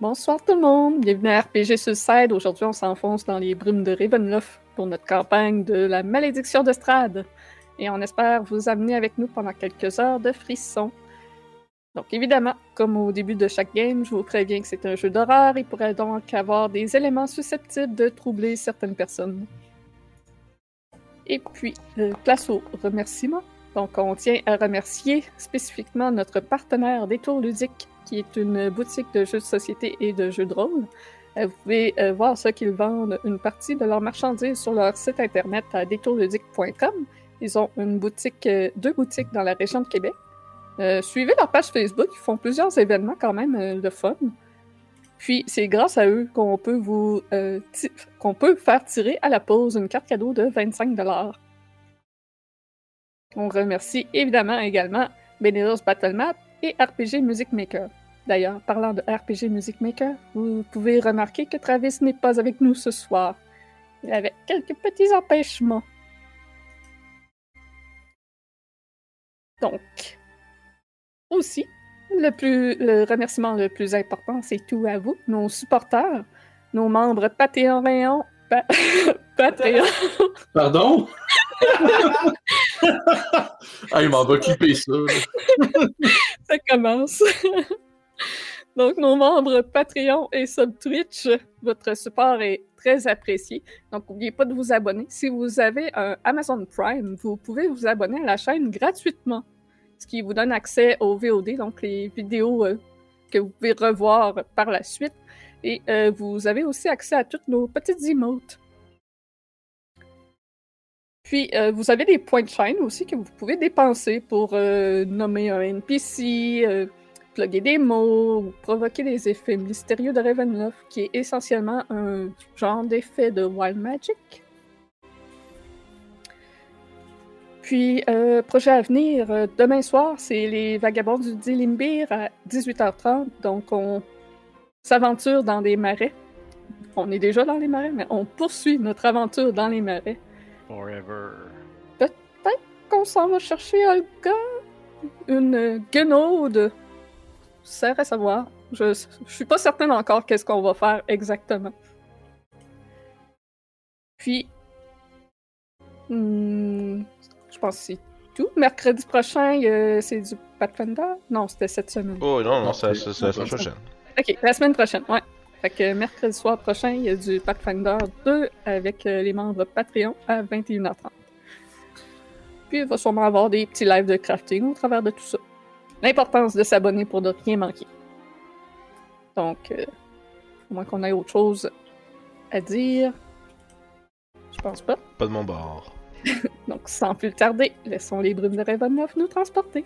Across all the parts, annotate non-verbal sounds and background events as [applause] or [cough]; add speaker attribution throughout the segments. Speaker 1: Bonsoir tout le monde, bienvenue à RPG Suicide. Aujourd'hui, on s'enfonce dans les brumes de Ravenloft pour notre campagne de la malédiction de Strade. Et on espère vous amener avec nous pendant quelques heures de frissons. Donc évidemment, comme au début de chaque game, je vous préviens que c'est un jeu d'horreur et pourrait donc avoir des éléments susceptibles de troubler certaines personnes. Et puis, euh, place aux remerciements. Donc, on tient à remercier spécifiquement notre partenaire Détour Ludique, qui est une boutique de jeux de société et de jeux de rôle. Euh, Vous pouvez euh, voir ce qu'ils vendent, une partie de leurs marchandises sur leur site internet à détourludique.com. Ils ont une boutique, euh, deux boutiques dans la région de Québec. Euh, suivez leur page Facebook, ils font plusieurs événements quand même euh, de fun. Puis c'est grâce à eux qu'on peut vous euh, ti- qu'on peut faire tirer à la pause une carte cadeau de 25 dollars. On remercie évidemment également Benelux Battlemap et RPG Music Maker. D'ailleurs, parlant de RPG Music Maker, vous pouvez remarquer que Travis n'est pas avec nous ce soir. Il avait quelques petits empêchements. Donc, aussi, le, plus, le remerciement le plus important, c'est tout à vous, nos supporters, nos membres Patreon. Pa- Patreon.
Speaker 2: Pardon? [laughs] ah, il m'en va clipper ça. là.
Speaker 1: ça commence. [laughs] Donc, nos membres Patreon et Subtwitch, votre support est très apprécié. Donc, n'oubliez pas de vous abonner. Si vous avez un Amazon Prime, vous pouvez vous abonner à la chaîne gratuitement, ce qui vous donne accès aux VOD, donc les vidéos euh, que vous pouvez revoir par la suite. Et euh, vous avez aussi accès à toutes nos petites emotes. Puis, euh, vous avez des points de chaîne aussi que vous pouvez dépenser pour euh, nommer un NPC, euh, plugger des mots, ou provoquer des effets mystérieux de Ravenloft, qui est essentiellement un genre d'effet de Wild Magic. Puis, euh, projet à venir, euh, demain soir, c'est les Vagabonds du Dilimbir à 18h30. Donc, on s'aventure dans des marais. On est déjà dans les marais, mais on poursuit notre aventure dans les marais
Speaker 3: Forever.
Speaker 1: qu'on s'en va chercher Olga? Une euh, guenaude? Ça à savoir. Je, je suis pas certaine encore qu'est-ce qu'on va faire exactement. Puis, hmm, je pense que c'est tout. Mercredi prochain, euh, c'est du Pathfinder? Non, c'était cette semaine.
Speaker 3: Oh non, non,
Speaker 2: Non,
Speaker 3: ça,
Speaker 2: c'est-
Speaker 3: ça, c'est
Speaker 2: c'est
Speaker 3: la semaine
Speaker 1: ça.
Speaker 3: prochaine.
Speaker 1: Ok, la semaine prochaine, ouais. Fait que mercredi soir prochain, il y a du Pathfinder 2 avec euh, les membres Patreon à 21h30. Puis il va sûrement avoir des petits lives de crafting au travers de tout ça. L'importance de s'abonner pour ne rien manquer. Donc, euh, au moins qu'on ait autre chose à dire. Je pense pas.
Speaker 3: Pas de mon bord.
Speaker 1: Donc, sans plus tarder, laissons les brumes de Ravenloft nous transporter.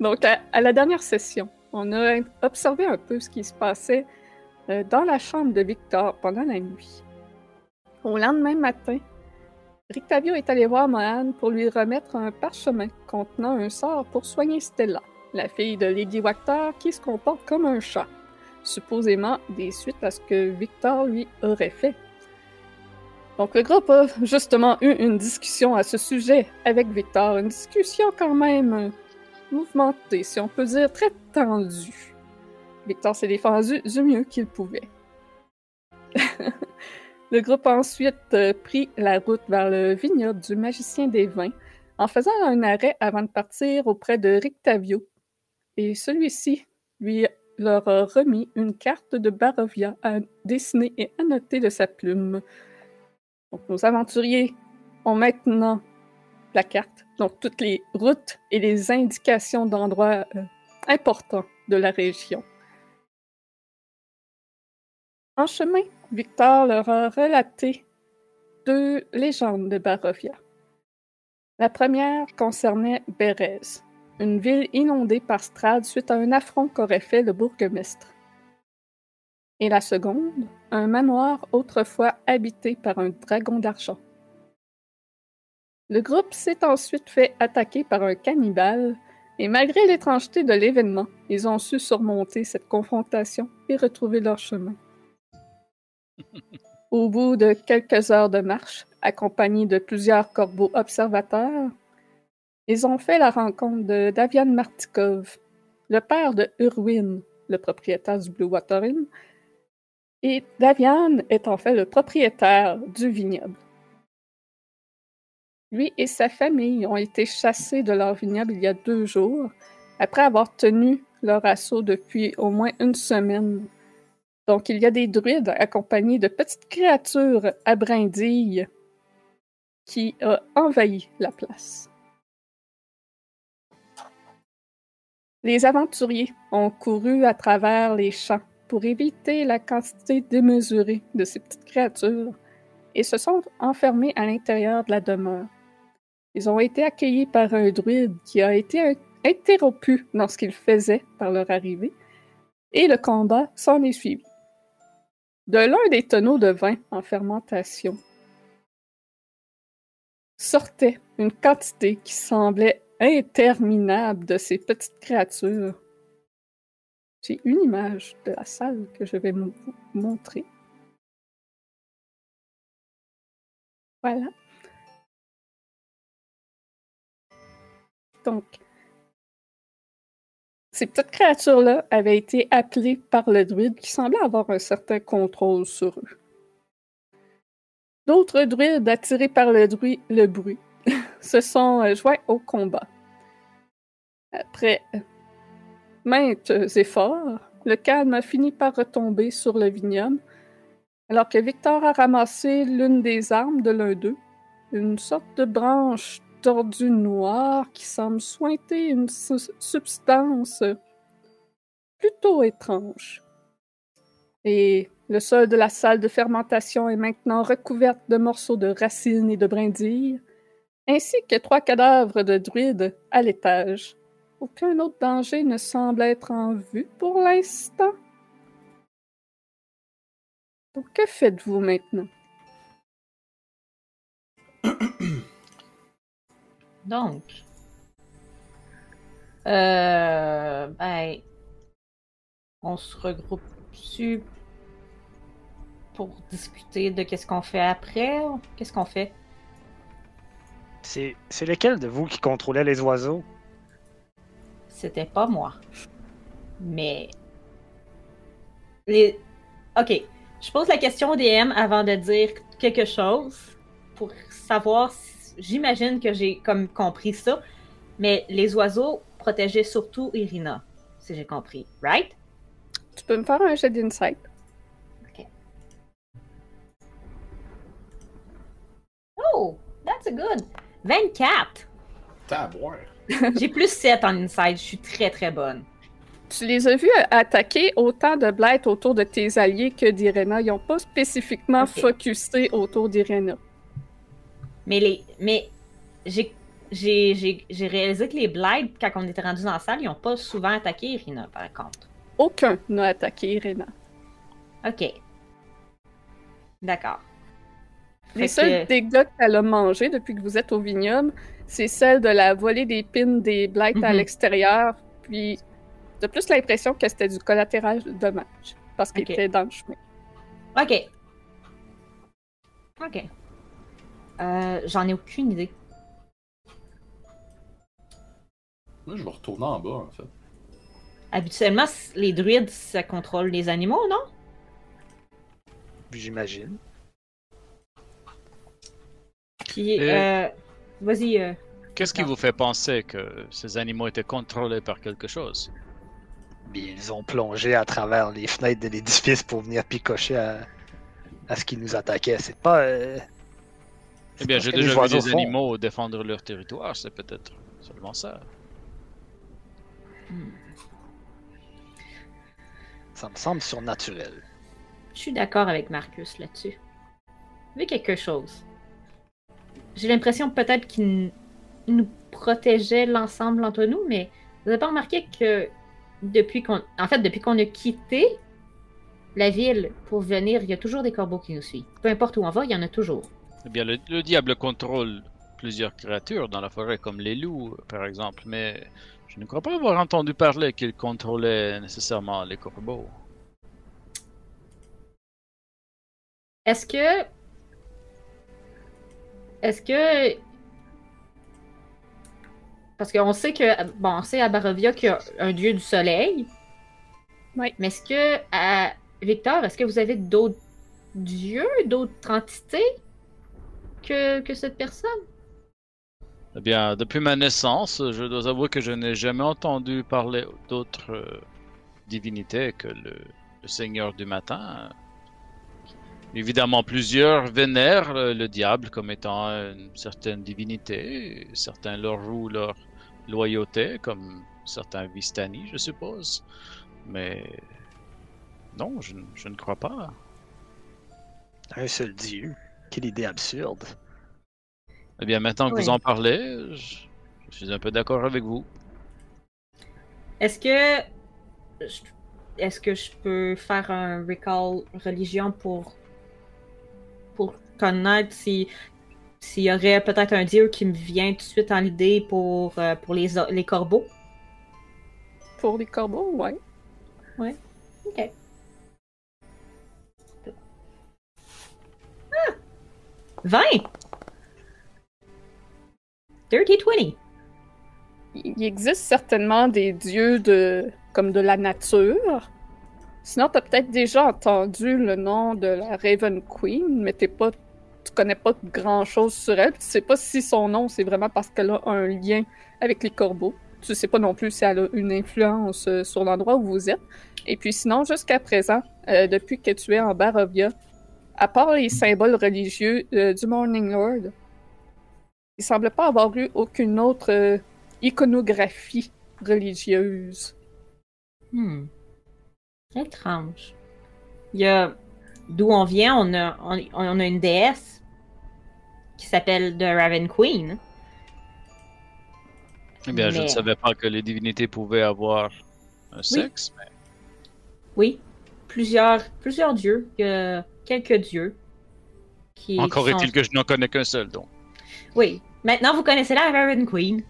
Speaker 1: Donc, à, à la dernière session, on a observé un peu ce qui se passait euh, dans la chambre de Victor pendant la nuit. Au lendemain matin, Rictavio est allé voir Mohan pour lui remettre un parchemin contenant un sort pour soigner Stella, la fille de Lady Wachter qui se comporte comme un chat, supposément des suites à ce que Victor lui aurait fait. Donc, le groupe a justement eu une discussion à ce sujet avec Victor, une discussion quand même euh, mouvementé, si on peut dire très tendu. Victor s'est défendu du mieux qu'il pouvait. [laughs] le groupe a ensuite euh, pris la route vers le vignoble du magicien des vins en faisant un arrêt avant de partir auprès de Rictavio. Et celui-ci lui leur a remis une carte de Barovia à dessiner et annoter de sa plume. Donc nos aventuriers ont maintenant la carte, donc toutes les routes et les indications d'endroits euh, importants de la région. En chemin, Victor leur a relaté deux légendes de Barovia. La première concernait Bérez, une ville inondée par Strad suite à un affront qu'aurait fait le bourgmestre. Et la seconde, un manoir autrefois habité par un dragon d'argent. Le groupe s'est ensuite fait attaquer par un cannibale, et malgré l'étrangeté de l'événement, ils ont su surmonter cette confrontation et retrouver leur chemin. Au bout de quelques heures de marche, accompagnés de plusieurs corbeaux observateurs, ils ont fait la rencontre de Davian Martikov, le père de Urwin, le propriétaire du Blue Water Inn, et Davian est en fait le propriétaire du vignoble. Lui et sa famille ont été chassés de leur vignoble il y a deux jours, après avoir tenu leur assaut depuis au moins une semaine. Donc il y a des druides accompagnés de petites créatures à brindilles qui ont envahi la place. Les aventuriers ont couru à travers les champs pour éviter la quantité démesurée de ces petites créatures et se sont enfermés à l'intérieur de la demeure. Ils ont été accueillis par un druide qui a été un- interrompu dans ce qu'il faisait par leur arrivée et le combat s'en est suivi. De l'un des tonneaux de vin en fermentation sortait une quantité qui semblait interminable de ces petites créatures. J'ai une image de la salle que je vais m- vous montrer. Voilà. Donc, ces petites créatures-là avaient été appelées par le druide qui semblait avoir un certain contrôle sur eux. D'autres druides attirés par le, druid- le bruit [laughs] se sont euh, joints au combat. Après euh, maintes efforts, le calme a fini par retomber sur le vignoble, alors que Victor a ramassé l'une des armes de l'un d'eux, une sorte de branche tordue noire qui semble sointer une su- substance plutôt étrange. Et le sol de la salle de fermentation est maintenant recouverte de morceaux de racines et de brindilles, ainsi que trois cadavres de druides à l'étage. Aucun autre danger ne semble être en vue pour l'instant. Donc, que faites-vous maintenant?
Speaker 4: Donc. Euh, ben. On se regroupe dessus pour discuter de qu'est-ce qu'on fait après. Qu'est-ce qu'on fait?
Speaker 5: C'est c'est lequel de vous qui contrôlait les oiseaux?
Speaker 4: C'était pas moi. Mais. Les... Ok. Je pose la question au DM avant de dire quelque chose pour savoir. si- J'imagine que j'ai comme compris ça. Mais les oiseaux protégeaient surtout Irina, si j'ai compris. Right?
Speaker 1: Tu peux me faire un jet d'insight?
Speaker 4: Oh, that's a good. 24.
Speaker 2: Tabouin.
Speaker 4: J'ai plus 7 en inside. Je suis très très bonne.
Speaker 1: Tu les as vus attaquer autant de blights autour de tes alliés que d'Irena. Ils n'ont pas spécifiquement
Speaker 4: Ok.
Speaker 1: focusé autour d'Irena.
Speaker 4: Mais les, mais j'ai, j'ai, j'ai, j'ai réalisé que les Blides, quand on était rendus dans la salle, ils ont pas souvent attaqué Irina, par contre.
Speaker 1: Aucun n'a attaqué Irena.
Speaker 4: Ok. D'accord.
Speaker 1: Les
Speaker 4: Fait que-
Speaker 1: seuls dégâts qu'elle a mangés depuis que vous êtes au vignoble, c'est celle de la volée des pins des blights à
Speaker 4: Mhm.
Speaker 1: l'extérieur. Puis, t'as plus l'impression que c'était du collatéral dommage parce qu'il
Speaker 4: Ok.
Speaker 1: était dans le chemin.
Speaker 4: Ok. Ok. Euh, j'en ai aucune idée.
Speaker 2: Moi, je vais retourner en bas, en fait.
Speaker 4: Habituellement, c- les druides, ça contrôle les animaux, non?
Speaker 5: J'imagine.
Speaker 4: Puis,
Speaker 3: Euh.
Speaker 4: euh, vas-y. euh,
Speaker 3: Qu'est-ce qui
Speaker 4: Non.
Speaker 3: vous fait penser que ces animaux étaient contrôlés par quelque chose
Speaker 5: Mais ils ont plongé à travers les fenêtres de l'édifice pour venir picocher à, à ce qui nous attaquait. C'est pas. euh,
Speaker 3: Eh bien,
Speaker 5: parce
Speaker 3: j'ai
Speaker 5: que les
Speaker 3: déjà vu
Speaker 5: oiseaux
Speaker 3: des
Speaker 5: font.
Speaker 3: animaux défendre leur territoire, c'est peut-être seulement ça.
Speaker 5: Ça me semble surnaturel.
Speaker 4: Je suis d'accord avec Marcus là-dessus. Mais quelque chose. J'ai l'impression peut-être qu'il n- il nous protégeait l'ensemble entre nous, mais vous avez pas remarqué que depuis qu'on. En fait, depuis qu'on a quitté la ville pour venir, il y a toujours des corbeaux qui nous suivent. Peu importe où on va, il y en a toujours.
Speaker 3: Eh bien, le, le diable contrôle plusieurs créatures dans la forêt, comme les loups, par exemple, mais je ne crois pas avoir entendu parler qu'il contrôlait nécessairement les corbeaux.
Speaker 4: Est-ce que. Est-ce que. Parce qu'on sait que. Bon, on sait à Barovia qu'il y a un dieu du soleil.
Speaker 1: Oui.
Speaker 4: Mais est-ce que. à- Victor, est-ce que vous avez d'autres dieux, d'autres entités que, que cette personne?
Speaker 3: Eh bien, depuis ma naissance, je dois avouer que je n'ai jamais entendu parler d'autre euh, divinité que le, le Seigneur du matin. Évidemment, plusieurs vénèrent euh, le diable comme étant une certaine divinité. Certains leur jouent leur loyauté, comme certains Vistani, je suppose. Mais non, je, n- je ne crois pas.
Speaker 5: Un seul dieu. Quelle idée absurde.
Speaker 3: Eh bien, maintenant que
Speaker 4: Oui.
Speaker 3: vous en parlez, je, je suis un peu d'accord avec vous.
Speaker 4: Est-ce que. je- Est-ce que je peux faire un recall religion pour. pour connaître si. S'il y aurait peut-être un dieu qui me vient tout de suite en l'idée pour, euh, pour les, o- les corbeaux.
Speaker 1: Pour les corbeaux, ouais.
Speaker 4: Ok. Ah! 20! Dirty 20!
Speaker 1: Il il existe certainement des dieux de comme de la nature. Sinon, t'as peut-être déjà entendu le nom de la Raven Queen, mais t'es pas, tu connais pas grand-chose sur elle. puis Tu sais pas si son nom, c'est vraiment parce qu'elle a un lien avec les corbeaux. Tu sais pas non plus si elle a une influence euh, sur l'endroit où vous êtes. Et puis sinon, jusqu'à présent, euh, depuis que tu es en Barovia, à part les symboles religieux euh, du Morning Lord, il semble pas avoir eu aucune autre euh, iconographie religieuse.
Speaker 4: Hmm. Étrange. Il y a... D'où on vient, on a, on, on a une déesse qui s'appelle The Raven Queen.
Speaker 3: Eh bien, je ne
Speaker 4: Mais-
Speaker 3: savais pas que les divinités pouvaient avoir un sexe. mais-
Speaker 4: Oui. Plusieurs, plusieurs dieux. Il y a quelques dieux. Qui,
Speaker 3: Encore
Speaker 4: qui sont-
Speaker 3: est-il que je n'en connais qu'un seul, donc.
Speaker 4: Oui. Maintenant, vous connaissez la Raven Queen.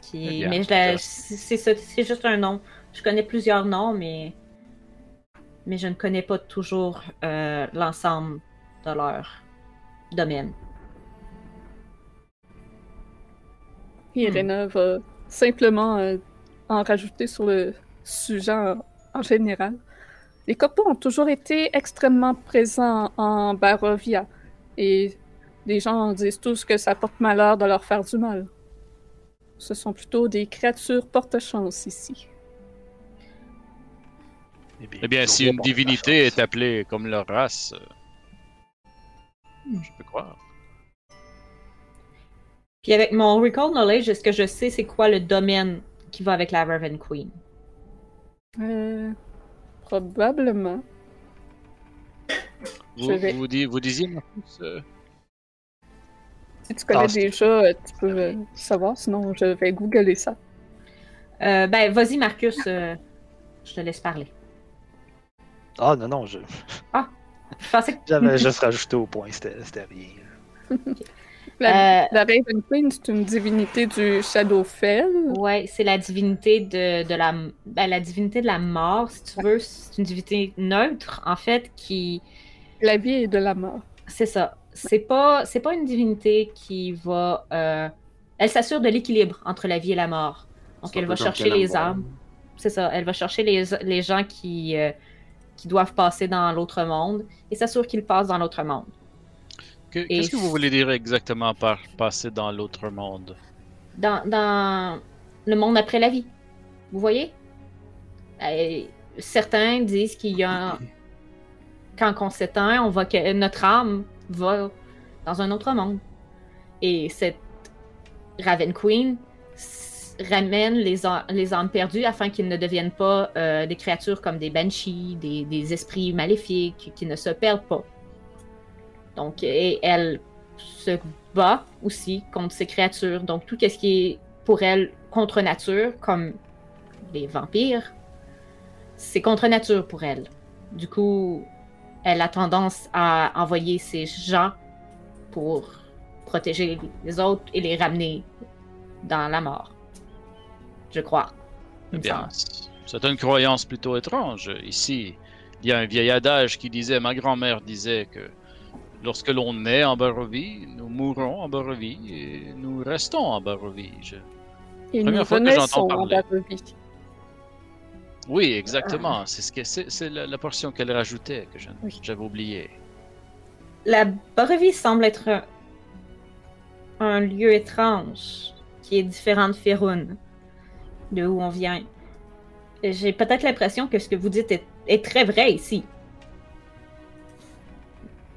Speaker 4: Qui-
Speaker 3: Eh bien,
Speaker 4: mais je la- c'est c'est ça, c'est juste un nom. Je connais plusieurs noms, mais mais je ne connais pas toujours euh, l'ensemble de leur domaine.
Speaker 1: Irena va simplement euh, en rajouter sur le sujet en, en général. Les corbeaux ont toujours été extrêmement présents en Barovia et les gens disent tous que ça porte malheur de leur faire du mal. Ce sont plutôt des créatures porte-chance ici.
Speaker 3: Eh bien, si une divinité est appelée comme leur race, euh,
Speaker 4: Hmm.
Speaker 3: je peux croire.
Speaker 4: Puis avec mon recall knowledge, est-ce que je sais c'est quoi le domaine qui va avec la Raven Queen?
Speaker 1: Euh, probablement. Je
Speaker 3: Vous,
Speaker 1: vais-
Speaker 3: vous, dis- vous disiez, Marcus, euh,
Speaker 1: Si tu connais
Speaker 5: Ah, c'est-
Speaker 1: déjà, euh, tu peux euh, savoir, sinon je vais googler ça.
Speaker 4: Euh, ben, vas-y, Marcus, euh, je te laisse parler.
Speaker 5: Ah non, non, je-
Speaker 4: Je pensais que
Speaker 5: j'avais juste rajouté au point, c'était c'était rien.
Speaker 1: La,
Speaker 4: Euh,
Speaker 1: la Raven Queen, c'est une divinité du Shadowfell.
Speaker 4: Ouais, c'est la divinité de, de la ben, la divinité de la mort, si tu veux, c'est une divinité neutre en fait qui
Speaker 1: La vie et de la mort.
Speaker 4: c'est ça. C'est pas c'est pas une divinité qui va euh, elle s'assure de l'équilibre entre la vie et la mort. Donc
Speaker 2: C'est un
Speaker 4: elle
Speaker 2: peu
Speaker 4: va
Speaker 2: comme
Speaker 4: chercher les
Speaker 2: Cannonball.
Speaker 4: âmes. C'est ça, elle va chercher les, les gens qui euh, qui doivent passer dans l'autre monde et s'assure qu'ils passent dans l'autre monde.
Speaker 3: que- qu'est-ce que vous voulez dire exactement par passer dans l'autre monde
Speaker 4: dans, dans le monde après la vie. Vous voyez? Euh, certains disent qu'il y a. Quand on s'éteint, on voit que notre âme va dans un autre monde. Et cette Raven Queen s- ramène les, a- les âmes perdues afin qu'ils ne deviennent pas euh, des créatures comme des banshees, des, des esprits maléfiques, qui ne se perdent pas. Donc, et elle se bat aussi contre ces créatures. Donc tout ce qui est pour elle contre nature, comme les vampires, c'est contre nature pour elle. Du coup, elle a tendance à envoyer ses gens pour protéger les autres et les ramener dans la mort. Je crois.
Speaker 3: Eh
Speaker 4: Il me
Speaker 3: bien,
Speaker 4: semble.
Speaker 3: c- c'est une croyance plutôt étrange. Ici, il y a un vieil adage qui disait, ma grand-mère disait que lorsque l'on naît en Barovie, nous mourons en Barovie et nous restons en Barovie. Je-
Speaker 1: Et
Speaker 3: Première
Speaker 1: nous
Speaker 3: fois que
Speaker 1: venait
Speaker 3: j'entends
Speaker 1: son
Speaker 3: parler.
Speaker 1: Barovie.
Speaker 3: Oui, exactement. C'est ce que c'est, c'est la, la portion qu'elle rajoutait que je-
Speaker 1: Oui.
Speaker 3: j'avais oubliée.
Speaker 4: La Borovie semble être un, un lieu étrange qui est différent de Ferun, de où on vient. J'ai peut-être l'impression que ce que vous dites est, est très vrai ici.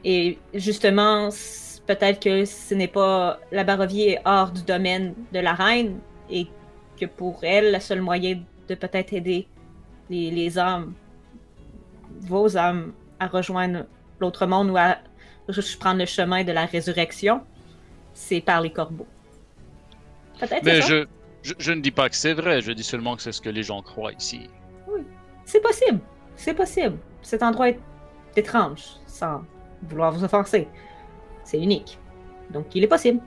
Speaker 4: Et justement, c- peut-être que ce n'est pas. La Barovie est hors du domaine de la reine et que pour elle, le seul moyen de peut-être aider les, les hommes, vos hommes, à rejoindre l'autre monde ou à je prendre le chemin de la résurrection, c'est par les corbeaux. Peut-être c'est
Speaker 3: Mais
Speaker 4: ça?
Speaker 3: je, je, je ne dis pas que c'est vrai, je dis seulement que c'est ce que les gens croient ici.
Speaker 4: C'est possible. C'est possible. Cet endroit est étrange, sans vouloir vous offenser. C'est unique. Donc il est possible.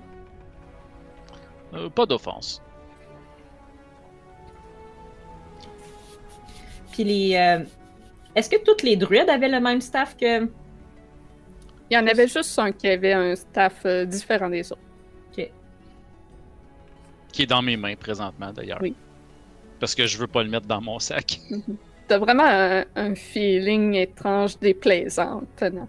Speaker 3: Euh, pas d'offense.
Speaker 4: Puis les. euh, Est-ce que toutes les druides avaient le même staff que.
Speaker 1: Il y en avait juste un qui avait un staff euh, différent des autres.
Speaker 3: Qui est dans mes mains présentement d'ailleurs.
Speaker 1: Oui.
Speaker 3: Parce que je veux pas le mettre dans mon sac. [laughs]
Speaker 1: T'as vraiment un, un feeling étrange déplaisant, tenant.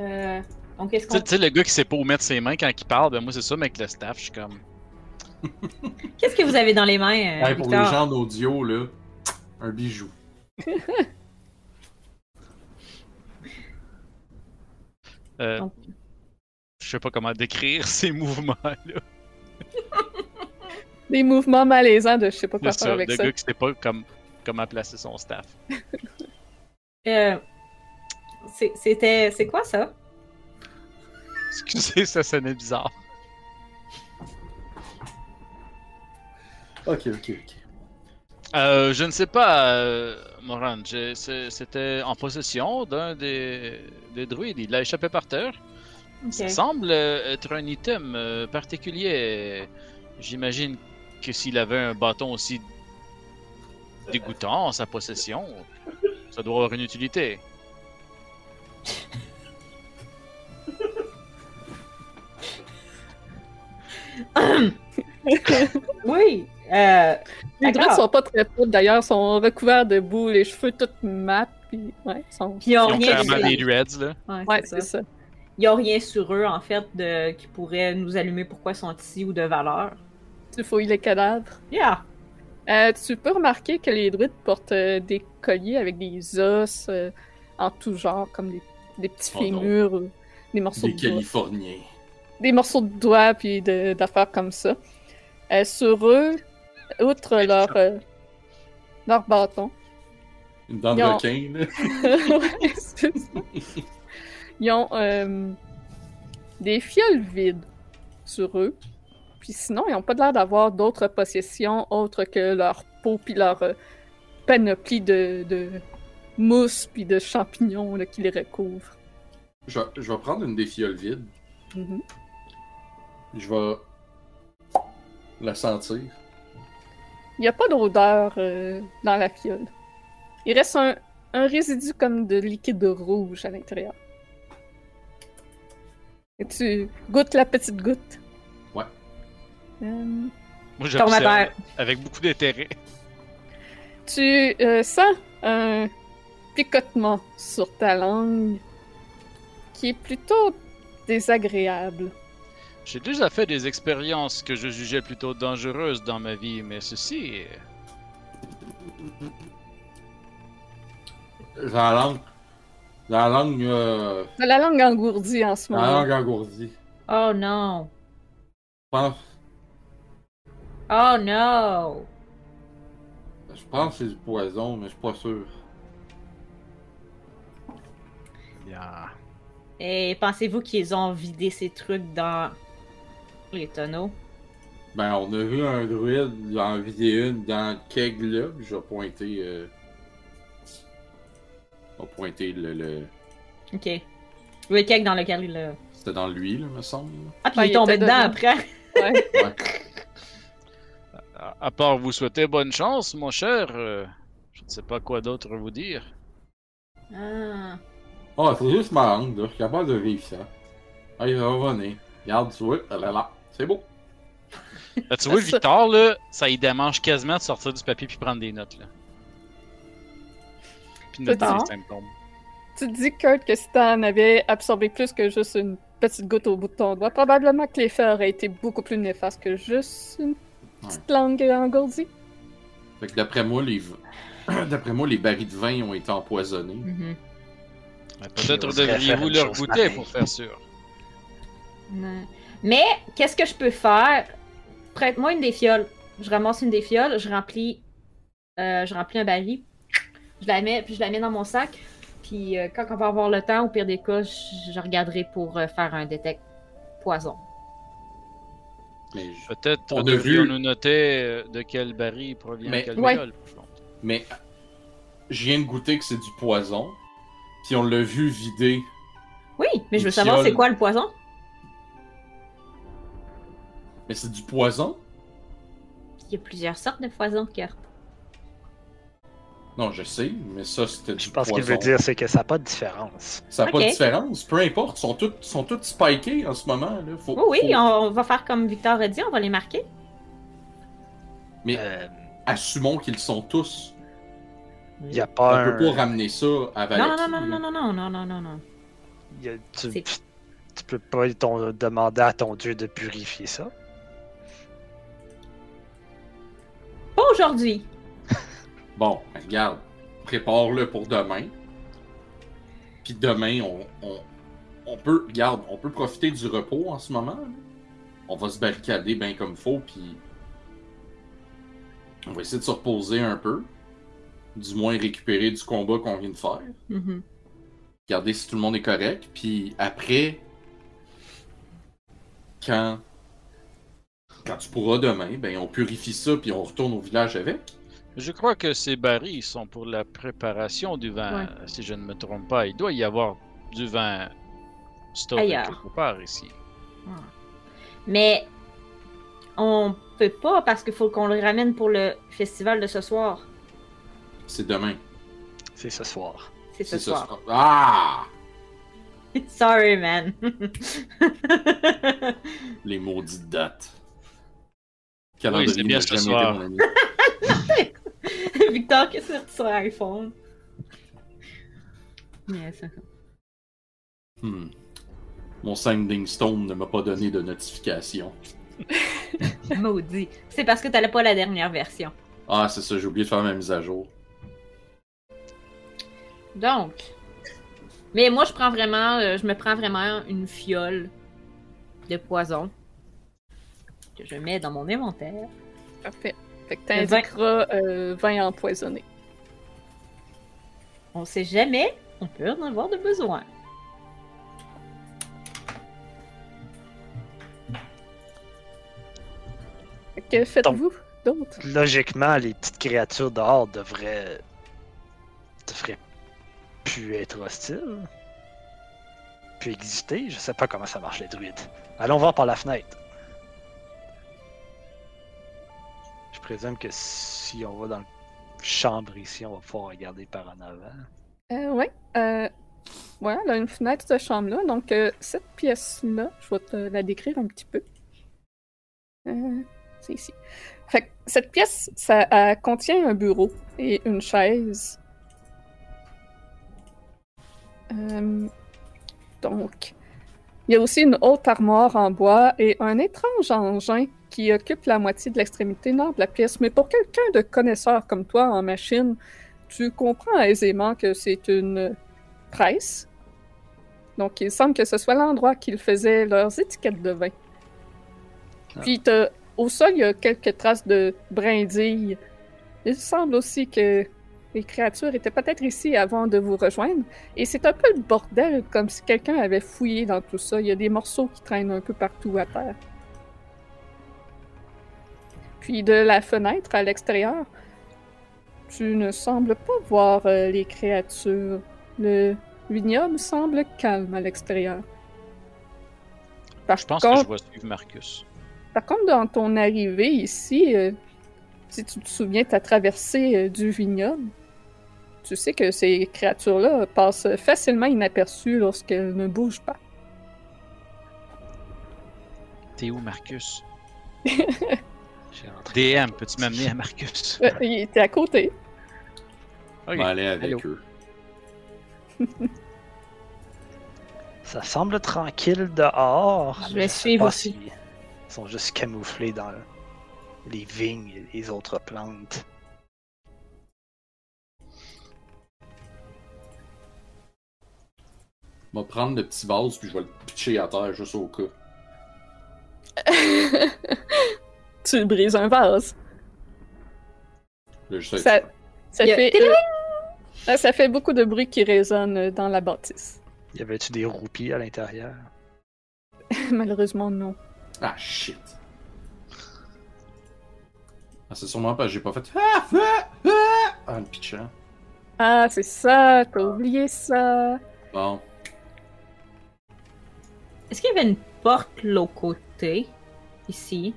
Speaker 4: Euh, donc est-ce
Speaker 3: Tu sais-
Speaker 4: qu'on
Speaker 3: tu sais, le gars qui sait pas où mettre ses mains quand il parle, ben moi c'est ça, mais avec le staff, je suis comme.
Speaker 4: Qu'est-ce que vous avez dans les mains, euh,
Speaker 2: Hey, pour les
Speaker 4: Victor?
Speaker 2: gens d'audio, là, un bijou.
Speaker 3: euh,
Speaker 4: Donc-
Speaker 3: Je sais pas comment décrire [laughs] ces mouvements-là.
Speaker 1: Des mouvements malaisants de je sais pas quoi
Speaker 3: C'est
Speaker 1: faire
Speaker 3: ça,
Speaker 1: avec
Speaker 3: le
Speaker 1: ça.
Speaker 3: gars qui sait pas comme, comment placer son staff.
Speaker 4: Euh, c'est- C'était. C'est quoi ça?
Speaker 3: Excusez, ça sonnait bizarre.
Speaker 2: Ok, ok, ok.
Speaker 3: Euh, je ne sais pas, euh, Moran. j'ai- c'est- C'était en possession d'un des, des druides. Il l'a échappé par terre. Ça
Speaker 4: Ok.
Speaker 3: semble euh, être un item euh, particulier. J'imagine que s'il avait un bâton aussi dégoûtant en sa possession, ça doit avoir une utilité.
Speaker 4: Oui! euh,
Speaker 1: Les
Speaker 4: d'accord.
Speaker 1: druides sont pas très pauvres d'ailleurs, sont recouverts de boue, les cheveux tout mat, puis ouais, sont...
Speaker 4: Puis ils ont
Speaker 3: Ils ont
Speaker 4: rien sur
Speaker 3: clairement
Speaker 4: eux.
Speaker 3: des dreads, là.
Speaker 4: Ouais,
Speaker 1: Ouais,
Speaker 4: c'est ça.
Speaker 1: c'est ça.
Speaker 4: Ils ont rien sur eux, en fait, de... qui pourrait nous allumer pourquoi ils sont ici ou de valeur.
Speaker 1: Tu fouilles les cadavres.
Speaker 4: Yeah!
Speaker 1: Euh, tu peux remarquer que les druides portent euh, des colliers avec des os euh, en tout genre, comme des, des petits
Speaker 2: Oh non.
Speaker 1: fémurs, euh, des morceaux
Speaker 2: Des
Speaker 1: de doigts.
Speaker 2: Californiens.
Speaker 1: des morceaux de doigts puis de- d'affaires comme ça. Euh, sur eux, outre leur, euh, leur bâton,
Speaker 2: Une dent de
Speaker 1: Ils ont-
Speaker 2: requin,
Speaker 1: [laughs]
Speaker 2: là.
Speaker 1: Ouais, c'est ça. ils ont euh, des fioles vides sur eux. Puis sinon, ils n'ont pas l'air d'avoir d'autres possessions autres que leur peau puis leur euh, panoplie de, de mousse puis de champignons là, qui les recouvrent.
Speaker 2: Je, vais- je vais prendre une des fioles vides.
Speaker 1: Mhm.
Speaker 2: Je vais la sentir.
Speaker 1: Il n'y a pas d'odeur euh, dans la fiole. Il reste un, un résidu comme de liquide rouge à l'intérieur. Et tu goûtes la petite goutte.
Speaker 2: Ouais.
Speaker 1: Euh,
Speaker 4: Tombe à
Speaker 3: Moi,
Speaker 4: terre.
Speaker 3: j'observe avec beaucoup d'intérêt.
Speaker 1: tu euh, sens un picotement sur ta langue qui est plutôt désagréable.
Speaker 3: J'ai déjà fait des expériences que je jugeais plutôt dangereuses dans ma vie, mais ceci,
Speaker 2: Dans la langue. Dans la langue. euh,
Speaker 1: T'as la langue engourdie en ce
Speaker 2: dans la
Speaker 1: moment.
Speaker 2: langue engourdie.
Speaker 4: Oh non!
Speaker 2: Je pense,
Speaker 4: Oh non!
Speaker 2: je pense que c'est du poison, mais je suis pas sûr.
Speaker 3: bien,
Speaker 4: Et pensez-vous qu'ils ont vidé ces trucs dans les tonneaux?
Speaker 2: Ben, on a vu un druide en vider une dans le keg là. puis Je vais pointer. euh, On va pointer le. le...
Speaker 4: Ok. Le keg dans lequel il a...
Speaker 2: C'était dans lui, là, me semble.
Speaker 4: Ah, puis
Speaker 1: Ben,
Speaker 4: il est
Speaker 1: il
Speaker 4: tombé
Speaker 1: était
Speaker 4: dedans
Speaker 1: dedans.
Speaker 4: après. [laughs]
Speaker 1: Ouais.
Speaker 2: Ouais.
Speaker 3: À, à part vous souhaiter bonne chance, mon cher, euh, je ne sais pas quoi d'autre vous dire.
Speaker 4: Ah.
Speaker 2: Ah, c'est juste ma langue, là. Je suis capable de vivre ça. Ah, il va revenir. Regarde, tu vois, là, là, là. C'est beau.
Speaker 3: Là, Ah, tu
Speaker 1: [laughs]
Speaker 3: vois,
Speaker 1: Ça-
Speaker 3: Victor, là, ça y démange quasiment de sortir du papier puis prendre des notes. Là. Puis
Speaker 1: C'est
Speaker 3: noter
Speaker 1: bon.
Speaker 3: les symptômes.
Speaker 1: Tu te dis, Kurt, que si t'en avais absorbé plus que juste une petite goutte au bout de ton doigt, probablement que l'effet aurait été beaucoup plus néfaste que juste une petite langue engourdie.
Speaker 2: Fait que d'après moi, les. [clears throat] D'après moi, les barils de vin ont été empoisonnés.
Speaker 4: Mhm.
Speaker 3: Ouais,
Speaker 5: Qui
Speaker 3: Peut-être
Speaker 5: oserait faire
Speaker 3: devriez-vous
Speaker 5: une
Speaker 3: leur
Speaker 5: chose
Speaker 3: goûter
Speaker 5: pareille?
Speaker 3: pour faire sûr.
Speaker 4: Non. Mais qu'est-ce que je peux faire? Prête-moi une des fioles. Je ramasse une des fioles, je remplis, euh, je remplis un baril, je la mets, puis je la mets dans mon sac. Puis euh, quand on va avoir le temps, au pire des cas, je, je regarderai pour euh, faire un détect poison.
Speaker 2: Mais, je-
Speaker 3: Peut-être
Speaker 2: On a
Speaker 3: devrions-nous
Speaker 2: vu-
Speaker 3: noter euh, de quel baril provient
Speaker 2: Mais-
Speaker 3: quel
Speaker 1: Ouais.
Speaker 3: viol, par contre.
Speaker 2: Mais je viens de goûter que c'est du poison. Puis on l'a vu vider.
Speaker 4: Oui, mais je veux
Speaker 2: Une
Speaker 4: savoir
Speaker 2: fiole.
Speaker 4: c'est quoi le poison.
Speaker 2: Mais c'est du poison?
Speaker 4: Il y a plusieurs sortes de poison, Kurt.
Speaker 2: Non, je sais, mais ça, c'était du
Speaker 5: Je pense
Speaker 2: poison.
Speaker 5: qu'il veut dire, c'est que ça n'a pas de différence.
Speaker 2: Ça n'a pas
Speaker 4: Ok.
Speaker 2: de différence. Peu importe, ils sont tous, ils sont tous spikés en ce moment. Là. Faut,
Speaker 4: Oui, Oh oui,
Speaker 2: faut-
Speaker 4: on, on va faire comme Victor a dit, on va les marquer.
Speaker 2: Mais
Speaker 5: Euh,
Speaker 2: assumons qu'ils sont tous.
Speaker 5: Il n'y a
Speaker 2: On
Speaker 5: pas
Speaker 2: peut pas
Speaker 5: un...
Speaker 2: ramener ça à Valaki.
Speaker 4: Non, non, non,
Speaker 2: là.
Speaker 4: non, non, non, non, non, non, non.
Speaker 5: il y a- Tu...
Speaker 4: C'est-
Speaker 5: tu peux pas ton- demander à ton dieu de purifier ça.
Speaker 4: Pas aujourd'hui.
Speaker 2: Bon, ben, regarde, prépare-le pour demain. Puis demain, on, on, on peut, regarde, on peut profiter du repos en ce moment. là. On va se barricader bien comme faut, puis on va essayer de se reposer un peu. Du moins récupérer du combat qu'on vient de faire.
Speaker 4: Mhm.
Speaker 2: Regardez si tout le monde est correct. Puis après, quand, quand tu pourras demain, ben on purifie ça, puis on retourne au village avec.
Speaker 3: Je crois que ces barils sont pour la préparation du vin, si je ne me trompe pas. Il doit y avoir du vin stocké
Speaker 4: Ailleurs.
Speaker 3: quelque part ici.
Speaker 4: Mais on peut pas parce qu'il faut qu'on le ramène pour le festival de ce soir.
Speaker 2: C'est demain.
Speaker 5: C'est ce soir.
Speaker 4: C'est ce
Speaker 2: C'est ce
Speaker 4: soir.
Speaker 2: soir. Ah!
Speaker 4: [laughs] Sorry, man. [laughs]
Speaker 2: Les maudites dates.
Speaker 3: c'est bien
Speaker 2: n'a
Speaker 3: ce
Speaker 2: jamais été
Speaker 3: soir.
Speaker 2: mon ami.
Speaker 4: Victor, qu'est-ce que tu sur iPhone? Yes.
Speaker 2: Hmm. Mon Sending Stone ne m'a pas donné de notification.
Speaker 4: Maudit. C'est parce que t'allais pas la dernière version.
Speaker 2: Ah, c'est ça, j'ai oublié de faire ma mise à jour.
Speaker 4: Donc. Mais moi, je prends vraiment. euh, je me prends vraiment une fiole de poison que je mets dans mon inventaire.
Speaker 1: Parfait. Fait que
Speaker 4: Le vin.
Speaker 1: t'indiqueras euh, vin empoisonné.
Speaker 4: On sait jamais, on peut en avoir de besoin.
Speaker 1: Fait que faites-vous d'autres?
Speaker 5: Logiquement, les petites créatures dehors devraient. devraient plus être hostiles. Plus exister. Je sais pas comment ça marche, les druides. Allons voir par la fenêtre. Je présume que si on va dans le chambre ici, on va pouvoir regarder par en avant.
Speaker 1: Euh, ouais. Euh, voilà, elle a une fenêtre, cette chambre-là. Donc, euh, cette pièce-là, je vais te la décrire un petit peu. Euh, c'est ici. Fait que cette pièce, ça elle contient un bureau et une chaise. Euh, donc, il y a aussi une haute armoire en bois et un étrange engin qui occupe la moitié de l'extrémité nord de la pièce. Mais pour quelqu'un de connaisseur comme toi en machine, tu comprends aisément que c'est une presse. Donc, il semble que ce soit l'endroit qu'ils faisaient leurs étiquettes de vin. Ah. Puis, t'as- au sol, il y a quelques traces de brindilles. Il semble aussi que Les créatures étaient peut-être ici avant de vous rejoindre, et c'est un peu le bordel, comme si quelqu'un avait fouillé dans tout ça. Il y a des morceaux qui traînent un peu partout à terre. Puis de la fenêtre à l'extérieur, tu ne sembles pas voir euh, les créatures. Le vignoble semble calme à l'extérieur. Par
Speaker 3: Je pense
Speaker 1: contre-
Speaker 3: que je vais suivre Marcus.
Speaker 1: par contre, dans ton arrivée ici, euh, si tu te souviens de ta traversée euh, du vignoble, tu sais que ces créatures-là passent facilement inaperçues lorsqu'elles ne bougent pas.
Speaker 3: T'es où, Marcus?
Speaker 5: J'ai rentré.
Speaker 3: DM, peux-tu m'amener à Marcus?
Speaker 1: Euh, il était à côté.
Speaker 2: Je
Speaker 3: Ok.
Speaker 2: vais aller avec
Speaker 3: Allô.
Speaker 2: eux.
Speaker 5: Ça semble tranquille dehors.
Speaker 4: Je
Speaker 5: mais
Speaker 4: vais
Speaker 5: sais
Speaker 4: suivre
Speaker 5: pas
Speaker 4: aussi.
Speaker 5: s'ils- Ils sont juste camouflés dans les vignes et les autres plantes.
Speaker 2: Je vais prendre le petit vase puis je vais le pitcher à terre juste au cas.
Speaker 1: tu brises un vase.
Speaker 2: Là, juste
Speaker 1: Ça-
Speaker 2: être-
Speaker 1: Ça,
Speaker 4: Il y a-
Speaker 1: fait, euh, ça fait beaucoup de bruit qui résonne euh, dans la bâtisse. [laughs]
Speaker 5: Y avait-tu des roupies à
Speaker 4: [laughs]
Speaker 5: l'intérieur?
Speaker 1: Malheureusement, non.
Speaker 2: Ah shit. Ah, c'est sûrement parce que j'ai pas fait. Ah, ah, ah, ah, le pitchant.
Speaker 1: Ah, c'est ça, t'as oublié ça. Euh,
Speaker 2: Bon.
Speaker 4: Est-ce qu'il y avait une porte de l'autre côté? Ici.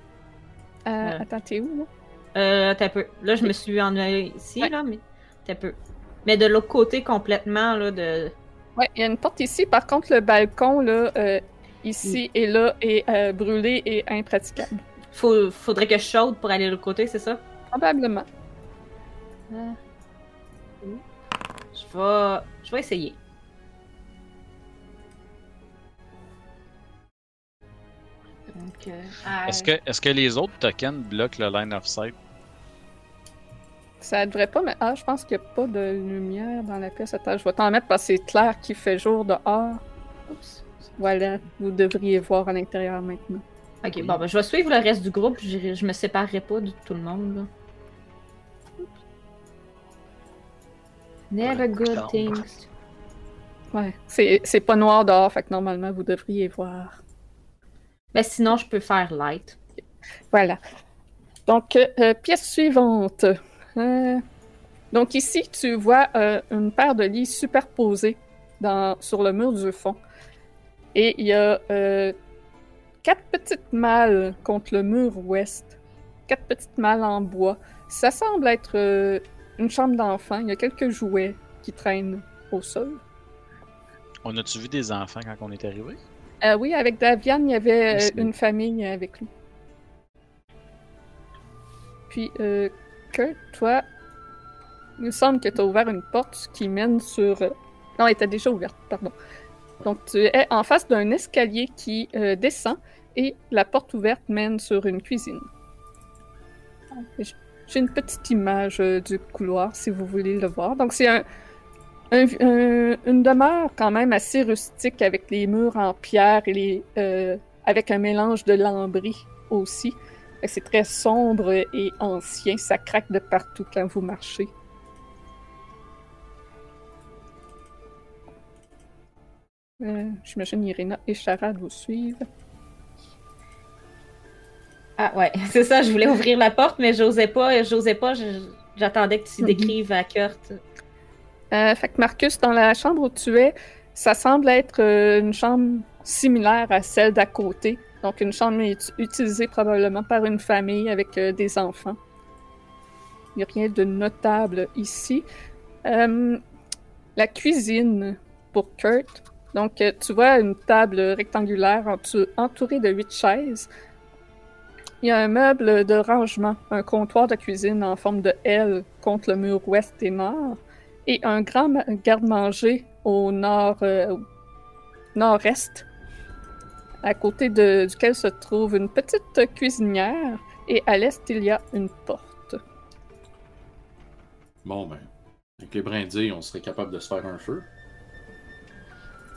Speaker 1: Euh,
Speaker 4: Ouais.
Speaker 1: Attends, t'es où? là?
Speaker 4: Euh, t'as peu. Là, je me suis ennuyée ici,
Speaker 1: Ouais.
Speaker 4: là, mais t'as peu. Mais de l'autre côté complètement, là, de.
Speaker 1: Ouais, il y a une porte ici. Par contre, le balcon, là, euh, ici et là, est euh, brûlé et impraticable.
Speaker 4: Faut... Faudrait que je chaude pour aller de l'autre côté, c'est ça?
Speaker 1: Probablement.
Speaker 4: Je vais. Je vais essayer. Donc, euh,
Speaker 3: Est-ce que, est que les autres tokens bloquent le line of sight?
Speaker 1: Ça devrait pas, mais ah, je pense qu'il n'y a pas de lumière dans la pièce. Attends, je vais t'en mettre parce que c'est clair qu'il fait jour dehors.
Speaker 4: Oups.
Speaker 1: Voilà, vous devriez voir à l'intérieur maintenant.
Speaker 4: Ok, bon, ben, je vais suivre le reste du groupe. Je, je me séparerai pas de tout le monde. Là. Never
Speaker 5: Voilà,
Speaker 4: good
Speaker 5: l'arbre.
Speaker 4: things.
Speaker 1: Ouais, c'est c'est pas noir dehors, fait que normalement vous devriez voir.
Speaker 4: Ben, sinon, je peux faire light.
Speaker 1: Voilà. Donc, euh, euh, pièce suivante. Euh, donc ici, tu vois euh, une paire de lits superposés dans- sur le mur du fond. Et il y a euh, quatre petites malles contre le mur ouest. Quatre petites malles en bois. Ça semble être euh, une chambre d'enfant. Il y a quelques jouets qui traînent au sol.
Speaker 3: On a-tu vu des enfants quand on est arrivé?
Speaker 1: Euh, oui, avec Davian, il y avait euh,
Speaker 3: Merci.
Speaker 1: une famille avec lui. Puis, euh, que toi, il me semble que tu as ouvert une porte qui mène sur. euh, Non, elle était déjà ouverte, pardon. Donc, tu es en face d'un escalier qui euh, descend et la porte ouverte mène sur une cuisine. J- J'ai une petite image euh, du couloir si vous voulez le voir. Donc, c'est un, un- un- une demeure quand même assez rustique avec les murs en pierre et les, euh, avec un mélange de lambris aussi. Fait que C'est très sombre et ancien. Ça craque de partout quand vous marchez. Euh, J'imagine Irina et Charade vous suivent.
Speaker 4: Ah ouais, [laughs] c'est ça, je voulais ouvrir la porte, mais j'osais pas, j'osais pas, je- j'attendais que tu
Speaker 1: Mhm.
Speaker 4: décrives à Kurt.
Speaker 1: Euh, fait que Marcus, dans la chambre où tu es, ça semble être euh, une chambre similaire à celle d'à côté. Donc une chambre ut- utilisée probablement par une famille avec euh, des enfants. Il n'y a rien de notable ici. Euh, la cuisine pour Kurt. Donc euh, tu vois une table rectangulaire entou- entourée de huit chaises. Il y a un meuble de rangement, un comptoir de cuisine en forme de L contre le mur ouest et nord et un grand ma- garde-manger au nord euh, nord-est, à côté de- duquel se trouve une petite cuisinière et à l'est il y a une porte.
Speaker 2: Bon, ben. Avec les brindilles, on serait capable de se faire un feu.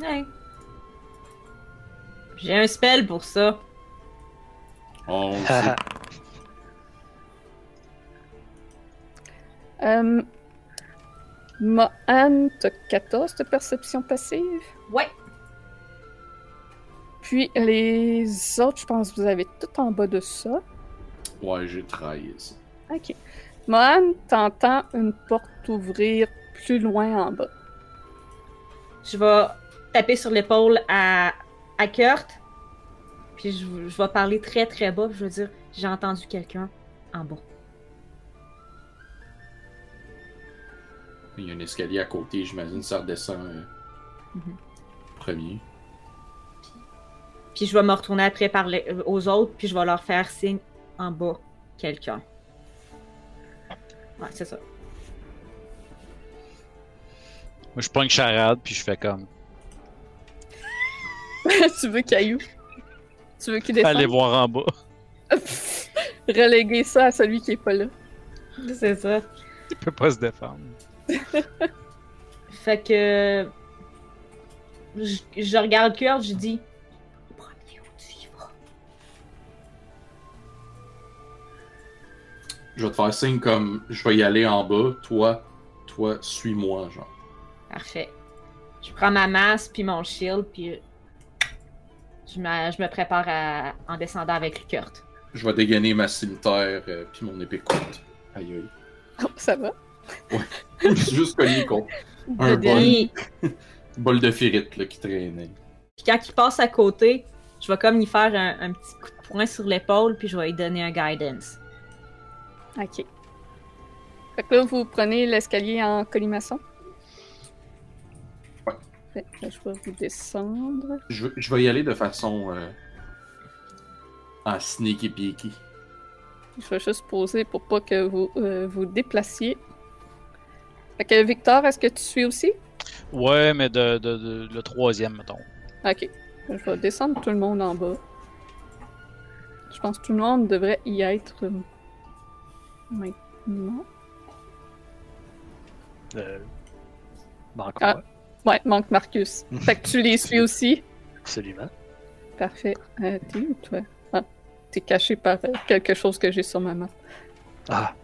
Speaker 4: Ouais. J'ai un spell pour ça.
Speaker 2: On le
Speaker 5: Ah,
Speaker 2: sait.
Speaker 1: Euh, Mohan, t'as 14 de perception passive.
Speaker 4: Ouais.
Speaker 1: Puis les autres, je pense que vous avez tout en bas de ça.
Speaker 2: Ouais, j'ai trahi ça.
Speaker 1: Ok. Mohan, t'entends une porte ouvrir plus loin en bas. [laughs]
Speaker 4: Je vais taper sur l'épaule à, à Kurt. Puis je, je vais parler très très bas. puis Je veux dire, j'ai entendu quelqu'un en bas.
Speaker 2: Il y a un escalier à côté, j'imagine, ça redescend. euh,
Speaker 4: Mhm.
Speaker 2: Premier.
Speaker 4: Puis je vais me retourner après parler euh, aux autres. Puis je vais leur faire signe en bas quelqu'un. Ouais, c'est ça.
Speaker 3: Moi, je prends une charade, puis je fais comme.
Speaker 1: tu veux Caillou? Tu veux qu'il descende?
Speaker 3: Allez voir en [laughs] bas.
Speaker 1: [laughs] Reléguer ça à celui qui est pas là.
Speaker 4: [laughs] C'est ça.
Speaker 3: Il peut pas se défendre.
Speaker 4: Fait que. Je, je regarde Kurt, je dis. Au premier où tu y vas.
Speaker 2: Je vais te faire signe comme je vais y aller en bas, toi, toi, suis-moi, genre.
Speaker 4: Parfait. Je prends ma masse puis mon shield puis je me, je me prépare à, en descendant avec Kurt.
Speaker 2: Je vais dégainer ma cimetière euh, puis mon épée courte. Aïe aïe.
Speaker 1: Oh, ça va?
Speaker 2: Je me suis [laughs] juste cogné contre
Speaker 1: De-
Speaker 2: Un bon.
Speaker 4: Puis,
Speaker 2: une boule de ferrite là, qui traînait.
Speaker 4: puis quand il passe à côté, je vais comme y faire un, un petit coup de poing sur l'épaule puis je vais lui donner un [laughs] guidance.
Speaker 1: Ok. Fait que là, vous prenez l'escalier en colimaçon.
Speaker 2: Ouais.
Speaker 1: Fait que je vais vous descendre.
Speaker 2: Je, je vais y aller de façon euh, en sneaky peaky.
Speaker 1: Je vais juste poser pour pas que vous euh, vous déplaciez. Fait que Victor, est-ce que tu suis aussi?
Speaker 3: Ouais, mais de, de- de- le troisième, mettons.
Speaker 1: Ok. Je vais descendre tout le monde en bas. Je pense que tout le monde devrait y être euh, maintenant.
Speaker 5: Euh, ben, manque
Speaker 1: Ah.
Speaker 5: moi,
Speaker 1: Ouais, manque
Speaker 2: [laughs]
Speaker 1: Marcus. Fait que tu les suis aussi.
Speaker 5: absolument.
Speaker 1: Parfait. Euh, t'es où, toi? Ah, t'es caché par euh, quelque chose que j'ai sur ma main.
Speaker 5: Ah,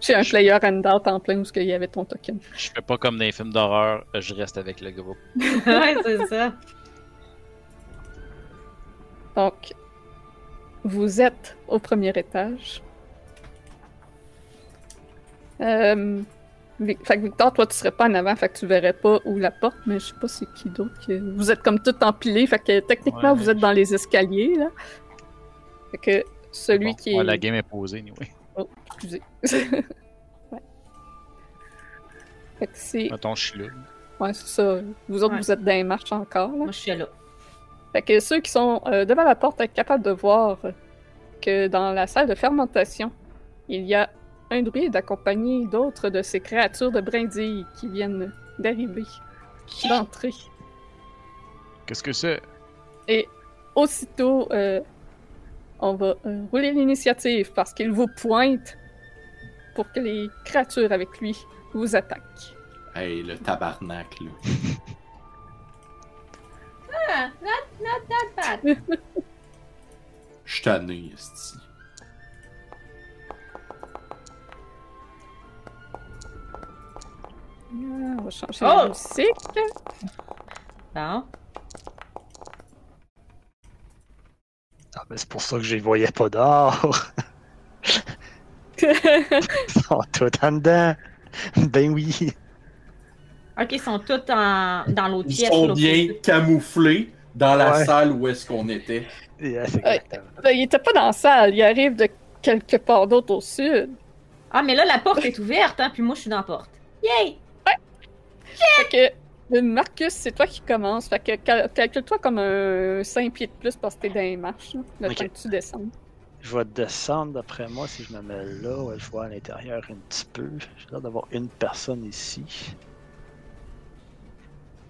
Speaker 1: J'ai un player handout en plein où ce qu'il y avait ton token.
Speaker 3: Je fais pas comme dans les films d'horreur, je reste avec le groupe.
Speaker 4: ouais, c'est ça.
Speaker 1: Donc, vous êtes au premier étage. Euh, Vic- fait que Victor, toi, tu serais pas en avant, fait que tu verrais pas où la porte, mais je sais pas c'est qui d'autre. que- Vous êtes comme tout empilé, fait que techniquement,
Speaker 3: Ouais.
Speaker 1: vous êtes dans les escaliers, là. Fait que celui
Speaker 3: Bon,
Speaker 1: qui
Speaker 3: ouais,
Speaker 1: est...
Speaker 3: la game est posée, anyway.
Speaker 1: Oh, Excusez. [laughs] ouais. Fait que c'est...
Speaker 3: Mettons, je suis là.
Speaker 1: Ouais, c'est ça. Vous autres,
Speaker 4: Ouais.
Speaker 1: vous êtes dans les marches encore, là.
Speaker 4: Moi je suis là.
Speaker 1: Fait que ceux qui sont euh, devant la porte sont capables de voir que dans la salle de fermentation, il y a un druide accompagné d'autres de ces créatures de brindilles qui viennent d'arriver, d'entrer.
Speaker 3: Qu'est-ce que c'est?
Speaker 1: Et aussitôt, euh, on va euh, rouler l'initiative parce qu'il vous pointe pour que les créatures avec lui vous attaquent.
Speaker 2: Hey, le tabarnak, là.
Speaker 4: Ah, not, not, not bad.
Speaker 2: Je suis tanné, esti.
Speaker 1: Ah, on va changer la
Speaker 4: Oh!
Speaker 1: musique.
Speaker 4: Bon.
Speaker 5: ah, ben, c'est pour ça que je les voyais pas dehors.
Speaker 4: [laughs]
Speaker 5: Ils sont tous en dedans. Ben oui. [laughs]
Speaker 4: Ok, ils sont tous en, dans l'autre
Speaker 2: Ils
Speaker 4: pièce.
Speaker 2: sont
Speaker 4: l'autre
Speaker 2: bien
Speaker 4: côté.
Speaker 2: camouflés dans la
Speaker 5: Ouais.
Speaker 2: salle où est-ce qu'on était.
Speaker 5: Yes, exactement.
Speaker 1: Ben, il était pas dans la salle, il arrive de quelque part d'autre au sud.
Speaker 4: Ah, mais là la porte est ouverte, hein, puis moi je suis dans la porte. Yay!
Speaker 1: Fait que, euh, Marcus, c'est toi qui commences. Fait que cal- calcule-toi comme un 5 pieds de plus parce que t'es dans les marches, là, le
Speaker 5: Ok.
Speaker 1: temps que tu descends.
Speaker 5: Je vais descendre d'après moi si je me mets là. Ouais, je vois à l'intérieur un petit peu. J'ai l'air d'avoir une personne ici.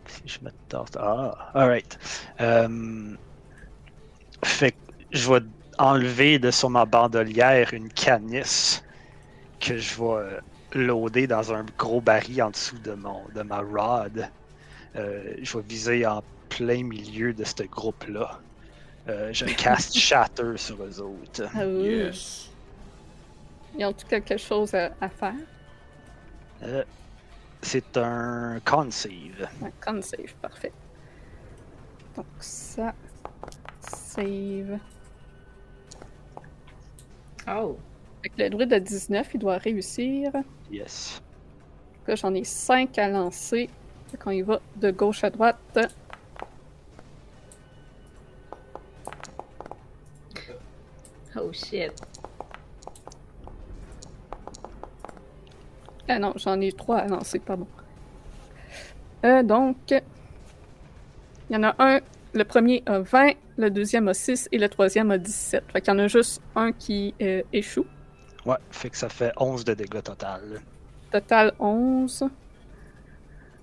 Speaker 5: Si je me torse. Ah, alright. Euh, Fait que je vais enlever de sur ma bandolière une canisse que je vais euh, loader dans un gros baril en dessous de, mon, de ma rod. Euh, je vais viser en plein milieu de ce groupe-là. Euh, je casse Shatter sur eux autres.
Speaker 1: Ah oui.
Speaker 2: Yes.
Speaker 1: Ils ont tout quelque chose à, à faire.
Speaker 5: Euh, C'est un con save.
Speaker 1: Un con save, parfait. Donc ça, save.
Speaker 4: Oh.
Speaker 1: Avec le druide de 19, il doit réussir.
Speaker 5: Yes.
Speaker 1: Là, j'en ai 5 à lancer. Quand il va de gauche à droite.
Speaker 4: Oh shit.
Speaker 1: Ah non, j'en ai 3 à lancer, pardon. Euh, donc, il y en a un, le premier a 20, le deuxième a 6 et le troisième a 17. Fait qu'il y en a juste un qui euh, échoue.
Speaker 5: Ouais, fait que ça fait 11 de dégâts total.
Speaker 1: Total 11.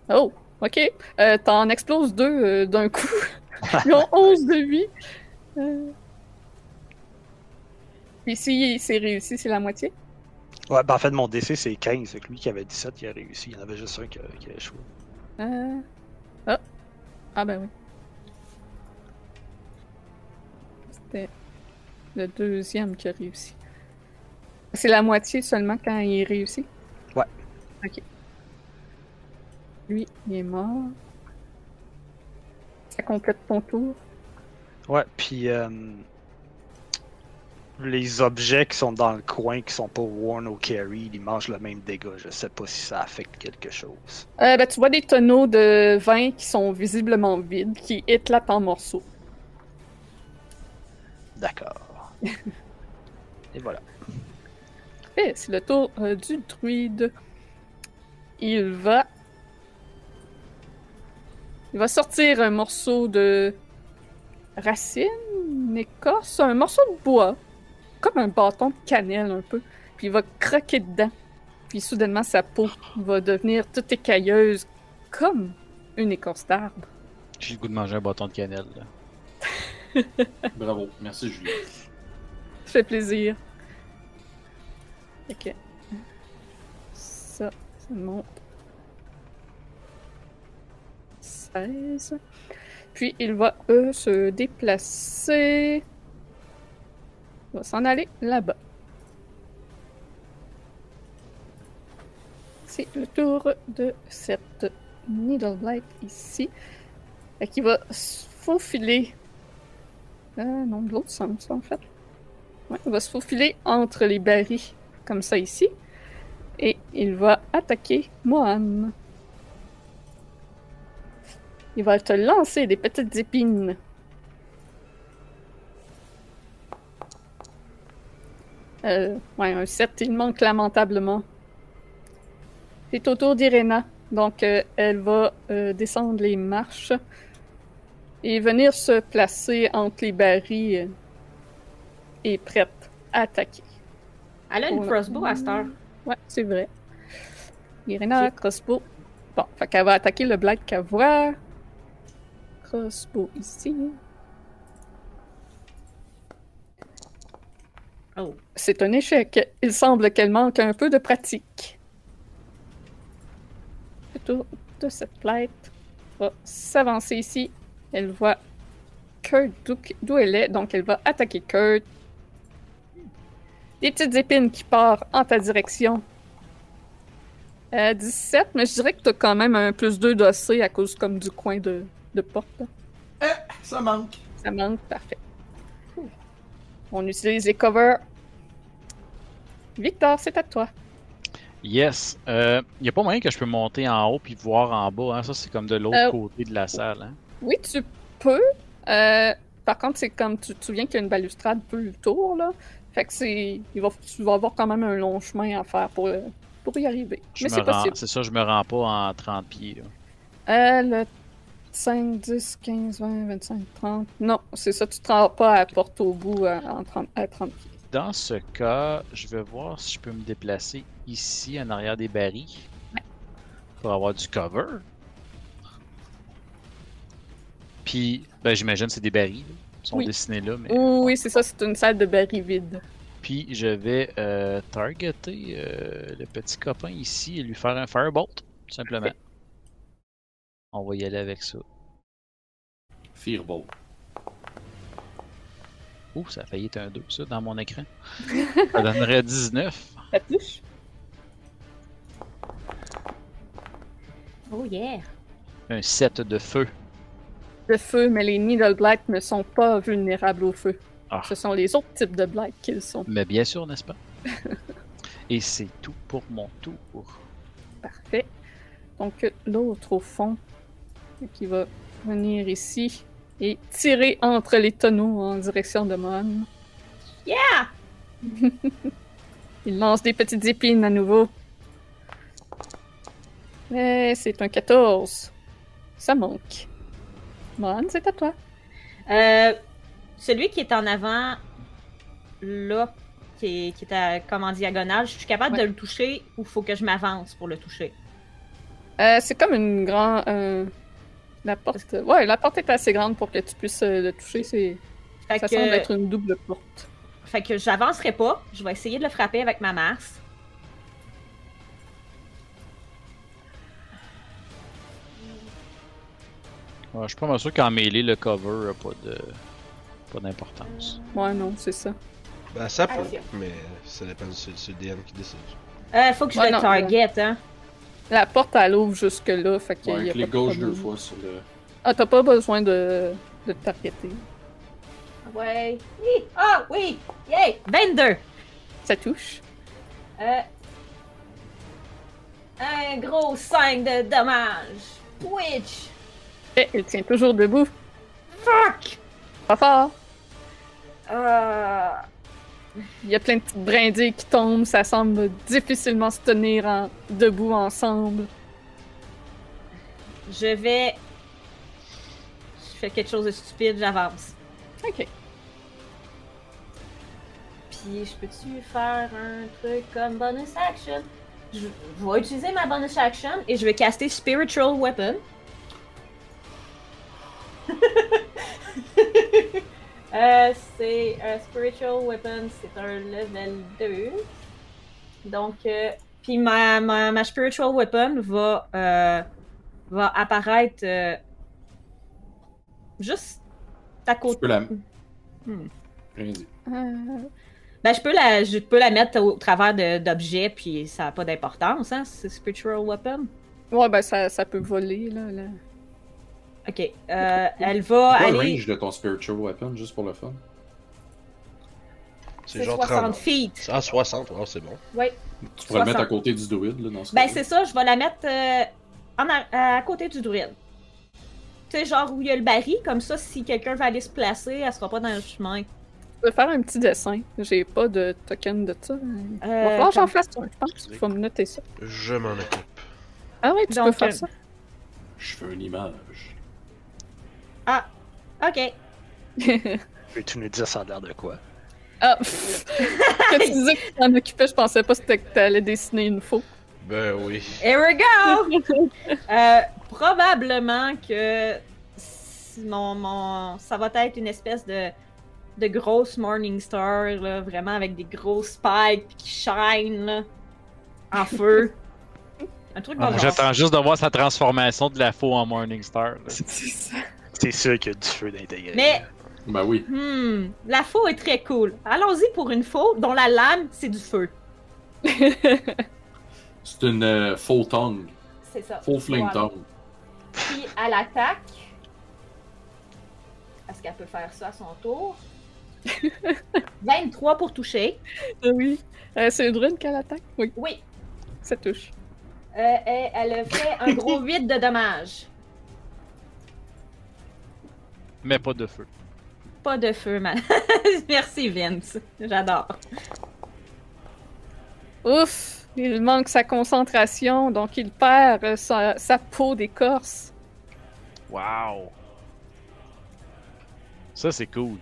Speaker 1: Oh, ok. Euh, T'en exploses deux euh, d'un coup. Ils ont 11 de vie. Euh. Puis si c'est réussi, c'est la moitié.
Speaker 5: Ouais, ben en fait, mon DC c'est 15, fait que lui qui avait 17, qui a réussi. Il y en avait juste un qui a, qui a échoué.
Speaker 1: Euh, Ah. ah ben oui. C'était le deuxième qui a réussi. C'est la moitié seulement quand il réussit?
Speaker 5: Ouais.
Speaker 1: Ok. Lui, il est mort. Ça complète ton tour.
Speaker 5: Ouais, puis euh, les objets qui sont dans le coin qui sont pas worn au carry, ils mangent le même dégât. Je sais pas si ça affecte quelque chose.
Speaker 1: Euh, ben, tu vois des tonneaux de vin qui sont visiblement vides, qui éclatent en morceaux.
Speaker 5: D'accord. Et voilà.
Speaker 1: Parfait, c'est le tour euh, du druide. Il va. Il va sortir un morceau de racine, une écorce, un morceau de bois, comme un bâton de cannelle un peu. Puis il va croquer dedans. Puis soudainement, sa peau va devenir toute écailleuse, comme une écorce d'arbre.
Speaker 3: J'ai le goût de manger un bâton de cannelle. là.
Speaker 2: Bravo, merci Julien.
Speaker 1: Ça fait plaisir. Ok. Ça, ça monte. 16. Puis il va, eux, se déplacer. Il va s'en aller là-bas. C'est le tour de cette Needleblight ici. Fait qu'il va se faufiler. Euh, non, de l'autre sens, en fait. Ouais, il va se faufiler entre les barils, comme ça ici. Et il va attaquer Mohan. Il va te lancer des petites épines. Euh, ouais, un 7, il manque lamentablement. C'est au tour d'Irena. Donc, euh, elle va euh, descendre les marches et venir se placer entre les barils euh, et prête à attaquer.
Speaker 4: Elle a
Speaker 1: Oh
Speaker 4: une
Speaker 1: là.
Speaker 4: crossbow à cette heure.
Speaker 1: Ouais, c'est vrai. Irena, crossbow. Bon, fait qu'elle va attaquer le black qu'elle voit. Crossbow ici.
Speaker 4: Oh.
Speaker 1: C'est un échec. Il semble qu'elle manque un peu de pratique. Le tour de cette plainte va s'avancer ici. Elle voit Kurt d'où- d'où elle est, donc elle va attaquer Kurt. Des petites épines qui partent en ta direction. Euh, 17, mais je dirais que t'as quand même un plus 2 dossé à cause comme du coin de, de porte. là.
Speaker 2: Ça manque.
Speaker 1: Ça manque, parfait. On utilise les covers. Victor, c'est à toi.
Speaker 3: Yes. Il euh, n'y a pas moyen que je peux monter en haut puis voir en bas. Hein. Ça, c'est comme de l'autre
Speaker 1: Euh,
Speaker 3: côté de la salle. Hein.
Speaker 1: Oui, tu peux. Euh, par contre, c'est comme tu te souviens qu'il y a une balustrade peu le tour, là. Fait que c'est. il va- Tu vas avoir quand même un long chemin à faire pour, euh, pour y arriver.
Speaker 3: Je
Speaker 1: Mais
Speaker 3: me
Speaker 1: c'est
Speaker 3: rends-
Speaker 1: possible.
Speaker 3: C'est ça, je me rends pas en 30 pieds. là.
Speaker 1: Euh, le 5, 10, 15, 20, 25, 30. Non, c'est ça, tu te rends pas à la porte au bout à, en 30, à 30 pieds.
Speaker 3: Dans ce cas, je vais voir si je peux me déplacer ici en arrière des barils pour avoir du cover. Puis, ben, j'imagine que c'est des barils. là. Ils sont
Speaker 1: Oui.
Speaker 3: dessinés là, mais.
Speaker 1: Oui, c'est ça, c'est une salle de baril vide.
Speaker 3: Puis, je vais euh, targeter euh, le petit copain ici et lui faire un firebolt, tout simplement. On va y aller avec ça.
Speaker 2: Fireball.
Speaker 3: Ouh, ça a failli être un 2, ça, dans mon [laughs] écran. ça donnerait 19.
Speaker 1: Ça touche?
Speaker 4: Oh yeah!
Speaker 3: Un set de feu.
Speaker 1: Le feu, mais les Needle Blight ne sont pas vulnérables au feu.
Speaker 3: Ah.
Speaker 1: Ce sont les autres types de Blight qu'ils sont.
Speaker 3: Mais bien sûr, n'est-ce pas? Et c'est tout pour mon tour.
Speaker 1: Parfait. Donc euh, l'autre au fond, qui va venir ici et tirer entre les tonneaux en direction de Mohan.
Speaker 4: Yeah!
Speaker 1: [laughs] Il lance des petites épines à nouveau. Mais c'est un 14. Ça manque. Mohan, c'est à toi.
Speaker 4: Euh, celui qui est en avant, là, qui est, qui est à- comme en diagonale, je suis capable
Speaker 1: Ouais.
Speaker 4: de le toucher ou faut que je m'avance pour le toucher?
Speaker 1: Euh, c'est comme une grande... la porte... Ouais, la porte est assez grande pour que tu puisses euh, le toucher. C'est...
Speaker 4: Fait
Speaker 1: Ça
Speaker 4: que,
Speaker 1: semble être une double porte.
Speaker 4: fait que j'avancerai pas, je vais essayer de le frapper avec ma masse.
Speaker 3: Ouais, je suis pas mal sûr qu'en mêlée, le cover a pas de pas d'importance.
Speaker 1: Ouais, non, c'est ça.
Speaker 6: Ben, ça peut,
Speaker 4: Attention.
Speaker 6: mais ça dépend, c'est c'est le DM qui décide.
Speaker 4: Euh, faut que je
Speaker 1: Ouais,
Speaker 4: le
Speaker 1: non,
Speaker 4: target, hein.
Speaker 1: La porte, elle ouvre jusque-là, fait qu'il
Speaker 2: Ouais,
Speaker 1: y a pas
Speaker 2: clic
Speaker 1: de
Speaker 2: gauche
Speaker 1: problème.
Speaker 2: deux fois sur le.
Speaker 1: Ah, t'as pas besoin de, de te targeter.
Speaker 4: Ouais. Oui! Ah oui! Yay! 22!
Speaker 1: Ça touche.
Speaker 4: Euh, un gros 5 de dommage. Twitch!
Speaker 1: Et il tient toujours debout.
Speaker 4: Fuck!
Speaker 1: Pas fort.
Speaker 4: Euh...
Speaker 1: Il y a plein de petites brindilles qui tombent. Ça semble difficilement se tenir en- debout ensemble.
Speaker 4: Je vais. Je fais quelque chose de stupide, j'avance.
Speaker 1: Ok.
Speaker 4: Puis je peux-tu faire un truc comme bonus action? Je je vais utiliser ma bonus action et je vais caster Spiritual Weapon. [laughs] Euh, c'est un Spiritual Weapon, c'est un level 2. Donc, euh, puis ma, ma, ma Spiritual Weapon va, euh, va apparaître euh, juste à
Speaker 2: Tu
Speaker 4: côté.
Speaker 2: peux la.
Speaker 4: Hmm.
Speaker 2: Rien dit.
Speaker 1: Euh,
Speaker 4: Ben, je peux la, je peux la mettre au travers de- d'objets, puis ça n'a pas d'importance, hein, c'est Spiritual Weapon.
Speaker 1: Ouais, ben ça, ça peut voler, là. là.
Speaker 4: Ok, euh, elle
Speaker 1: Ah,
Speaker 4: va
Speaker 2: C'est quoi le
Speaker 4: aller.
Speaker 2: range de ton spiritual weapon, juste pour le fun?
Speaker 6: C'est
Speaker 4: C'est
Speaker 6: genre
Speaker 4: 60
Speaker 6: 30.
Speaker 4: feet.
Speaker 6: C'est à 60, oh, c'est bon.
Speaker 4: Ouais.
Speaker 2: Tu pourrais le mettre
Speaker 4: 60.
Speaker 2: à côté du druide, là, dans ce
Speaker 4: Ben,
Speaker 2: cas-là.
Speaker 4: c'est ça, je vais la mettre euh, en ar- à côté du druide. Tu sais, genre où il y a le baril, comme ça, si quelqu'un va aller se placer, elle sera pas dans le chemin. Euh,
Speaker 1: Je vais faire un petit dessin. J'ai pas de token de ça. Il
Speaker 4: Euh,
Speaker 1: va falloir que j'en
Speaker 4: comme-
Speaker 1: fasse un, je pense. Faut me noter ça.
Speaker 6: Je m'en occupe.
Speaker 1: Ah oui, tu peux
Speaker 4: Donc,
Speaker 1: faire
Speaker 4: euh,
Speaker 1: ça. [laughs]
Speaker 2: Je fais une image.
Speaker 4: Ok.
Speaker 5: Peux-tu nous dire ça a l'air de quoi?
Speaker 1: Ah,
Speaker 4: [laughs]
Speaker 1: pff. Quand tu disais que tu t'en occupais, je pensais pas que t'allais dessiner une faux.
Speaker 6: Ben oui.
Speaker 4: Here we go! Euh, probablement que si mon, mon- ça va être une espèce de, de grosse Morning Star, là, vraiment avec des grosses spikes qui shine là, en feu. Un truc
Speaker 1: Ah
Speaker 4: comme ça.
Speaker 3: J'attends juste de voir sa transformation de la faux en Morningstar. là.
Speaker 1: C'est ça.
Speaker 5: C'est sûr qu'il y a du feu d'intégrer.
Speaker 4: Mais,
Speaker 2: Ben oui.
Speaker 4: hmm, la faux est très cool. Allons-y pour une faux dont la lame, c'est du feu.
Speaker 1: Ah
Speaker 2: C'est une euh, faux tongue.
Speaker 4: C'est ça.
Speaker 2: Faux flame
Speaker 4: Voilà.
Speaker 2: tongue.
Speaker 4: Puis à l'attaque, est-ce qu'elle peut faire ça à son [laughs] tour? 23 pour toucher.
Speaker 1: oui. Euh, c'est le druide qui a l'attaque? Oui,
Speaker 4: Oui,
Speaker 1: ça touche.
Speaker 4: Euh, elle, elle a fait un gros 8 de dommages.
Speaker 3: Mais pas de feu.
Speaker 4: Pas de feu, man. [laughs] Merci, Vince. J'adore.
Speaker 1: Ouf! Il manque sa concentration, donc il perd euh, sa, sa peau d'écorce.
Speaker 3: Wow! Ça, c'est cool.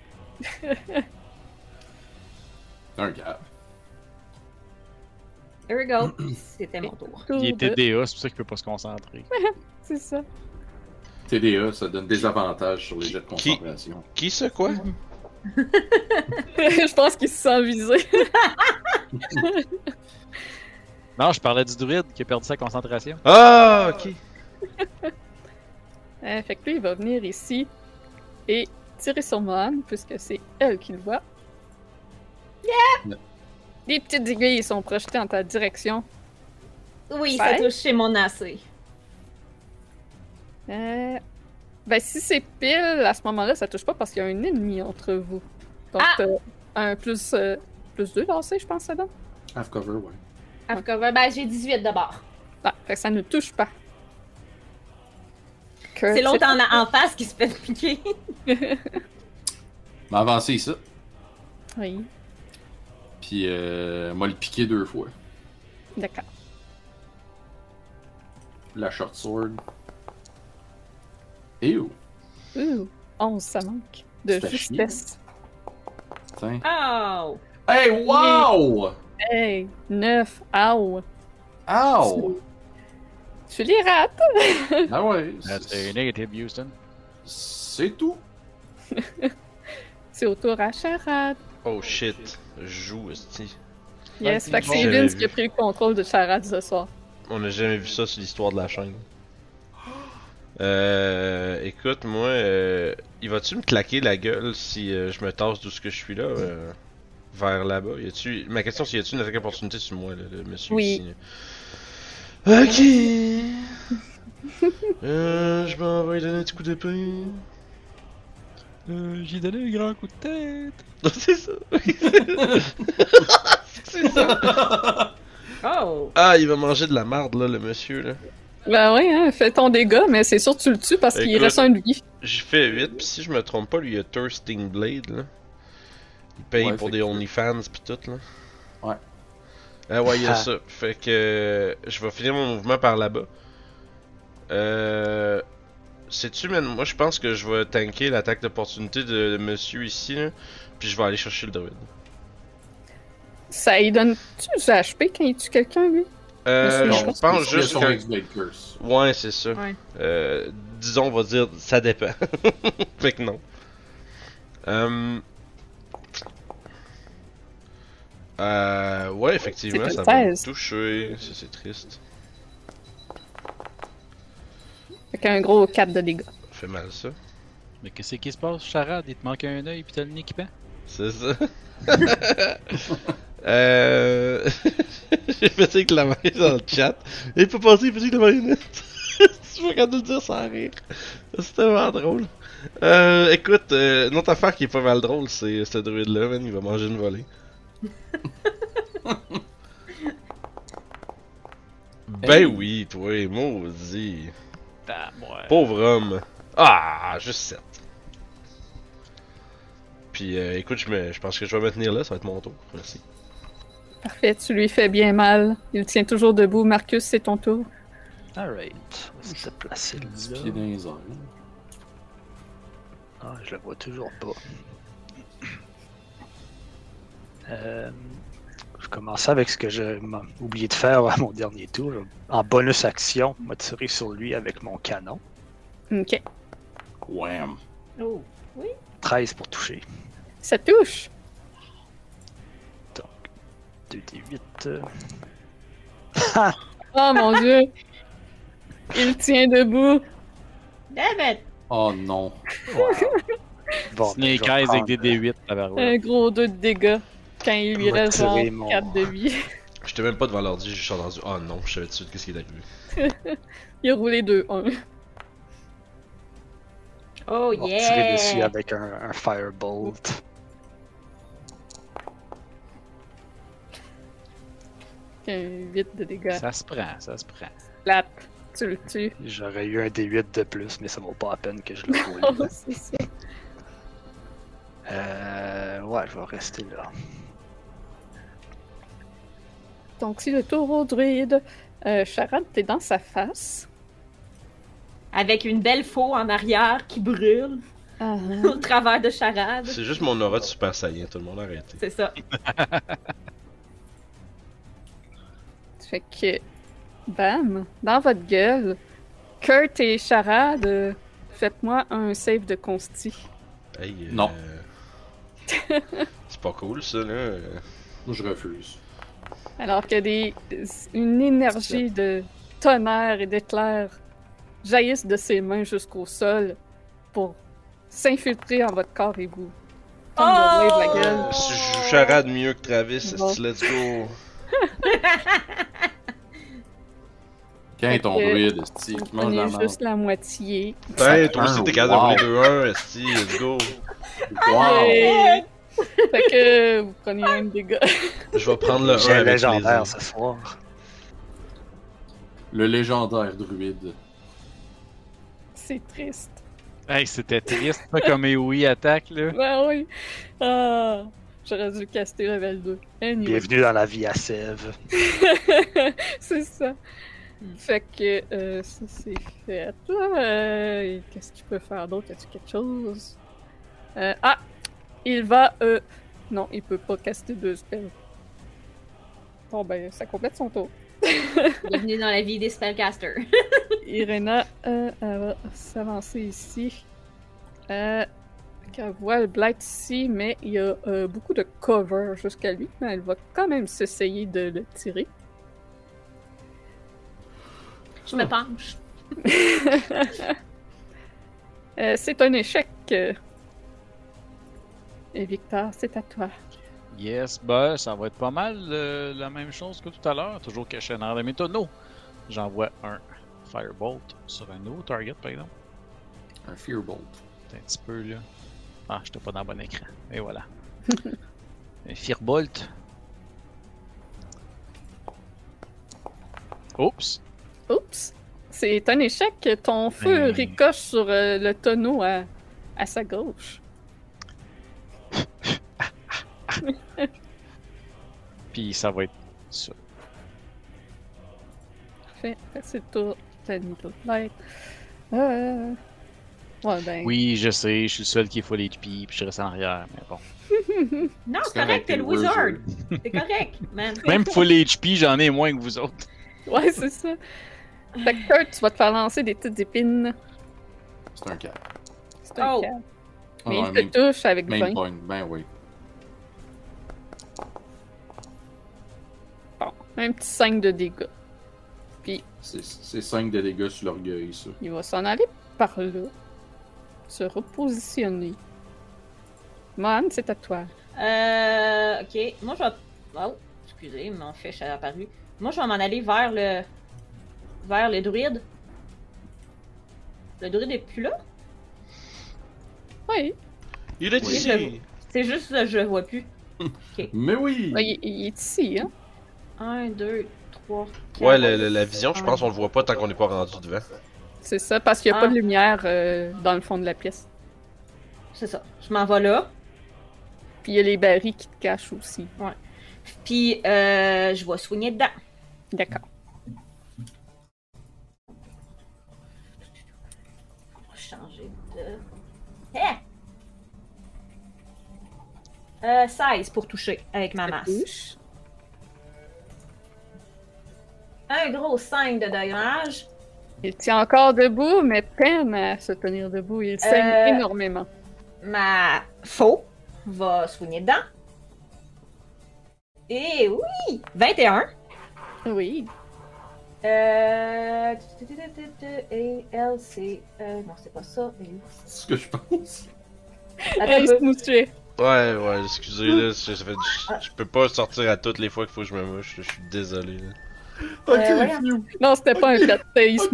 Speaker 2: Un gars.
Speaker 4: Here
Speaker 5: [clears throat]
Speaker 4: we go. C'était mon tour.
Speaker 1: Tour
Speaker 3: Il est
Speaker 1: de-
Speaker 3: TDA, c'est pour ça qu'il peut pas se concentrer.
Speaker 1: C'est ça. [laughs]
Speaker 2: TDA, ça donne des avantages sur les jets de
Speaker 6: Qui-
Speaker 2: concentration.
Speaker 6: Qui ce quoi?
Speaker 1: Je pense qu'il se sent visé.
Speaker 3: Non, je parlais du druide qui a perdu sa concentration.
Speaker 6: Ah, ok.
Speaker 1: Euh, fait que lui, il va venir ici et tirer sur Mohan, puisque c'est elle qui le voit.
Speaker 2: Ouais.
Speaker 1: Yeah! Des petites aiguilles sont projetées en ta direction.
Speaker 4: Oui,
Speaker 1: Ouais.
Speaker 4: ça touche chez mon AC.
Speaker 1: Euh, Ben, si c'est pile, à ce moment-là, ça touche pas parce qu'il y a un ennemi entre vous. Donc,
Speaker 4: Ah!
Speaker 1: euh, un plus, euh, plus 2 lancé, je pense, ça donne.
Speaker 2: Half cover, ouais.
Speaker 4: Half cover, ben j'ai 18 de bord.
Speaker 1: Ah, fait que ça ne touche pas. Que
Speaker 5: Euh,
Speaker 4: C'est l'autre en, en face qui se fait piquer. [laughs]
Speaker 2: M'a avancé ça,
Speaker 1: Oui,
Speaker 2: puis euh, m'a le piqué deux fois.
Speaker 1: d'accord.
Speaker 2: La short sword. Et où?
Speaker 1: Ouh, 11, ça manque. De
Speaker 2: Ça fait
Speaker 1: justesse.
Speaker 2: Putain.
Speaker 4: Oh!
Speaker 2: Hey, wow!
Speaker 1: Hey, 9, ow.
Speaker 2: Ow!
Speaker 1: Tu les rates!
Speaker 2: Ah ouais,
Speaker 3: That's a
Speaker 2: c'est-
Speaker 3: negative, Houston.
Speaker 2: c'est tout.
Speaker 1: C'est au tour à Charade.
Speaker 7: Oh shit. Je joue, esti.
Speaker 1: Yes, fait que c'est
Speaker 7: J'avais
Speaker 1: Vince qui
Speaker 7: vu.
Speaker 1: a pris le contrôle de Charade ce soir.
Speaker 7: On n'a jamais vu ça sur l'histoire de la chaîne. Euh, écoute, moi, euh, il va-tu me claquer la gueule si euh, je me tasse d'où ce que je suis là, euh, vers là-bas? Y a-tu... Ma question, c'est y a-tu une attaque opportunité sur moi, là, le monsieur
Speaker 1: Oui.
Speaker 7: ici? Ok. Euh, je m'en vais donner un petit coup d'épée.
Speaker 3: Euh, J'ai donné un grand coup de tête.
Speaker 7: [laughs] c'est ça. [laughs] c'est ça.
Speaker 4: Oh!
Speaker 7: Ah, il va manger de la marde là, le monsieur là.
Speaker 1: Ben oui, hein, fais ton dégât, mais c'est sûr que tu le tues parce qu'il
Speaker 7: Écoute.
Speaker 1: reste un de lui.
Speaker 7: J'ai fait 8, pis si je me trompe pas, lui il a Thirsting Blade là. Il paye
Speaker 2: Ouais,
Speaker 7: pour
Speaker 2: fait
Speaker 7: des
Speaker 2: que-
Speaker 7: OnlyFans pis tout là.
Speaker 2: Ouais.
Speaker 7: Ah ouais,
Speaker 2: [laughs]
Speaker 7: il y a ça. Fait que euh, je vais finir mon mouvement par là-bas. Euh. Sais-tu, man, moi je pense que je vais tanker l'attaque d'opportunité de, de monsieur ici là. Puis je vais aller chercher le druide.
Speaker 1: Ça lui donne-tu du HP quand il tue quelqu'un, lui?
Speaker 7: Euh,
Speaker 1: Monsieur,
Speaker 7: je
Speaker 1: je
Speaker 7: pense,
Speaker 2: que
Speaker 7: juste
Speaker 2: son
Speaker 7: que.
Speaker 2: X-Blade Curse.
Speaker 7: Ouais, c'est ça.
Speaker 4: Ouais.
Speaker 7: Euh, disons, on va dire, ça dépend. [laughs] fait que non. Hum. Euh, ouais, effectivement,
Speaker 1: C'est
Speaker 7: ça
Speaker 1: une
Speaker 7: va me
Speaker 1: thèse.
Speaker 7: toucher. Ça, c'est triste.
Speaker 1: Fait qu'un gros 4 de dégâts.
Speaker 7: Ça fait mal, ça.
Speaker 3: Mais qu'est-ce qui se passe, Charade? Il te manque un œil puis t'as le nez qui pend?
Speaker 7: C'est ça. [laughs] euh... [laughs] J'ai fait ça avec la marionnette dans le chat. Et pas passé, il fait ça avec la [laughs] marionnette. Je me regarde le dire sans rire. C'est tellement drôle. Euh, écoute, euh, une autre affaire qui est pas mal drôle, c'est ce druide-là, man, il va manger une volée. ben
Speaker 3: Hey.
Speaker 7: oui, toi, maudit.
Speaker 3: Bah, ouais.
Speaker 7: Pauvre homme. Ah, juste 7. Puis euh, écoute, je, me- je pense que je vais me tenir là, ça va être mon tour. Merci.
Speaker 1: Parfait, tu lui fais bien mal. Il tient toujours debout. Marcus, c'est ton tour.
Speaker 3: Alright.
Speaker 5: C'était placé
Speaker 2: Dix
Speaker 5: là.
Speaker 2: pieds dans les airs.
Speaker 5: Ah, je le vois toujours pas. Euh, je commençais avec ce que j'ai oublié de faire à mon dernier tour. En bonus action, m'a tiré sur lui avec mon canon.
Speaker 1: Ok.
Speaker 2: Wham!
Speaker 4: Oh!
Speaker 5: 13 pour toucher.
Speaker 1: Ça touche!
Speaker 5: 2d8.
Speaker 3: [laughs]
Speaker 5: euh,
Speaker 1: Oh mon dieu! Il tient debout!
Speaker 4: Damn it!
Speaker 2: Oh non.
Speaker 5: wow. Bon,
Speaker 3: Snake
Speaker 5: je vais
Speaker 3: Eyes avec
Speaker 5: prendre,
Speaker 3: des D8 à la
Speaker 1: Un gros 2 de dégâts. Quand il lui
Speaker 5: Je vais
Speaker 1: reste genre
Speaker 5: tirer mon-
Speaker 1: 4 de vie. [laughs]
Speaker 7: J'étais même pas devant l'ordi, j'ai juste entendu. Ah non, je savais tout de suite qu'est-ce qui est arrivé.
Speaker 1: Il a roulé 2-1.
Speaker 4: Oh
Speaker 5: euh, on va tirer
Speaker 4: yeah!
Speaker 5: dessus avec un, un firebolt.
Speaker 1: Un 8 de dégâts.
Speaker 3: Ça se prend, ça se prend.
Speaker 1: Plate. Tu le tues.
Speaker 5: [laughs] J'aurais eu un d8 de plus, mais ça vaut pas la peine que je le
Speaker 1: Oh,
Speaker 5: roule.
Speaker 1: c'est ça.
Speaker 5: euh, ouais, je vais rester là.
Speaker 1: Donc, si le taureau druide, euh, Charade, t'es dans sa face.
Speaker 4: Avec une belle faux en arrière qui brûle
Speaker 1: Ah, hein.
Speaker 4: au travers de charade.
Speaker 7: C'est juste mon aura de super saiyan, tout le monde arrêtez.
Speaker 4: C'est ça.
Speaker 1: Fait que, bam, dans votre gueule, Kurt et Charade, euh, faites-moi un save de consti.
Speaker 7: Hey, euh,
Speaker 2: Non.
Speaker 7: [laughs] c'est pas cool ça là. euh.
Speaker 2: Moi, je refuse.
Speaker 1: Alors que des, une énergie de tonnerre et d'éclairs jaillissent de ses mains jusqu'au sol pour s'infiltrer en votre corps et vous tomber de la gueule.
Speaker 4: Oh!
Speaker 7: Si je joue charade mieux que Travis,
Speaker 1: Bon.
Speaker 7: esti, let's go.
Speaker 2: Quand est ton
Speaker 1: Fait que-
Speaker 2: druide, esti, qui mange de la
Speaker 1: Prenez
Speaker 2: merde?
Speaker 1: juste la moitié.
Speaker 6: Ben, toi aussi, t'es capable de
Speaker 2: Wow.
Speaker 6: rouler 2-1, esti, let's go.
Speaker 2: Wow!
Speaker 1: Yay! fait que vous prenez un dégât. [laughs]
Speaker 6: Je vais prendre le 1
Speaker 5: J'ai un
Speaker 6: avec
Speaker 5: légendaire
Speaker 6: plaisir.
Speaker 5: ce soir.
Speaker 2: Le légendaire druide.
Speaker 1: C'est triste.
Speaker 3: Hey, c'était triste, [laughs] pas comme oui attaque, là.
Speaker 1: Ben oui. Ah, J'aurais dû caster level 2. Anyway.
Speaker 5: Bienvenue dans la vie à Sèvres.
Speaker 1: [laughs] c'est ça. Fait que euh, ça c'est fait. Euh, et Qu'est-ce qu'il peut faire d'autre? As-tu quelque chose? Euh, ah! Il va. euh, Non, il peut pas caster deux spells. Bon, ben, ça complète son tour.
Speaker 4: Bienvenue dans la vie des spellcasters.
Speaker 1: Irena, euh, elle va s'avancer ici. Euh, elle voit le blight ici, mais il y a euh, beaucoup de cover jusqu'à lui, mais elle va quand même s'essayer de le tirer.
Speaker 4: Je me penche.
Speaker 1: Euh, c'est un échec. Et Victor, c'est à toi.
Speaker 3: Yes, ben, ça va être pas mal euh, la même chose que tout à l'heure. Toujours caché en arrière de mes tonneaux. J'envoie un Firebolt sur un nouveau target, par exemple.
Speaker 2: Un Fearbolt.
Speaker 3: Attends Un petit peu, là. Ah, j'étais pas dans le bon écran. Et voilà. un Firebolt. Oups.
Speaker 1: Oups! C'est un échec.
Speaker 2: Ben,
Speaker 1: Ton feu
Speaker 3: Euh.
Speaker 1: ricoche sur euh, le tonneau à, à sa gauche.
Speaker 3: Puis ça va être ça.
Speaker 1: Parfait. Fait que C'est le tour de Needle Light. Euh... Ouais, ben.
Speaker 3: Oui, je sais, je suis le seul qui faut les pipes, puis je reste en arrière, mais bon.
Speaker 4: Non, c'est
Speaker 2: C'est correct,
Speaker 4: correct, t'es le
Speaker 2: t'es
Speaker 4: wizard. C'est correct, man. [laughs]
Speaker 3: Même full HP, j'en ai moins que vous autres.
Speaker 1: Ouais, c'est ça. Fait que Kurt, tu vas te faire lancer des petites épines.
Speaker 2: C'est un cap.
Speaker 1: C'est un
Speaker 4: Oh.
Speaker 1: câble.
Speaker 2: Ah,
Speaker 1: Mais
Speaker 2: ouais,
Speaker 1: il
Speaker 2: même,
Speaker 1: te touche avec
Speaker 2: même
Speaker 1: 20.
Speaker 2: point, ben oui.
Speaker 1: Bon, un petit 5 de dégâts.
Speaker 2: C'est- C'est 5 de dégâts sur l'orgueil, ça.
Speaker 1: Il va s'en aller par là. Se repositionner. Man, c'est à toi.
Speaker 4: Euh, ok, moi je vais. Oh, excusez, mon fiche est apparu. Moi je vais m'en aller vers le. vers le druide. Le druide est plus là?
Speaker 1: Oui.
Speaker 6: Il est
Speaker 2: Oui,
Speaker 6: ici!
Speaker 4: C'est juste ça, je le vois plus.
Speaker 2: Mais
Speaker 1: Ouais,
Speaker 2: oui!
Speaker 1: ben, il, il est ici, hein.
Speaker 4: 1, 2, 3, 4.
Speaker 6: Ouais, le- le- la vision, je pense, on le voit pas tant qu'on n'est pas rendu devant.
Speaker 1: C'est ça, parce qu'il n'y a
Speaker 4: Ah.
Speaker 1: pas de lumière euh, dans le fond de la pièce.
Speaker 4: C'est ça, je m'en vais là.
Speaker 1: Puis il y a les barils qui te cachent aussi.
Speaker 4: Puis euh, je vais soigner dedans.
Speaker 1: D'accord.
Speaker 4: On va changer de. Hein! Euh, 16 pour toucher avec ma masse.
Speaker 1: Touche.
Speaker 4: Un gros 5 de dommage.
Speaker 1: Il tient encore debout, mais peine à se tenir debout. Il saigne
Speaker 4: Euh.
Speaker 1: énormément.
Speaker 4: Ma faux va soigner dedans. Et oui! 21.
Speaker 1: Oui.
Speaker 4: Euh... tu, tu, tu, tu, tu, Et elle, c'est... euh, Non, c'est pas ça. Et où?
Speaker 2: C'est ce que je
Speaker 4: Euh,
Speaker 2: pense.
Speaker 4: Attends un
Speaker 1: Elle
Speaker 4: peu.
Speaker 1: se mouchait.
Speaker 6: Ouais, ouais, excusez, là, ça ça fait du- je peux pas sortir à toutes les fois qu'il faut que je me mouche, là, je suis désolé. Là.
Speaker 2: Ok,
Speaker 4: voilà.
Speaker 2: phew.
Speaker 1: Non, c'était pas un flat, c'était- il se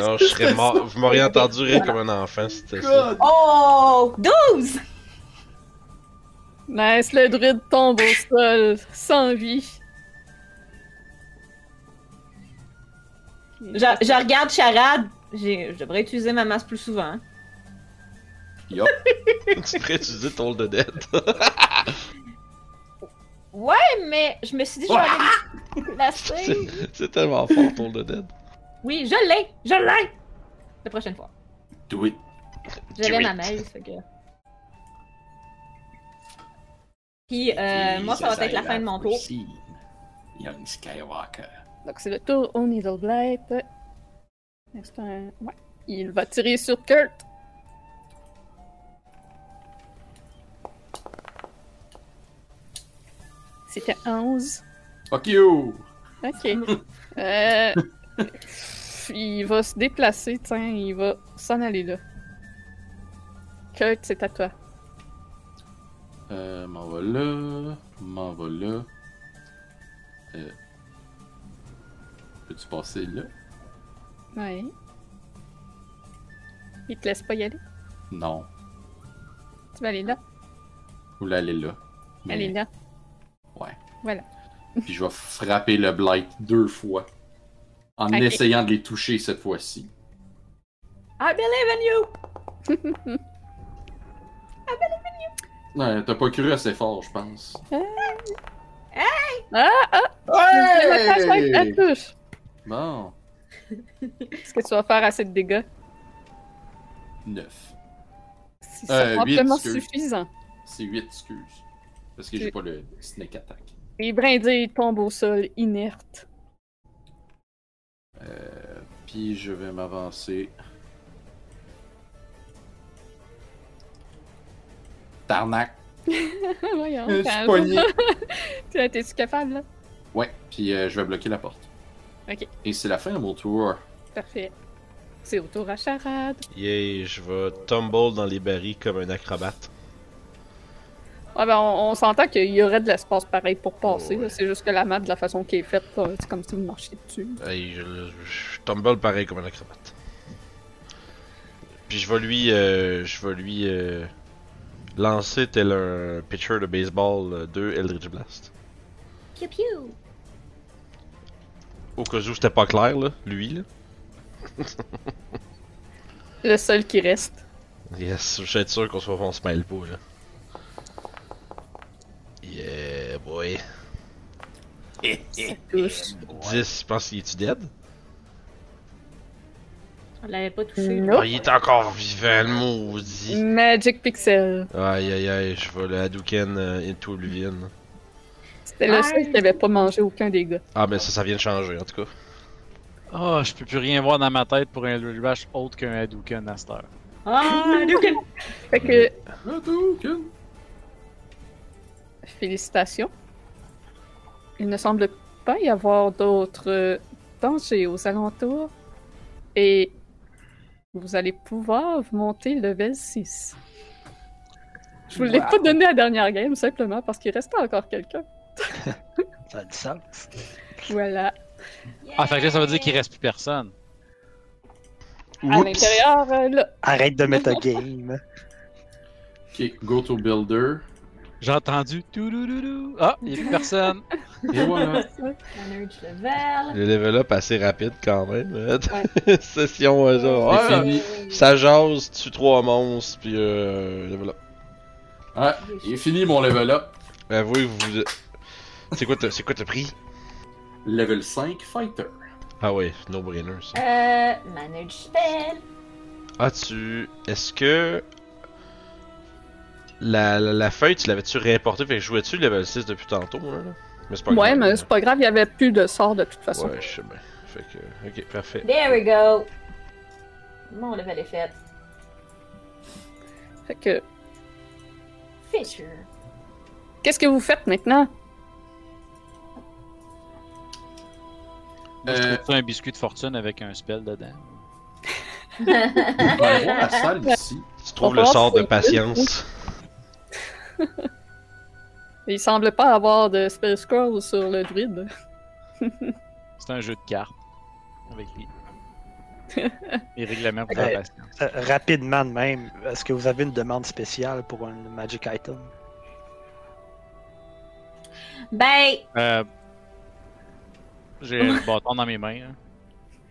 Speaker 6: [laughs] Non, je serais mort, vous m'auriez entendu rire comme un enfant, si c'était ça.
Speaker 2: God!
Speaker 4: Oh! 12!
Speaker 1: Nice, le druide tombe au sol, sans vie.
Speaker 4: Je, je regarde Charade. J'ai- Je devrais utiliser ma masse plus souvent. hein.
Speaker 2: Yup.
Speaker 6: [laughs] tu pourrais utiliser ton hold de dead.
Speaker 4: Ouais, mais je me suis dit, je vais aller
Speaker 3: [laughs]
Speaker 4: la suivre.
Speaker 6: [laughs] C'est tellement fort, ton hold de dead.
Speaker 4: Oui, je l'ai! Je l'ai! La prochaine fois.
Speaker 2: Do it.
Speaker 4: J'avais
Speaker 6: Great.
Speaker 4: ma mail, fait que. Puis, euh, moi, ça va être la fin de mon tour.
Speaker 2: Young Skywalker.
Speaker 1: Donc c'est le tour au Needle Blight. C'est un... ouais. Il va tirer sur Kurt. C'était 11.
Speaker 2: Fuck you!
Speaker 1: Ok. Euh, Il va se déplacer, tiens, il va s'en aller là. Kurt, c'est à toi.
Speaker 2: Euh, m'en va là. M'en va là. Euh... Peux-tu passer là?
Speaker 1: Ouais. Il te laisse pas y aller.
Speaker 2: Non.
Speaker 1: Tu vas aller là.
Speaker 2: Vous l'allez là. Mais-
Speaker 1: Elle est là.
Speaker 2: Ouais.
Speaker 1: Voilà.
Speaker 2: Puis je vais frapper le blight deux fois. En
Speaker 1: Ok.
Speaker 2: essayant de les toucher cette fois-ci.
Speaker 4: I believe in you!
Speaker 2: Ouais, T'as pas cru assez fort, je pense.
Speaker 1: Mais ma page va être à touche.
Speaker 2: Bon.
Speaker 1: Est-ce que tu vas faire assez de dégâts?
Speaker 2: Neuf.
Speaker 1: Si
Speaker 2: Euh,
Speaker 1: c'est
Speaker 2: huit,
Speaker 1: amplement
Speaker 2: excuse.
Speaker 1: suffisant.
Speaker 2: C'est huit, excuse. Parce que j'ai
Speaker 1: Tu-
Speaker 2: pas le snake attack.
Speaker 1: Les brindilles tombent au sol [laughs] inerte.
Speaker 2: Euh, puis je vais m'avancer. Tarnac.
Speaker 1: Voyons.
Speaker 2: Je suis
Speaker 1: calme. [laughs]
Speaker 2: pogné.
Speaker 1: T'es- hein, T'es-tu capable, là?
Speaker 2: Ouais, puis euh, je vais bloquer la porte.
Speaker 1: Ok.
Speaker 2: Et c'est la fin de mon tour.
Speaker 1: Parfait. C'est au tour à charade.
Speaker 7: Yay, je vais tumble dans les barils comme un acrobate.
Speaker 1: Ouais, ben, on, on s'entend qu'il y aurait de l'espace pareil pour
Speaker 2: Oh,
Speaker 1: passer.
Speaker 7: Ouais.
Speaker 1: là. C'est juste que la map, de la façon qu'elle est faite, là, c'est comme si vous marchiez dessus.
Speaker 7: Hey, je, je tumble pareil comme un acrobate. Puis je vais lui, euh, je vais lui euh, lancer tel un pitcher de baseball euh, 2 Eldritch Blast.
Speaker 4: Pew pew!
Speaker 7: Au cas où c'était pas clair là, lui là.
Speaker 1: Le seul qui reste.
Speaker 7: Yes, je vais être sûr qu'on soit on se mêle pas là. Yeah boy.
Speaker 1: Ça touche.
Speaker 7: 10, je pense qu'il est-tu dead?
Speaker 4: On l'avait pas touché.
Speaker 1: Non.
Speaker 7: Ah, il est encore vivant, le maudit!
Speaker 1: Magic Pixel.
Speaker 7: Aïe aïe aïe, je vais le Hadouken euh, into Oblivion.
Speaker 1: C'était le seul qui avait pas mangé aucun dégât.
Speaker 7: Ah, mais ça, ça vient de changer en tout cas.
Speaker 3: Oh, je peux plus rien voir dans ma tête pour un Eldritch Blast autre qu'un Hadouken à cette heure.
Speaker 4: Ah, Luke!
Speaker 1: Fait
Speaker 2: Mm.
Speaker 1: que,
Speaker 2: Un token.
Speaker 1: félicitations. Il ne semble pas y avoir d'autres euh, dangers aux alentours. Et vous allez pouvoir vous monter level 6. Je vous l'ai pas donné à la dernière game, simplement parce qu'il restait encore quelqu'un.
Speaker 5: Ça a du sens.
Speaker 1: Voilà.
Speaker 3: Ah, fait que là, ça veut dire qu'il reste plus personne.
Speaker 1: À
Speaker 5: Oups.
Speaker 1: l'intérieur, euh, là.
Speaker 5: Arrête de mettre un game.
Speaker 2: Ok, go to builder.
Speaker 3: J'ai entendu tout doudou. Ah, il y a plus personne.
Speaker 2: Et voilà.
Speaker 4: La nerd level.
Speaker 7: Le level up assez rapide quand même. hein. [laughs] Session euh, genre.
Speaker 2: C'est
Speaker 7: ah,
Speaker 2: fini.
Speaker 7: ça jase, tue trois monstres, puis euh. Level up.
Speaker 2: Ah, il est fini mon level up.
Speaker 7: Avouez, vous. C'est quoi, ta- c'est quoi ta prix?
Speaker 2: Level 5 fighter.
Speaker 7: Ah ouais, no brainer ça.
Speaker 4: Euh, ma nerd spell.
Speaker 7: Ah, tu. Est-ce que. La, la, la feuille, tu l'avais-tu réimportée? Fait que jouais-tu le level 6 depuis tantôt, là? là? Mais c'est pas
Speaker 1: Ouais,
Speaker 7: grave,
Speaker 1: mais
Speaker 7: là.
Speaker 1: c'est pas grave, il n'y avait plus de sort de toute façon.
Speaker 7: Ouais, je sais bien. Fait que. Ok, parfait.
Speaker 4: There we go. Mon level est fait.
Speaker 1: Fait que,
Speaker 4: Fisher.
Speaker 1: qu'est-ce que vous faites maintenant?
Speaker 3: Moi, Je
Speaker 2: Euh,
Speaker 3: trouve ça un biscuit de fortune avec un spell dedans.
Speaker 2: on va aller voir la salle d'ici.
Speaker 7: Tu trouves
Speaker 1: va
Speaker 7: le
Speaker 1: voir
Speaker 7: sort
Speaker 1: si-
Speaker 7: de patience.
Speaker 1: Il semble pas avoir de spell scroll sur le druide.
Speaker 3: C'est un jeu de cartes. Avec les. les règlements pour la
Speaker 5: Ouais.
Speaker 3: patience.
Speaker 5: Euh, rapidement de même, est-ce que vous avez une demande spéciale pour un magic item?
Speaker 4: Ben,
Speaker 3: Euh, J'ai le bâton dans mes mains. hein.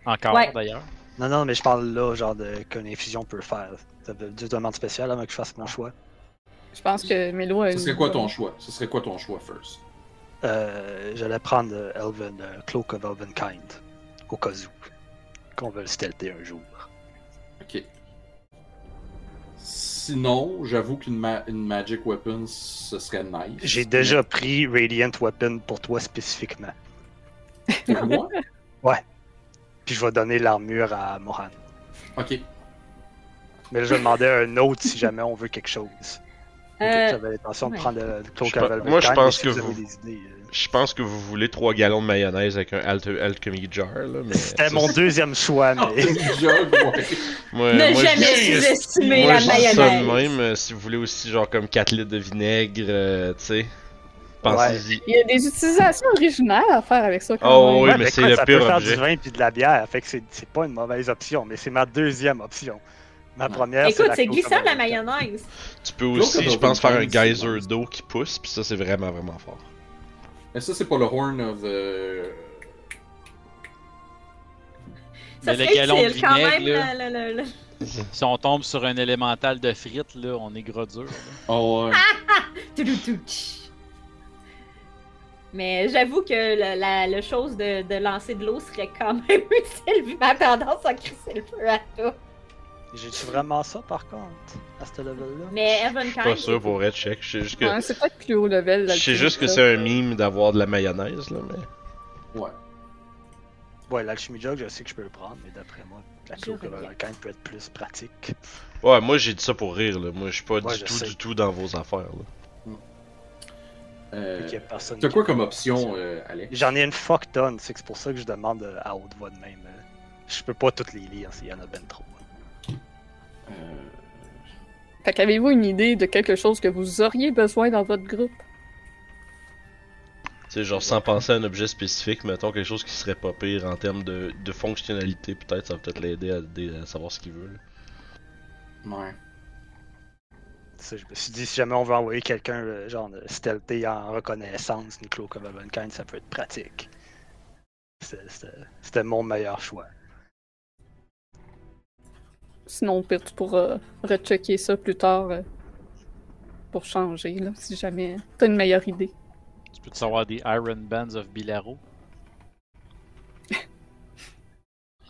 Speaker 3: Encore,
Speaker 4: Ouais.
Speaker 3: d'ailleurs.
Speaker 5: Non, non, mais je parle là, genre, de qu'une infusion peut faire. Ça veut dire demande spéciale avant que je fasse mon choix.
Speaker 1: Je pense que Melo a
Speaker 2: Ce serait quoi ton choix? Ce serait quoi ton choix first?
Speaker 5: Euh, J'allais prendre euh, Elven, euh, Cloak of Elvenkind, au cas où, qu'on veut le stealther un jour.
Speaker 2: Ok. Sinon, j'avoue qu'une ma- une magic weapon, ce serait nice.
Speaker 5: J'ai déjà pris Radiant Weapon pour toi spécifiquement.
Speaker 2: Pour moi?
Speaker 5: Puis je vais donner l'armure à Mohan. [laughs]
Speaker 2: Ok. [laughs]
Speaker 5: Mais là, je demandais à un autre si jamais on veut quelque chose.
Speaker 4: Euh,
Speaker 5: J'avais l'intention de
Speaker 4: ouais.
Speaker 5: prendre euh, le Cloak
Speaker 7: Je
Speaker 5: of
Speaker 7: pe-
Speaker 5: Elvenkind.
Speaker 7: moi, je
Speaker 5: mais
Speaker 7: pense
Speaker 5: si
Speaker 7: que
Speaker 5: avez
Speaker 7: vous-
Speaker 5: des idées, euh,
Speaker 7: Je pense que vous voulez 3 gallons de mayonnaise avec un alt alchemy jar, là. Mais...
Speaker 5: C'était
Speaker 7: ça,
Speaker 5: mon
Speaker 7: c'est-
Speaker 5: deuxième choix,
Speaker 2: Ah,
Speaker 5: mais. [laughs]
Speaker 2: c'est déjà, ouais.
Speaker 7: Moi,
Speaker 4: ne
Speaker 7: Euh, moi,
Speaker 4: jamais
Speaker 7: je-
Speaker 4: sous-estimer
Speaker 7: moi,
Speaker 4: la
Speaker 7: je dis ça de
Speaker 4: mayonnaise.
Speaker 7: même, euh, si vous voulez aussi, genre, comme 4 litres de vinaigre, euh, tu sais. Pensez-y.
Speaker 1: Il y a des utilisations originales à faire avec ça.
Speaker 7: Oh,
Speaker 1: même.
Speaker 7: [laughs] Oui, mais c'est
Speaker 5: écoute,
Speaker 7: le
Speaker 5: ça
Speaker 7: pire
Speaker 5: peut faire
Speaker 7: objet.
Speaker 5: du vin puis de la bière, fait que c'est c'est pas une mauvaise option, mais c'est ma deuxième option. Ma
Speaker 3: Ouais.
Speaker 5: première,
Speaker 4: Écoute,
Speaker 5: la
Speaker 4: c'est
Speaker 5: Coke
Speaker 4: glissant la
Speaker 5: américaine.
Speaker 4: mayonnaise.
Speaker 7: Tu peux
Speaker 2: L'autre,
Speaker 7: aussi,
Speaker 2: elle va
Speaker 7: je pense, faire un
Speaker 2: vous prendre,
Speaker 7: geyser
Speaker 2: c'est
Speaker 7: d'eau qui pousse, puis ça, c'est vraiment, vraiment fort.
Speaker 2: Mais ça, c'est pas le horn of. euh,
Speaker 4: Ça
Speaker 3: Mais le
Speaker 4: serait
Speaker 3: galon de
Speaker 4: utile quand même.
Speaker 3: vinaigre, là.
Speaker 4: le- le- le- le-
Speaker 3: Si on tombe sur un élémental de frites, là, on est gros dur.
Speaker 5: Ah!
Speaker 2: Oh, ouais.
Speaker 4: Touloutouch. Mais j'avoue que le, la, le chose de, de lancer de l'eau serait quand même [laughs] utile vu ma tendance à crisser le feu à tout.
Speaker 5: J'ai-tu vraiment ça, par contre, à ce level-là?
Speaker 4: Mais Evan
Speaker 7: Pas sûr pour être check. Je sais juste que,
Speaker 1: Ouais, c'est peut-être plus haut level.
Speaker 7: je sais juste que
Speaker 1: l'alchimie,
Speaker 7: c'est un mime d'avoir de la mayonnaise, là, mais.
Speaker 2: ouais.
Speaker 5: Ouais, l'alchimie jog, je sais que je peux le prendre, mais d'après moi, la
Speaker 4: Je
Speaker 5: Coke
Speaker 4: regrette.
Speaker 5: américaine peut être plus pratique.
Speaker 7: Ouais, moi j'ai dit ça pour rire, là. Moi je suis pas
Speaker 5: Ouais,
Speaker 7: du
Speaker 5: je
Speaker 7: tout,
Speaker 5: sais.
Speaker 7: du tout dans vos affaires, là.
Speaker 2: Euh,
Speaker 5: Vu qu'il y a personne
Speaker 2: T'as
Speaker 5: qui-
Speaker 2: quoi comme option, euh, Alex
Speaker 5: J'en ai une fuck tonne, c'est que c'est pour ça que je demande euh, à haute voix de même. euh. Je peux pas toutes les lire, s'il y en a ben trop.
Speaker 2: Euh,
Speaker 1: ça. Fait qu'avez-vous une idée de quelque chose que vous auriez besoin dans votre groupe?
Speaker 7: Tu sais, genre sans penser à un objet spécifique, mettons quelque chose qui serait pas pire en termes de, de fonctionnalité, peut-être, ça va peut-être l'aider à, dé- à savoir ce qu'il veut, là.
Speaker 2: Ouais.
Speaker 5: Tu sais, je me suis dit, si jamais on veut envoyer quelqu'un, euh, genre, de stealthy en reconnaissance, Niclo comme Valentine, ça peut être pratique. C'est- c'est- C'était mon meilleur choix.
Speaker 1: Sinon, au pire, tu pourras rechecker ça plus tard euh, pour changer, là, si jamais t'as une meilleure idée.
Speaker 3: Tu peux te savoir des Iron Bands of Bilaro.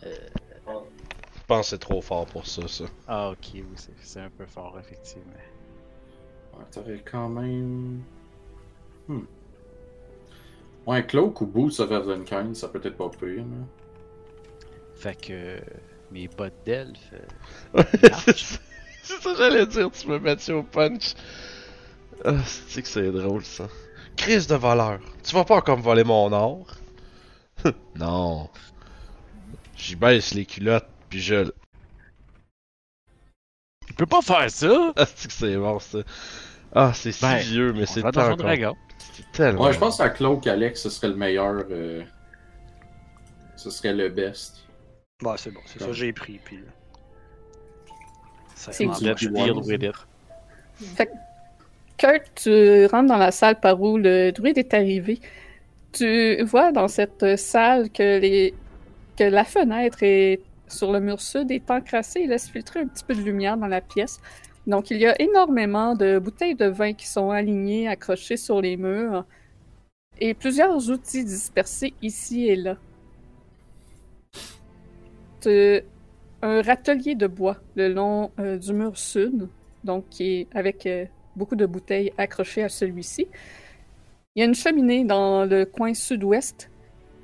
Speaker 7: Je pense que c'est trop fort pour ça, ça.
Speaker 3: Ah, ok, oui, c'est- c'est un peu fort, effectivement.
Speaker 2: Ouais, T'aurais quand même. Hmm. Ouais, Cloak ou Boots of Elvenkind, ça peut être pas pire. mais-
Speaker 3: Fait que euh, mes bottes d'elfe. euh,
Speaker 7: c'est ça [laughs] c'est ça que j'allais dire, tu me mets au punch. Ah, c'est que c'est drôle ça. Crise de voleur, tu vas pas comme voler mon or? [laughs] non. J'y baisse les culottes, puis je le-
Speaker 3: Tu peux pas faire ça!
Speaker 7: [laughs] Ah, c'est que c'est bon ça. Ah, c'est si
Speaker 3: Ben,
Speaker 7: vieux, mais
Speaker 3: C'est
Speaker 7: c'est
Speaker 3: va dans un
Speaker 7: tant con.
Speaker 3: dragon.
Speaker 7: C'est tellement.
Speaker 2: Ouais, je pense à Cloak, Alex, ce serait le meilleur. euh, Ce serait le best.
Speaker 5: Bon, c'est bon, c'est ça, j'ai pris, puis. euh, ça
Speaker 1: C'est
Speaker 5: commence
Speaker 1: du-
Speaker 5: à
Speaker 3: Let's
Speaker 5: marcher.
Speaker 3: deal with it.
Speaker 1: Kurt, tu rentres dans la salle par où le druide est arrivé. Tu vois dans cette euh, salle que, les... que la fenêtre est sur le mur sud est encrassée et laisse filtrer un petit peu de lumière dans la pièce. Donc, il y a énormément de bouteilles de vin qui sont alignées, accrochées sur les murs et plusieurs outils dispersés ici et là. Tu- Un râtelier de bois le long euh, du mur sud, donc qui est avec euh, beaucoup de bouteilles accrochées à celui-ci. Il y a une cheminée dans le coin sud-ouest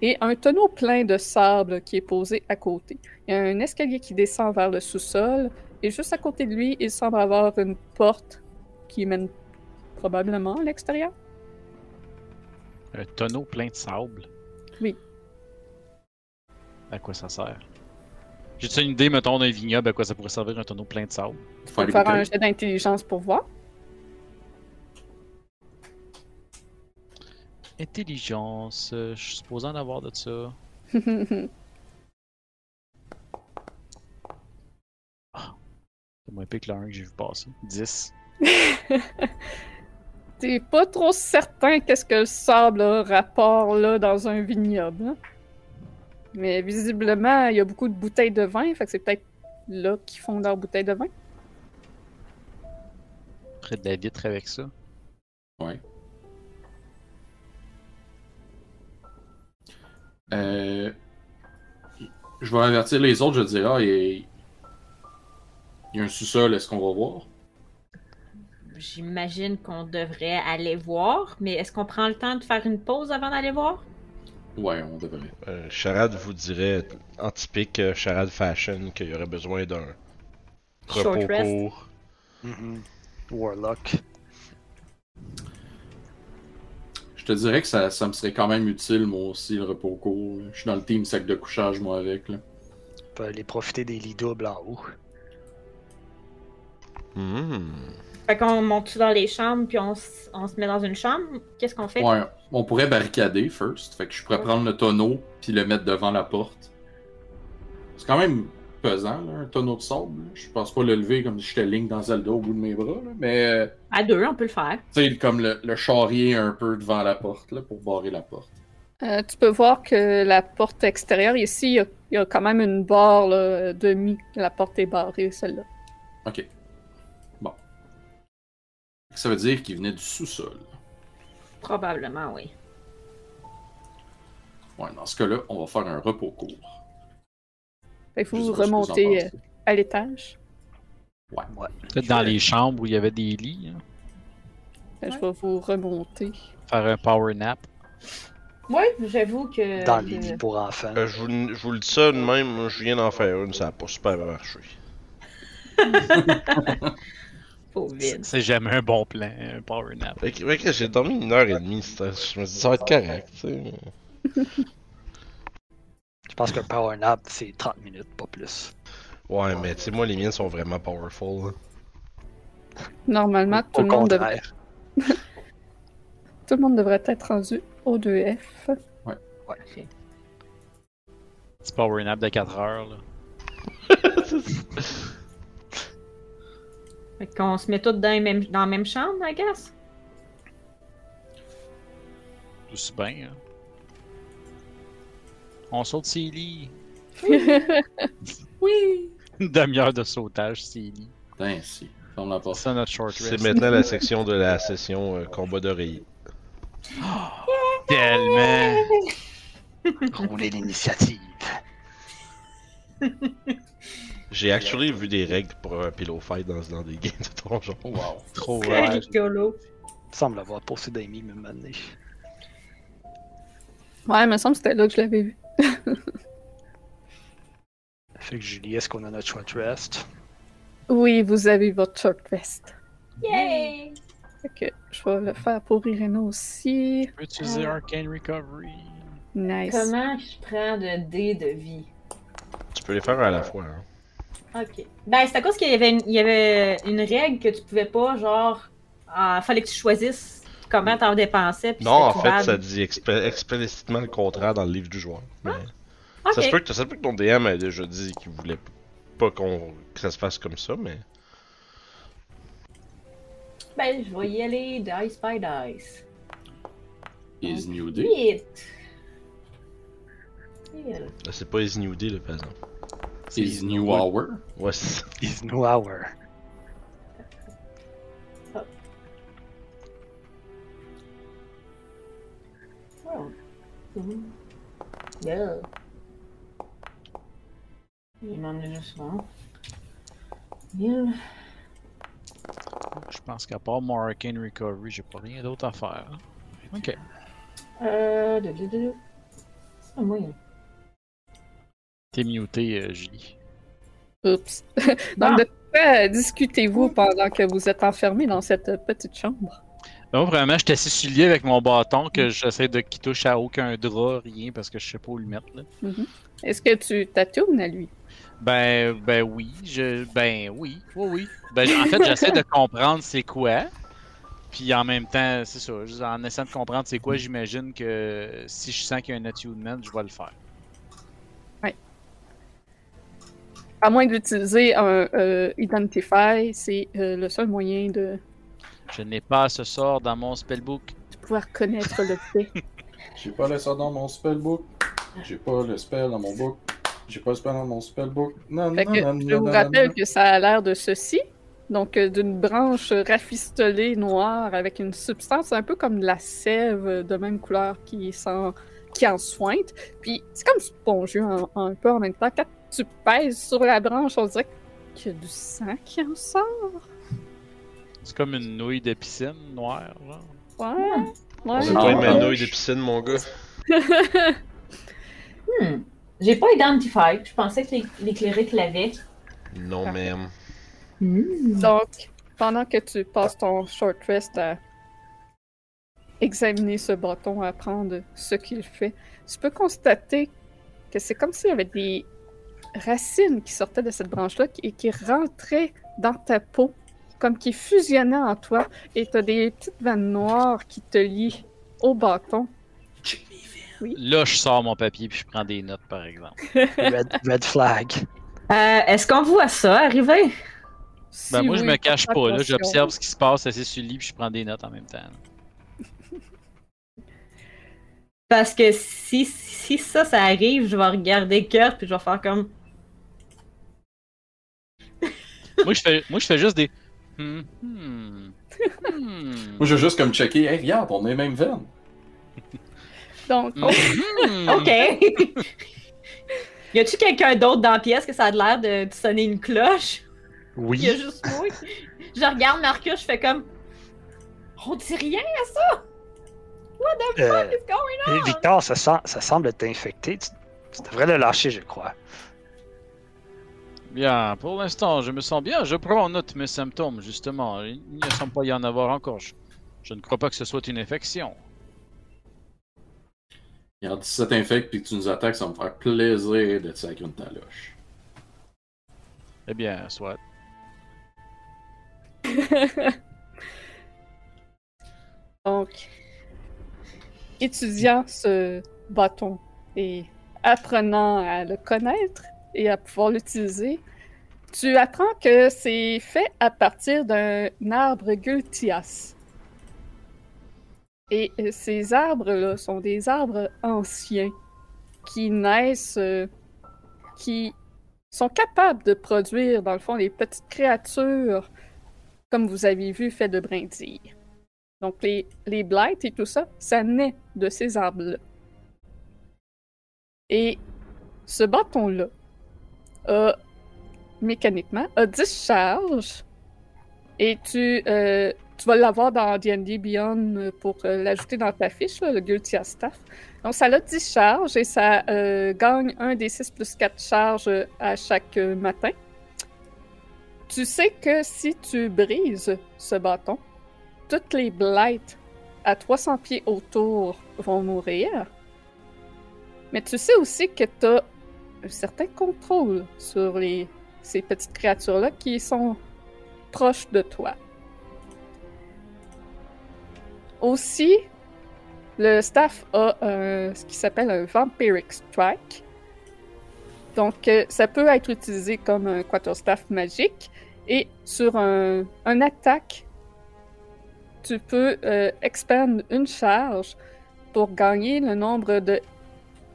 Speaker 1: et un tonneau plein de sable qui est posé à côté. Il y a un escalier qui descend vers le sous-sol et juste à côté de lui, il semble avoir une porte qui mène probablement à l'extérieur.
Speaker 3: Un tonneau plein de sable.
Speaker 1: Oui.
Speaker 3: À quoi ça sert? J'ai-tu une idée, mettons, d'un vignoble, à quoi ça pourrait servir un tonneau plein de sable?
Speaker 2: Faire des
Speaker 1: Faire un
Speaker 2: bouteilles.
Speaker 1: jet d'intelligence pour voir. [laughs]
Speaker 3: Intelligence, euh, je suis supposé en avoir de ça. C'est moins pire que le 1 que j'ai vu passer. 10.
Speaker 1: T'es pas trop certain qu'est-ce que le sable a rapport là dans un vignoble. hein. Mais visiblement, il y a beaucoup de bouteilles de vin, fait que c'est peut-être là qu'ils font leurs bouteilles de vin.
Speaker 3: Près de la vitre avec ça.
Speaker 2: Euh, Je vais avertir les autres, je dirais, ah, il il y a un sous-sol, est-ce qu'on va voir
Speaker 4: J'imagine qu'on devrait aller voir, mais est-ce qu'on prend le temps de faire une pause avant d'aller voir?
Speaker 2: Ouais, on devrait.
Speaker 7: Euh, Charade vous dirait, en typique euh, Charade Fashion, qu'il y aurait besoin d'un
Speaker 4: Short
Speaker 7: repos
Speaker 4: rest.
Speaker 7: court.
Speaker 5: Mhm. Warlock.
Speaker 2: Je te dirais que ça, ça me serait quand même utile, moi aussi, le repos court. là. Je suis dans le team sac de couchage, moi, avec. Là.
Speaker 5: On peut aller profiter des lits doubles en haut.
Speaker 7: Hmm.
Speaker 4: Fait qu'on monte dans les chambres, puis on, s- on se met dans une chambre. Qu'est-ce qu'on fait?
Speaker 2: Ouais, on pourrait barricader first. Fait que je pourrais prendre le tonneau puis le mettre devant la porte. C'est quand même pesant, là, un tonneau de sable. là. Je pense pas le lever comme si j'étais ligne dans Zelda au bout de mes bras. là, Mais, euh,
Speaker 4: À deux, on peut le faire.
Speaker 2: tu sais, comme le, le charrier un peu devant la porte là, pour barrer la porte.
Speaker 1: Euh, tu peux voir que la porte extérieure, ici, il y a- il y, a quand même une barre là, euh, demi. La porte est barrée, celle-là.
Speaker 2: Ok. Bon. Ça veut dire qu'il venait du sous-sol.
Speaker 4: Probablement, oui.
Speaker 2: Ouais, dans ce cas-là, on va faire un repos court.
Speaker 1: Fait que
Speaker 2: Je
Speaker 1: vous
Speaker 2: sais pas ce que vous en
Speaker 1: remontez euh,
Speaker 2: pensez.
Speaker 1: à l'étage.
Speaker 3: Peut-être dans les chambres où il y avait des lits. hein.
Speaker 1: Fait que Je vais vous remonter.
Speaker 3: Faire un power nap.
Speaker 4: Oui, j'avoue
Speaker 1: Euh,
Speaker 4: que.
Speaker 5: Dans les lits pour enfants.
Speaker 6: Euh, je, vous, je vous le dis ça de même, moi, je viens d'en faire une, ça a pas super bien marché.
Speaker 4: Faut
Speaker 3: C'est
Speaker 4: vite.
Speaker 3: c'est jamais un bon plan, un power nap.
Speaker 6: Fait que, fait que j'ai dormi une heure et demie, c'était- je me suis dit ça va être correct, tu sais.
Speaker 5: Je pense qu'un power nap, c'est 30 minutes, pas plus.
Speaker 6: Ouais, mais tu sais, moi les miennes sont vraiment powerful. là.
Speaker 1: Normalement, tout
Speaker 5: Au
Speaker 1: le, monde devrait,
Speaker 5: contraire.
Speaker 1: tout le monde devrait être rendu au 2F.
Speaker 4: Parfait.
Speaker 3: Petit power nap de 4 heures. Là.
Speaker 4: Fait qu'on se met tous dans, les mêmes- dans la même chambre, I guess.
Speaker 3: Tout se bien. hein. On saute ses lits.
Speaker 4: Oui!
Speaker 3: Une demi-heure de sautage, ses lits.
Speaker 2: Putain, si. Ferme la
Speaker 3: C'est
Speaker 2: porte.
Speaker 3: ça notre short
Speaker 6: C'est
Speaker 3: rest.
Speaker 6: maintenant la section de la session euh, combat d'oreiller.
Speaker 3: Tellement.
Speaker 5: Rouler l'initiative.
Speaker 6: J'ai actually vu des règles pour un pillow fight dans, dans des [laughs] games de donjon.
Speaker 2: Oh, Wow.
Speaker 1: [laughs]
Speaker 3: Trop
Speaker 4: C'est
Speaker 3: ouais.
Speaker 4: [laughs] rigolo.
Speaker 5: Semble avoir posé des mimes une année.
Speaker 1: [laughs] Ouais, il me semble que c'était là que je l'avais vu.
Speaker 5: Fait que Julie, est-ce qu'on a notre short rest?
Speaker 1: Oui, vous avez votre short rest.
Speaker 4: Yay!
Speaker 1: Fait que je vais le faire pour Irena aussi.
Speaker 3: Je peux utiliser Arcane Recovery.
Speaker 1: Nice.
Speaker 4: Comment je prends de dés de vie?
Speaker 6: Tu peux les faire à la fois. Hein.
Speaker 4: Ok. Ben, c'est à cause qu'il y avait, une, il y avait une règle que tu pouvais pas, genre, euh, fallait que tu choisisses comment t'en dépensais. puis
Speaker 6: Non, en
Speaker 4: c'était
Speaker 6: fait, ça
Speaker 4: trouvable.
Speaker 6: dit expé- explicitement le contraire dans le livre du joueur. mais- Ça, se
Speaker 4: Ah, Ok.
Speaker 6: peut que, ça se peut que ton DM a déjà dit qu'il voulait p- pas qu'on que ça se fasse comme ça, mais.
Speaker 4: Ben, je vais y aller dice by dice.
Speaker 2: Is New Day.
Speaker 4: Vite! Vite.
Speaker 6: Là, C'est pas Easy New Day, là, par exemple.
Speaker 2: Is New Hour.
Speaker 6: Ouais, c'est-
Speaker 5: Is no hour.
Speaker 4: Oh. Mhm. Yeah. Il m'en est juste un. Yeah.
Speaker 3: Je pense qu'à part mon Arcane Recovery, j'ai pas rien d'autre à faire. Ok.
Speaker 4: Euh. du, du, du, du. C'est pas moyen.
Speaker 3: T'es muté, euh, Julie.
Speaker 1: Oups. [laughs] Donc,
Speaker 4: Bon.
Speaker 1: de quoi euh, discutez-vous pendant que vous êtes enfermé dans cette euh, petite chambre?
Speaker 3: Non, vraiment, j'étais assis sur le lit avec mon bâton que j'essaie de qu'il touche à aucun drap, rien, parce que je sais pas où le mettre. Là.
Speaker 1: Est-ce que tu t'attunes à lui?
Speaker 3: Ben, ben oui, je, ben oui, oui, oui. Ben, j- en fait, j'essaie de comprendre c'est quoi. Puis en même temps, c'est ça, je- en essayant de comprendre c'est quoi, j'imagine que si je sens qu'il y a un attunement, je vais le faire.
Speaker 1: À moins d'utiliser un euh, Identify, c'est euh, le seul moyen de
Speaker 3: Je n'ai pas ce sort dans mon spellbook.
Speaker 1: de pouvoir connaître l'objet.
Speaker 2: J'ai pas le ça dans mon spellbook. J'ai pas le spell dans mon book. J'ai pas le spell dans mon spellbook. Non,
Speaker 1: Fait
Speaker 2: non,
Speaker 1: que
Speaker 2: non,
Speaker 1: je
Speaker 2: non,
Speaker 1: vous
Speaker 2: non,
Speaker 1: rappelle
Speaker 2: non.
Speaker 1: que ça a l'air de ceci, donc euh, d'une branche rafistolée noire avec une substance un peu comme de la sève euh, de même couleur qui, s'en- qui en sointe. Puis c'est comme spongieux en- en- un peu en même temps. Quand tu pèses sur la branche, on dirait qu'il y a du sang qui en sort.
Speaker 3: C'est comme une nouille de piscine noire. genre.
Speaker 1: Ouais.
Speaker 6: On
Speaker 1: ouais.
Speaker 6: sait
Speaker 2: Non,
Speaker 7: Ah.
Speaker 6: pas
Speaker 4: Ah.
Speaker 6: une
Speaker 2: euh,
Speaker 6: nouille de piscine, mon gars.
Speaker 4: Hmm. J'ai pas identifié. Je pensais que les, les clérics l'avaient.
Speaker 6: Non, mais. euh,
Speaker 4: Hmm.
Speaker 1: Donc, pendant que tu passes ton short rest à examiner ce bâton, à apprendre ce qu'il fait, tu peux constater que c'est comme s'il y avait des racines qui sortaient de cette branche-là qui- et qui rentraient dans ta peau. comme qui fusionnait en toi, et t'as des petites vannes noires qui te lient au bâton.
Speaker 3: Là, je sors mon papier puis je prends des notes, par exemple.
Speaker 5: Red,
Speaker 4: [laughs]
Speaker 5: red flag.
Speaker 4: Euh, Est-ce qu'on voit ça arriver?
Speaker 1: Si
Speaker 3: Ben, moi, je
Speaker 1: oui,
Speaker 3: me
Speaker 1: faites
Speaker 3: cache pas, là.
Speaker 1: attention.
Speaker 3: J'observe ce qui se passe assis sur le lit puis je prends des notes en même temps.
Speaker 4: Parce que si, si ça, ça arrive, je vais regarder Kurt puis je vais faire comme.
Speaker 3: moi, je fais, moi, je fais juste des. Hmm, hmm, hmm,
Speaker 2: [laughs] Moi, je veux juste comme checker. Hey, regarde, on est même veine.
Speaker 1: Donc,
Speaker 3: hmm, hmm.
Speaker 4: OK! [laughs] y a-tu quelqu'un d'autre dans la pièce que ça a l'air de, de sonner une cloche? Il y a
Speaker 5: Oui.
Speaker 4: juste moi. je regarde Marcus, je fais comme. On dit rien?
Speaker 5: euh,
Speaker 4: Qu'est-ce qu'on
Speaker 5: et Victor, ça, sent- ça semble t'infecter. Tu, tu devrais le lâcher, je crois.
Speaker 3: Bien, pour l'instant, je me sens bien. Je prends en note mes symptômes, justement. Il ne semble pas y en avoir encore. Je, je ne crois pas que ce soit une infection.
Speaker 2: Regarde, si ça t'infecte puis que tu nous attaques, ça va me faire plaisir de te sacrer une taloche.
Speaker 3: Eh bien, soit.
Speaker 1: donc, étudiant ce bâton et apprenant à le connaître et à pouvoir l'utiliser, tu apprends que c'est fait à partir d'un arbre gultias. Et euh, ces arbres-là sont des arbres anciens qui naissent, euh, qui sont capables de produire, dans le fond, les petites créatures, comme vous avez vu, faites de brindilles. Donc, les, les blights et tout ça, ça naît de ces arbres-là. Et ce bâton-là a, mécaniquement, a 10 charges. Et tu, euh, tu vas l'avoir dans D&D Beyond euh, pour euh, l'ajouter dans ta fiche, là, le Guilty as Staff. Donc, ça a 10 charges et ça euh, gagne un des 6 plus 4 charges euh, à chaque euh, matin. Tu sais que si tu brises ce bâton, toutes les blights à 300 pieds autour vont mourir. Mais tu sais aussi que tu as un certain contrôle sur les, ces petites créatures-là qui sont proches de toi. Aussi, le staff a un- ce qui s'appelle un Vampiric Strike. Donc, euh, ça peut être utilisé comme un quarterstaff magique. Et sur un, un attaque, tu peux euh, expandre une charge pour gagner le nombre de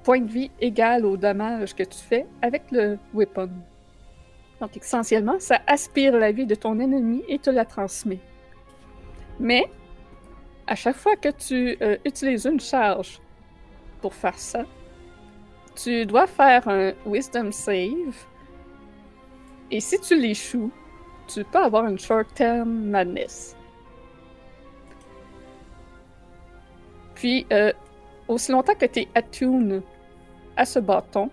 Speaker 1: points de vie égal au dommage que tu fais avec le weapon. Donc essentiellement, ça aspire la vie de ton ennemi et te la transmet. Mais à chaque fois que tu euh, utilises une charge pour faire ça, tu dois faire un wisdom save. Et si tu l'échoues, tu peux avoir une short term madness. Puis, euh, aussi longtemps que tu es attune à ce bâton,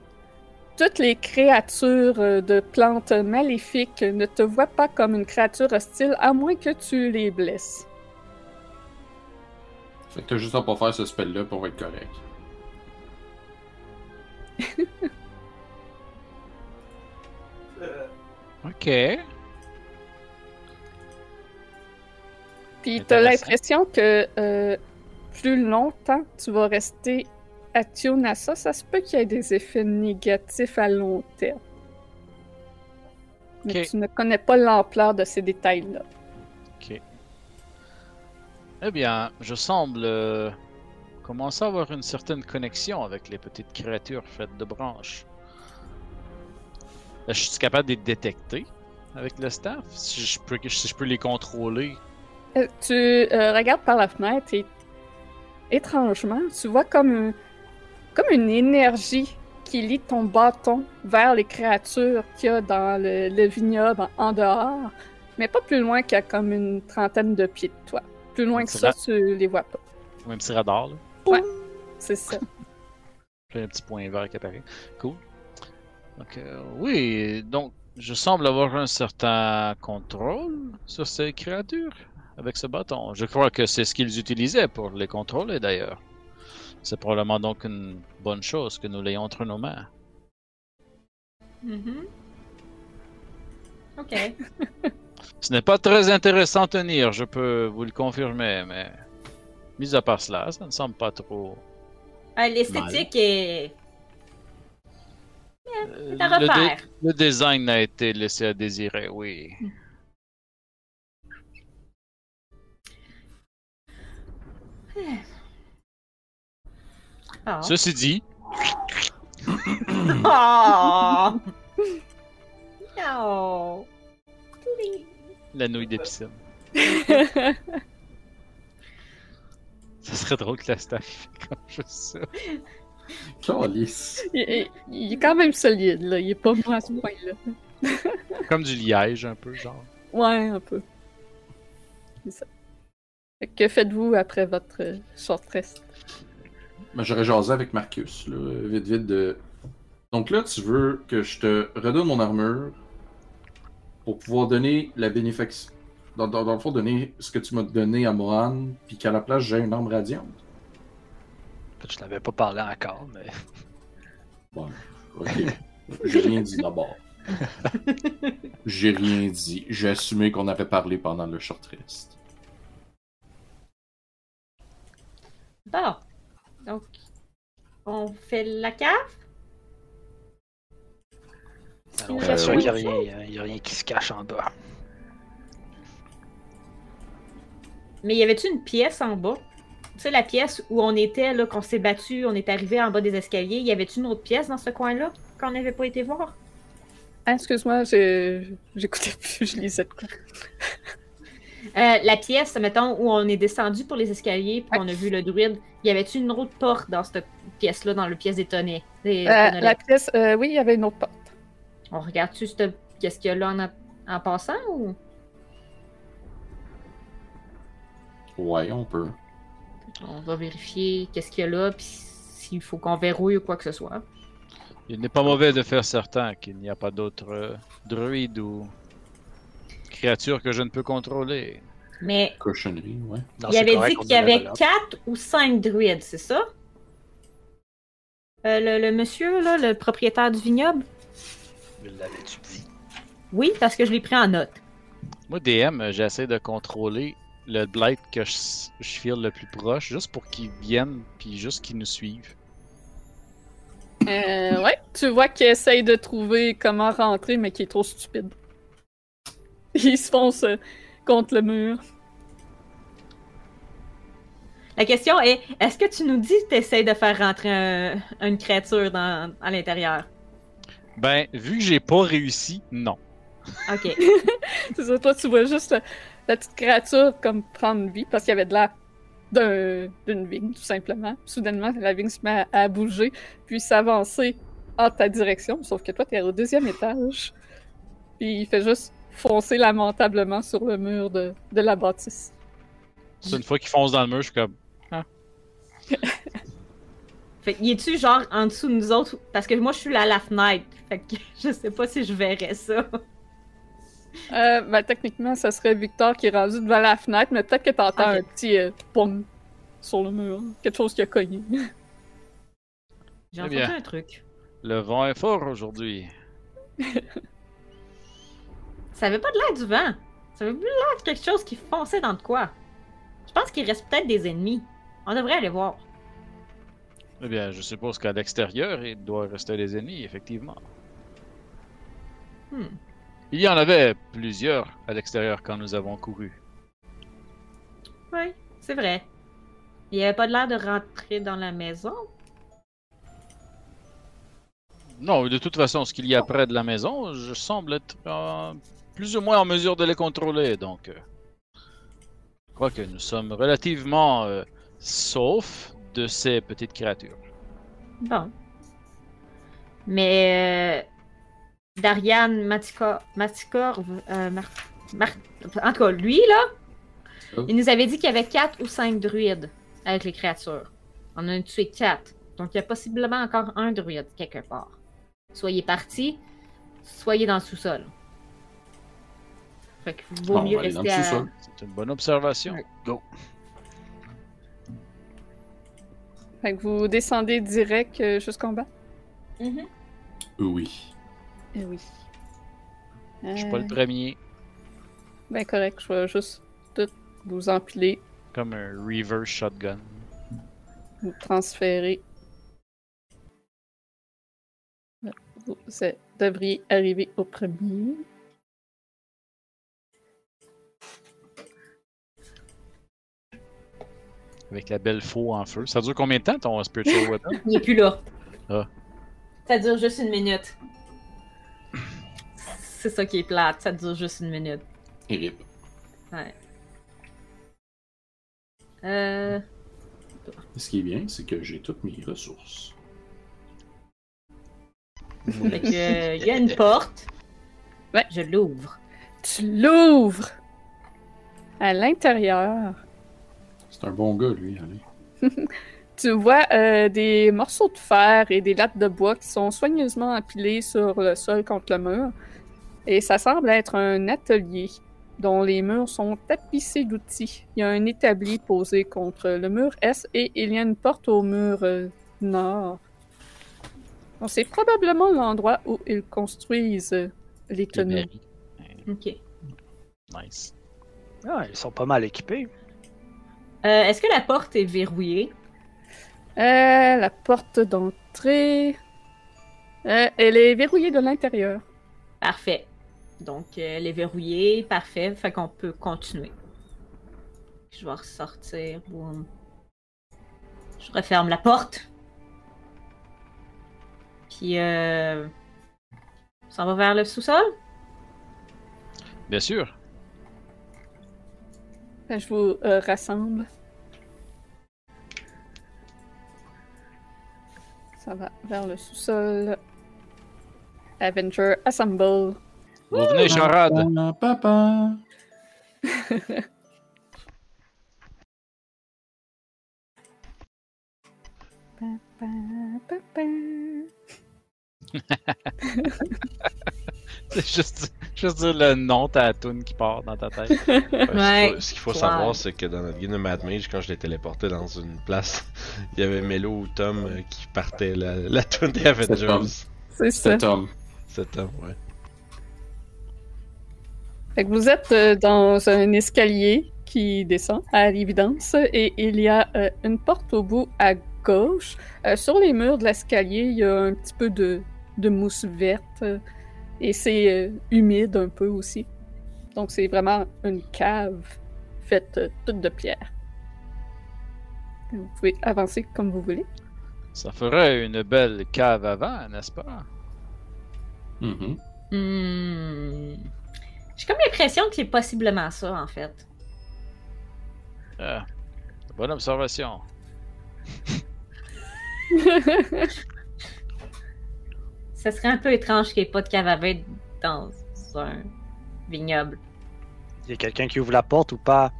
Speaker 1: toutes les créatures euh, de plantes maléfiques ne te voient pas comme une créature hostile, à moins que tu les blesses.
Speaker 2: Fait que t'as juste à pas faire ce spell-là pour être correct.
Speaker 3: Ok. Eh
Speaker 1: Puis t'as
Speaker 3: Intéressant.
Speaker 1: l'impression que euh, plus longtemps tu vas rester attune à ça, ça se peut qu'il y ait des effets négatifs à long terme. Mais
Speaker 3: Ok.
Speaker 1: tu ne connais pas l'ampleur de ces détails-là.
Speaker 3: Eh bien, je semble euh, commencer à avoir une certaine connexion avec les petites créatures faites de branches. Je suis capable de les détecter avec le staff, si je peux, si je peux les contrôler.
Speaker 1: Euh, Tu euh, regardes par la fenêtre et étrangement, tu vois comme, un- comme une énergie qui lie ton bâton vers les créatures qu'il y a dans le, le vignoble en, en dehors, mais pas plus loin qu'à comme une trentaine de pieds de toi. Plus loin que
Speaker 3: C'est
Speaker 1: ça, tu les vois pas.
Speaker 3: Même petit radar, là.
Speaker 1: C'est ça.
Speaker 3: Puis un petit point vert qui apparaît. Cool. Donc, euh, oui, donc, je semble avoir un certain contrôle sur ces créatures avec ce bâton. Je crois que c'est ce qu'ils utilisaient pour les contrôler d'ailleurs. C'est probablement donc une bonne chose que nous l'ayons entre nos mains.
Speaker 4: Mm-hmm. OK.
Speaker 3: Ce n'est pas très intéressant à tenir, je peux vous le confirmer, mais mis à part cela, ça ne semble pas trop.
Speaker 4: Ah, L'esthétique est.
Speaker 3: Euh,
Speaker 4: à
Speaker 3: le,
Speaker 4: refaire.
Speaker 3: le design a été laissé à désirer, oui.
Speaker 4: Ah.
Speaker 3: Ceci dit,
Speaker 4: Oh. [laughs] non. Please.
Speaker 3: la nouille d'épicène. [laughs] Ça serait drôle que la staff fait comme je ça.
Speaker 2: Calice.
Speaker 1: [laughs] Il, il- il est quand même solide, là. Il est pas [laughs] moins à ce point-là.
Speaker 3: Comme du liège, un peu, genre.
Speaker 1: Ouais, un peu. C'est ça. Fait que faites-vous après votre euh, short rest?
Speaker 2: Ben, J'aurais jasé avec Marcus, là, vite, vite. De... Donc là, tu veux que je te redonne mon armure pour pouvoir donner la bénéfaction. Dans, dans- dans le fond, donner ce que tu m'as donné à Mohan, puis qu'à la place, j'ai une arme radiante.
Speaker 5: Je n'avais pas parlé encore, mais.
Speaker 2: Bon, ok. [laughs] J'ai rien dit d'abord. J'ai rien dit. J'ai assumé qu'on avait parlé pendant le short rest.
Speaker 4: Bon. Donc, on fait la cave?
Speaker 5: Alors, on
Speaker 4: Euh,
Speaker 5: s'assure
Speaker 2: oui.
Speaker 5: qu'il n'y a, rien qui se cache en bas.
Speaker 4: Mais y avait-tu une pièce en bas? Tu sais, la pièce où on était, là, qu'on s'est battu, on est arrivé en bas des escaliers, y avait-tu une autre pièce dans ce coin-là qu'on n'avait pas été voir?
Speaker 1: Ah, excuse-moi, j'ai- j'écoutais [laughs] plus, je lisais de quoi.
Speaker 4: Euh, la pièce, mettons, où on est descendu pour les escaliers, puis qu'on a vu le druide, y avait-tu une autre porte dans cette pièce-là, dans le pièce des tonnets? Des-
Speaker 1: Euh,
Speaker 4: tonnelets?
Speaker 1: la pièce, euh, oui, il y avait une autre porte.
Speaker 4: On regarde-tu cette- qu'est-ce qu'il y a là en, en passant ou.
Speaker 2: Ouais, on peut.
Speaker 4: On va vérifier qu'est-ce qu'il y a là, puis s'il faut qu'on verrouille ou quoi que ce soit.
Speaker 3: Il n'est pas mauvais de faire certain qu'il n'y a pas d'autres euh, druides ou créatures que je ne peux contrôler.
Speaker 4: Mais
Speaker 2: Cochonnerie, ouais.
Speaker 5: Non,
Speaker 4: il
Speaker 5: c'est
Speaker 4: avait
Speaker 5: correct,
Speaker 4: dit
Speaker 5: on
Speaker 4: qu'il y avait
Speaker 5: level up.
Speaker 4: 4 ou 5 druides, c'est ça? Euh, le, le monsieur, là, le propriétaire du vignoble?
Speaker 5: Je l'avais-tu dit?
Speaker 4: Oui, parce que je l'ai pris en note.
Speaker 3: Moi, DM, euh, j'essaie de contrôler le blight que je, s- je file le plus proche, juste pour qu'ils viennent, puis juste qu'ils nous suivent.
Speaker 1: Euh, ouais, tu vois qu'il essaye de trouver comment rentrer, mais qu'il est trop stupide. Il se fonce euh, contre le mur. [laughs]
Speaker 4: La question est, est-ce que tu nous dis que tu essaies de faire rentrer un- une créature dans, à l'intérieur?
Speaker 3: Ben, vu que j'ai pas réussi, non.
Speaker 4: OK.
Speaker 1: C'est ça, toi, tu vois juste la, la petite créature comme prendre vie parce qu'il y avait de l'air d'un- d'une vigne, tout simplement. Soudainement, la vigne se met à, à bouger, puis s'avancer en ta direction, sauf que toi, t'es au deuxième étage. Puis il fait juste foncer lamentablement sur le mur de, de la bâtisse.
Speaker 3: C'est une fois qu'ils foncent dans le mur, je suis comme.
Speaker 4: Fait que, y es-tu genre en dessous de nous autres? Parce que moi, je suis là à la fenêtre. Fait que [laughs] je sais pas si je verrais ça.
Speaker 1: Euh, ben, techniquement, ça serait Victor qui est rendu devant la fenêtre, mais peut-être que t'entends
Speaker 4: Ok.
Speaker 1: un petit euh, pong sur le mur. Quelque chose qui a cogné.
Speaker 4: J'ai
Speaker 3: Eh
Speaker 4: entendu
Speaker 3: bien.
Speaker 4: un truc.
Speaker 3: Le vent est fort aujourd'hui.
Speaker 4: Ça avait pas de l'air du vent. Ça avait plus l'air de quelque chose qui fonçait dans de quoi. Je pense qu'il reste peut-être des ennemis. On devrait aller voir.
Speaker 3: Eh bien, je suppose qu'à l'extérieur, il doit rester des ennemis, effectivement.
Speaker 4: Hmm.
Speaker 3: Il y en avait plusieurs à l'extérieur quand nous avons couru.
Speaker 4: Oui, c'est vrai. Il y avait pas de l'air de rentrer dans la maison.
Speaker 3: Non, de toute façon, ce qu'il y a près de la maison, je semble être euh, plus ou moins en mesure de les contrôler, donc. euh, je crois que nous sommes relativement euh, saufs de ces petites créatures.
Speaker 4: Bon. Mais euh, Darian Matikor, Matikor euh, Mar- Mar- en tout cas, lui, là,
Speaker 2: Oh.
Speaker 4: il nous avait dit qu'il y avait 4 ou 5 druides avec les créatures. On en a tué 4. Donc, il y a possiblement encore un druide quelque part. Soyez parti, soyez dans le sous-sol. Fait que vaut
Speaker 2: Bon, on
Speaker 4: mieux
Speaker 2: va aller dans le
Speaker 4: rester à...
Speaker 2: sous-sol.
Speaker 3: C'est une bonne observation.
Speaker 1: [laughs] Fait que vous descendez direct euh, jusqu'en bas.
Speaker 4: Mhm.
Speaker 2: Oui.
Speaker 1: Eh oui.
Speaker 3: Je suis pas le
Speaker 1: Euh,
Speaker 3: premier.
Speaker 1: Ben correct, je vais juste tout vous empiler,
Speaker 3: Comme un reverse shotgun.
Speaker 1: vous transférer. Vous êtes- devriez arriver au premier.
Speaker 3: Avec la belle faux en feu. Ça dure combien de temps ton spiritual weapon?
Speaker 4: Il n'est plus là.
Speaker 3: Ah.
Speaker 4: Ça dure juste une minute. C'est ça qui est plate, ça dure juste une minute.
Speaker 2: Et rip.
Speaker 4: Euh,
Speaker 2: Ce qui est bien, c'est que j'ai toutes mes ressources.
Speaker 4: fait que, euh, il y a une porte.
Speaker 1: Ouais.
Speaker 4: Je l'ouvre.
Speaker 1: Tu l'ouvres! À l'intérieur,
Speaker 2: C'est un bon gars, lui, allez.
Speaker 1: tu vois euh, des morceaux de fer et des lattes de bois qui sont soigneusement empilés sur le sol contre le mur. Et ça semble être un atelier dont les murs sont tapissés d'outils. Il y a un établi posé contre le mur est et il y a une porte au mur euh, nord. Donc c'est probablement l'endroit où ils construisent euh, les
Speaker 3: Eh
Speaker 1: tenues.
Speaker 4: Ok. Euh,
Speaker 3: Nice.
Speaker 5: Ah, ils sont pas mal équipés.
Speaker 4: Euh, Est-ce que la porte est verrouillée?
Speaker 1: Euh, la porte d'entrée. Euh, elle est verrouillée de l'intérieur.
Speaker 4: Parfait. Donc, euh, elle est verrouillée, parfait. Fait qu'on peut continuer. Je vais ressortir. boum. Je referme la porte. Puis, euh, ça va vers le sous-sol?
Speaker 3: Bien sûr.
Speaker 1: Ben, Je vous euh, rassemble. Ça va vers le sous-sol. Avenger Assemble.
Speaker 3: Vous venez, charade.
Speaker 2: Papa, Papa!
Speaker 1: Pa, pa, pa.
Speaker 3: C'est [laughs] juste, juste dire le nom de ta toune qui part dans ta tête.
Speaker 4: Ouais.
Speaker 6: Ce qu'il faut, ce qu'il faut
Speaker 4: Ouais.
Speaker 6: savoir, c'est que dans notre game de Mad Mage, quand je l'ai téléporté dans une place, [laughs] il y avait Melo ou Tom euh, qui partait la, la tournée des
Speaker 2: Tom.
Speaker 6: Avengers.
Speaker 1: C'est ça.
Speaker 2: Cet homme.
Speaker 6: C'est Tom, ouais.
Speaker 1: Fait que vous êtes euh, dans un escalier qui descend, à l'évidence, et il y a euh, une porte au bout à gauche. Euh, sur les murs de l'escalier, il y a un petit peu de, de mousse verte, euh, et c'est euh, humide un peu aussi. Donc c'est vraiment une cave faite euh, toute de pierre. Vous pouvez avancer comme vous voulez.
Speaker 3: Ça ferait une belle cave avant, n'est-ce pas?
Speaker 2: Mhm.
Speaker 4: Hmm. J'ai comme l'impression que c'est possiblement ça, en fait.
Speaker 3: Ah, bonne observation.
Speaker 4: Ça serait un peu étrange qu'il n'y ait pas de cave à vin dans un vignoble.
Speaker 5: Il y a quelqu'un qui ouvre la porte ou pas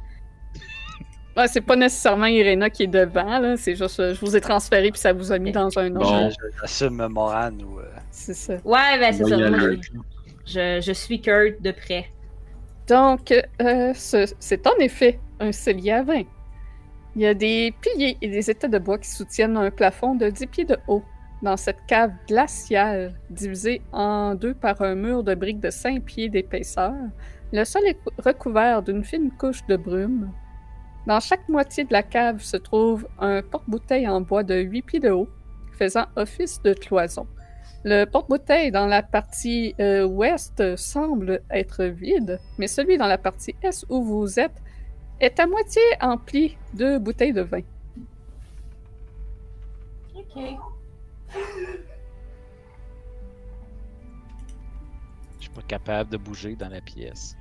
Speaker 1: Ouais, c'est pas nécessairement Irena qui est devant, là. C'est juste, euh, je vous ai transféré puis ça vous a mis dans un autre.
Speaker 2: Bon.
Speaker 5: Je- je- J'assume Moran ou. euh,
Speaker 1: C'est ça.
Speaker 4: Ouais, ben c'est
Speaker 2: Bon,
Speaker 4: ça.
Speaker 2: il y a
Speaker 4: moi,
Speaker 2: le-
Speaker 4: je, je suis Kurt de près.
Speaker 1: Donc, euh, ce- c'est en effet un cellier à vin. Il y a des piliers et des états de bois qui soutiennent un plafond de 10 pieds de haut dans cette cave glaciale divisée en deux par un mur de briques de 5 pieds d'épaisseur. Le sol est cou- recouvert d'une fine couche de brume. Dans chaque moitié de la cave se trouve un porte-bouteille en bois de 8 pieds de haut, faisant office de cloison. Le porte-bouteille dans la partie euh, ouest semble être vide, mais celui dans la partie est où vous êtes est à moitié empli de bouteilles de vin.
Speaker 4: Ok.
Speaker 3: Je suis pas capable de bouger dans la pièce.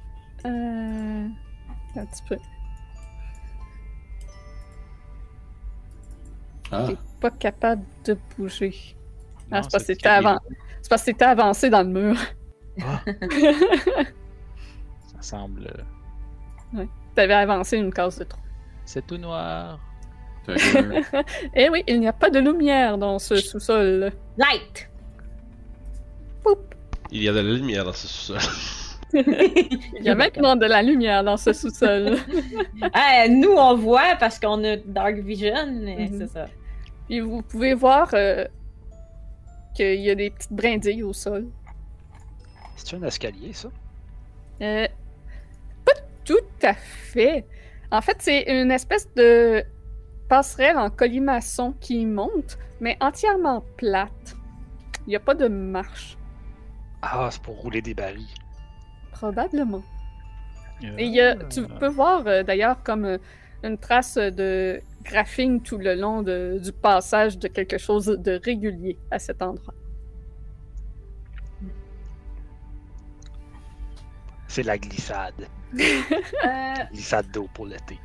Speaker 1: Euh... Un petit peu.
Speaker 2: Ah,
Speaker 1: T'es pas capable de bouger. Ah,
Speaker 3: Non,
Speaker 1: c'est parce que
Speaker 3: c'est
Speaker 1: c'était avant. C'est parce que t'étais avancé dans le mur. [laughs]
Speaker 3: Ça semble. euh,
Speaker 1: T'avais avancé une case de trop.
Speaker 3: C'est tout noir.
Speaker 2: t'as
Speaker 4: [laughs]
Speaker 2: eu-
Speaker 1: Eh oui, il n'y a pas de lumière dans ce sous-sol.
Speaker 4: [laughs] Light!
Speaker 6: Il y a de la lumière dans ce sous-sol.
Speaker 1: Il y a maintenant de la lumière dans ce sous-sol.
Speaker 4: Ah, nous, on voit parce qu'on a Dark Vision, mais
Speaker 1: Mhm.
Speaker 4: c'est ça.
Speaker 1: Puis vous pouvez voir euh, qu'il y a des petites brindilles au sol.
Speaker 5: C'est un escalier, ça
Speaker 1: Euh, pas de Tout à fait. En fait, c'est une espèce de passerelle en colimaçon qui monte, mais entièrement plate. Il n'y a pas de marche,
Speaker 5: Ah, c'est pour rouler des barils.
Speaker 1: probablement.
Speaker 3: Euh,
Speaker 1: Et il y a- tu peux voir euh, d'ailleurs comme euh, une trace de graphing tout le long de- du passage de quelque chose de régulier à cet endroit.
Speaker 5: C'est la glissade.
Speaker 4: Euh,
Speaker 5: Glissade d'eau pour l'été.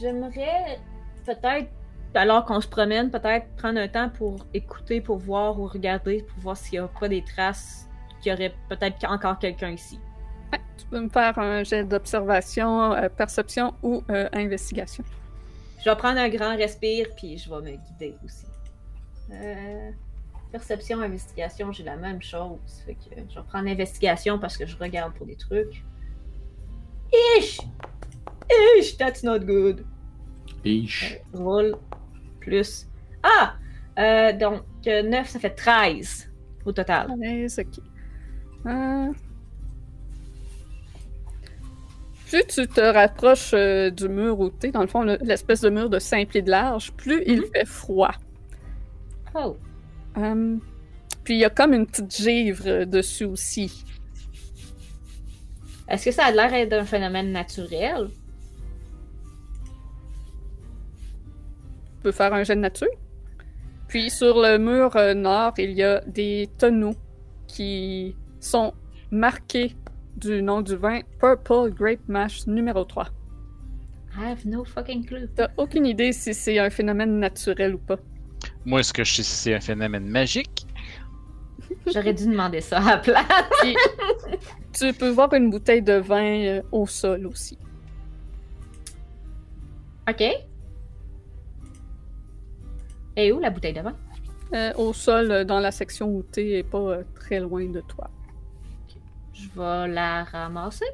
Speaker 4: J'aimerais peut-être, alors qu'on se promène, peut-être prendre un temps pour écouter, pour voir ou regarder, pour voir s'il n'y a pas des traces, qu'il y aurait peut-être encore quelqu'un ici.
Speaker 1: Tu peux me faire un jet d'observation, euh, perception ou euh, investigation.
Speaker 4: Je vais prendre un grand respire, puis je vais me guider aussi. Euh, perception, investigation, j'ai la même chose. Fait que je vais prendre investigation parce que je regarde pour des trucs. Ish! Ish! That's not good.
Speaker 2: Ish.
Speaker 4: Roll plus. Ah! Euh, donc, 9, ça fait 13 au total.
Speaker 1: Allez, c'est ok. Euh. Plus tu te rapproches euh, du mur où t'es, dans le fond, le- l'espèce de mur de 5 pieds de large, plus il fait froid.
Speaker 4: Oh!
Speaker 1: Euh, puis il y a comme une petite givre euh, dessus aussi.
Speaker 4: Est-ce que ça a l'air d'un phénomène naturel?
Speaker 1: Tu peux faire un jet de nature. Puis sur le mur euh, nord, il y a des tonneaux qui sont marqués du nom du vin Purple Grape Mash numéro 3.
Speaker 4: I have no fucking clue.
Speaker 1: T'as aucune idée si c'est un phénomène naturel ou pas.
Speaker 3: Moi, est-ce que je sais si c'est un phénomène magique?
Speaker 4: J'aurais dû demander ça à la place.
Speaker 1: Tu peux voir une bouteille de vin euh, au sol aussi.
Speaker 4: OK. Et où la bouteille de vin?
Speaker 1: Euh, au sol, euh, dans la section où t'es, et pas euh, très loin de toi.
Speaker 4: Je vais la ramasser.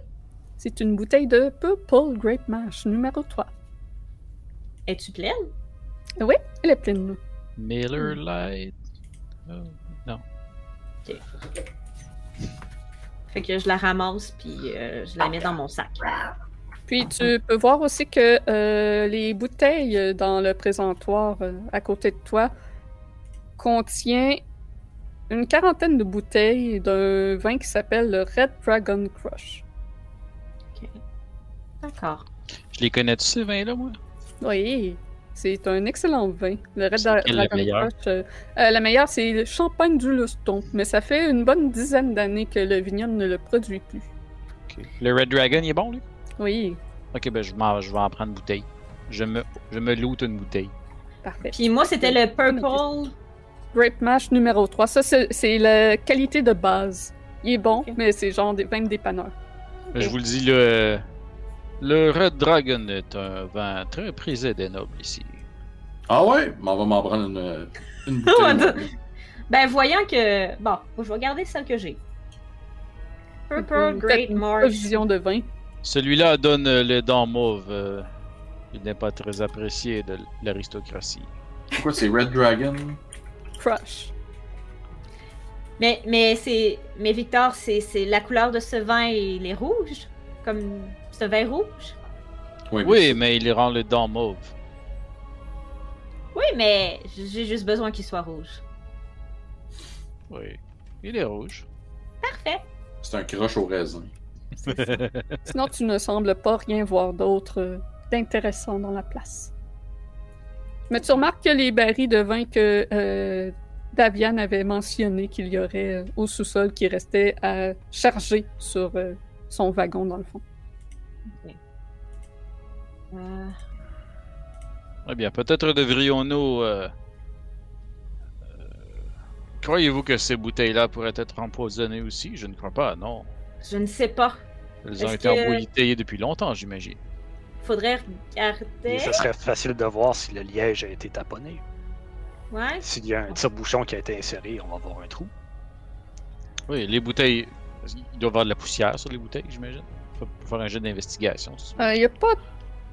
Speaker 1: C'est une bouteille de Purple Grape Mash numéro 3.
Speaker 4: Es-tu pleine?
Speaker 1: Elle est pleine.
Speaker 3: Miller
Speaker 1: Hmm.
Speaker 3: Lite? Oh, non.
Speaker 4: Fait que je la ramasse, puis euh, je la mets dans mon sac.
Speaker 1: Puis tu peux voir aussi que euh, les bouteilles euh, dans le présentoir euh, à côté de toi contient une quarantaine de bouteilles d'un vin qui s'appelle le Red Dragon Crush.
Speaker 4: D'accord.
Speaker 3: Je les connais tous ces vins-là, moi?
Speaker 1: Oui, c'est un excellent vin. Le Red
Speaker 3: C'est
Speaker 1: Dra-
Speaker 3: quel le
Speaker 1: Dragon
Speaker 3: meilleur?
Speaker 1: Crush, euh, euh, la meilleure, c'est le champagne du Luston, mais ça fait une bonne dizaine d'années que le vignoble ne le produit plus.
Speaker 3: Le Red Dragon, il est bon, lui?
Speaker 1: Oui,
Speaker 3: Ok, ben je, m'en- je vais en prendre une bouteille. Je me, je me loot une bouteille.
Speaker 1: parfait.
Speaker 4: Puis moi, c'était le purple.
Speaker 1: Grape Mash numéro 3, ça c'est c'est la qualité de base. Il est bon,
Speaker 4: Ok.
Speaker 1: mais c'est genre des, même des panneurs.
Speaker 3: Ben, Je vous le dis, le, le Red Dragon est un vin très prisé des nobles ici.
Speaker 2: Ah ouais? Mais on va m'en prendre une, [laughs] une
Speaker 4: Ouais,
Speaker 2: bouteille.
Speaker 4: de- Ben, voyant que. Bon, je vais garder celle que j'ai. Purple
Speaker 1: Mhm.
Speaker 4: Great
Speaker 1: Faites une
Speaker 4: Marsh.
Speaker 1: Provision de vin.
Speaker 3: Celui-là donne euh, le dent mauve. euh, il n'est pas très apprécié de l'aristocratie.
Speaker 2: Pourquoi c'est Red Dragon?
Speaker 1: Crush.
Speaker 4: Mais, mais, c'est- mais Victor, c'est c'est la couleur de ce vin, il est rouge? Comme ce vin rouge?
Speaker 2: Ouais,
Speaker 3: Oui, mais il rend le dent mauve.
Speaker 4: Oui, mais j'ai juste besoin qu'il soit rouge.
Speaker 3: Oui. Il est rouge.
Speaker 4: Parfait.
Speaker 2: C'est un crush au raisin.
Speaker 3: Eh
Speaker 1: Sinon, tu ne sembles pas rien voir d'autre euh, d'intéressant dans la place. Mais tu remarques que les barils de vin que euh, Davian avait mentionné qu'il y aurait euh, au sous-sol qui restait à charger sur euh, son wagon, dans le fond.
Speaker 4: Euh,
Speaker 3: Eh bien, peut-être devrions-nous. euh, euh, Croyez-vous que ces bouteilles-là pourraient être empoisonnées aussi Je ne crois pas, non.
Speaker 4: je ne sais pas.
Speaker 3: Elles ont
Speaker 4: Est-ce
Speaker 3: été
Speaker 4: que-
Speaker 3: embouteillées depuis longtemps, j'imagine.
Speaker 4: Faudrait
Speaker 5: Et
Speaker 4: regarder.
Speaker 5: ce serait facile de voir si le liège a été taponné.
Speaker 4: Ouais.
Speaker 5: S'il y a
Speaker 3: Ah.
Speaker 5: un tire-bouchon qui a été inséré, on va voir un trou.
Speaker 3: Oui, les bouteilles. Il doit y avoir de la poussière sur les bouteilles, j'imagine. Faut faut faire un jeu d'investigation. si tu
Speaker 1: Il n'y Euh, a pas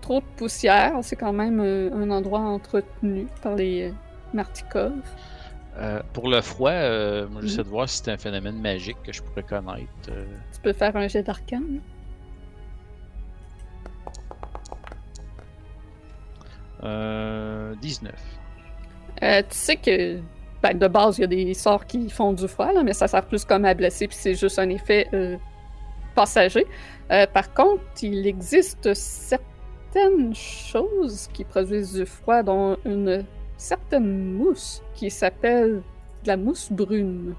Speaker 1: trop de poussière, c'est quand même euh, un endroit entretenu par les euh, Martikov.
Speaker 3: veux. Euh, pour le froid, euh, moi, j'essaie de voir si c'est un phénomène magique que je pourrais connaître. euh.
Speaker 1: Tu peux faire un jet d'arcane.
Speaker 3: Euh, 19.
Speaker 1: Euh, tu sais que, ben, de base, il y a des sorts qui font du froid, là, mais ça sert plus comme à blesser, puis c'est juste un effet euh, passager. Euh, par contre, il existe certaines choses qui produisent du froid, dont une certaine mousse qui s'appelle de la mousse brune.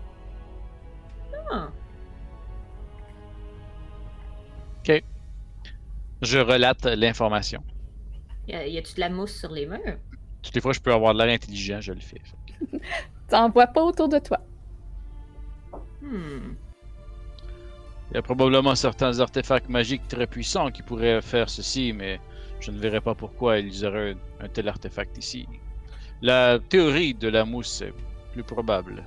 Speaker 3: Je relate l'information.
Speaker 4: Y a- y a-tu de la mousse sur les murs?
Speaker 3: Toutes les fois, je peux avoir de l'air intelligent, je le fais.
Speaker 1: T'en vois pas autour de toi.
Speaker 4: Hmm.
Speaker 3: Il y a probablement certains artefacts magiques très puissants qui pourraient faire ceci, mais je ne verrais pas pourquoi ils auraient un tel artefact ici. La théorie de la mousse est plus probable.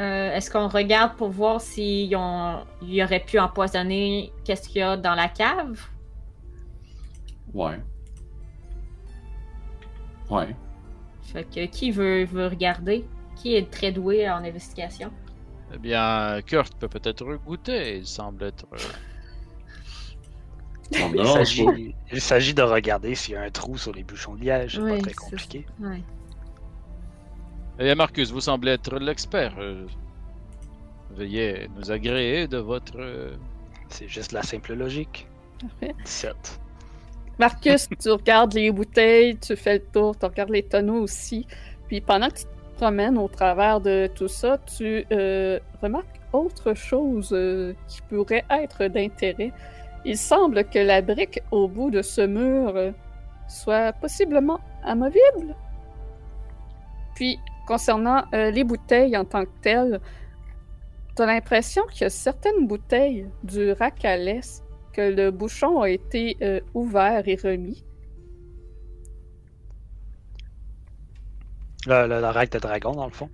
Speaker 4: Euh, Est-ce qu'on regarde pour voir s'ils ont... ils auraient pu empoisonner qu'est-ce qu'il y a dans la cave?
Speaker 2: Ouais. Ouais.
Speaker 4: Fait que qui veut, veut regarder? Qui est très doué en investigation?
Speaker 3: Eh bien, Kurt peut peut-être goûter, il semble être... euh,
Speaker 4: [laughs]
Speaker 2: Ça me
Speaker 5: Il
Speaker 2: dérange pas.
Speaker 5: s'agit- il s'agit de regarder s'il y a un trou sur les bouchons de liège. C'est
Speaker 4: Oui,
Speaker 5: pas très
Speaker 4: c'est ça.
Speaker 5: compliqué.
Speaker 4: Ouais.
Speaker 3: Eh bien, Marcus, vous semblez être l'expert. euh, Veuillez nous agréer de votre... euh,
Speaker 5: C'est juste la simple logique.
Speaker 1: Parfait.
Speaker 5: 17.
Speaker 1: Marcus, tu regardes les bouteilles, tu fais le tour, tu regardes les tonneaux aussi. Puis pendant que tu te promènes au travers de tout ça, tu euh, remarques autre chose euh, qui pourrait être d'intérêt. Il semble que la brique au bout de ce mur euh, soit possiblement amovible. Puis concernant euh, les bouteilles en tant que telles, tu as l'impression qu'il y a certaines bouteilles du rack à l'est que le bouchon a été euh, ouvert et remis. [laughs]
Speaker 5: Le, le, le rack de dragon, dans le fond.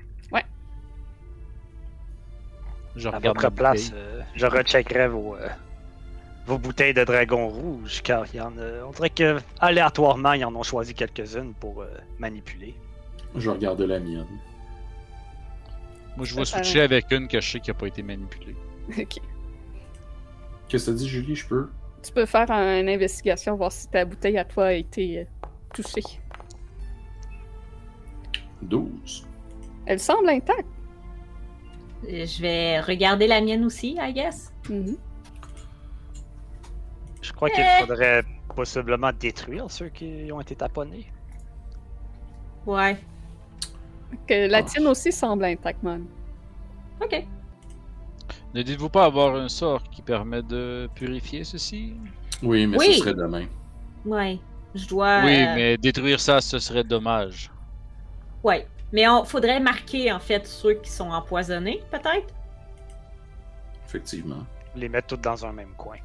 Speaker 3: Je
Speaker 5: À
Speaker 3: regarde
Speaker 5: votre
Speaker 3: mes
Speaker 5: place,
Speaker 3: bouteilles.
Speaker 5: euh, je recheckerai vos, euh, vos bouteilles de dragon rouge, car il y en a- on dirait que aléatoirement, ils en ont choisi quelques-unes pour euh, manipuler.
Speaker 2: Je vais regarder la mienne.
Speaker 3: Moi, je vais
Speaker 1: Ça, ça
Speaker 3: switcher avec une que je sais qui n'a pas été manipulée.
Speaker 1: Ok.
Speaker 2: Qu'est-ce que ça dit, Julie? Je peux?
Speaker 1: Tu peux faire une investigation, voir si ta bouteille à toi a été euh, touchée.
Speaker 2: 12.
Speaker 1: Elle semble intacte.
Speaker 4: Euh, Je vais regarder la mienne aussi, I guess.
Speaker 1: Mhm.
Speaker 5: Je crois qu'il
Speaker 4: Eh.
Speaker 5: faudrait possiblement détruire ceux qui ont été taponnés.
Speaker 4: Ouais.
Speaker 1: Que la
Speaker 2: Ah.
Speaker 1: tienne aussi semble intacte, man.
Speaker 4: OK.
Speaker 3: Ne dites-vous pas avoir un sort qui permet de purifier ceci
Speaker 2: Oui, mais
Speaker 4: Oui.
Speaker 2: ce serait demain.
Speaker 4: Ouais. Je dois.
Speaker 3: Oui,
Speaker 4: euh,
Speaker 3: mais détruire ça, ce serait dommage.
Speaker 4: Ouais. Mais on faudrait marquer en fait ceux qui sont empoisonnés, peut-être.
Speaker 2: Effectivement.
Speaker 5: Les mettre toutes dans un même coin.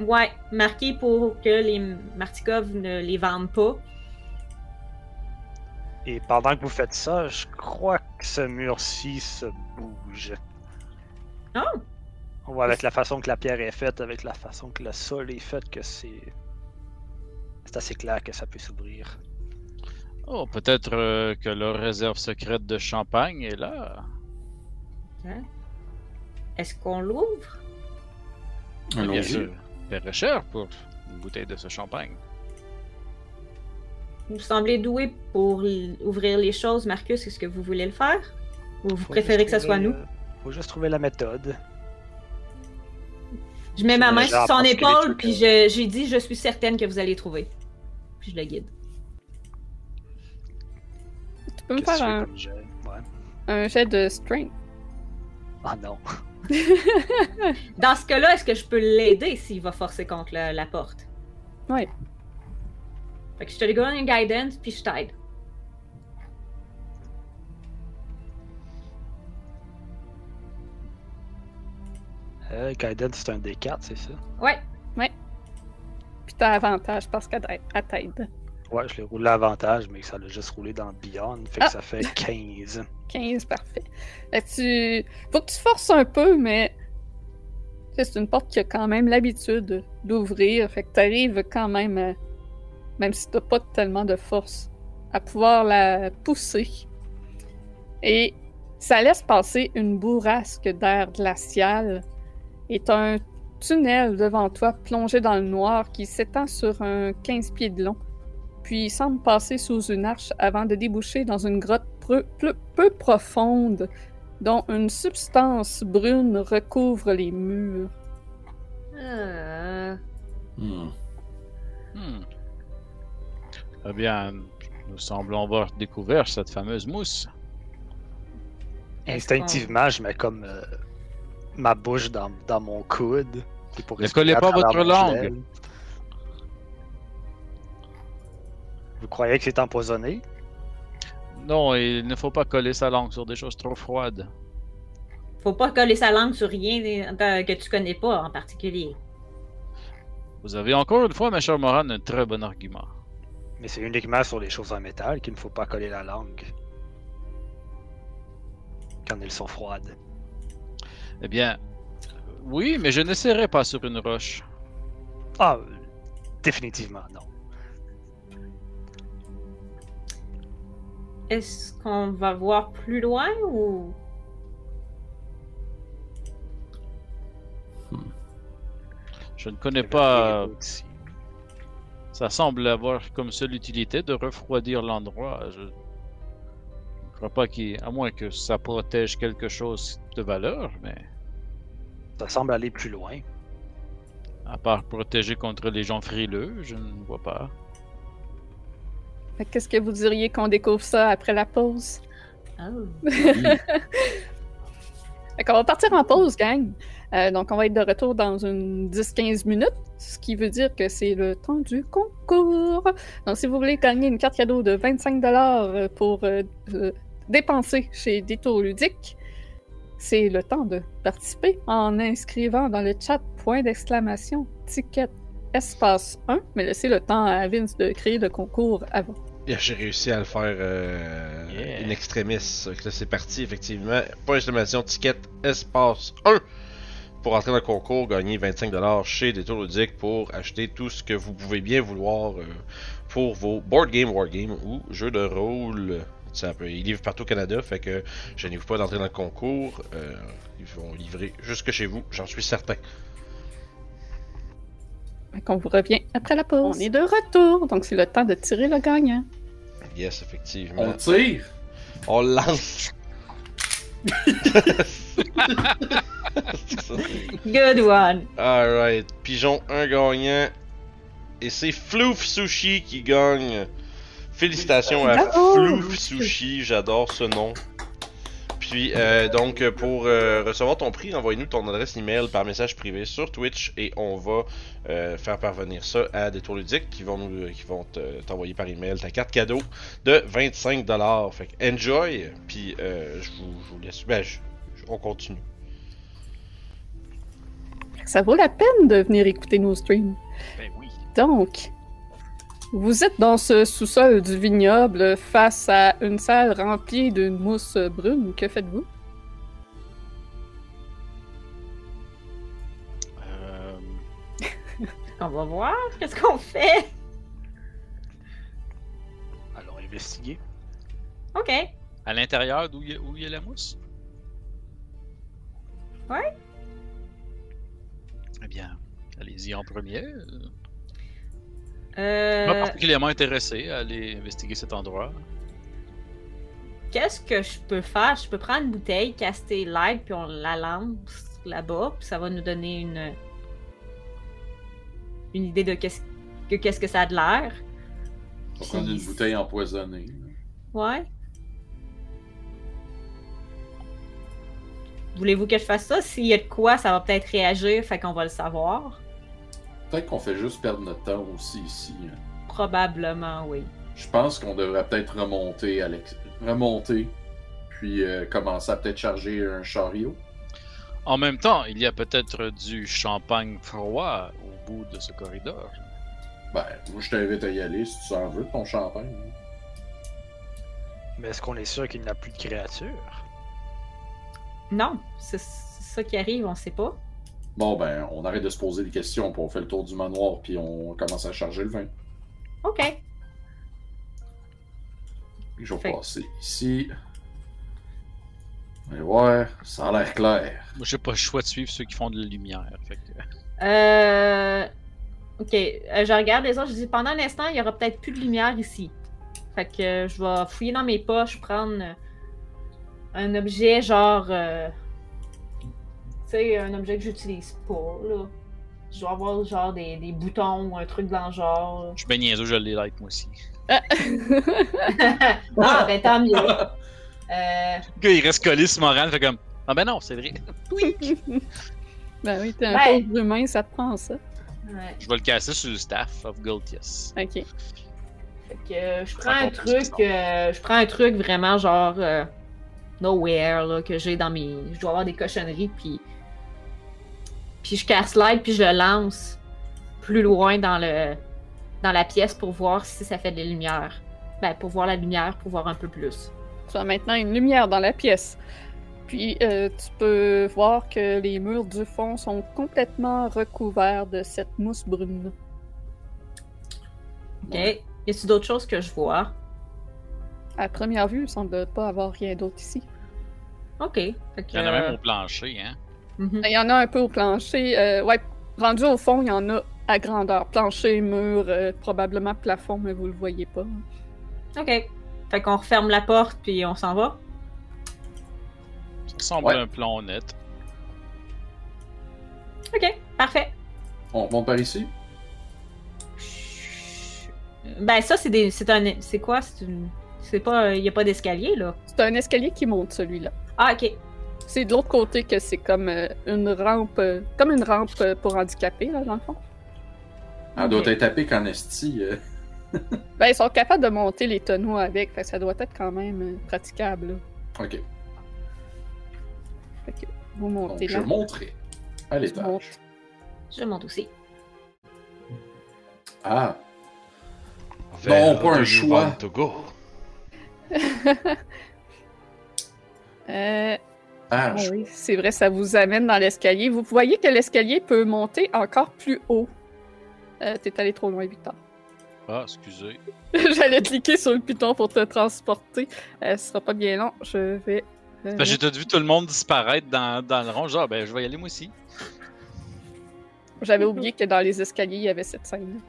Speaker 4: Ouais. Marquer pour que les Martikov ne les vendent pas.
Speaker 5: Et pendant que vous faites ça, je crois que ce mur-ci se bouge.
Speaker 4: Oh!
Speaker 5: On voit avec la façon que la pierre est faite, avec la façon que le sol est fait, que c'est. C'est assez clair que ça peut s'ouvrir.
Speaker 3: Oh, peut-être euh, que leur réserve secrète de champagne est là.
Speaker 4: Est-ce qu'on l'ouvre?
Speaker 3: Eh bien,
Speaker 2: Allons-y.
Speaker 3: je paierais cher pour une bouteille de ce champagne.
Speaker 4: Vous semblez doué pour l- ouvrir les choses, Marcus. Est-ce que vous voulez le faire? Ou vous
Speaker 5: Faut
Speaker 4: préférez
Speaker 5: juste
Speaker 4: que ce soit
Speaker 5: trouver,
Speaker 4: nous?
Speaker 5: euh, Faut juste trouver la méthode.
Speaker 4: Je mets ma main
Speaker 5: euh, Genre,
Speaker 4: sur
Speaker 5: parce
Speaker 4: son
Speaker 5: que les
Speaker 4: épaule,
Speaker 5: trucs, euh,
Speaker 4: puis je- j'ai dit, je suis certaine que vous allez trouver. Puis je le guide.
Speaker 1: Tu peux me
Speaker 5: Qu'est-ce
Speaker 1: faire
Speaker 5: que
Speaker 1: un,
Speaker 5: tu fais comme jeu? Ouais.
Speaker 1: un jet de strength.
Speaker 5: Ah non. [laughs]
Speaker 4: Dans ce cas-là, est-ce que je peux l'aider s'il va forcer contre la, la porte?
Speaker 1: Ouais.
Speaker 4: Fait que je te donne une guidance, puis je t'aide.
Speaker 5: Euh, Gaiden, c'est un D4, c'est ça?
Speaker 4: Ouais.
Speaker 1: Puis t'as avantage parce qu'elle t'a- elle t'aide.
Speaker 5: Ouais, je l'ai roulé à avantage, mais ça l'a juste roulé dans Beyond, fait que
Speaker 1: Ah.
Speaker 5: ça fait 15.
Speaker 1: 15, parfait. Fait que tu... Faut que tu forces un peu, mais... tu sais, C'est une porte qui a quand même l'habitude d'ouvrir, fait que t'arrives quand même, à- même si t'as pas tellement de force, à pouvoir la pousser. Et ça laisse passer une bourrasque d'air glacial et t'as un tunnel devant toi, plongé dans le noir, qui s'étend sur un 15 pieds de long, puis il semble passer sous une arche avant de déboucher dans une grotte peu, peu- peu profonde, dont une substance brune recouvre les murs.
Speaker 4: Ah.
Speaker 2: Hmm.
Speaker 3: Hmm. Eh bien, nous semblons avoir découvert cette fameuse mousse.
Speaker 4: Est-ce
Speaker 5: Instinctivement, je mets comme euh, ma bouche dans, dans mon coude. et pour
Speaker 3: Ne
Speaker 5: respirer
Speaker 3: collez
Speaker 5: à
Speaker 3: pas
Speaker 5: travers
Speaker 3: votre
Speaker 5: mon
Speaker 3: langue.
Speaker 5: gel. Vous croyez que c'est empoisonné?
Speaker 3: Non, il ne faut pas coller sa langue sur des choses trop froides.
Speaker 4: Faut pas coller sa langue sur rien euh, que tu connais pas en particulier.
Speaker 3: Vous avez encore une fois, ma chère Moran, un très bon argument.
Speaker 5: Mais c'est uniquement sur les choses en métal qu'il ne faut pas coller la langue. Quand elles sont froides.
Speaker 3: Eh bien, oui, mais je n'essaierai pas sur une roche.
Speaker 5: Ah, euh, définitivement, non.
Speaker 4: Est-ce qu'on va voir plus loin ou.
Speaker 3: Je ne connais
Speaker 5: Je vais
Speaker 3: pas.
Speaker 5: respirer ici.
Speaker 3: Ça semble avoir comme seule utilité de refroidir l'endroit. Je ne crois pas qu'il. À moins que ça protège quelque chose de valeur, mais.
Speaker 5: Ça semble aller plus loin.
Speaker 3: À part protéger contre les gens frileux, je ne vois pas.
Speaker 1: Fait que Qu'est-ce que vous diriez qu'on découvre ça après la pause?
Speaker 4: Oh.
Speaker 1: Fait qu'on va partir en pause, gang. Euh, donc, on va être de retour dans une 10-15 minutes, ce qui veut dire que c'est le temps du concours. Donc, si vous voulez gagner une carte cadeau de 25$ pour euh, euh, dépenser chez Détour Ludique, c'est le temps de participer en inscrivant dans le chat point d'exclamation ticket espace 1, mais laissez le temps à Vince de créer le concours avant.
Speaker 7: Yeah, J'ai réussi à le faire euh,
Speaker 3: Yeah.
Speaker 7: une extrémiste. Fait que Là, c'est parti, effectivement. Point d'exclamation, ticket, espace 1 pour entrer dans le concours, gagner 25$ chez Détour Ludique pour acheter tout ce que vous pouvez bien vouloir euh, pour vos board game, wargame ou jeux de rôle. Ça peut, ils livrent partout au Canada, fait que je n'ai pas d'entrer dans le concours. Euh, ils vont livrer jusque chez vous, j'en suis certain.
Speaker 1: Fait qu'on vous revient après la pause. On est de retour, donc c'est le temps de tirer le gagnant.
Speaker 7: Yes, effectivement.
Speaker 2: On tire.
Speaker 7: On [laughs] lance. C'est ça.
Speaker 4: Good one!
Speaker 7: Alright, pigeon un gagnant. Et c'est Floof Sushi qui gagne. Félicitations à
Speaker 1: Bravo!
Speaker 7: Floof Sushi, j'adore ce nom. Puis euh, donc pour euh, recevoir ton prix, envoie-nous ton adresse email par message privé sur Twitch et on va euh, faire parvenir ça à des tours ludiques qui vont nous qui vont te- t'envoyer par email ta carte cadeau de 25 dollars. Fait que enjoy puis euh, je vous je vous laisse ben, je- je- on continue.
Speaker 1: Ça vaut la peine de venir écouter nos streams.
Speaker 3: Ben oui.
Speaker 1: Donc, vous êtes dans ce sous-sol du vignoble face à une salle remplie d'une mousse brune. Que faites-vous? [laughs]
Speaker 4: On va voir qu'est-ce qu'on fait!
Speaker 5: Allons investiguer.
Speaker 4: Ok.
Speaker 3: à l'intérieur d'où il y a- où il y a la mousse
Speaker 4: Ouais.
Speaker 3: Eh bien, allez-y en premier. euh. Pas
Speaker 4: Euh,
Speaker 3: particulièrement intéressé à aller investiguer cet endroit.
Speaker 4: qu'est-ce que je peux faire? Je peux prendre une bouteille, caster light, puis on la lance là-bas, puis ça va nous donner une. une idée de qu'est-ce que, qu'est-ce que ça a de l'air.
Speaker 2: On va prendre une bouteille empoisonnée.
Speaker 4: Ouais. Voulez-vous que je fasse ça? S'il y a de quoi, ça va peut-être réagir, fait qu'on va le savoir.
Speaker 2: Peut-être qu'on fait juste perdre notre temps aussi ici. hein.
Speaker 4: Probablement, oui.
Speaker 2: Je pense qu'on devrait peut-être remonter, Alex. Remonter. Puis euh, commencer à peut-être charger un chariot.
Speaker 3: En même temps, il y a peut-être du champagne froid au bout de ce corridor.
Speaker 2: Ben, moi, je t'invite à y aller si tu en veux, ton champagne.
Speaker 5: Mais est-ce qu'on est sûr qu'il n'y a plus de créatures?
Speaker 4: Non, c'est c'est ça qui arrive, on sait pas.
Speaker 2: Bon, ben, on arrête de se poser des questions, puis on fait le tour du manoir, puis on commence à charger le vin.
Speaker 4: Ok.
Speaker 2: Je vais
Speaker 4: Fait-
Speaker 2: passer ici. Allez voir, ça a l'air clair.
Speaker 3: Moi, j'ai pas le choix de suivre ceux qui font de la lumière. fait que-
Speaker 4: Euh... Ok, euh, je regarde les autres, je dis pendant l'instant, il y aura peut-être plus de lumière ici. Fait que euh, je vais fouiller dans mes poches, prendre euh, un objet genre. euh, Tu sais, un objet que j'utilise pas, là. Je dois avoir genre des, des boutons ou un truc dans le genre. [laughs]
Speaker 3: Je suis bien niaiseux, je l'ai like moi aussi.
Speaker 4: ah, ben tant mieux. Euh,
Speaker 3: Le gars, il reste collé sur moral, fait comme. Ah ben non, c'est vrai.
Speaker 1: ben oui, t'es un
Speaker 4: Ouais.
Speaker 1: pauvre humain, ça te prend ça.
Speaker 4: ouais.
Speaker 3: Je vais le casser sur le staff of Goltius.
Speaker 1: Ok.
Speaker 4: Fait que euh, je prends un
Speaker 3: Encore plus
Speaker 4: truc, euh, je prends un truc vraiment genre euh, nowhere là, que j'ai dans mes, je dois avoir des cochonneries puis puis je casse l'aide puis je le lance plus loin dans le dans la pièce pour voir si ça fait des lumières. Ben pour voir la lumière, pour voir un peu plus.
Speaker 1: Tu as maintenant une lumière dans la pièce. Puis euh, tu peux voir que les murs du fond sont complètement recouverts de cette mousse brune.
Speaker 4: Ok. Y a-t-il d'autres choses que je vois
Speaker 1: À première vue, il semble pas avoir rien d'autre ici.
Speaker 4: Ok. Fait que,
Speaker 3: Il y en a
Speaker 4: euh,
Speaker 3: même au plancher, hein.
Speaker 4: mhm.
Speaker 1: Il y en a un peu au plancher. euh, ouais, rendu au fond, il y en a à grandeur. Plancher, mur, euh, probablement plafond, mais vous le voyez pas.
Speaker 4: Ok. Fait qu'on referme la porte puis on s'en va.
Speaker 3: Ça ressemble
Speaker 2: Ouais.
Speaker 3: à un plan honnête.
Speaker 4: Ok. Parfait.
Speaker 2: On remonte par ici.
Speaker 4: Ben ça c'est des c'est un c'est quoi c'est une c'est pas il y a pas d'escalier là.
Speaker 1: C'est un escalier qui monte, celui-là.
Speaker 4: Ah OK.
Speaker 1: C'est de l'autre côté que c'est comme euh, une rampe, euh, comme une rampe euh, pour handicapés, là, dans le fond.
Speaker 2: Elle
Speaker 4: Ok.
Speaker 2: Ah, doit être tapée qu'en esti. euh.
Speaker 1: Ben, ils sont capables de monter les tonneaux avec, fait que ça doit être quand même euh, praticable. là.
Speaker 2: Ok,
Speaker 1: Fait que vous
Speaker 2: donc
Speaker 1: montez
Speaker 2: je
Speaker 1: là.
Speaker 2: monterai à
Speaker 1: tu montes.
Speaker 2: l'étage.
Speaker 4: Je
Speaker 1: [laughs]
Speaker 4: monte aussi.
Speaker 2: Ah,
Speaker 6: Vers
Speaker 2: pas
Speaker 6: do
Speaker 2: un
Speaker 6: you
Speaker 2: choix.
Speaker 6: want to go?
Speaker 1: Euh,
Speaker 2: ah,
Speaker 1: ah
Speaker 2: je-
Speaker 1: oui, c'est vrai, ça vous amène dans l'escalier. Vous voyez que l'escalier peut monter encore plus haut. Euh, T'es allé trop loin, Victor.
Speaker 3: Ah, excusez.
Speaker 1: [laughs]
Speaker 4: Euh,
Speaker 1: J'allais cliquer sur le piton pour te transporter. Euh, ce sera pas bien long. Je vais. euh,
Speaker 3: Parce que Ben, J'ai tout vu tout le monde disparaître dans, dans le rond, genre, ben je vais y aller moi aussi.
Speaker 1: J'avais oublié que dans les escaliers, il y avait cette scène.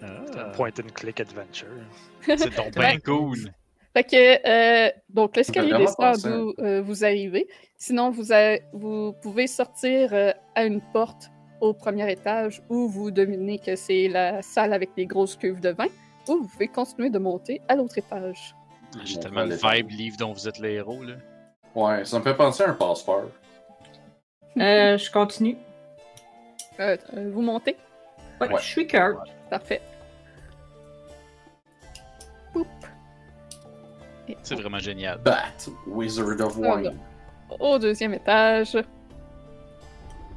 Speaker 5: C'est
Speaker 4: [laughs]
Speaker 3: Euh.
Speaker 5: un point and click adventure.
Speaker 3: Ah, C'est donc bien cool.
Speaker 1: Fait que, euh, donc, l'escalier
Speaker 2: J'avais vraiment
Speaker 1: descend
Speaker 2: pensé.
Speaker 1: d'où euh, vous arrivez. Sinon, vous, a- vous pouvez sortir euh, à une porte au premier étage où vous dominez que c'est la salle avec les grosses cuves de vin, ou vous pouvez continuer de monter à l'autre étage.
Speaker 3: J'ai
Speaker 2: Mon
Speaker 3: tellement de
Speaker 2: frère
Speaker 3: vibe livre dont vous êtes les héros là.
Speaker 2: ouais, ça me fait penser à un passeport.
Speaker 4: Euh, je continue.
Speaker 1: Euh, euh, vous montez?
Speaker 4: Ouais,
Speaker 2: Ouais.
Speaker 4: je suis Kurt.
Speaker 1: Parfait. Poup. Et
Speaker 3: C'est vraiment génial.
Speaker 2: Bat, Wizard of
Speaker 1: Ah,
Speaker 2: Wine.
Speaker 1: Au deuxième étage.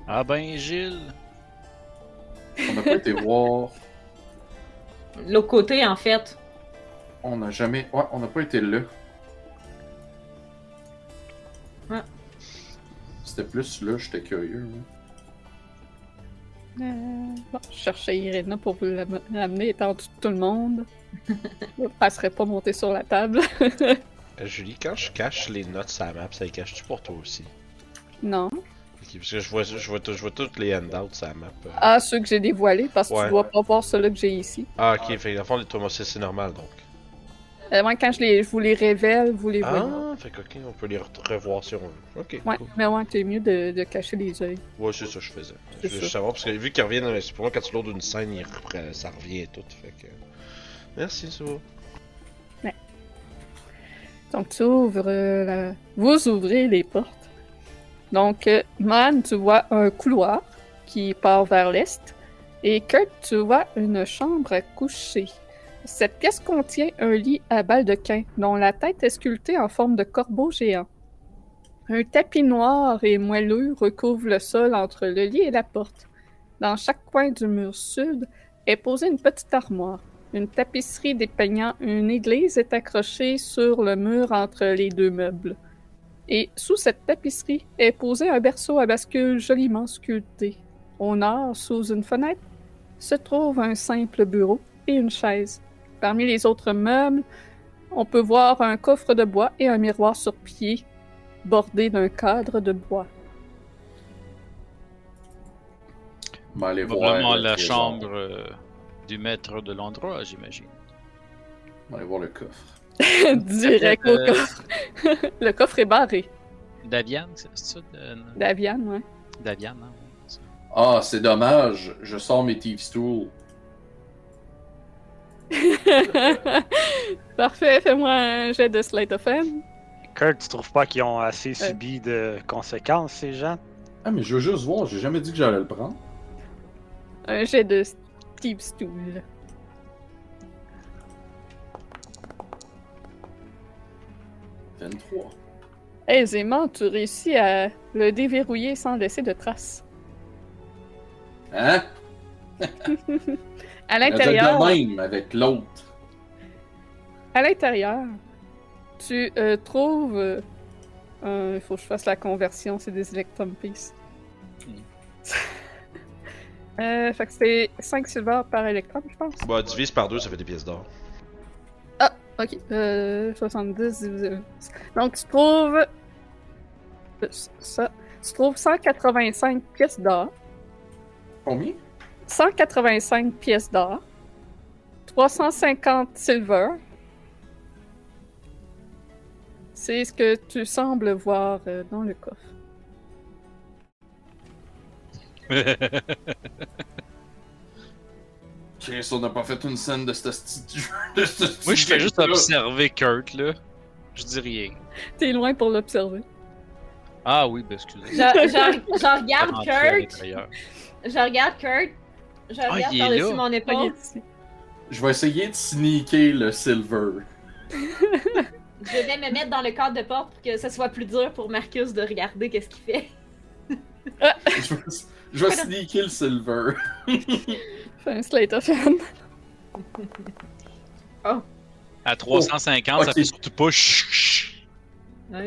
Speaker 3: Ah ben Gilles.
Speaker 2: On n'a pas été voir.
Speaker 4: L'autre côté en fait.
Speaker 2: On n'a jamais. Ouais, on n'a pas été là.
Speaker 4: Ouais.
Speaker 2: C'était plus là, j'étais curieux. hein.
Speaker 1: Euh, bon, je cherchais Irina pour vous l'am- l'amener étant tout, tout le monde. Elle ne serait pas montée sur la table.
Speaker 6: Euh, Julie, quand je cache les notes sur la map, ça les cache-tu pour toi aussi?
Speaker 1: Non.
Speaker 6: Ok, parce que je vois, je vois, tout- je vois toutes les handouts sur la map. euh.
Speaker 1: Ah, ceux que j'ai dévoilés, parce que
Speaker 6: Ouais.
Speaker 1: tu dois pas voir ceux-là que j'ai ici.
Speaker 6: Ah, ok, fait que dans le fond, les Thomas, c'est normal donc.
Speaker 1: Euh, moi, quand je, les, je vous les révèle, vous les voyez.
Speaker 6: Ah, fait que, ok, on peut les re- revoir si on veut. Ok,
Speaker 1: Ouais,
Speaker 6: cool.
Speaker 1: mais ouais, c'est mieux de, de cacher les yeux.
Speaker 6: Ouais, c'est ça que je faisais. Je
Speaker 1: C'est
Speaker 6: voulais
Speaker 1: ça.
Speaker 6: juste savoir, parce que vu qu'ils reviennent, euh, c'est pour moi, quand tu l'ouvres d'une scène, ils reprennent- ça revient et tout. Fait que. Merci, ça va.
Speaker 1: Donc, tu ouvres euh, la- Vous ouvrez les portes. Donc, euh, Man, tu vois un couloir qui part vers l'est. Et Kurt, tu vois une chambre à coucher. Cette pièce contient un lit à baldequin, dont la tête est sculptée en forme de corbeau géant. Un tapis noir et moelleux recouvre le sol entre le lit et la porte. Dans chaque coin du mur sud est posée une petite armoire. Une tapisserie dépeignant une église est accrochée sur le mur entre les deux meubles. Et sous cette tapisserie est posé un berceau à bascule joliment sculpté. Au nord, sous une fenêtre, se trouve un simple bureau et une chaise. Parmi les autres meubles, on peut voir un coffre de bois et un miroir sur pied [laughs] bordé d'un cadre de bois.
Speaker 2: m'en aller voir
Speaker 3: Probablement
Speaker 2: le
Speaker 3: la
Speaker 2: trésor.
Speaker 3: chambre euh, du maître de l'endroit, j'imagine.
Speaker 2: On va aller voir le coffre.
Speaker 1: Direct au
Speaker 3: Euh,
Speaker 1: coffre. Le coffre est barré.
Speaker 3: Davian, c'est c'est ça? euh, non,
Speaker 1: Davian, ouais. [laughs]
Speaker 3: Davian, [laughs] hein, oui, c'est ça.
Speaker 2: Ah, c'est dommage, je sors mes Thieves Tools.
Speaker 1: Parfait, fais-moi un jet de Slate of Hand.
Speaker 5: Kurt, tu trouves pas qu'ils ont assez
Speaker 4: Euh.
Speaker 5: subi de conséquences, ces gens?
Speaker 2: Ah, mais je veux juste voir, j'ai jamais dit que j'allais le prendre.
Speaker 1: Un jet de Steve Stool.
Speaker 2: T'as une 3.
Speaker 1: Aisément, tu réussis à le déverrouiller sans laisser de traces.
Speaker 2: Hein?
Speaker 1: À
Speaker 2: Elle a dit
Speaker 1: l'intérieur,
Speaker 2: le même avec l'autre.
Speaker 1: à l'intérieur, tu euh, trouves. euh, un- Il faut que je fasse la conversion, c'est des Electrum Piece. Euh, fait que c'est 5 silver par Electrum, je pense.
Speaker 6: Bah, divise par deux, ça fait des pièces
Speaker 1: [laughs]
Speaker 6: d'or.
Speaker 1: Ok, euh, 70 divisé par- Donc, tu trouves. euh, Ça. Tu trouves 185 pièces d'or.
Speaker 2: Combien?
Speaker 1: 185 pièces d'or, 350 silver. C'est ce que tu sembles voir euh, dans le coffre.
Speaker 2: Chris, on n'a pas fait une scène de ce petit jeu. De ce petit
Speaker 3: Moi, je fais juste
Speaker 2: jeu-là.
Speaker 3: observer Kurt, là. Je dis rien.
Speaker 1: T'es loin pour l'observer.
Speaker 3: Ah oui, ben excusez.
Speaker 1: [laughs]
Speaker 4: Je, je- je
Speaker 3: Ça
Speaker 4: regarde
Speaker 3: rentre à
Speaker 4: Kurt.
Speaker 3: l'intérieur.
Speaker 4: Je regarde Kurt. Je regarde
Speaker 3: il est
Speaker 4: par-dessus
Speaker 3: là.
Speaker 4: mon
Speaker 1: Il
Speaker 4: épaule.
Speaker 1: est ici.
Speaker 2: Je vais essayer de sneaker le silver.
Speaker 4: Je vais me mettre dans le cadre de porte pour que ce soit plus dur pour Marcus de regarder qu'est-ce qu'il fait.
Speaker 2: [laughs] je vais, je vais sneaker le silver.
Speaker 1: Fais un slate of hand.
Speaker 3: À 350, ça
Speaker 2: ok.
Speaker 3: fait surtout pas chut, chut.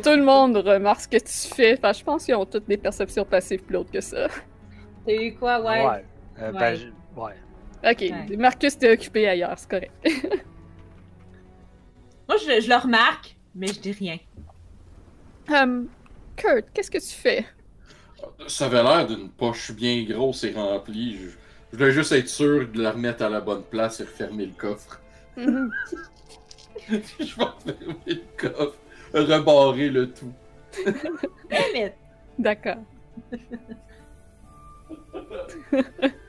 Speaker 1: Tout le monde remarque ce que tu fais. Enfin, je pense qu'ils ont toutes des perceptions passives plus hautes que ça.
Speaker 4: T'as eu quoi, ouais?
Speaker 5: Euh,
Speaker 4: Ouais.
Speaker 5: Ben, je- ouais.
Speaker 1: Ok,
Speaker 4: Ouais.
Speaker 1: Marcus t'es occupé ailleurs, c'est correct.
Speaker 4: Moi, je, je le remarque, mais je dis rien.
Speaker 1: Hum, Kurt, qu'est-ce que tu fais?
Speaker 2: Ça avait l'air d'une poche bien grosse et remplie. Je, je voulais juste être sûr de la remettre à la bonne place et refermer le coffre. [laughs]
Speaker 1: Mhm.
Speaker 2: je vais fermer le coffre, rebarrer le tout.
Speaker 4: Damn it!
Speaker 1: [laughs] D'accord.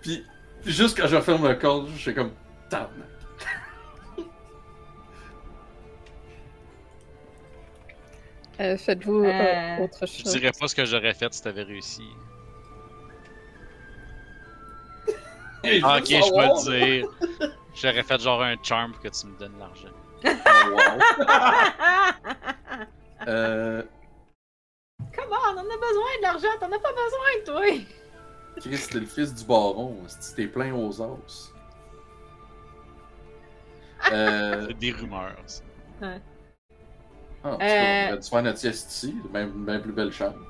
Speaker 2: Puis, juste quand je referme le coffre, je suis comme Tarn.
Speaker 1: Euh, Faites-vous
Speaker 4: Euh,
Speaker 1: euh, autre
Speaker 3: Je
Speaker 1: chose.
Speaker 3: dirais pas ce que j'aurais fait si t'avais réussi. [laughs] Ah, ok, je
Speaker 2: [laughs]
Speaker 3: peux dire. [laughs] J'aurais fait genre un charm pour que tu me donnes l'argent.
Speaker 4: Ah,
Speaker 2: Euh,
Speaker 4: Comment? On en a besoin de l'argent, t'en as pas besoin, toi!
Speaker 2: Chris, t'es le fils du baron. Si t'es plein aux os. Euh, [laughs]
Speaker 3: C'est des rumeurs. ça.
Speaker 2: ah, Euh, en tout cas, on va faire notre sieste ici, même, même plus belle chambre.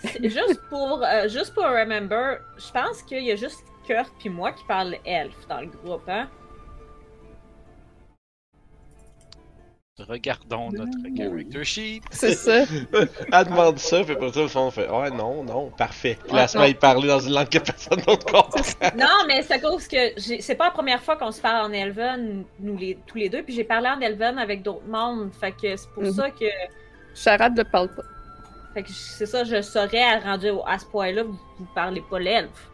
Speaker 4: C'est juste pour euh, juste pour remember, je pense qu'il y a juste Kurt puis moi qui parle elfe dans le groupe, hein?
Speaker 3: Regardons notre character sheet.
Speaker 1: C'est ça.
Speaker 6: Elle demande ça, puis après ça, au fond, on fait Ouais, non, non, parfait. Puis là, elle se met à y parler dans une langue que personne d'autre comprend.
Speaker 4: Non, mais c'est à cause que j'ai- c'est pas la première fois qu'on se parle en Elven, nous les, tous les deux, puis j'ai parlé en Elven avec d'autres mondes, fait que c'est pour
Speaker 1: Mhm.
Speaker 4: ça que,
Speaker 1: Charade ne parle pas.
Speaker 4: fait que je- c'est ça, je saurais à rendu au- à ce point-là, vous, vous parlez pas l'elfe.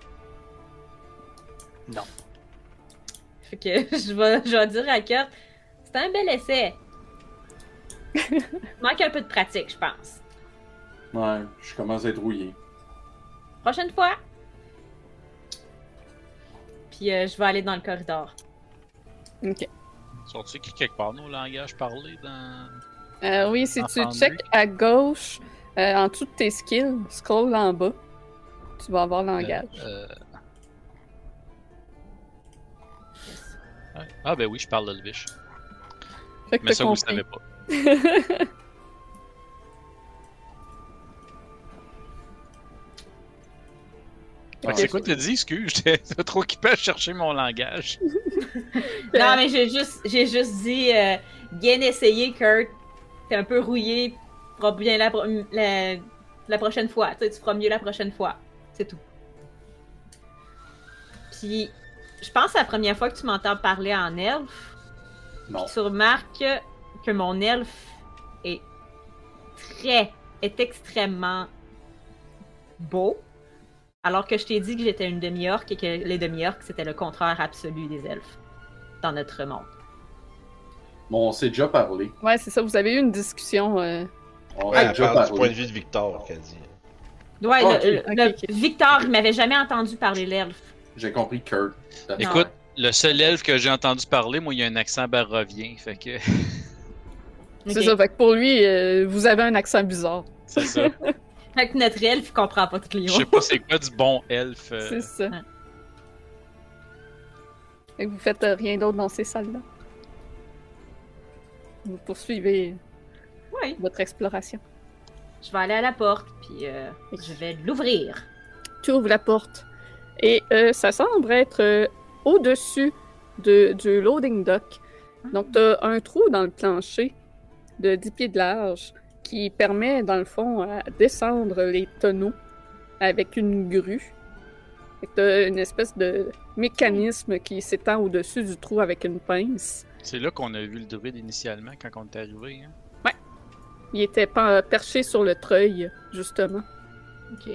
Speaker 5: Non.
Speaker 4: Fait que [laughs] je vais, je vais dire à Kurt, c'est un bel essai. Manque un peu de pratique, je pense.
Speaker 2: Ouais, je commence à être rouillé.
Speaker 4: Prochaine fois. Puis euh, je vais aller dans le corridor.
Speaker 1: Ok.
Speaker 3: Sont-tu écrits quelque part nos langages parlés dans.
Speaker 1: Euh, oui, si tu
Speaker 3: Entendu.
Speaker 1: check à gauche, euh, en dessous de tes skills, scroll en bas, tu vas avoir langage.
Speaker 3: Euh, euh. Ah, ben oui, je parle d'Elvish.
Speaker 1: Fait que
Speaker 3: Mais
Speaker 1: t'as
Speaker 3: ça, vous le savez pas. Fait que
Speaker 2: Ouais,
Speaker 3: Ah, c'est quoi
Speaker 2: ça-
Speaker 3: que t'as dit, excuse? [laughs] J'étais j'étais trop occupé à chercher mon langage.
Speaker 4: Non, mais j'ai juste, j'ai juste dit euh, bien essayé, Kurt. T'es un peu rouillé. Tu feras bien la, pro- la, la prochaine fois. Tu, sais, tu feras mieux la prochaine fois. C'est tout. Puis, je pense que la première fois que tu m'entends parler en elfe,
Speaker 2: Non.
Speaker 4: tu remarques que mon elfe est très, est extrêmement beau. Alors que je t'ai dit que j'étais une demi-orque et que les demi-orques, c'était le contraire absolu des elfes dans notre monde.
Speaker 2: Bon, on s'est déjà parlé.
Speaker 1: Ouais, c'est ça. Vous avez eu une discussion. euh,
Speaker 2: On
Speaker 6: Ouais,
Speaker 2: s'est
Speaker 6: elle
Speaker 2: déjà
Speaker 6: parle du point de
Speaker 2: parlé.
Speaker 6: vue de Victor, qu'elle dit.
Speaker 4: Ouais,
Speaker 2: Ok,
Speaker 4: le- le- le-
Speaker 1: ok, ok.
Speaker 4: Victor, il m'avait jamais entendu parler l'elfe.
Speaker 2: J'ai compris Kurt.
Speaker 3: Écoute, le seul elfe que j'ai entendu parler, moi, il y a un accent barovien. Fait que. [laughs]
Speaker 1: C'est
Speaker 4: Ok.
Speaker 1: ça. Fait que pour lui, euh, vous avez un accent bizarre. [laughs]
Speaker 3: C'est ça.
Speaker 4: Fait que notre elfe comprend pas toutes les
Speaker 3: Je
Speaker 4: mots.
Speaker 3: sais pas c'est quoi du bon elfe. euh,
Speaker 1: C'est ça.
Speaker 4: ouais.
Speaker 1: Fait que vous faites euh, rien d'autre dans ces salles-là. Vous poursuivez
Speaker 4: Oui.
Speaker 1: votre exploration.
Speaker 4: Je vais aller à la porte, puis euh, je vais l'ouvrir.
Speaker 1: Tu ouvres la porte et euh, ça semble être euh, au-dessus de- du loading dock. Donc, tu as un trou dans le plancher de 10 pieds de large qui permet, dans le fond, à descendre les tonneaux avec une grue. Tu as une espèce de mécanisme qui s'étend au-dessus du trou avec une pince.
Speaker 3: C'est là qu'on a vu le druide initialement quand on est arrivé. Hein.
Speaker 1: Il était pas- perché sur le treuil, justement.
Speaker 4: Ok.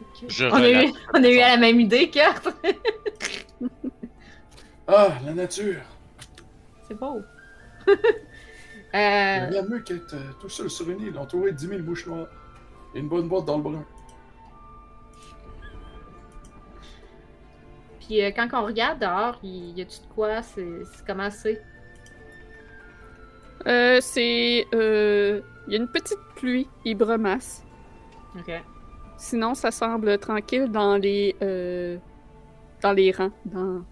Speaker 4: Ok.
Speaker 3: Je
Speaker 4: On a, eu,
Speaker 3: relate.
Speaker 4: on a eu la même idée, Kurt.
Speaker 2: Ah, la nature.
Speaker 4: C'est [laughs] beau. Euh,
Speaker 2: Rien de mieux qu'être euh, tout seul sur une île entouré de 10 000 mouches noires. Et une bonne boîte dans le brun.
Speaker 4: puis euh, quand on regarde dehors, il y a-tu de quoi C'est c'est- comment c'est
Speaker 1: Euh, c'est. euh, Il y a une petite pluie, il bremasse.
Speaker 4: Ok.
Speaker 1: Sinon, ça semble tranquille dans les. euh, dans les rangs. Dans...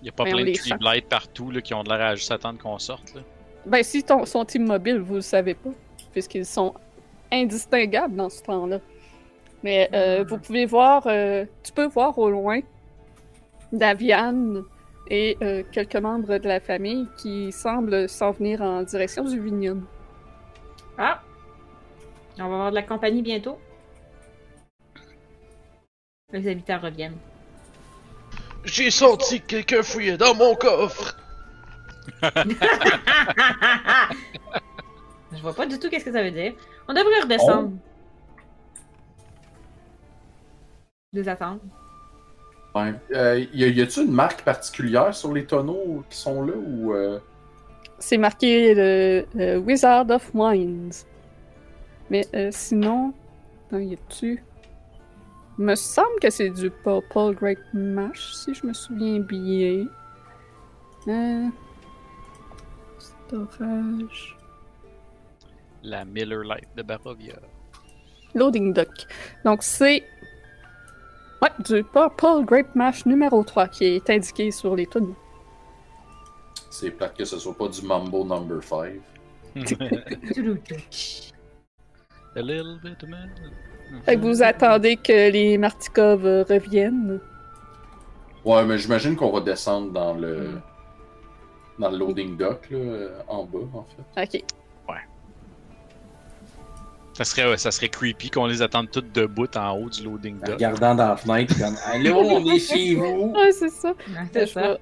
Speaker 3: Il y a pas
Speaker 1: Mais on
Speaker 3: plein de
Speaker 1: les
Speaker 3: tree
Speaker 1: sent.
Speaker 3: blights partout là, qui ont de l'air à juste attendre qu'on sorte. Là.
Speaker 1: Ben, s'ils ton- sont immobiles, vous le savez pas, puisqu'ils sont indistinguables dans ce temps-là. Mais euh,
Speaker 4: Mhm.
Speaker 1: vous pouvez voir. euh, tu peux voir au loin Daviane et euh, quelques membres de la famille qui semblent s'en venir en direction du vignoble.
Speaker 4: Ah. On va avoir de la compagnie bientôt. Les habitants reviennent.
Speaker 6: J'ai senti que quelqu'un fouiller dans mon coffre!
Speaker 4: Je vois pas du tout qu'est-ce que ça veut dire. On devrait redescendre. Oh. Des attentes.
Speaker 2: Ouais. Euh, y a- y a-tu une marque particulière sur les tonneaux qui sont là ou. euh,
Speaker 1: C'est marqué le, le Wizard of Wines. Mais euh, sinon, attends, y a-tu Il me semble que c'est du Purple Great Mash, si je me souviens bien. Euh... Storage.
Speaker 3: La Miller Light de
Speaker 1: [laughs]
Speaker 3: Barovia.
Speaker 1: Loading Dock. Donc c'est. Ouais, du Purple Grape Mash numéro 3 qui est indiqué sur les tonneaux.
Speaker 2: C'est plate que ce soit pas du Mambo Number 5.
Speaker 3: A little bit man.
Speaker 1: Fait que vous attendez que les Martikov euh, reviennent.
Speaker 2: Ouais, mais j'imagine qu'on va descendre dans le.
Speaker 4: Mm.
Speaker 2: Dans le loading dock, là, euh, en bas, en fait.
Speaker 1: Ok.
Speaker 3: Ça serait, ouais, ça serait creepy qu'on les attende toutes debout en haut du loading dock.
Speaker 2: regardant dans la fenêtre, comme Allô, on est chez vous!
Speaker 1: Ouais, c'est ça.
Speaker 4: C'est
Speaker 1: Je
Speaker 4: ça.
Speaker 1: vais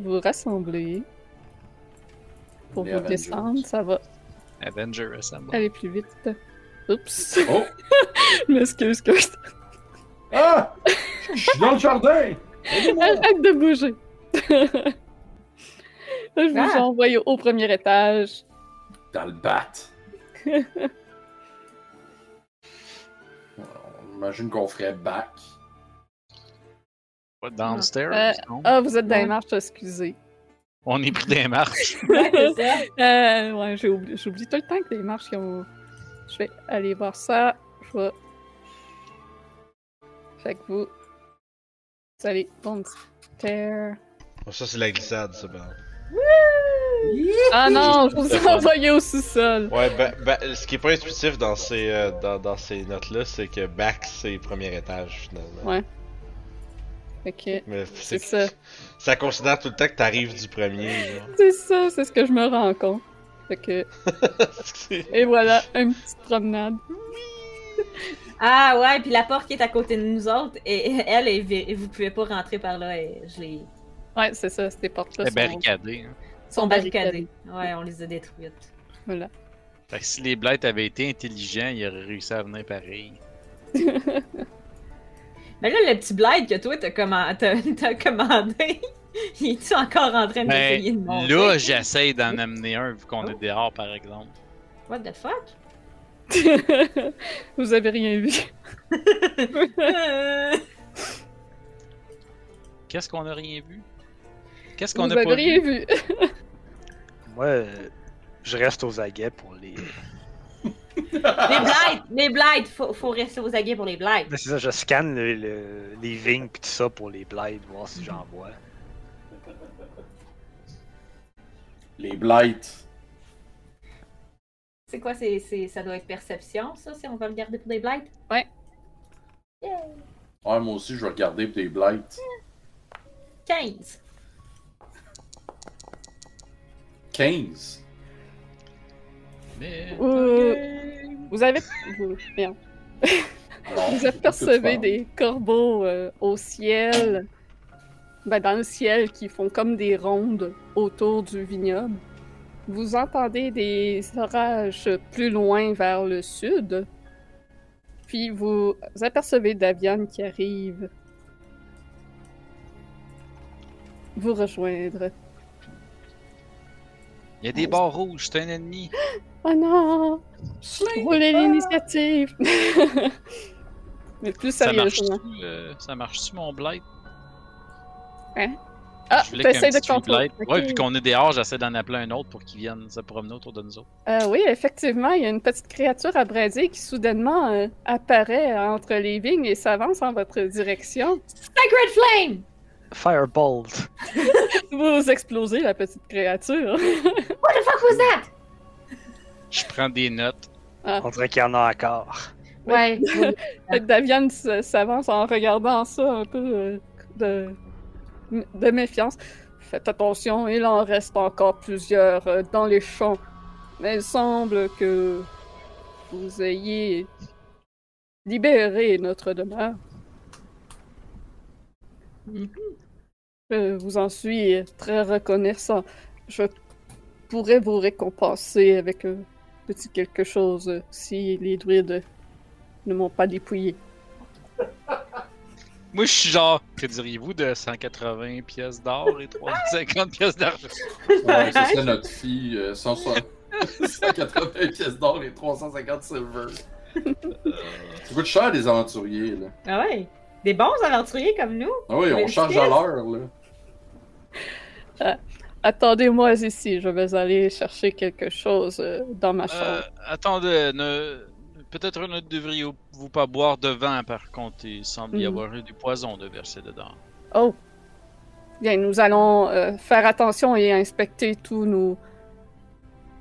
Speaker 1: vous rassembler pour
Speaker 2: Les
Speaker 1: vous
Speaker 2: Avengers.
Speaker 1: descendre. Ça va
Speaker 3: Avenger Assemble.
Speaker 1: aller plus vite. Oups, [laughs]
Speaker 2: Oh!
Speaker 1: je m'excuse, Kurt.
Speaker 2: Ah! Je suis dans le jardin! Aidez-moi!
Speaker 1: Arrête de bouger. [laughs] je vous
Speaker 4: Ah.
Speaker 1: envoie au premier étage.
Speaker 2: Dans le [laughs] bat! Euh, On imagine qu'on ferait back.
Speaker 3: Pas Downstairs.
Speaker 1: Euh,
Speaker 3: non?
Speaker 1: Ah, vous êtes dans les
Speaker 3: Ouais.
Speaker 1: marches, excusez.
Speaker 3: On est pris des marches.
Speaker 4: Ouais, c'est ça.
Speaker 1: Euh, ouais, j'ai oublié- j'oublie tout le temps que les marches qui ont. Je vais aller voir ça. Je vais. Fait que vous. Vous allez downstairs.
Speaker 6: Bon, Oh, ça, c'est la glissade, ça, ben.
Speaker 1: Ah non, je vous ai envoyé au sous-sol.
Speaker 6: Ouais,
Speaker 7: ben,
Speaker 6: ba- ba- ce qui est pas intuitif dans ces, euh, dans, dans ces notes-là, c'est que back, c'est premier étage, finalement.
Speaker 1: Ouais. Fait que.
Speaker 6: Mais
Speaker 1: C'est
Speaker 6: c'est
Speaker 1: ça.
Speaker 6: Ça considère tout le temps que t'arrives du premier,
Speaker 7: [laughs]
Speaker 6: genre.
Speaker 1: C'est ça, c'est ce que je me rends compte. Fait que.
Speaker 6: C'est que c'est-
Speaker 1: Et voilà, une petite promenade.
Speaker 4: Ah ouais, puis la porte qui est à côté de nous autres, et elle, est vi- et vous pouvez pas rentrer par là. Et je les...
Speaker 1: Ouais, c'est [laughs] ça, ces portes-là
Speaker 3: C'est
Speaker 1: sont,
Speaker 3: barricadé. hein.
Speaker 4: sont barricadées. Ouais, on les a détruites.
Speaker 1: Voilà.
Speaker 3: Fait que si les blights avaient été intelligents, ils auraient réussi à venir pareil.
Speaker 4: Mais là, le petit blade que toi, t'as commen- t'as- t'as commandé, [laughs] il est encore en train de
Speaker 3: Ben,
Speaker 4: d'essayer de monter? Oh.
Speaker 3: là, j'essaye d'en amener un vu qu'on est dehors, par exemple.
Speaker 4: What the fuck? [laughs]
Speaker 1: [laughs] Vous avez rien vu.
Speaker 4: Euh,
Speaker 3: Qu'est-ce qu'on a rien vu? Qu'est-ce qu'on
Speaker 1: Vous
Speaker 3: a pas
Speaker 1: avez rien vu.
Speaker 3: vu?
Speaker 5: Moi, euh, je reste aux aguets pour
Speaker 4: [coughs]
Speaker 5: les.
Speaker 4: les blights! Les blights! Faut, faut rester aux aguets pour les blights.
Speaker 5: Mais c'est ça, je scanne le- le- les vignes pis tout ça pour les blades, voir si j'en vois.
Speaker 2: Les blights.
Speaker 4: C'est quoi? c'est c'est- ça doit être perception, ça, si on va le garder pour des blights?
Speaker 2: Ouais, moi aussi, je vais regarder pour les blights.
Speaker 4: 15!
Speaker 2: 15.
Speaker 3: Mais...
Speaker 1: Euh,
Speaker 4: Euh,
Speaker 1: Vous avez. vous- merde.
Speaker 2: Alors,
Speaker 1: Vous
Speaker 3: [laughs]
Speaker 2: de quoi tu
Speaker 1: apercevez
Speaker 2: parles.
Speaker 1: des corbeaux euh, au ciel, ben, dans le ciel, qui font comme des rondes autour du vignoble. Vous entendez des orages plus loin vers le sud. Puis vous apercevez Daviane qui arrive vous rejoindre.
Speaker 3: Il y a des barres rouges, c'est un ennemi.
Speaker 1: Oh non! Roulez l'initiative! [laughs] Mais plus
Speaker 3: Ça marche-tu,
Speaker 1: sérieusement.
Speaker 3: euh, ça marche-tu, mon blight?
Speaker 1: Ah,
Speaker 3: Je voulais qu'un
Speaker 1: t'essayes de
Speaker 3: petit free
Speaker 1: contrôler.
Speaker 3: blight. Ouais,
Speaker 1: Ok.
Speaker 3: puis qu'on est dehors, j'essaie d'en appeler un autre pour qu'il vienne se promener autour de nous autres.
Speaker 1: Euh, oui, effectivement, il y a une petite créature à brasier qui soudainement euh, apparaît entre les vignes et s'avance en votre direction.
Speaker 4: Sacred Flame!
Speaker 5: Firebolt!
Speaker 1: Vous explosez la petite créature.
Speaker 4: What the fuck was that?
Speaker 3: Je prends des notes.
Speaker 4: Ah.
Speaker 5: On dirait qu'il y en a encore.
Speaker 4: Ouais.
Speaker 1: Fait que Daviane s- s'avance en regardant ça un peu euh, de, de méfiance. Faites attention, il en reste encore plusieurs euh, dans les champs. Mais il semble que vous ayez libéré notre demeure.
Speaker 4: Mhm.
Speaker 1: Je vous en suis très reconnaissant. Je pourrais vous récompenser avec un petit quelque chose euh, si les druides ne m'ont pas dépouillé.
Speaker 3: Moi, je suis genre, que diriez-vous de 180 pièces d'or et 350 pièces d'argent?
Speaker 1: [laughs]
Speaker 2: Ouais, ça serait notre fille. euh, 100 [laughs] 180 pièces d'or et 350 silver. Euh, Ça coûte cher, des aventuriers, là.
Speaker 4: Ah ouais. Des bons aventuriers comme nous.
Speaker 2: Ah oui,
Speaker 4: Mais
Speaker 2: on charge à l'heure, là.
Speaker 1: Attendez-moi ici, je vais aller chercher quelque chose euh, dans ma
Speaker 3: Euh,
Speaker 1: chambre.
Speaker 3: attendez, ne... peut-être ne devriez-vous pas boire de vin, par contre, il semble y
Speaker 1: Mhm.
Speaker 3: avoir eu du poison de verser dedans.
Speaker 1: Oh! Bien, nous allons euh, faire attention et inspecter tout nos...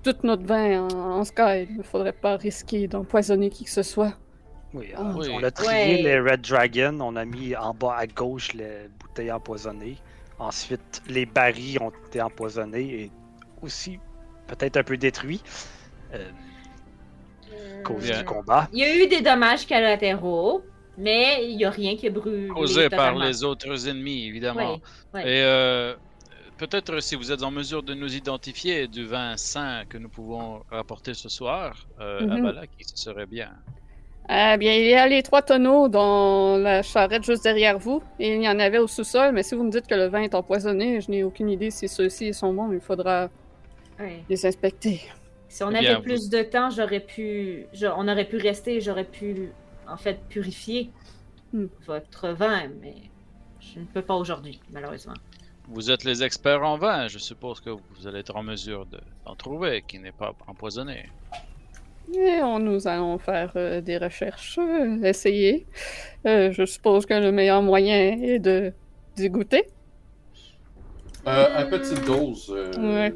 Speaker 1: tout notre vin en, en ce cas. Il ne faudrait pas risquer d'empoisonner qui que ce soit.
Speaker 5: Oui, hein.
Speaker 1: Ah.
Speaker 5: on,
Speaker 3: Oui.
Speaker 5: on a trié
Speaker 4: Oh Ouais.
Speaker 5: les Red Dragon, on a mis en bas à gauche les bouteilles empoisonnées. Ensuite, les barils ont été empoisonnés et aussi peut-être un peu détruits euh, à cause
Speaker 3: Bien.
Speaker 5: du combat.
Speaker 4: Il y a eu des dommages collatéraux, mais il y a rien qui a brûlé.
Speaker 3: Causé par
Speaker 4: totalement.
Speaker 3: les autres ennemis, évidemment.
Speaker 4: Ouais, ouais.
Speaker 3: Et euh, peut-être si vous êtes en mesure de nous identifier du vin sain que nous pouvons rapporter ce soir euh, à
Speaker 1: Mhm.
Speaker 3: Balak, ce serait bien.
Speaker 1: Ah bien, il y a les trois tonneaux dans la charrette juste derrière vous. Et il y en avait au sous-sol, mais si vous me dites que le vin est empoisonné, je n'ai aucune idée si ceux-ci sont bons. Il faudra
Speaker 4: Ouais.
Speaker 1: les inspecter.
Speaker 4: Si on
Speaker 3: Eh
Speaker 4: avait
Speaker 3: bien,
Speaker 4: plus de temps, j'aurais pu, je- on aurait pu rester, j'aurais pu en fait purifier
Speaker 1: Hmm.
Speaker 4: votre vin, mais je ne peux pas aujourd'hui, malheureusement.
Speaker 3: Vous êtes les experts en vin, je suppose que vous allez être en mesure de- d'en trouver qui n'est pas empoisonné.
Speaker 1: Et on, nous allons faire euh, des recherches, euh, essayer. Euh, je suppose que le meilleur moyen est de d'y goûter.
Speaker 2: Euh, à petite dose. euh,
Speaker 1: Hmm. Ouais.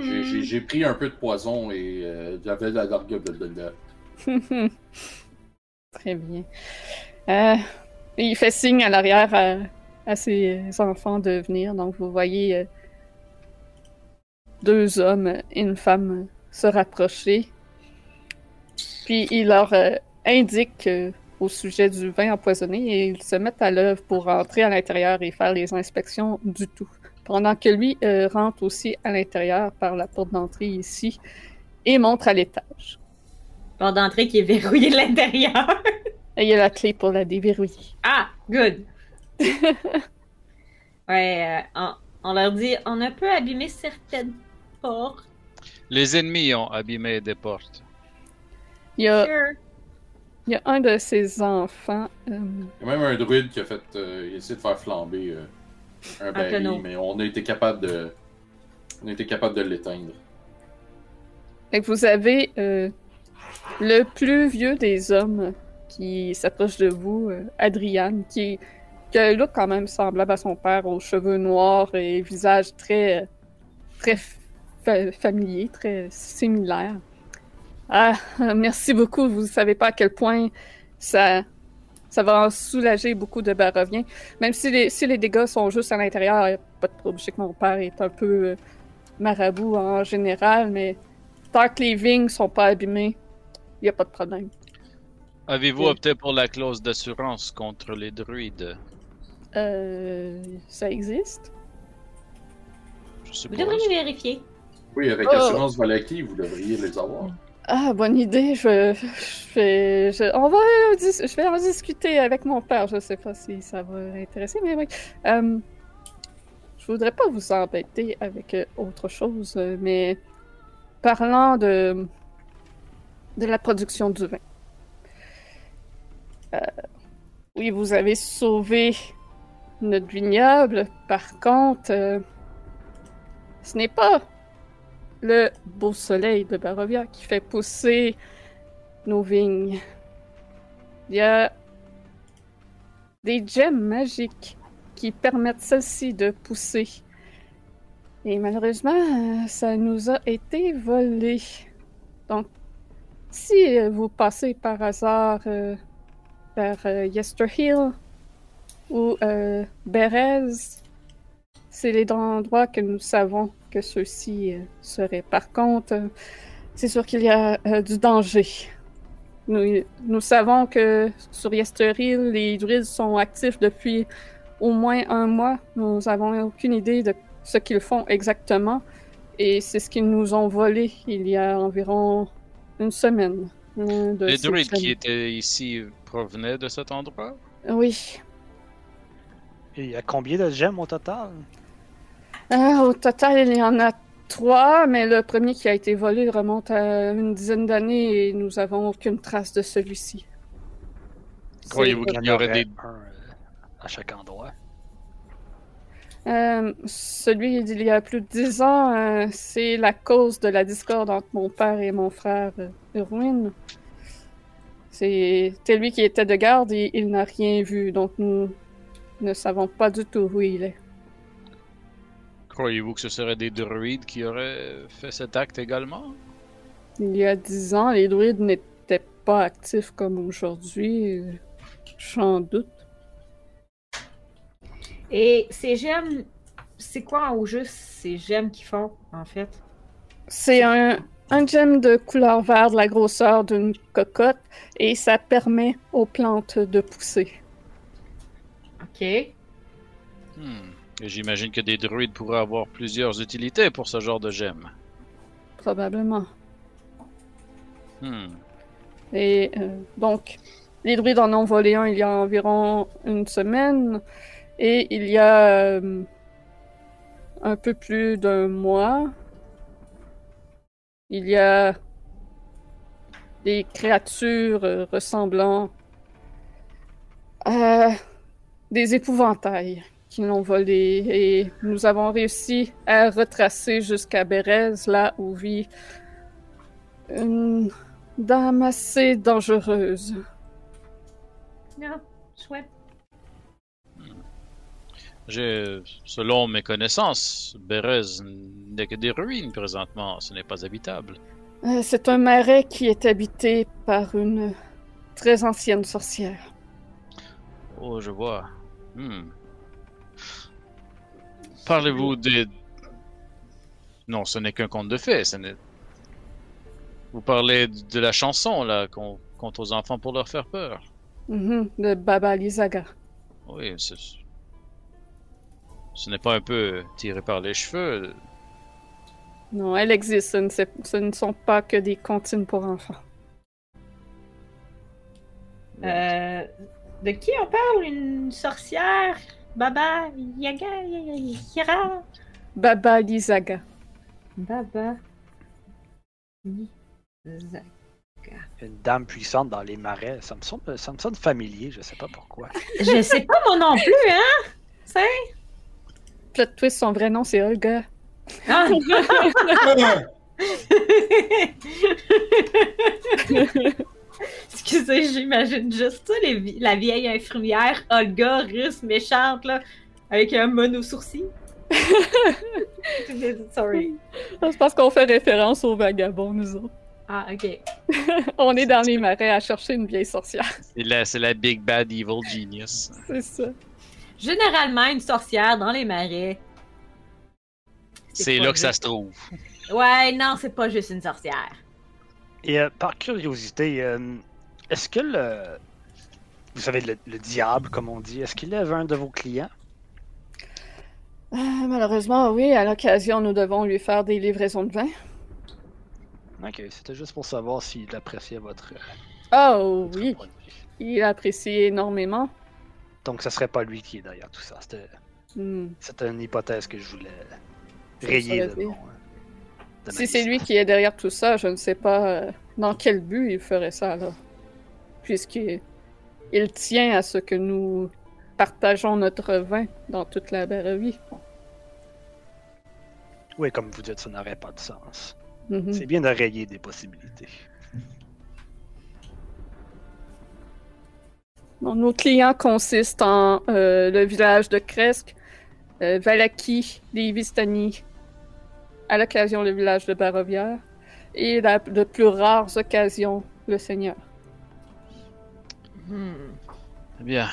Speaker 2: j'ai- J'ai j'ai pris un peu de poison et euh, j'avais de la largue blablabla.
Speaker 1: Très [laughs] bien. Euh, et il fait signe à l'arrière à, à ses enfants de venir. Donc, vous voyez euh, deux hommes et une femme euh, se rapprocher. Puis, il leur euh, indiquent euh, au sujet du vin empoisonné et ils se mettent à l'œuvre pour entrer à l'intérieur et faire les inspections du tout. Pendant que lui euh, rentre aussi à l'intérieur par la porte d'entrée ici et montre à l'étage.
Speaker 4: Porte Hmm. d'entrée qui est verrouillée de l'intérieur.
Speaker 1: Et il a la clé pour la déverrouiller.
Speaker 4: Ah, [laughs] good. ouais, euh, on, on leur dit on a peu abîmé certaines portes.
Speaker 3: Les ennemis ont abîmé des portes.
Speaker 1: Il y a,
Speaker 4: Sure.
Speaker 1: il y a un de ses enfants. euh,
Speaker 2: Il y a même un druide qui a fait. euh, il a essayé de faire flamber euh, un
Speaker 4: tonneau.
Speaker 2: baril, mais on a été capable de. On a été capable de l'éteindre.
Speaker 1: Fait que vous avez euh, le plus vieux des hommes qui s'approche de vous, euh, Adrian, qui, qui a un look quand même semblable à son père, aux cheveux noirs et visage très, très fa- familier, très similaire. Ah, merci beaucoup. Vous ne savez pas à quel point ça, ça va en soulager beaucoup de baroviens. Même si les, si les dégâts sont juste à l'intérieur, y a pas de trouble. Je sais que mon père est un peu euh, marabout en général, mais Tant que les vignes sont pas abîmées, il a pas de problème.
Speaker 3: Avez-vous
Speaker 1: Oui.
Speaker 3: opté pour la clause d'assurance contre les druides
Speaker 1: Euh, ça existe?
Speaker 3: Je
Speaker 4: Vous
Speaker 3: suppose.
Speaker 4: devriez vérifier.
Speaker 2: Oui, avec
Speaker 1: Oh.
Speaker 2: Assurance Valaki, vous devriez les avoir.
Speaker 1: Ah, bonne idée. Je, je vais, je, on va, en dis- je vais en discuter avec mon père. Je sais pas si ça va l'intéresser, mais oui. Euh, je voudrais pas vous embêter avec euh, autre chose, euh, mais parlant de, de la production du vin. Euh, oui, vous avez sauvé notre vignoble. Par contre, euh, ce n'est pas le beau soleil de Barovia qui fait pousser nos vignes. Il y a des gemmes magiques qui permettent celles-ci de pousser. Et malheureusement, euh, ça nous a été volé. Donc, si euh, vous passez par hasard euh, par euh, Yesterhill ou euh, Berez, c'est les endroits que nous savons que ceux-ci euh, seraient. Par contre, euh, c'est sûr qu'il y a euh, du danger. Nous, nous savons que sur Yesterhill, les druides sont actifs depuis au moins un mois. Nous n'avons aucune idée de ce qu'ils font exactement. Et c'est ce qu'ils nous ont volé il y a environ une semaine. hein,
Speaker 4: euh,
Speaker 1: de
Speaker 3: Les
Speaker 1: ces
Speaker 3: druides qui
Speaker 1: gemmes.
Speaker 3: étaient ici provenaient de cet endroit
Speaker 1: Oui.
Speaker 5: Et il y a combien de gemmes au total
Speaker 1: Euh, au total, il y en a trois, mais le premier qui a été volé remonte à une dizaine d'années et nous avons aucune trace de celui-ci.
Speaker 3: Croyez-vous
Speaker 5: Il
Speaker 3: qu'il y aurait des.
Speaker 5: un euh, à chaque endroit.
Speaker 1: Euh, celui d'il y a plus de dix ans, euh, c'est la cause de la discorde entre mon père et mon frère euh, Erwin. C'était lui qui était de garde et il n'a rien vu, donc nous ne savons pas du tout où il est.
Speaker 3: Croyez-vous que ce serait des druides qui auraient fait cet acte également
Speaker 1: Il y a dix ans, les druides n'étaient pas actifs comme aujourd'hui. euh, J'en doute.
Speaker 4: Et ces gemmes, c'est quoi au juste ces gemmes qu'ils font, en fait?
Speaker 1: C'est un, un gemme de couleur vert de la grosseur d'une cocotte et ça permet aux plantes de pousser.
Speaker 4: OK.
Speaker 3: Hmm. Et J'imagine que des druides pourraient avoir plusieurs utilités pour ce genre de gemmes.
Speaker 1: Probablement.
Speaker 3: Hmm.
Speaker 1: Et euh, donc, les druides en ont volé un il y a environ une semaine. Et il y a euh, un peu plus d'un mois, il y a des créatures euh, ressemblant à des épouvantails qui l'ont volé. Et nous avons réussi à retracer jusqu'à Bérez, là où vit une Dame assez dangereuse.
Speaker 4: Non, chouette.
Speaker 3: J'ai, selon mes connaissances, Bérez n'est que des ruines présentement, ce n'est pas habitable.
Speaker 1: Euh, C'est un marais qui est habité par une très ancienne sorcière.
Speaker 3: Oh, je vois. Hmm. Parlez-vous des... Non, ce n'est qu'un conte de fées. Ce n'est... Vous parlez de la chanson là qu'on contre aux enfants pour leur faire peur.
Speaker 1: Mhm, de Baba Lizaga.
Speaker 3: Oui, c'est... Ce n'est pas un peu tiré par les cheveux.
Speaker 1: Non, elle existe. Ce ne, c'est- ce ne sont pas que des comptines pour enfants.
Speaker 4: Euh, de qui on parle Une sorcière Baba Yaga Yaga
Speaker 1: Baba Lizaga.
Speaker 4: Baba.
Speaker 5: Une dame puissante dans les marais. Ça me semble, ça me sonne familier, je sais pas pourquoi.
Speaker 4: Je sais pas moi non plus, hein
Speaker 1: Plot twist, son vrai nom, c'est Olga.
Speaker 4: Ah. [laughs] Excusez, j'imagine juste ça, les vi- la vieille infirmière Olga, russe, méchante, là, avec un mono sourcil. Sorry.
Speaker 1: Je pense qu'on fait référence aux vagabonds, nous autres.
Speaker 4: Ah, ok.
Speaker 1: On est dans les marais à chercher une vieille sorcière,
Speaker 3: C'est la, c'est la Big Bad Evil Genius.
Speaker 1: [laughs] c'est ça.
Speaker 4: Généralement, une sorcière dans les marais.
Speaker 3: C'est
Speaker 4: pas
Speaker 3: là que ça
Speaker 4: juste-
Speaker 3: se trouve.
Speaker 4: Ouais, non, c'est pas juste une sorcière.
Speaker 5: Et euh, par curiosité, euh, est-ce que le. Vous savez, le, le diable, comme on dit, est-ce qu'il avait un de vos clients
Speaker 1: Ah, malheureusement, oui, à l'occasion, nous devons lui faire des livraisons de vin.
Speaker 5: Ok, c'était juste pour savoir s'il appréciait votre. euh,
Speaker 1: Oh
Speaker 5: votre
Speaker 1: oui,
Speaker 5: produit.
Speaker 1: il apprécie énormément.
Speaker 5: Donc, ce serait pas lui qui est derrière tout ça. C'était
Speaker 1: Hmm.
Speaker 5: c'était une hypothèse que je voulais
Speaker 1: Ça
Speaker 5: rayer de
Speaker 1: serait
Speaker 5: mon. de ma
Speaker 1: Si c'est
Speaker 5: liste.
Speaker 1: lui qui est derrière tout ça, je ne sais pas euh, dans quel but il ferait ça, là. Puisqu'il il tient à ce que nous partageons notre vin dans toute la barrerie.
Speaker 5: Oui, comme vous dites, ça n'aurait pas de sens.
Speaker 4: Mm.
Speaker 1: Mhm.
Speaker 5: C'est bien de rayer des possibilités.
Speaker 1: Bon, nos clients consistent en euh, le village de Cresque, euh, Valaki, Livistani, à l'occasion le village de Barovière, et la- de plus rares occasions, le Seigneur.
Speaker 4: Hmm.
Speaker 3: Eh bien,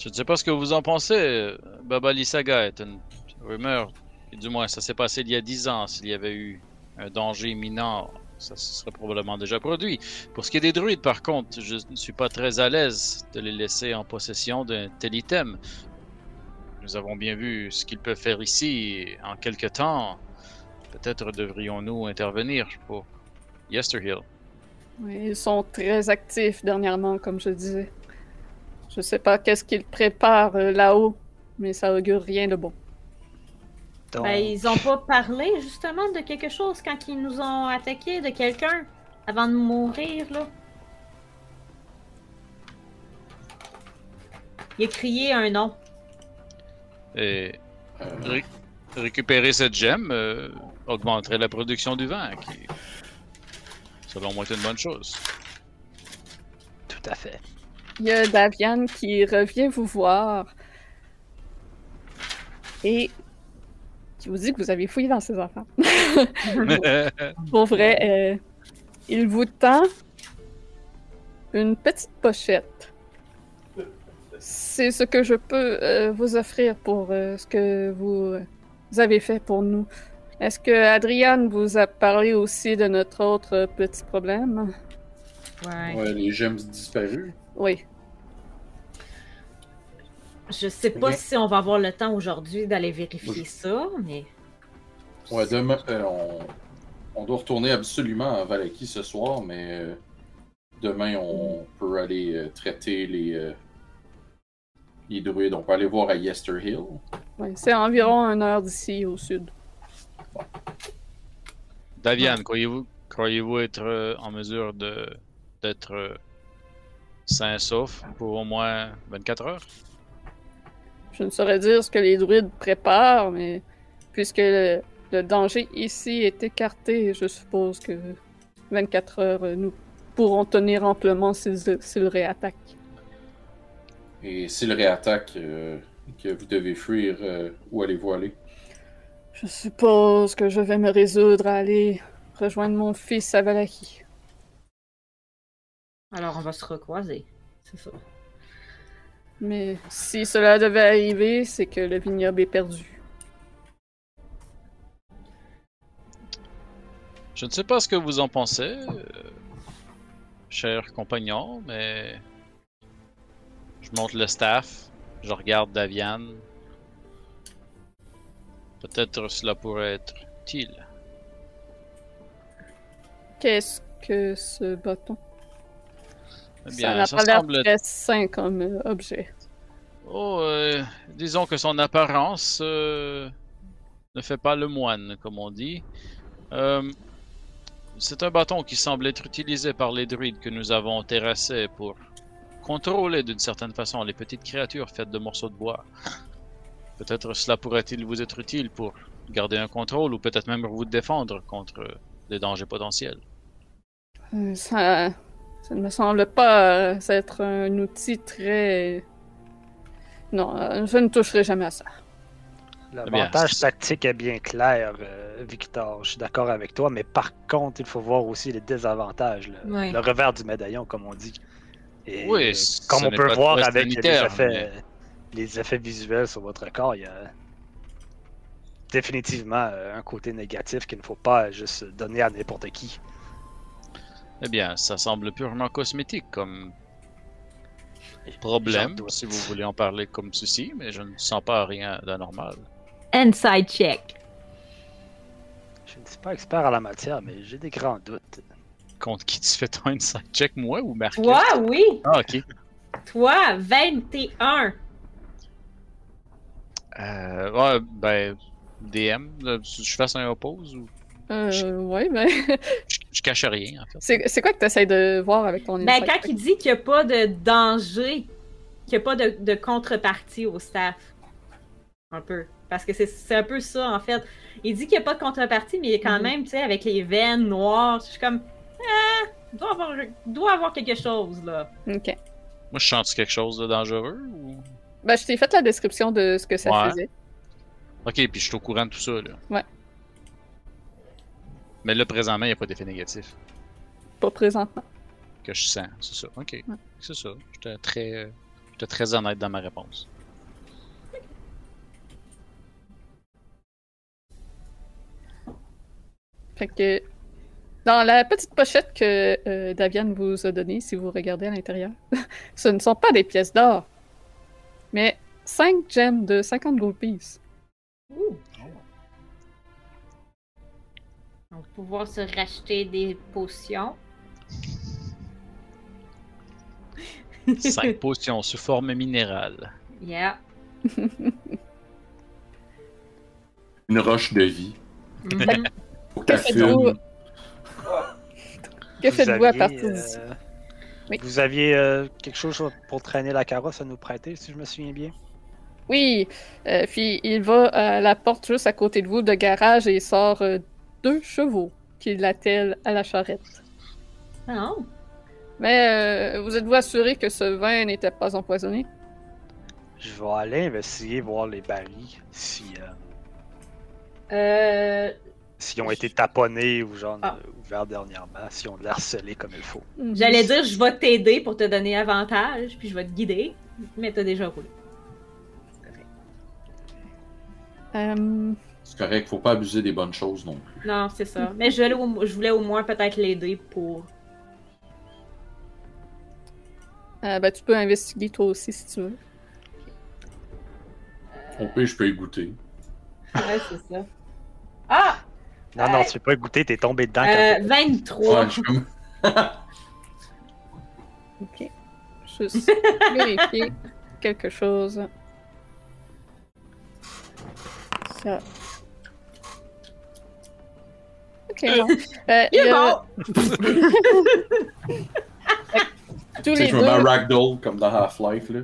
Speaker 3: je ne sais pas ce que vous en pensez. Baba Lissaga est une rumeur. Et du moins, ça s'est passé il y a dix ans. S'il y avait eu un danger imminent, ça se serait probablement déjà produit. Pour ce qui est des druides, par contre, je ne suis pas très à l'aise de les laisser en possession d'un tel item. Nous avons bien vu ce qu'ils peuvent faire ici et en quelque temps. Peut-être devrions-nous intervenir pour Yesterhill.
Speaker 1: Oui, ils sont très actifs dernièrement, comme je disais. Je sais pas qu'est-ce qu'ils préparent euh, là-haut, mais ça augure rien de bon.
Speaker 5: Donc,
Speaker 4: Ben, ils ont pas parlé justement de quelque chose quand ils nous ont attaqué, de quelqu'un, avant de mourir, là. Il a crié un nom.
Speaker 3: Et
Speaker 2: Euh,
Speaker 3: Ré- récupérer cette gemme euh, augmenterait la production du vin, qui, selon moi, est une bonne chose.
Speaker 5: Tout à fait.
Speaker 1: Il y a Davian qui revient vous voir et qui vous dit que vous avez fouillé dans ses affaires. Pour vrai, euh, il vous tend une petite pochette. C'est ce que je peux euh, vous offrir pour euh, ce que vous, euh, vous avez fait pour nous. Est-ce que Adriane vous a parlé aussi de notre autre euh, petit problème?
Speaker 4: Ouais.
Speaker 2: ouais, les gemmes disparues.
Speaker 1: Oui.
Speaker 4: Je sais pas
Speaker 2: Mais-
Speaker 4: si on va avoir le temps aujourd'hui d'aller vérifier
Speaker 2: Oui.
Speaker 4: ça, mais.
Speaker 2: Ouais, demain, euh, on... on doit retourner absolument à Valaki ce soir, mais euh, demain, on peut aller euh, traiter les, euh, les druides. On peut aller voir à Yester Hill.
Speaker 1: Ouais, c'est environ une heure d'ici au sud.
Speaker 3: Davian, croyez-vous croyez être euh, en mesure de d'être euh, sain et sauf pour au moins 24 heures?
Speaker 1: Je ne saurais dire ce que les druides préparent, mais puisque le, le danger ici est écarté, je suppose que 24 heures, euh, nous pourrons tenir amplement s'ils euh, s'ils réattaquent.
Speaker 2: Et s'il réattaque, euh, que vous devez fuir, euh, où allez-vous aller?
Speaker 1: Je suppose que je vais me résoudre à aller rejoindre mon fils à Valaki.
Speaker 4: Alors on va se recroiser. C'est ça.
Speaker 1: Mais si cela devait arriver, c'est que le vignoble est perdu.
Speaker 3: Je ne sais pas ce que vous en pensez. euh, cher compagnon, mais je monte le staff, je regarde Davian. Peut-être cela pourrait être utile.
Speaker 1: Qu'est-ce que ce bâton?
Speaker 3: Eh
Speaker 1: ça
Speaker 3: bien,
Speaker 1: n'a
Speaker 3: ça
Speaker 1: pas l'air
Speaker 3: semble
Speaker 1: très sain comme euh, objet.
Speaker 3: Oh, euh, disons que son apparence euh, ne fait pas le moine, comme on dit. Euh, c'est un bâton qui semble être utilisé par les druides que nous avons terrassés pour contrôler d'une certaine façon les petites créatures faites de morceaux de bois. Peut-être cela pourrait-il vous être utile pour garder un contrôle ou peut-être même vous défendre contre des dangers potentiels.
Speaker 1: Euh, Ça, ça ne me semble pas euh, être un outil très... Non, euh, je ne toucherai jamais à ça.
Speaker 5: L'avantage
Speaker 3: c'est-
Speaker 5: tactique est bien clair, euh, Victor. Je suis d'accord avec toi, mais par contre, il faut voir aussi les désavantages, le,
Speaker 4: Ouais.
Speaker 5: le revers du médaillon, comme on dit. Et,
Speaker 3: Oui,
Speaker 5: euh,
Speaker 3: ce
Speaker 5: comme on
Speaker 3: n'est
Speaker 5: peut
Speaker 3: pas
Speaker 5: voir
Speaker 3: très
Speaker 5: avec les
Speaker 3: sanitaire,
Speaker 5: effets, euh, les effets visuels sur votre corps, il y a définitivement euh, un côté négatif qu'il ne faut pas juste donner à n'importe qui.
Speaker 3: Eh bien, ça semble purement cosmétique comme problème,
Speaker 5: J'en doute.
Speaker 3: si vous voulez en parler comme ceci, mais je ne sens pas rien d'anormal.
Speaker 4: Inside check.
Speaker 5: Je ne suis pas expert à la matière, mais j'ai des grands doutes.
Speaker 3: Contre qui tu fais ton inside check, moi ou Marcus?
Speaker 4: Toi, oui.
Speaker 3: Ah, ok.
Speaker 4: Toi, 21.
Speaker 3: Euh, ouais, ben, DM, euh, tu- je fasse un oppose ou.
Speaker 1: Euh, oui, mais
Speaker 3: Je, je cache rien, en
Speaker 1: [laughs]
Speaker 3: fait.
Speaker 1: c'est c'est quoi que tu essaies de voir avec ton
Speaker 4: Mais
Speaker 1: insight?
Speaker 4: Ben, quand il dit qu'il n'y a pas de danger, qu'il n'y a pas de, de contrepartie au staff, un peu. Parce que c'est- c'est un peu ça, en fait. Il dit qu'il n'y a pas de contrepartie, mais quand
Speaker 1: Mhm.
Speaker 4: même, tu sais, avec les veines noires, je suis comme, ah, doit avoir, doit avoir quelque chose, là.
Speaker 1: Ok.
Speaker 3: Moi, je sens quelque chose de dangereux ou.
Speaker 1: Ben, je t'ai fait la description de ce que ça
Speaker 3: Ouais.
Speaker 1: faisait.
Speaker 3: Ok, puis je suis au courant de tout ça, là.
Speaker 1: Ouais.
Speaker 3: Mais là, présentement, il n'y a pas d'effet négatif
Speaker 1: Pas présentement.
Speaker 3: que je sens, c'est ça. Ok, c'est ça. J'étais très, euh, j'étais très honnête dans ma réponse.
Speaker 1: Fait que dans la petite pochette que euh, Davian vous a donnée, si vous regardez à l'intérieur, [laughs] ce ne sont pas des pièces d'or, mais 5 gemmes de 50 gold piece.
Speaker 4: Ouh. On va pouvoir se racheter des potions.
Speaker 3: 5 [laughs] potions sous forme minérale.
Speaker 4: Yeah.
Speaker 2: Une roche de vie.
Speaker 4: Mhm.
Speaker 2: Faut que
Speaker 1: Qu'est-ce que
Speaker 2: t'assumes.
Speaker 1: Que
Speaker 5: Vous
Speaker 1: faites-vous à
Speaker 5: aviez,
Speaker 1: partir
Speaker 5: euh,
Speaker 1: d'ici? Oui.
Speaker 5: Vous aviez euh, quelque chose pour traîner la carrosse à nous prêter, si je me souviens bien?
Speaker 1: Oui, euh, puis il va à la porte juste à côté de vous de garage et il sort euh, deux chevaux qui l'attellent à la charrette.
Speaker 4: Ah, Non.
Speaker 1: Mais euh, vous êtes-vous assuré que ce vin n'était pas empoisonné?
Speaker 5: Je vais aller investiguer, voir les barils, si, euh,
Speaker 4: Euh,
Speaker 5: s'ils ont été taponnés ou genre
Speaker 4: Ah.
Speaker 5: euh, ouverts dernièrement, s'ils ont de harcelé comme il faut.
Speaker 1: Euh,
Speaker 4: J'allais dire, je vais t'aider pour te donner avantage, puis je vais te guider, mais t'as déjà roulé.
Speaker 1: Euh,
Speaker 2: C'est correct, faut pas abuser des bonnes choses non plus.
Speaker 4: Non, c'est ça. Mais je voulais au, je voulais au moins peut-être l'aider pour.
Speaker 1: euh, ben, tu peux investiguer toi aussi si tu veux.
Speaker 2: Au pire, je peux y goûter.
Speaker 4: Ouais, c'est ça. Ah!
Speaker 5: Non, non, tu peux pas goûter, t'es tombé dedans. quand
Speaker 4: Euh,
Speaker 5: t'es-
Speaker 4: 23.
Speaker 2: Ouais, je suis comme-
Speaker 1: Ok. Juste [laughs] vérifier quelque chose. Ça. Ok, bon. Euh,
Speaker 4: Il
Speaker 1: il
Speaker 4: est
Speaker 1: y a-
Speaker 4: mort!
Speaker 1: tous
Speaker 2: Tu sais,
Speaker 1: les
Speaker 2: je me mets un
Speaker 1: deux,
Speaker 2: ragdoll comme dans Half-Life, là.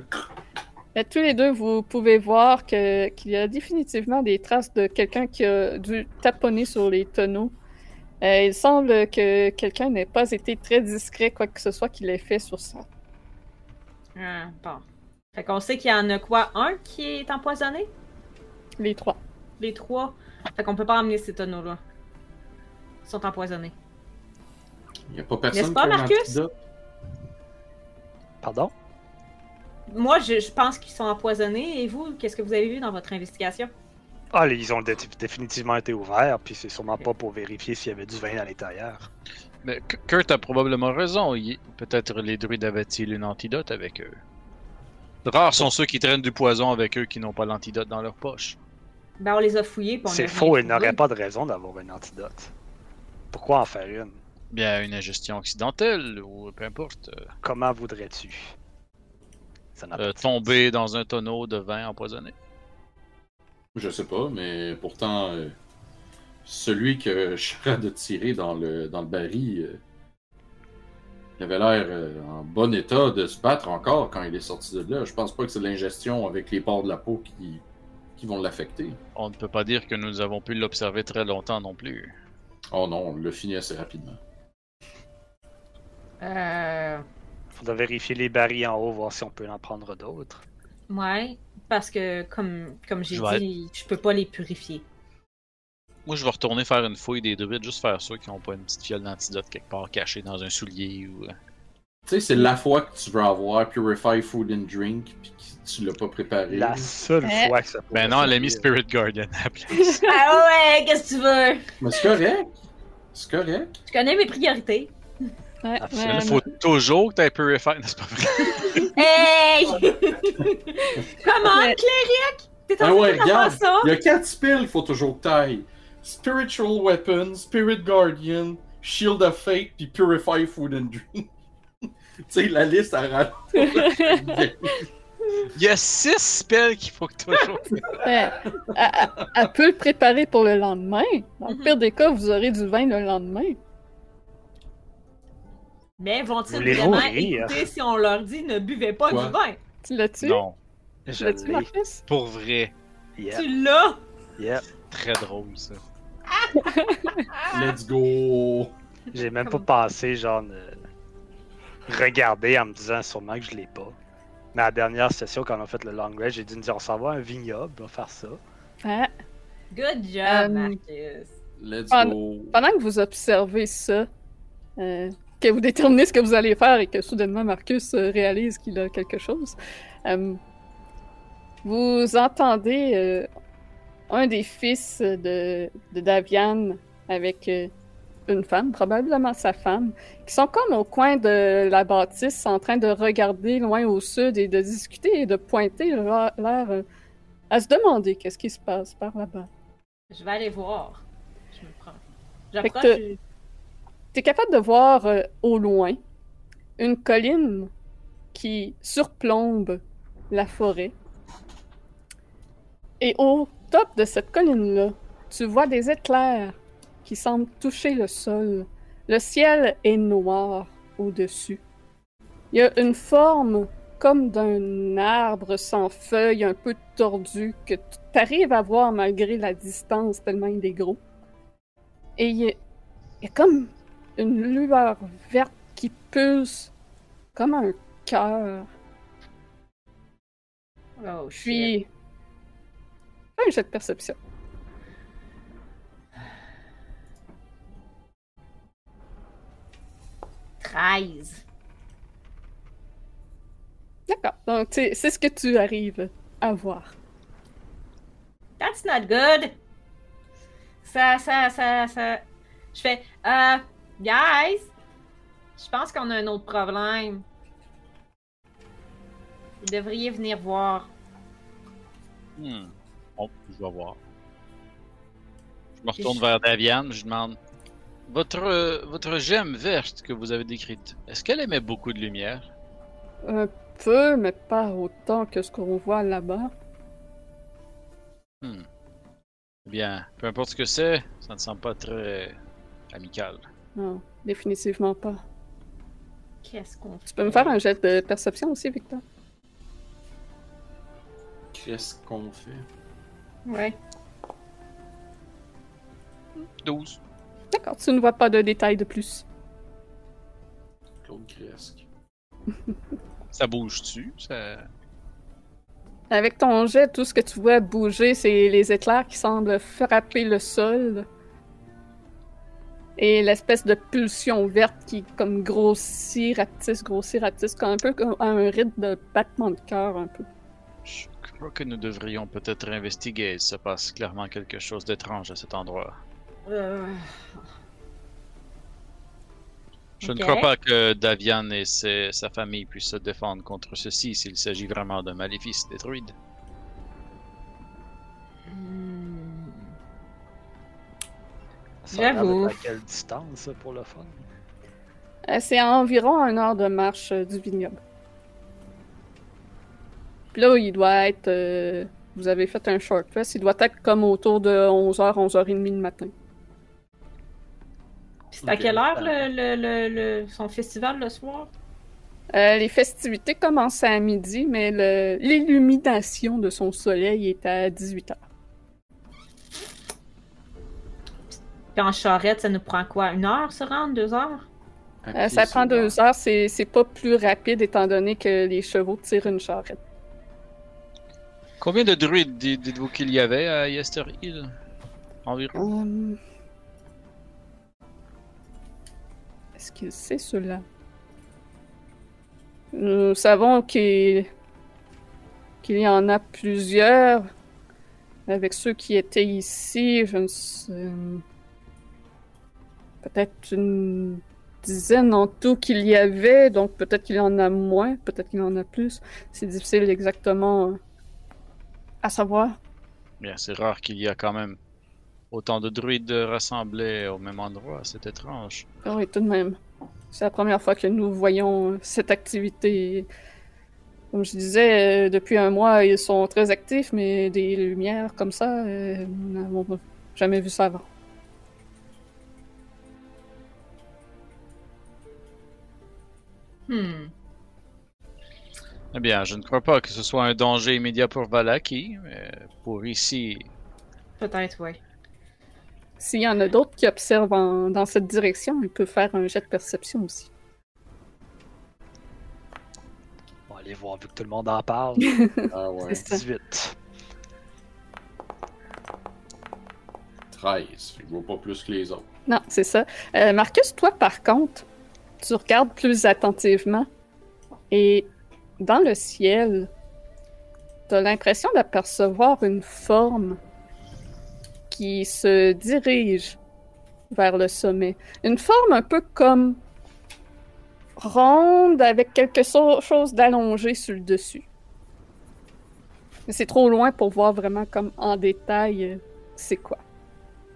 Speaker 1: euh, tous les deux, vous pouvez voir que- qu'il y a définitivement des traces de quelqu'un qui a dû taponner sur les tonneaux. Euh, il semble que quelqu'un n'ait pas été très discret, quoi que ce soit qu'il ait fait sur ça.
Speaker 4: Ah, bon. Fait qu'on sait qu'il y en a quoi? Un qui est empoisonné?
Speaker 1: Les trois.
Speaker 4: Les trois? Fait qu'on peut pas emmener ces tonneaux-là. Ils sont empoisonnés.
Speaker 2: Y a pas personne
Speaker 4: N'est-ce pas,
Speaker 2: qui a un
Speaker 4: Marcus?
Speaker 2: antidote.
Speaker 5: Pardon?
Speaker 4: Moi, je, je pense qu'ils sont empoisonnés. Et vous, qu'est-ce que vous avez vu dans votre investigation?
Speaker 5: Ah, les- ils ont dé- définitivement été ouverts, puis c'est sûrement pas pour vérifier s'il y avait du vin à l'intérieur.
Speaker 3: Mais K- Kurt a probablement raison. Il- Peut-être les druides avaient-ils une antidote avec eux. Rares sont ceux qui traînent du poison avec eux qui n'ont pas l'antidote dans leur poche.
Speaker 4: Ben, on les a fouillés. puis on a
Speaker 5: C'est
Speaker 4: rien
Speaker 5: faux, il
Speaker 4: trouvé.
Speaker 5: n'aurait pas de raison d'avoir une antidote. Pourquoi en faire une
Speaker 3: Bien, une ingestion accidentelle ou peu importe. euh,
Speaker 5: Comment voudrais-tu Ça n'a pas
Speaker 3: euh,
Speaker 5: de sens.
Speaker 3: tomber dans un tonneau de vin empoisonné.
Speaker 2: Je sais pas, mais pourtant, euh, celui que je train de tirer dans le, dans le baril, euh, il avait l'air euh, en bon état de se battre encore quand il est sorti de là. Je pense pas que c'est de l'ingestion avec les pores de la peau qui, qui vont l'affecter.
Speaker 3: On ne peut pas dire que nous avons pu l'observer très longtemps non plus.
Speaker 2: Oh non, on l'a fini assez rapidement.
Speaker 4: Euh.
Speaker 5: Faudra vérifier les barils en haut, voir si on peut en prendre d'autres.
Speaker 4: Ouais. Parce que, comme, comme j'ai
Speaker 3: Je vais-
Speaker 4: dit, je peux pas les purifier.
Speaker 3: Moi, je vais retourner faire une fouille des druides, juste faire sûr qu'ils n'ont pas une petite fiole d'antidote quelque part cachée dans un soulier ou. euh,
Speaker 2: Tu sais, c'est la fois que tu veux avoir Purify Food and Drink, puis que tu l'as pas préparé.
Speaker 5: La seule
Speaker 1: Eh.
Speaker 5: fois que ça pourrait
Speaker 3: Ben non, elle a mis
Speaker 5: servir.
Speaker 3: Spirit [laughs] Guardian à la place.
Speaker 4: ah ouais, qu'est-ce que tu veux?
Speaker 2: Mais c'est correct! C'est correct!
Speaker 4: Je connais mes priorités.
Speaker 1: Ouais,
Speaker 5: Absolument.
Speaker 1: mais-
Speaker 3: Il faut toujours que tu aies Purify, n'est-ce pas vrai?
Speaker 4: [laughs] Hey! Comment,
Speaker 1: Mais-
Speaker 4: Cléric? T'es
Speaker 2: Ah
Speaker 4: en
Speaker 2: ouais,
Speaker 4: train de faire
Speaker 2: regarde.
Speaker 4: ça?
Speaker 2: Il y a quatre spells qu'il faut toujours que t'ailles. Spiritual Weapon, Spirit Guardian, Shield of Fate, puis Purify Food and Drink. [laughs] tu sais, la liste, elle rate.
Speaker 1: [laughs]
Speaker 3: Il y a six spells qu'il faut que toujours.
Speaker 1: Ouais. Elle- elle- Ben, elle peut le préparer pour le lendemain. Dans le
Speaker 4: Mhm.
Speaker 1: pire des cas, vous aurez du vin le lendemain.
Speaker 4: Mais vont-ils
Speaker 5: Voulez-vous
Speaker 4: vraiment
Speaker 5: rire?
Speaker 4: écouter si on leur dit ne buvez pas
Speaker 2: Quoi?
Speaker 4: du vin?
Speaker 1: Tu l'as-tu?
Speaker 3: non,
Speaker 1: Tu
Speaker 5: Je
Speaker 1: l'as-tu,
Speaker 5: l'ai.
Speaker 1: Marcus?
Speaker 3: pour vrai.
Speaker 5: Yeah,
Speaker 4: Tu l'as?
Speaker 5: yeah.
Speaker 3: Très drôle, ça.
Speaker 2: Let's go!
Speaker 5: J'ai même pas pensé, genre, de regarder en me disant sûrement que je l'ai pas. Mais à la dernière session, quand on a fait le long rest, j'ai dû me dire on s'en va à un vignoble, on va faire ça.
Speaker 1: Ah.
Speaker 4: Good job,
Speaker 1: Euh,
Speaker 4: Marcus.
Speaker 2: Let's
Speaker 1: Ah,
Speaker 2: go!
Speaker 1: Pendant que vous observez ça, euh, que vous déterminez ce que vous allez faire et que soudainement Marcus euh, réalise qu'il a quelque chose, euh, vous entendez euh, un des fils de, de Davian avec euh, une femme, probablement sa femme, qui sont comme au coin de la bâtisse en train de regarder loin au sud et de discuter et de pointer leur- l'air euh, à se demander qu'est-ce qui se passe par là-bas.
Speaker 4: Je vais aller voir. Je me prends.
Speaker 1: que
Speaker 4: J'approche.
Speaker 1: t'as- T'es capable de voir euh, au loin une colline qui surplombe la forêt. Et au top de cette colline-là, tu vois des éclairs qui semblent toucher le sol. Le ciel est noir au-dessus. Il y a une forme comme d'un arbre sans feuilles, un peu tordu, que tu arrives à voir malgré la distance, tellement il est gros. Et il y a- il y a comme une lueur verte qui pulse comme un cœur.
Speaker 4: Oh, shit.
Speaker 1: Puis. Fais Un jet de perception.
Speaker 4: Treize.
Speaker 1: D'accord. Donc, c'est c'est ce que tu arrives à voir.
Speaker 4: That's not good. Ça, ça, ça, ça. Je fais, euh, guys, je pense qu'on a un autre problème. Vous devriez venir voir.
Speaker 3: Hmm. Bon, je vais voir. Je me retourne vers Daviane, je demande Votre, euh, votre gemme verte que vous avez décrite, est-ce qu'elle émet beaucoup de lumière
Speaker 1: Un peu, mais pas autant que ce qu'on voit là-bas.
Speaker 3: Hmm. Eh Bien, peu importe ce que c'est, ça ne semble pas très euh, amical.
Speaker 1: Non, définitivement pas.
Speaker 4: Qu'est-ce qu'on fait?
Speaker 1: Tu peux me faire un jet de perception aussi, Victor?
Speaker 2: Qu'est-ce qu'on fait?
Speaker 4: Ouais.
Speaker 3: 12.
Speaker 1: D'accord, tu ne vois pas de détails de plus.
Speaker 2: Claude Cresque.
Speaker 3: Ça bouge-tu Ça-
Speaker 1: Avec ton jet, tout ce que tu vois bouger, c'est les éclairs qui semblent frapper le sol. Et l'espèce de pulsion verte qui, comme grossit, ratisse, grossit, ratisse, comme un peu comme à un rythme de battement de cœur, un peu.
Speaker 3: Je crois que nous devrions peut-être investiguer. Il se passe clairement quelque chose d'étrange à cet endroit.
Speaker 4: Euh.
Speaker 3: Je ne
Speaker 4: Ok.
Speaker 3: crois pas que Davian et ses- sa famille puissent se défendre contre ceci s'il s'agit vraiment d'un maléfice des druides.
Speaker 4: Hmm.
Speaker 5: Ça a l'air
Speaker 4: J'avoue.
Speaker 5: d'être À quelle distance ça, pour le fun?
Speaker 1: Euh, C'est à environ un heure de marche euh, du vignoble. Puis là, il doit être. euh, vous avez fait un short rest, il doit être comme autour de 11h, 11h30 le matin.
Speaker 4: Puis c'est à
Speaker 5: Ok,
Speaker 4: quelle heure
Speaker 5: ben-
Speaker 4: le, le- le- le- son festival le soir?
Speaker 1: Euh, les festivités commencent à midi, mais le- l'illumination de son soleil est à 18h.
Speaker 4: Puis en charrette, ça nous prend quoi? Une heure se rendre? Deux heures?
Speaker 2: À
Speaker 1: Euh, ça
Speaker 2: pied,
Speaker 1: prend
Speaker 2: c'est
Speaker 1: deux heures, c'est c'est pas plus rapide étant donné que les chevaux tirent une charrette.
Speaker 3: Combien de druides di- dites-vous qu'il y avait à Yester Hill Environ.
Speaker 1: Hum. Est-ce qu'il sait cela? Nous savons qu'il qu'il y en a plusieurs. Avec ceux qui étaient ici, je ne sais... Peut-être une dizaine en tout qu'il y avait, donc peut-être qu'il y en a moins, peut-être qu'il y en a plus. C'est difficile exactement euh, à savoir.
Speaker 3: Bien, c'est rare qu'il y a quand même autant de druides rassemblés au même endroit, c'est étrange.
Speaker 1: Ah Oui, tout de même. C'est la première fois que nous voyons euh, cette activité. Comme je disais, euh, depuis un mois, ils sont très actifs, mais des lumières comme ça, euh, nous n'avons jamais vu ça avant.
Speaker 4: Hmm.
Speaker 3: Eh bien, je ne crois pas que ce soit un danger immédiat pour Valaki, mais pour ici,
Speaker 4: Peut-être, oui.
Speaker 1: S'il y en a d'autres qui observent en- dans cette direction, ils peuvent faire un jet de perception aussi.
Speaker 5: On va aller voir, vu que tout le monde en parle.
Speaker 2: Ah ouais.
Speaker 1: C'est ça.
Speaker 5: 18.
Speaker 2: 13. Fait que je vois pas plus que les autres.
Speaker 1: Non, c'est ça. Euh, Marcus, toi, par contre, tu regardes plus attentivement et dans le ciel, t'as l'impression d'apercevoir une forme qui se dirige vers le sommet. Une forme un peu comme ronde avec quelque so- chose d'allongé sur le dessus. Mais c'est trop loin pour voir vraiment comme en détail euh, c'est quoi.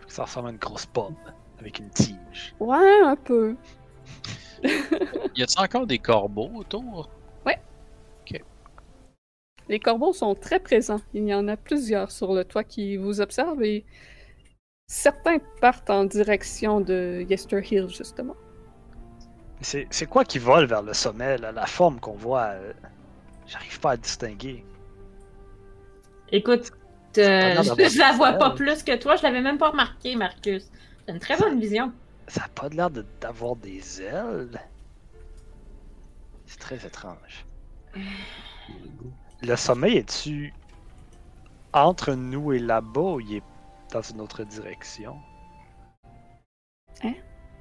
Speaker 5: Faut que Ça ressemble à une grosse pomme avec une tige.
Speaker 1: Ouais, un peu.
Speaker 3: y a-t-il encore des corbeaux autour
Speaker 1: Les corbeaux sont très présents. Il y en a plusieurs sur le toit qui vous observent et certains partent en direction de Yester Hill, justement.
Speaker 5: C'est c'est quoi qui vole vers le sommet, là? La forme qu'on voit, euh, j'arrive pas à distinguer.
Speaker 4: Écoute,
Speaker 5: C'est pas
Speaker 4: euh,
Speaker 5: grave d'avoir
Speaker 4: [laughs] je la vois pas
Speaker 5: des
Speaker 4: plus que toi. Je l'avais même pas remarqué, Marcus. T'as une très bonne vision.
Speaker 5: Ça a pas l'air de- d'avoir des ailes. C'est très étrange. Le sommet est-tu entre nous et là-bas ou il est dans une autre direction?
Speaker 1: Je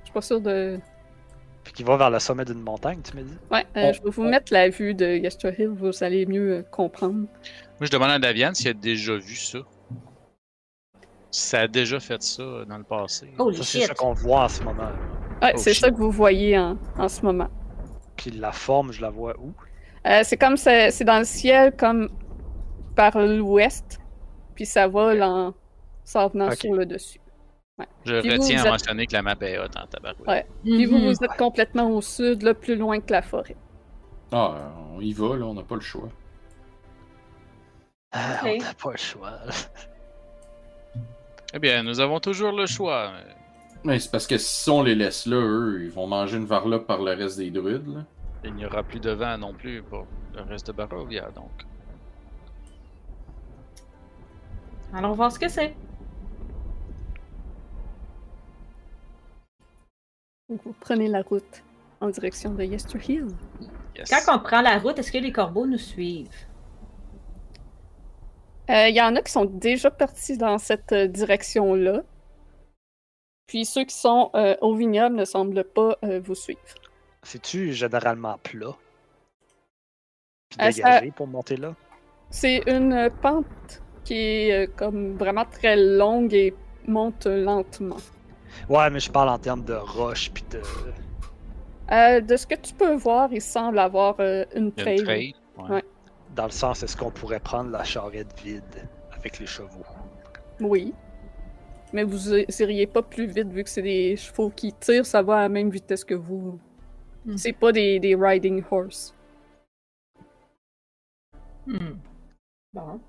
Speaker 1: suis pas sûre de.
Speaker 5: Puis qu'il va vers le sommet d'une montagne, tu me dis?
Speaker 1: Ouais, euh,
Speaker 3: Oh,
Speaker 5: On-
Speaker 1: je vais vous
Speaker 5: on-
Speaker 1: mettre la vue de Yester Hill, vous allez mieux euh, comprendre.
Speaker 3: Moi, je demande à Davian s'il a déjà vu ça. Si ça a déjà fait ça dans le passé.
Speaker 4: Holy
Speaker 5: Ça, c'est
Speaker 4: shit!
Speaker 5: ça qu'on voit en ce moment.
Speaker 1: Ouais,
Speaker 3: Oh,
Speaker 1: c'est
Speaker 3: shit.
Speaker 1: ça que vous voyez en, en ce moment.
Speaker 5: Puis la forme, je la vois où?
Speaker 1: Euh, c'est comme ça- c'est dans le ciel, comme par l'ouest, puis ça vole en s'en venant
Speaker 5: Ok.
Speaker 1: sur le dessus.
Speaker 3: Je
Speaker 1: Puis vous,
Speaker 3: retiens
Speaker 1: vous
Speaker 3: à
Speaker 1: êtes-
Speaker 3: mentionner que la map est haute en tabarouette.
Speaker 1: Ouais. Puis vous,
Speaker 4: Mhm.
Speaker 1: vous êtes complètement au sud, là, plus loin que la forêt.
Speaker 2: Ah, euh, on y va, là, on n'a pas le choix.
Speaker 5: Ah,
Speaker 4: Ok.
Speaker 5: On n'a pas le choix. [laughs]
Speaker 3: Eh bien, nous avons toujours le choix. mais
Speaker 2: Mais c'est parce que si on les laisse là, eux, ils vont manger une varlope par le reste des druides, là.
Speaker 3: Il n'y aura plus de vent non plus pour le reste de Barovia, donc.
Speaker 4: Allons voir ce que c'est.
Speaker 1: Donc vous prenez la route en direction de Yester Hill.
Speaker 3: Yes.
Speaker 4: Quand on prend la route, est-ce que les corbeaux nous suivent?
Speaker 1: Euh, Il y en a qui sont déjà partis dans cette euh, direction-là. Puis ceux qui sont euh, au vignoble ne semblent pas euh, vous suivre.
Speaker 5: C'est-tu généralement plat? Puis
Speaker 1: Euh, ça-
Speaker 5: dégagé pour monter là?
Speaker 1: C'est une euh, pente qui est euh, comme vraiment très longue et monte lentement.
Speaker 5: Ouais, mais je parle en termes de roche puis de.
Speaker 1: Euh, de ce que tu peux voir, il semble avoir euh, une
Speaker 3: Il y a une
Speaker 1: traîne.
Speaker 3: trail. Ouais.
Speaker 1: Ouais.
Speaker 5: Dans le sens, est-ce qu'on pourrait prendre la charrette vide avec les chevaux?
Speaker 1: Oui. Mais vous i- iriez pas plus vite vu que c'est des chevaux qui tirent, ça va à la même vitesse que vous.
Speaker 4: Hmm.
Speaker 1: C'est pas des, des riding horse.
Speaker 4: Hmm. Bon.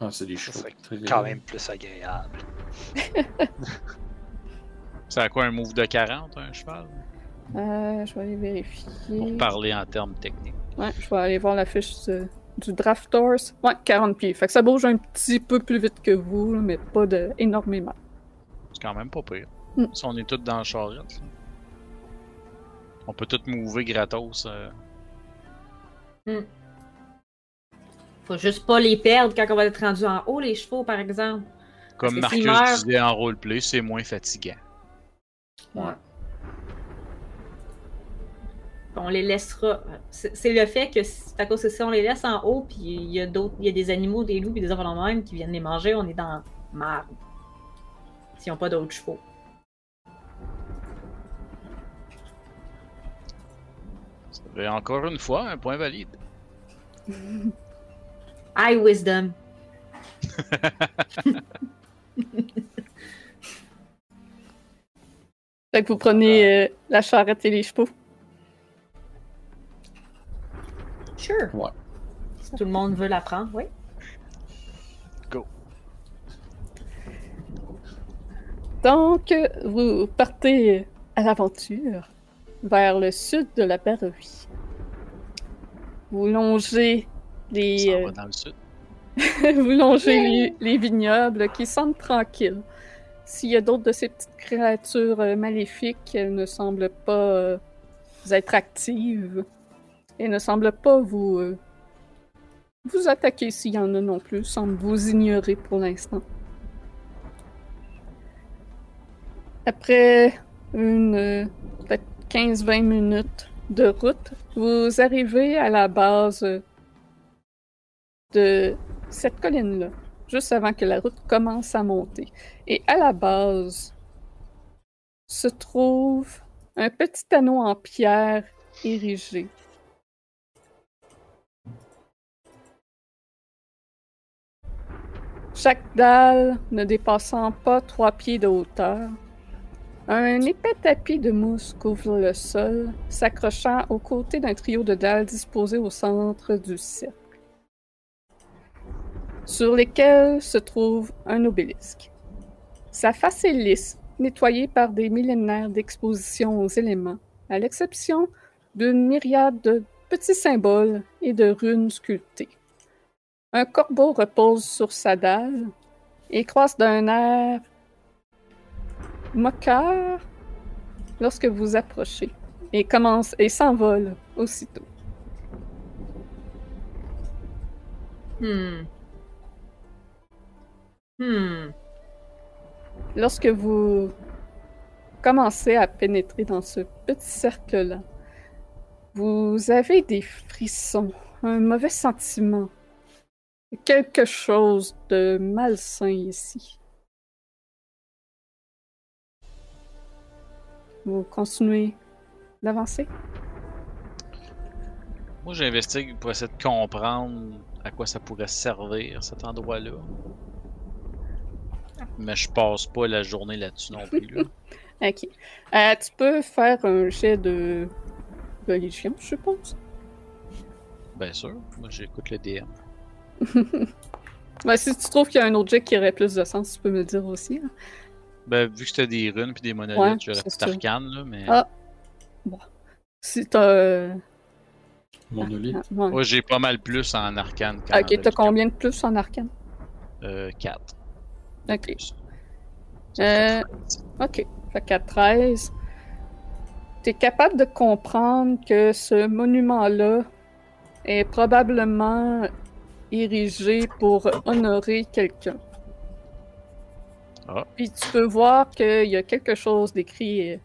Speaker 2: Ah, c'est des
Speaker 5: Ça
Speaker 2: chevaux.
Speaker 5: serait
Speaker 2: Très-
Speaker 5: Quand même plus agréable.
Speaker 3: C'est à quoi un move de 40, un cheval
Speaker 1: Euh, je vais aller vérifier.
Speaker 3: Pour parler en termes techniques.
Speaker 1: Ouais, je vais aller voir la fiche de- du draft horse. Ouais, 40 pieds. Fait que ça bouge un petit peu plus vite que vous, là, mais pas de, énormément.
Speaker 3: C'est quand même pas pire.
Speaker 1: Mm.
Speaker 3: Si on est tous dans la charrette, là. on peut tous mouver gratos. euh.
Speaker 4: Faut juste pas les perdre quand on va être rendu en haut, les chevaux, par exemple.
Speaker 3: Comme
Speaker 4: Parce que
Speaker 3: Marcus
Speaker 4: s'il meurt-
Speaker 3: disait en roleplay, c'est moins fatigant.
Speaker 4: On les laissera. C'est c'est le fait que c'est à cause de ça, on les laisse en haut, puis il y a d'autres, il y a des animaux, des loups, puis des enfants de même qui viennent les manger. On est dans marre. S'ils n'ont pas d'autres chevaux.
Speaker 3: Et encore une fois, un point valide.
Speaker 4: High wisdom.
Speaker 1: Fait que vous prenez euh, la charrette et les chevaux.
Speaker 4: Sure.
Speaker 2: Ouais.
Speaker 4: Si tout le monde veut l'apprendre, oui.
Speaker 1: Donc, euh, vous partez euh, à l'aventure vers le sud de la Barovie. Vous longez
Speaker 3: On
Speaker 1: les,
Speaker 3: s'en
Speaker 1: euh,
Speaker 3: va dans le sud.
Speaker 1: [laughs] vous longez les, les vignobles qui semblent tranquilles. S'il y a d'autres de ces petites créatures euh, maléfiques, elles ne semblent pas euh, être actives et ne semblent pas vous, euh, vous attaquer s'il y en a non plus, semblent vous ignorer pour l'instant. Après une euh, peut-être 15-20 minutes de route, vous arrivez à la base euh, de cette colline-là, juste avant que la route commence à monter. Et à la base se trouve un petit anneau en pierre érigé. Chaque dalle ne dépassant pas trois pieds de hauteur, un épais tapis de mousse couvre le sol, s'accrochant aux côtés d'un trio de dalles disposées au centre du cercle sur lesquels se trouve un obélisque. Sa face est lisse, nettoyée par des millénaires d'exposition aux éléments, à l'exception d'une myriade de petits symboles et de runes sculptées. Un corbeau repose sur sa dalle et croise d'un air moqueur lorsque vous approchez et commence et s'envole aussitôt.
Speaker 4: Hmm. Hmm.
Speaker 1: lorsque vous commencez à pénétrer dans ce petit cercle-là, vous avez des frissons, un mauvais sentiment, quelque chose de malsain ici. Vous continuez d'avancer.
Speaker 3: Moi, j'investigue pour essayer de comprendre à quoi ça pourrait servir, cet endroit-là.
Speaker 1: Ah.
Speaker 3: Mais je passe pas la journée là-dessus non plus.
Speaker 1: [laughs]
Speaker 3: là.
Speaker 1: Ok. Euh, tu peux faire un jet de religion, je suppose.
Speaker 3: Bien sûr, moi j'écoute le DM.
Speaker 1: Ben, si tu trouves qu'il y a un autre jet qui aurait plus de sens, tu peux me le dire aussi. hein.
Speaker 3: Ben, vu que c'était des runes puis des monolithes,
Speaker 1: Ouais,
Speaker 3: j'aurais
Speaker 1: c'est
Speaker 3: fait
Speaker 1: ça.
Speaker 3: arcane, là, mais.
Speaker 1: Ah. Si t'as...
Speaker 2: Monolithe.
Speaker 1: Ah, ouais. Ah,
Speaker 3: Moi, j'ai pas mal plus en arcane qu'en
Speaker 1: Ok, t'as combien de plus en arcane?
Speaker 3: Euh, 4.
Speaker 1: Ok. Euh, ok, fait qu'à 13, t'es capable de comprendre que ce monument-là est probablement érigé pour honorer quelqu'un.
Speaker 3: Ah.
Speaker 1: Puis tu peux voir qu'il y a quelque chose d'écrit. euh,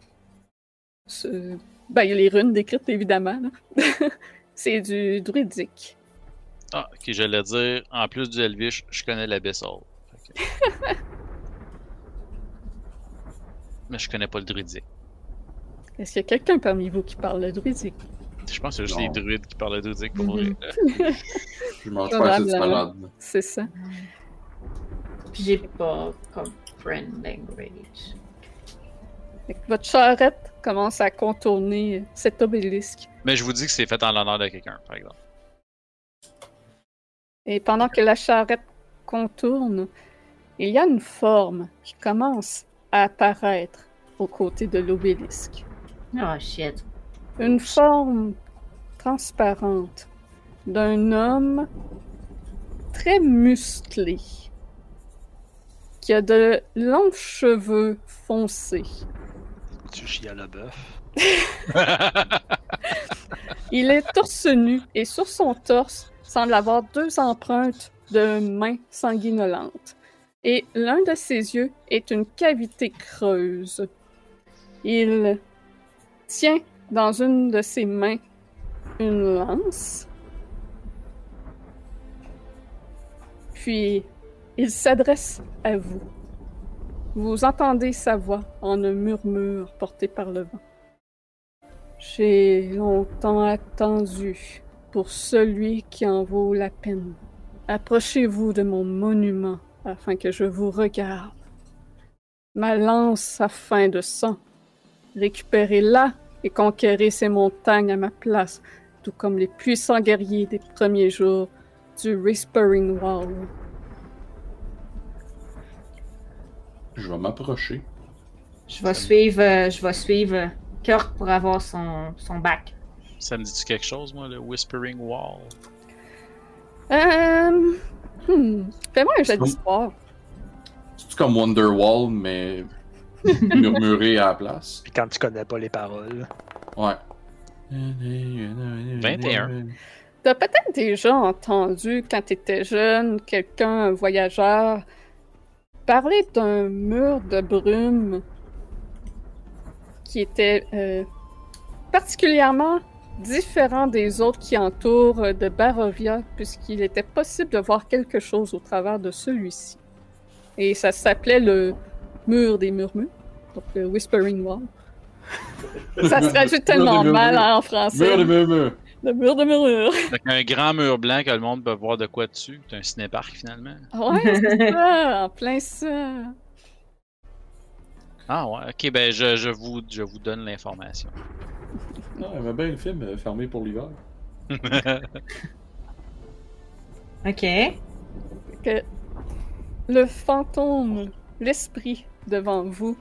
Speaker 1: ce- Ben, il y a les runes décrites, évidemment. là. [laughs] C'est du druidique.
Speaker 3: Ah, ok, j'allais dire, en plus du Elvish, je
Speaker 1: [laughs]
Speaker 3: connais l'abyssal. Fait que- mais je connais pas le druidique.
Speaker 1: Est-ce qu'il y a quelqu'un parmi vous qui parle le druidique?
Speaker 3: Je pense que c'est juste
Speaker 2: Non.
Speaker 3: les druides qui parlent de druidique pour vrai.
Speaker 4: Mhm.
Speaker 2: Je mange pas assez de
Speaker 1: Probablement.
Speaker 2: salade.
Speaker 1: C'est ça.
Speaker 4: Puis j'ai pas comme friend language.
Speaker 1: Fait que votre charrette commence à contourner cet obélisque.
Speaker 3: Mais je vous dis que c'est fait en l'honneur de quelqu'un, par exemple.
Speaker 1: Et pendant que la charrette contourne, il y a une forme qui commence à apparaître aux côtés de l'obélisque.
Speaker 4: Oh shit.
Speaker 1: Une forme transparente d'un homme très musclé qui a de longs cheveux foncés.
Speaker 5: Tu chies à la bœuf.
Speaker 1: Il est torse nu et sur son torse semble avoir deux empreintes de mains sanguinolentes. Et l'un de ses yeux est une cavité creuse. Il tient dans une de ses mains une lance. Puis il s'adresse à vous. Vous entendez sa voix en un murmure porté par le vent. J'ai longtemps attendu pour celui qui en vaut la peine. Approchez-vous de mon monument afin que je vous regarde. Ma lance à fin de sang. Récupérez-la et conquérez ces montagnes à ma place, tout comme les puissants guerriers des premiers jours du Whispering Wall.
Speaker 2: Je vais m'approcher.
Speaker 4: Je vais suivre, euh, je vais suivre euh, Kirk pour avoir son, son bac.
Speaker 3: Ça me dit-tu quelque chose, moi, le Whispering Wall?
Speaker 1: Euh... hmm, Fais-moi un jet
Speaker 2: Hum.
Speaker 1: d'histoire.
Speaker 2: C'est comme
Speaker 1: [laughs]
Speaker 2: Wonderwall, mais murmuré à la place.
Speaker 5: Puis quand tu connais pas les paroles.
Speaker 2: Ouais.
Speaker 3: 21.
Speaker 1: T'as peut-être déjà entendu, quand t'étais jeune, quelqu'un, un voyageur, parler d'un mur de brume qui était euh, particulièrement différent des autres qui entourent euh, de Barovia, puisqu'il était possible de voir quelque chose au travers de celui-ci. Et ça s'appelait le mur des murmures, donc le Whispering Wall. Ça
Speaker 2: [laughs]
Speaker 1: se traduit tellement mal hein, en français.
Speaker 2: Mur de murmure.
Speaker 1: Le mur de murmures.
Speaker 3: Fait un grand mur blanc que le monde peut voir de quoi dessus. C'est un cinéparc, finalement.
Speaker 1: Ouais, c'est ça, en plein ça.
Speaker 3: Ah ouais, ok, ben je, je, vous, je vous donne l'information.
Speaker 2: Non, il y avait bien le film euh, fermé pour l'hiver.
Speaker 4: Ok.
Speaker 1: Que le fantôme, l'esprit devant vous,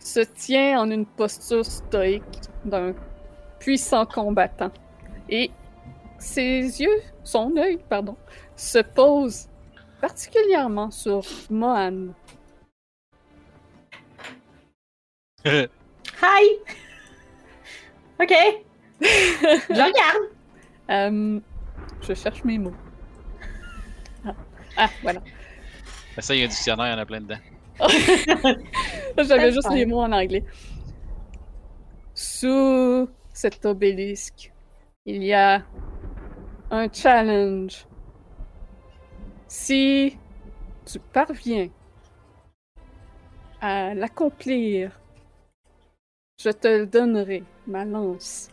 Speaker 1: se tient en une posture stoïque d'un puissant combattant. Et ses yeux, son œil, pardon, se pose particulièrement sur Mohan.
Speaker 4: Hi! [laughs] Ok. Je regarde.
Speaker 1: Euh, je cherche mes mots. Ah, ah, voilà.
Speaker 3: Ben ça, il y a un dictionnaire, il y en a plein dedans.
Speaker 1: [laughs] J'avais juste
Speaker 4: fun.
Speaker 1: les mots en anglais. Sous cet obélisque, il y a un challenge. Si tu parviens à l'accomplir, je te donnerai ma lance.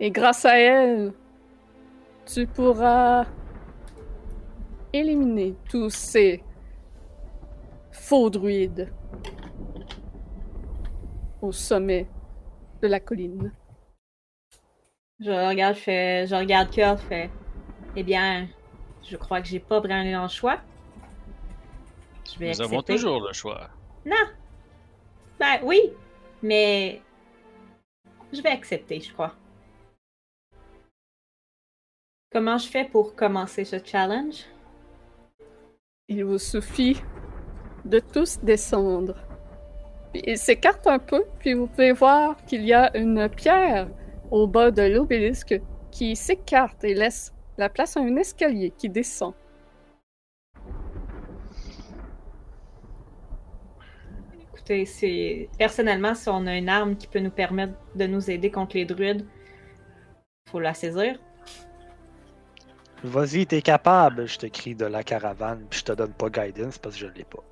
Speaker 1: Et grâce à elle, tu pourras éliminer tous ces faux druides au sommet de la colline.
Speaker 4: Je regarde, je fais, je regarde Kirk, je fais. Eh bien, je crois que j'ai pas vraiment le choix. Je vais
Speaker 3: Nous avons
Speaker 4: accepter.
Speaker 3: toujours le choix.
Speaker 4: Non. Ben oui, mais je vais accepter, je crois. Comment je fais pour commencer ce challenge?
Speaker 1: Il vous suffit de tous descendre. Puis Il s'écarte un peu, puis vous pouvez voir qu'il y a une pierre au bas de l'obélisque qui s'écarte et laisse la place à un escalier qui descend.
Speaker 4: Écoutez, c'est personnellement, si on a une arme qui peut nous permettre de nous aider contre les druides, faut la saisir.
Speaker 5: Vas-y, t'es capable. Je te crie de la caravane. Puis je te donne pas guidance parce que je l'ai pas.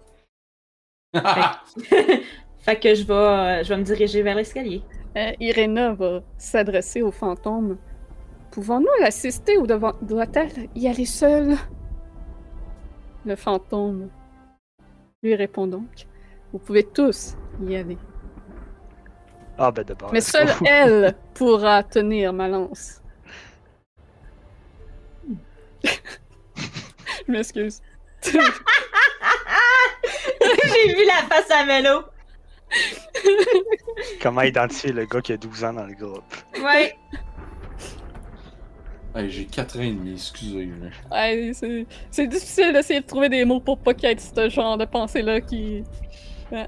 Speaker 4: fait que je vais, euh, je vais me diriger vers l'escalier. [laughs]
Speaker 1: Euh, Irena va s'adresser au fantôme. Pouvons-nous l'assister ou devons- doit-elle y aller seule? Le fantôme lui répond donc. Vous pouvez tous y aller.
Speaker 5: Ah, ben d'abord.
Speaker 1: Mais
Speaker 5: let's go.
Speaker 1: seule elle pourra tenir ma lance. [laughs] Je m'excuse. [laughs]
Speaker 4: J'ai vu la face à Mello.
Speaker 5: Comment identifier le gars qui a 12 ans dans le groupe
Speaker 4: Ouais.
Speaker 2: Hey, j'ai 4 ans et demi, excusez. là.
Speaker 1: Ouais, c'est c'est difficile d'essayer de trouver des mots pour pas qu'il y ait ce genre de pensée-là qui.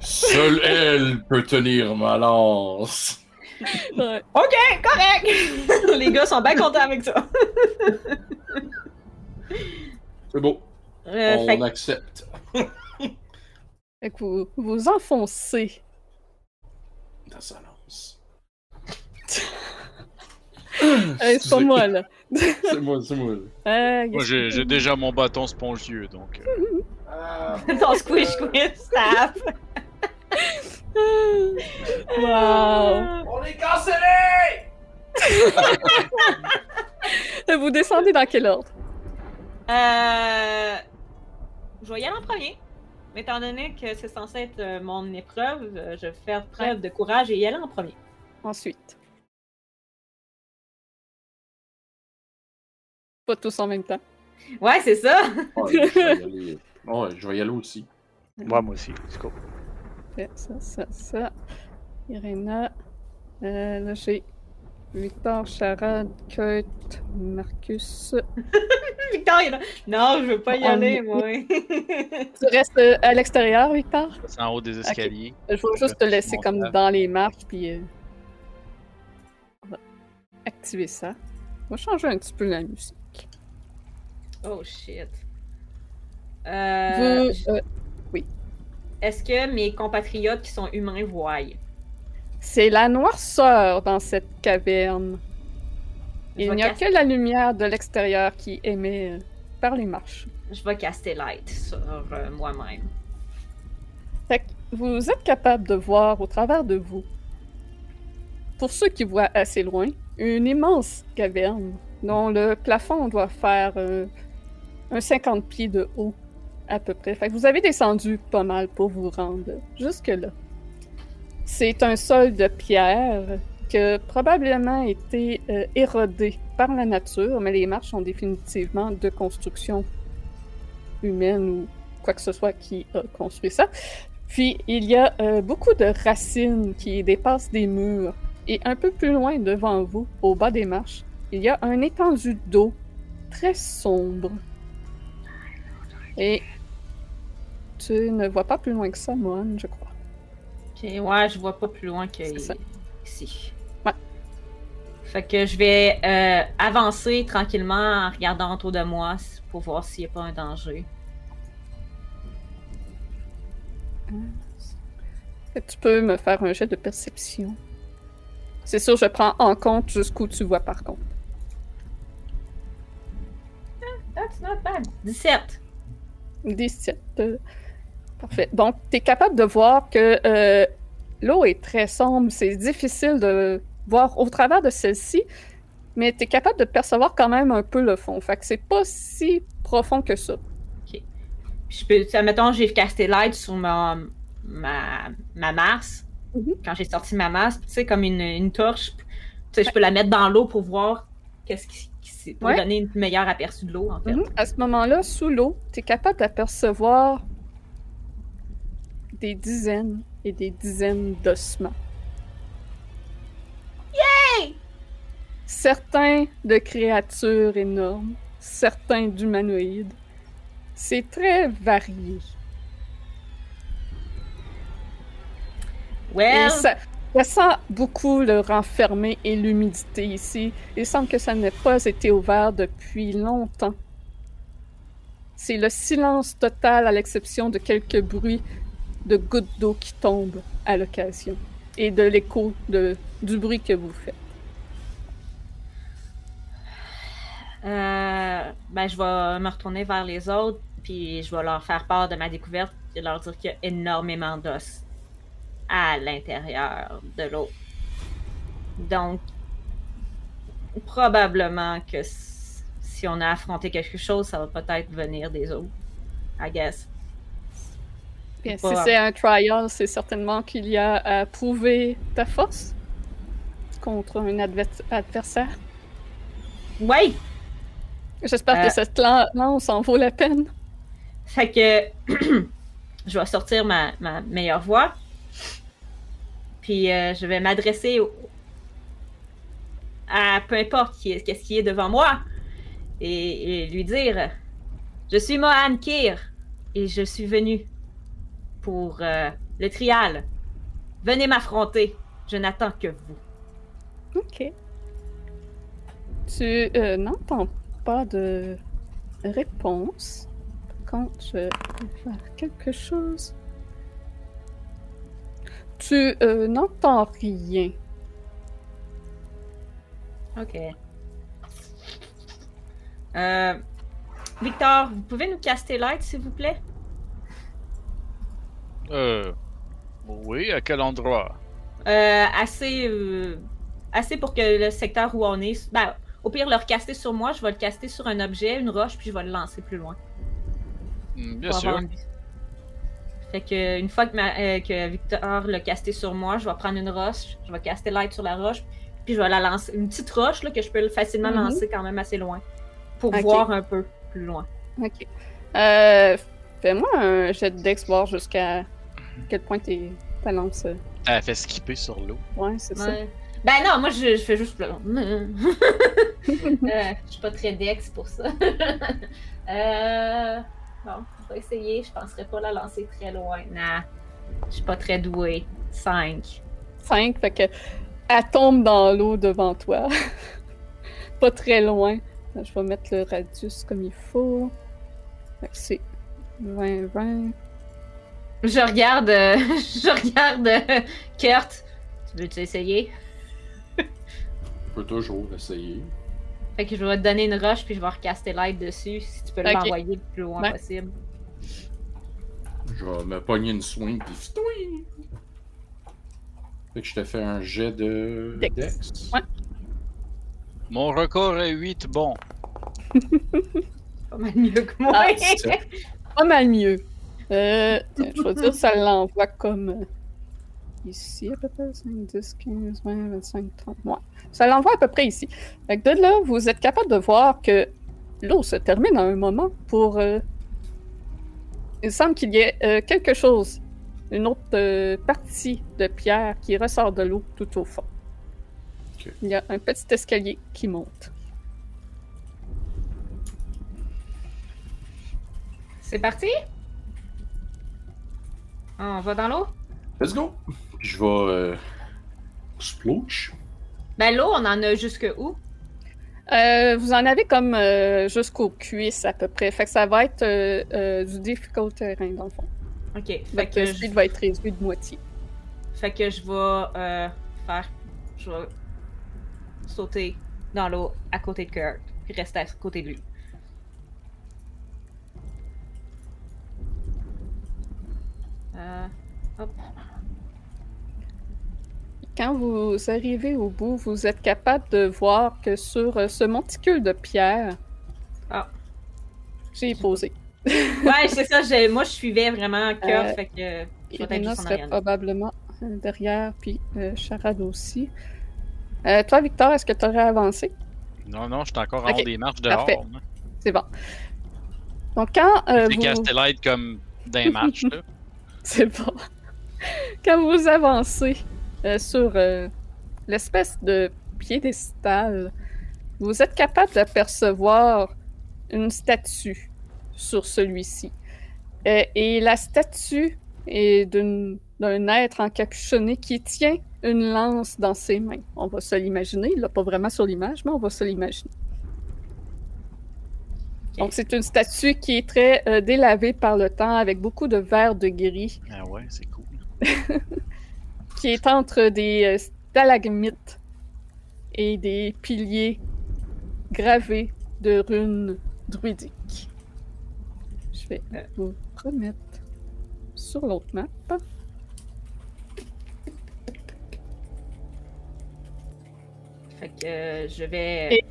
Speaker 2: Seule elle peut tenir ma lance.
Speaker 1: Ouais.
Speaker 4: Ok, [laughs] correct. [laughs] Les gars sont bien contents avec ça.
Speaker 2: C'est beau,
Speaker 4: Euh, fait
Speaker 2: on
Speaker 4: que-
Speaker 2: accepte.
Speaker 1: Fait que vous vous enfoncez
Speaker 2: Dans sa
Speaker 1: [laughs]
Speaker 2: lance.
Speaker 1: Euh, c'est pas moi, là.
Speaker 2: C'est moi, c'est
Speaker 1: [laughs]
Speaker 2: moi.
Speaker 1: Euh,
Speaker 3: Moi, j'ai j'ai déjà mon bâton spongieux, donc. euh,
Speaker 2: Ah,
Speaker 4: [laughs] Ton squish squish [laughs] tap.
Speaker 1: Wow.
Speaker 2: on est cancellés!
Speaker 1: Vous descendez dans quel ordre?
Speaker 4: Euh, je vais y aller en premier. Mais étant donné que c'est censé être euh, mon épreuve, euh, je vais faire preuve de courage et y aller en premier.
Speaker 1: Ensuite. Pas tous en même temps.
Speaker 4: Ouais, c'est [laughs] ça.
Speaker 2: Ouais, je vais y aller. Ouais, je vais y aller aussi.
Speaker 5: Moi, moi aussi. Let's go.
Speaker 1: Fait Ça, ça, ça. Irena. Euh, là, j'ai Victor, Charade, Kurt, Marcus.
Speaker 4: Victor, il est là. Oh, Non, je veux pas y
Speaker 1: On-
Speaker 4: aller, moi. [laughs]
Speaker 1: Tu restes euh, à l'extérieur, Victor?
Speaker 3: C'est en haut des escaliers.
Speaker 1: Je vais juste te laisser comme
Speaker 3: Montage.
Speaker 1: dans les marches, puis euh, on va activer ça. On va changer un petit peu la musique.
Speaker 4: oh shit. Euh,
Speaker 1: Vous, euh,
Speaker 4: Est-ce que mes compatriotes qui sont humains voient?
Speaker 1: c'est la noirceur dans cette caverne.
Speaker 4: Je
Speaker 1: Il
Speaker 4: vais
Speaker 1: n'y a
Speaker 4: cas-
Speaker 1: que la lumière de l'extérieur qui émet euh, par les marches.
Speaker 4: Je vais caster light sur euh, moi-même.
Speaker 1: Fait que vous êtes capable de voir au travers de vous, pour ceux qui voient assez loin, une immense caverne dont le plafond doit faire euh, un 50 pieds de haut à peu près. Fait que vous avez descendu pas mal pour vous rendre jusque-là. C'est un sol de pierre qui a probablement été euh, érodé par la nature, mais les marches sont définitivement de construction humaine ou quoi que ce soit qui a construit ça. Puis il y a euh, beaucoup de racines qui dépassent des murs. Et un peu plus loin devant vous, au bas des marches, il y a un étendu d'eau très sombre. Et tu ne vois pas plus loin que ça, Mohan, je crois.
Speaker 4: Ok, ouais, je vois pas plus loin que
Speaker 1: C'est ça.
Speaker 4: ici.
Speaker 1: Ouais.
Speaker 4: Fait que je vais euh, avancer tranquillement en regardant autour de moi s- pour voir s'il n'y a pas un danger.
Speaker 1: Fait que Tu peux me faire un jet de perception. C'est sûr, je prends en compte jusqu'où tu vois par contre.
Speaker 4: That's not bad. 17.
Speaker 1: 17. euh, Parfait. Donc, tu es capable de voir que euh, l'eau est très sombre. C'est difficile de voir au travers de celle-ci, mais tu es capable de percevoir quand même un peu le fond. Fait que c'est pas si profond que ça.
Speaker 4: Je peux, ça, mettons, j'ai casté light sur ma, ma, ma masse.
Speaker 1: Mhm.
Speaker 4: Quand j'ai sorti ma masse, tu sais, comme une, une torche, tu sais, je peux la mettre dans l'eau pour voir qu'est-ce qui, qui s'est- pour
Speaker 1: Ouais.
Speaker 4: donner une meilleure aperçu de l'eau, en fait.
Speaker 1: Mhm. À ce moment-là, sous l'eau, tu es capable d'apercevoir des dizaines et des dizaines d'ossements.
Speaker 4: Yay!
Speaker 1: Certains de créatures énormes, certains d'humanoïdes. C'est très varié. Et
Speaker 4: Well,
Speaker 1: ça, ça sent beaucoup le renfermé et l'humidité ici. Il semble que ça n'ait pas été ouvert depuis longtemps. C'est le silence total à l'exception de quelques bruits de gouttes d'eau qui tombent à l'occasion et de l'écho de- du bruit que vous faites.
Speaker 4: Euh, ben, je vais me retourner vers les autres, puis je vais leur faire part de ma découverte de leur dire qu'il y a énormément d'os à l'intérieur de l'eau. Donc, probablement que s- si on a affronté quelque chose, ça va peut-être venir des eaux. I guess.
Speaker 1: Bien,
Speaker 4: Pas-
Speaker 1: si c'est un trial, c'est certainement qu'il y a à prouver ta force contre un adver- adversaire.
Speaker 4: Ouais!
Speaker 1: J'espère
Speaker 4: Euh.
Speaker 1: que cette lan- lance en vaut la peine.
Speaker 4: Fait que [clears throat] je vais sortir ma, ma meilleure voix. Puis euh, je vais m'adresser au- à peu importe qui est, qu'est-ce qui est devant moi et, et lui dire Je suis Mohan Kir et je suis venu pour euh, le trial. Venez m'affronter. Je n'attends que vous.
Speaker 1: Ok. Tu euh, n'entends pas de réponse. Par contre, je vais faire quelque chose. Tu euh, n'entends rien.
Speaker 4: OK. Euh, Victor, vous pouvez nous caster l'aide, s'il vous plaît?
Speaker 3: Euh. Oui, à quel endroit
Speaker 4: Euh, assez, euh, assez pour que le secteur où on est. Ben, au pire, le recaster sur moi, je vais le caster sur un objet, une roche, puis je vais le lancer plus loin.
Speaker 3: Hmm, Bien
Speaker 4: pour
Speaker 3: sûr.
Speaker 4: avoir une vue. Fait que une fois que, ma- euh, que Victor l'a casté sur moi, je vais prendre une roche, je vais caster light sur la roche, puis je vais la lancer. Une petite roche là, que je peux facilement
Speaker 1: Mhm.
Speaker 4: lancer quand même assez loin. Pour
Speaker 1: Ok.
Speaker 4: voir un peu plus loin.
Speaker 1: Ok. Euh, Fais-moi un jet de dex, voir jusqu'à quel point tes ta lance. euh,
Speaker 3: Elle fait skipper sur l'eau.
Speaker 1: Ouais, c'est ça.
Speaker 4: Ouais. Ben non, moi je, je fais juste. le- [laughs] Euh, je suis pas très dex pour ça. [laughs] euh... Bon, on va essayer. Je penserais pas la lancer très loin. Nah, je suis pas très douée. 5.
Speaker 1: 5, fait que elle tombe dans l'eau devant toi. [laughs] pas très loin. Je vais mettre le radius comme il faut. Fait que c'est 20, 20.
Speaker 4: Je regarde, euh, [laughs] je regarde euh, Kurt. Tu veux-tu essayer?
Speaker 2: On peut toujours essayer.
Speaker 4: Fait que je vais te donner une roche puis je vais recaster l'aide dessus si tu peux
Speaker 1: Ok.
Speaker 4: l'envoyer le plus loin
Speaker 1: Ouais.
Speaker 4: possible.
Speaker 2: Je vais me pogner une swing pis ftoui! Fait que je te fais un jet de
Speaker 1: Dex. Ouais.
Speaker 3: Mon record est 8 bon.
Speaker 4: Pas mal mieux que moi.
Speaker 1: Ah, Pas mal mieux. Euh, tiens, je vais dire, ça l'envoie comme euh, ici à peu près. 5, 10, 15, 20, 25, 30. Ouais. Ça l'envoie à peu près ici. Fait que de là, vous êtes capable de voir que l'eau se termine à un moment pour. euh, Il semble qu'il y ait euh, quelque chose, une autre euh, partie de pierre qui ressort de l'eau tout au fond.
Speaker 2: Ok.
Speaker 1: Il y a un petit escalier qui monte.
Speaker 4: [laughs] C'est parti? On va dans l'eau?
Speaker 2: Let's go! Je vais. Euh, sploosh.
Speaker 4: Ben l'eau, on en a jusque où?
Speaker 1: Euh, vous en avez comme euh, jusqu'aux cuisses à peu près. Fait que ça va être euh, euh, du difficile terrain dans le fond.
Speaker 4: Ok. Fait
Speaker 1: Fait que
Speaker 4: que
Speaker 1: le
Speaker 4: je
Speaker 1: speed va être réduit de moitié.
Speaker 4: Fait que je vais euh, faire. Je vais sauter dans l'eau à côté de Kurt, puis rester à côté de lui. Euh, hop.
Speaker 1: Quand vous arrivez au bout, vous êtes capable de voir que sur euh, ce monticule de pierre,
Speaker 4: Ah.
Speaker 1: j'ai posé.
Speaker 4: Ouais, c'est ça, j'ai- moi je suivais vraiment Kurt,
Speaker 1: Euh,
Speaker 4: fait que. Je vais être
Speaker 1: Irina
Speaker 4: juste en
Speaker 1: serait
Speaker 4: arrière.
Speaker 1: probablement euh, derrière, puis euh, Charade aussi. Euh, toi, Victor, est-ce que tu aurais avancé?
Speaker 3: Non, non, je suis encore
Speaker 1: Ok,
Speaker 3: en haut des marches dehors.
Speaker 1: parfait.
Speaker 3: moi.
Speaker 1: C'est bon. Donc, quand euh,
Speaker 3: J'ai
Speaker 1: vous...
Speaker 3: casté l'aide comme
Speaker 1: [laughs]
Speaker 3: d'un match, là.
Speaker 1: C'est bon. Quand vous avancez euh, sur euh, l'espèce de piédestal, vous êtes capable d'apercevoir une statue sur celui-ci. Euh, et la statue est d'une- d'un être encapuchonné qui tient une lance dans ses mains. On va se l'imaginer, là, pas vraiment sur l'image, mais on va se l'imaginer. Donc, c'est une statue qui est très euh, délavée par le temps, avec beaucoup de verre de gris
Speaker 3: Ah ouais, c'est cool.
Speaker 1: qui est entre des euh, stalagmites et des piliers gravés de runes druidiques. Je vais
Speaker 4: Euh.
Speaker 1: vous remettre sur l'autre map.
Speaker 4: Fait que euh, je vais.
Speaker 1: Et-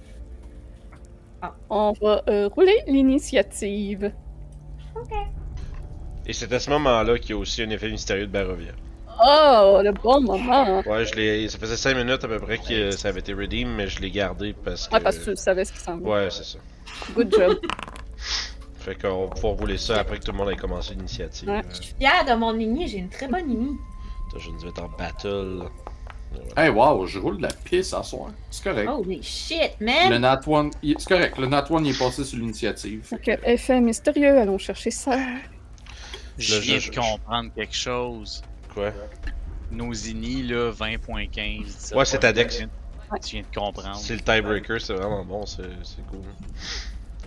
Speaker 1: On va euh, rouler l'initiative.
Speaker 7: Et c'est à ce moment-là qu'il y a aussi un effet mystérieux de Barovia.
Speaker 1: Oh, le bon moment!
Speaker 7: Ouais, je l'ai. Ça faisait 5 minutes à peu près que ça avait été redeem, mais je l'ai gardé parce que.
Speaker 1: Ouais, parce que tu savais ce qui s'en venait.
Speaker 7: Euh, Ouais, c'est ça.
Speaker 1: Good
Speaker 7: [laughs]
Speaker 1: job.
Speaker 7: Fait qu'on va pouvoir rouler ça après que tout le monde ait commencé l'initiative.
Speaker 1: Ouais.
Speaker 4: Je suis fière de mon igni, j'ai une très bonne igni.
Speaker 7: Attends, Je nous vais être en battle.
Speaker 2: Hey, wow, je roule de la pisse à soir. C'est correct.
Speaker 1: Oh,
Speaker 4: Holy shit,
Speaker 2: Le
Speaker 4: man!
Speaker 2: Nat One, il- c'est correct, le Nat One il est passé sur l'initiative.
Speaker 1: Donc, euh, effet mystérieux, allons chercher ça.
Speaker 3: Je
Speaker 7: Là,
Speaker 3: viens
Speaker 7: je-
Speaker 3: de comprendre quelque chose.
Speaker 7: Quoi?
Speaker 3: Nozini, là, 20.15. 17.
Speaker 7: Ouais, c'est ta dex.
Speaker 3: Tu viens- Tu viens de comprendre.
Speaker 7: C'est le tiebreaker, c'est vraiment bon, c'est c'est cool.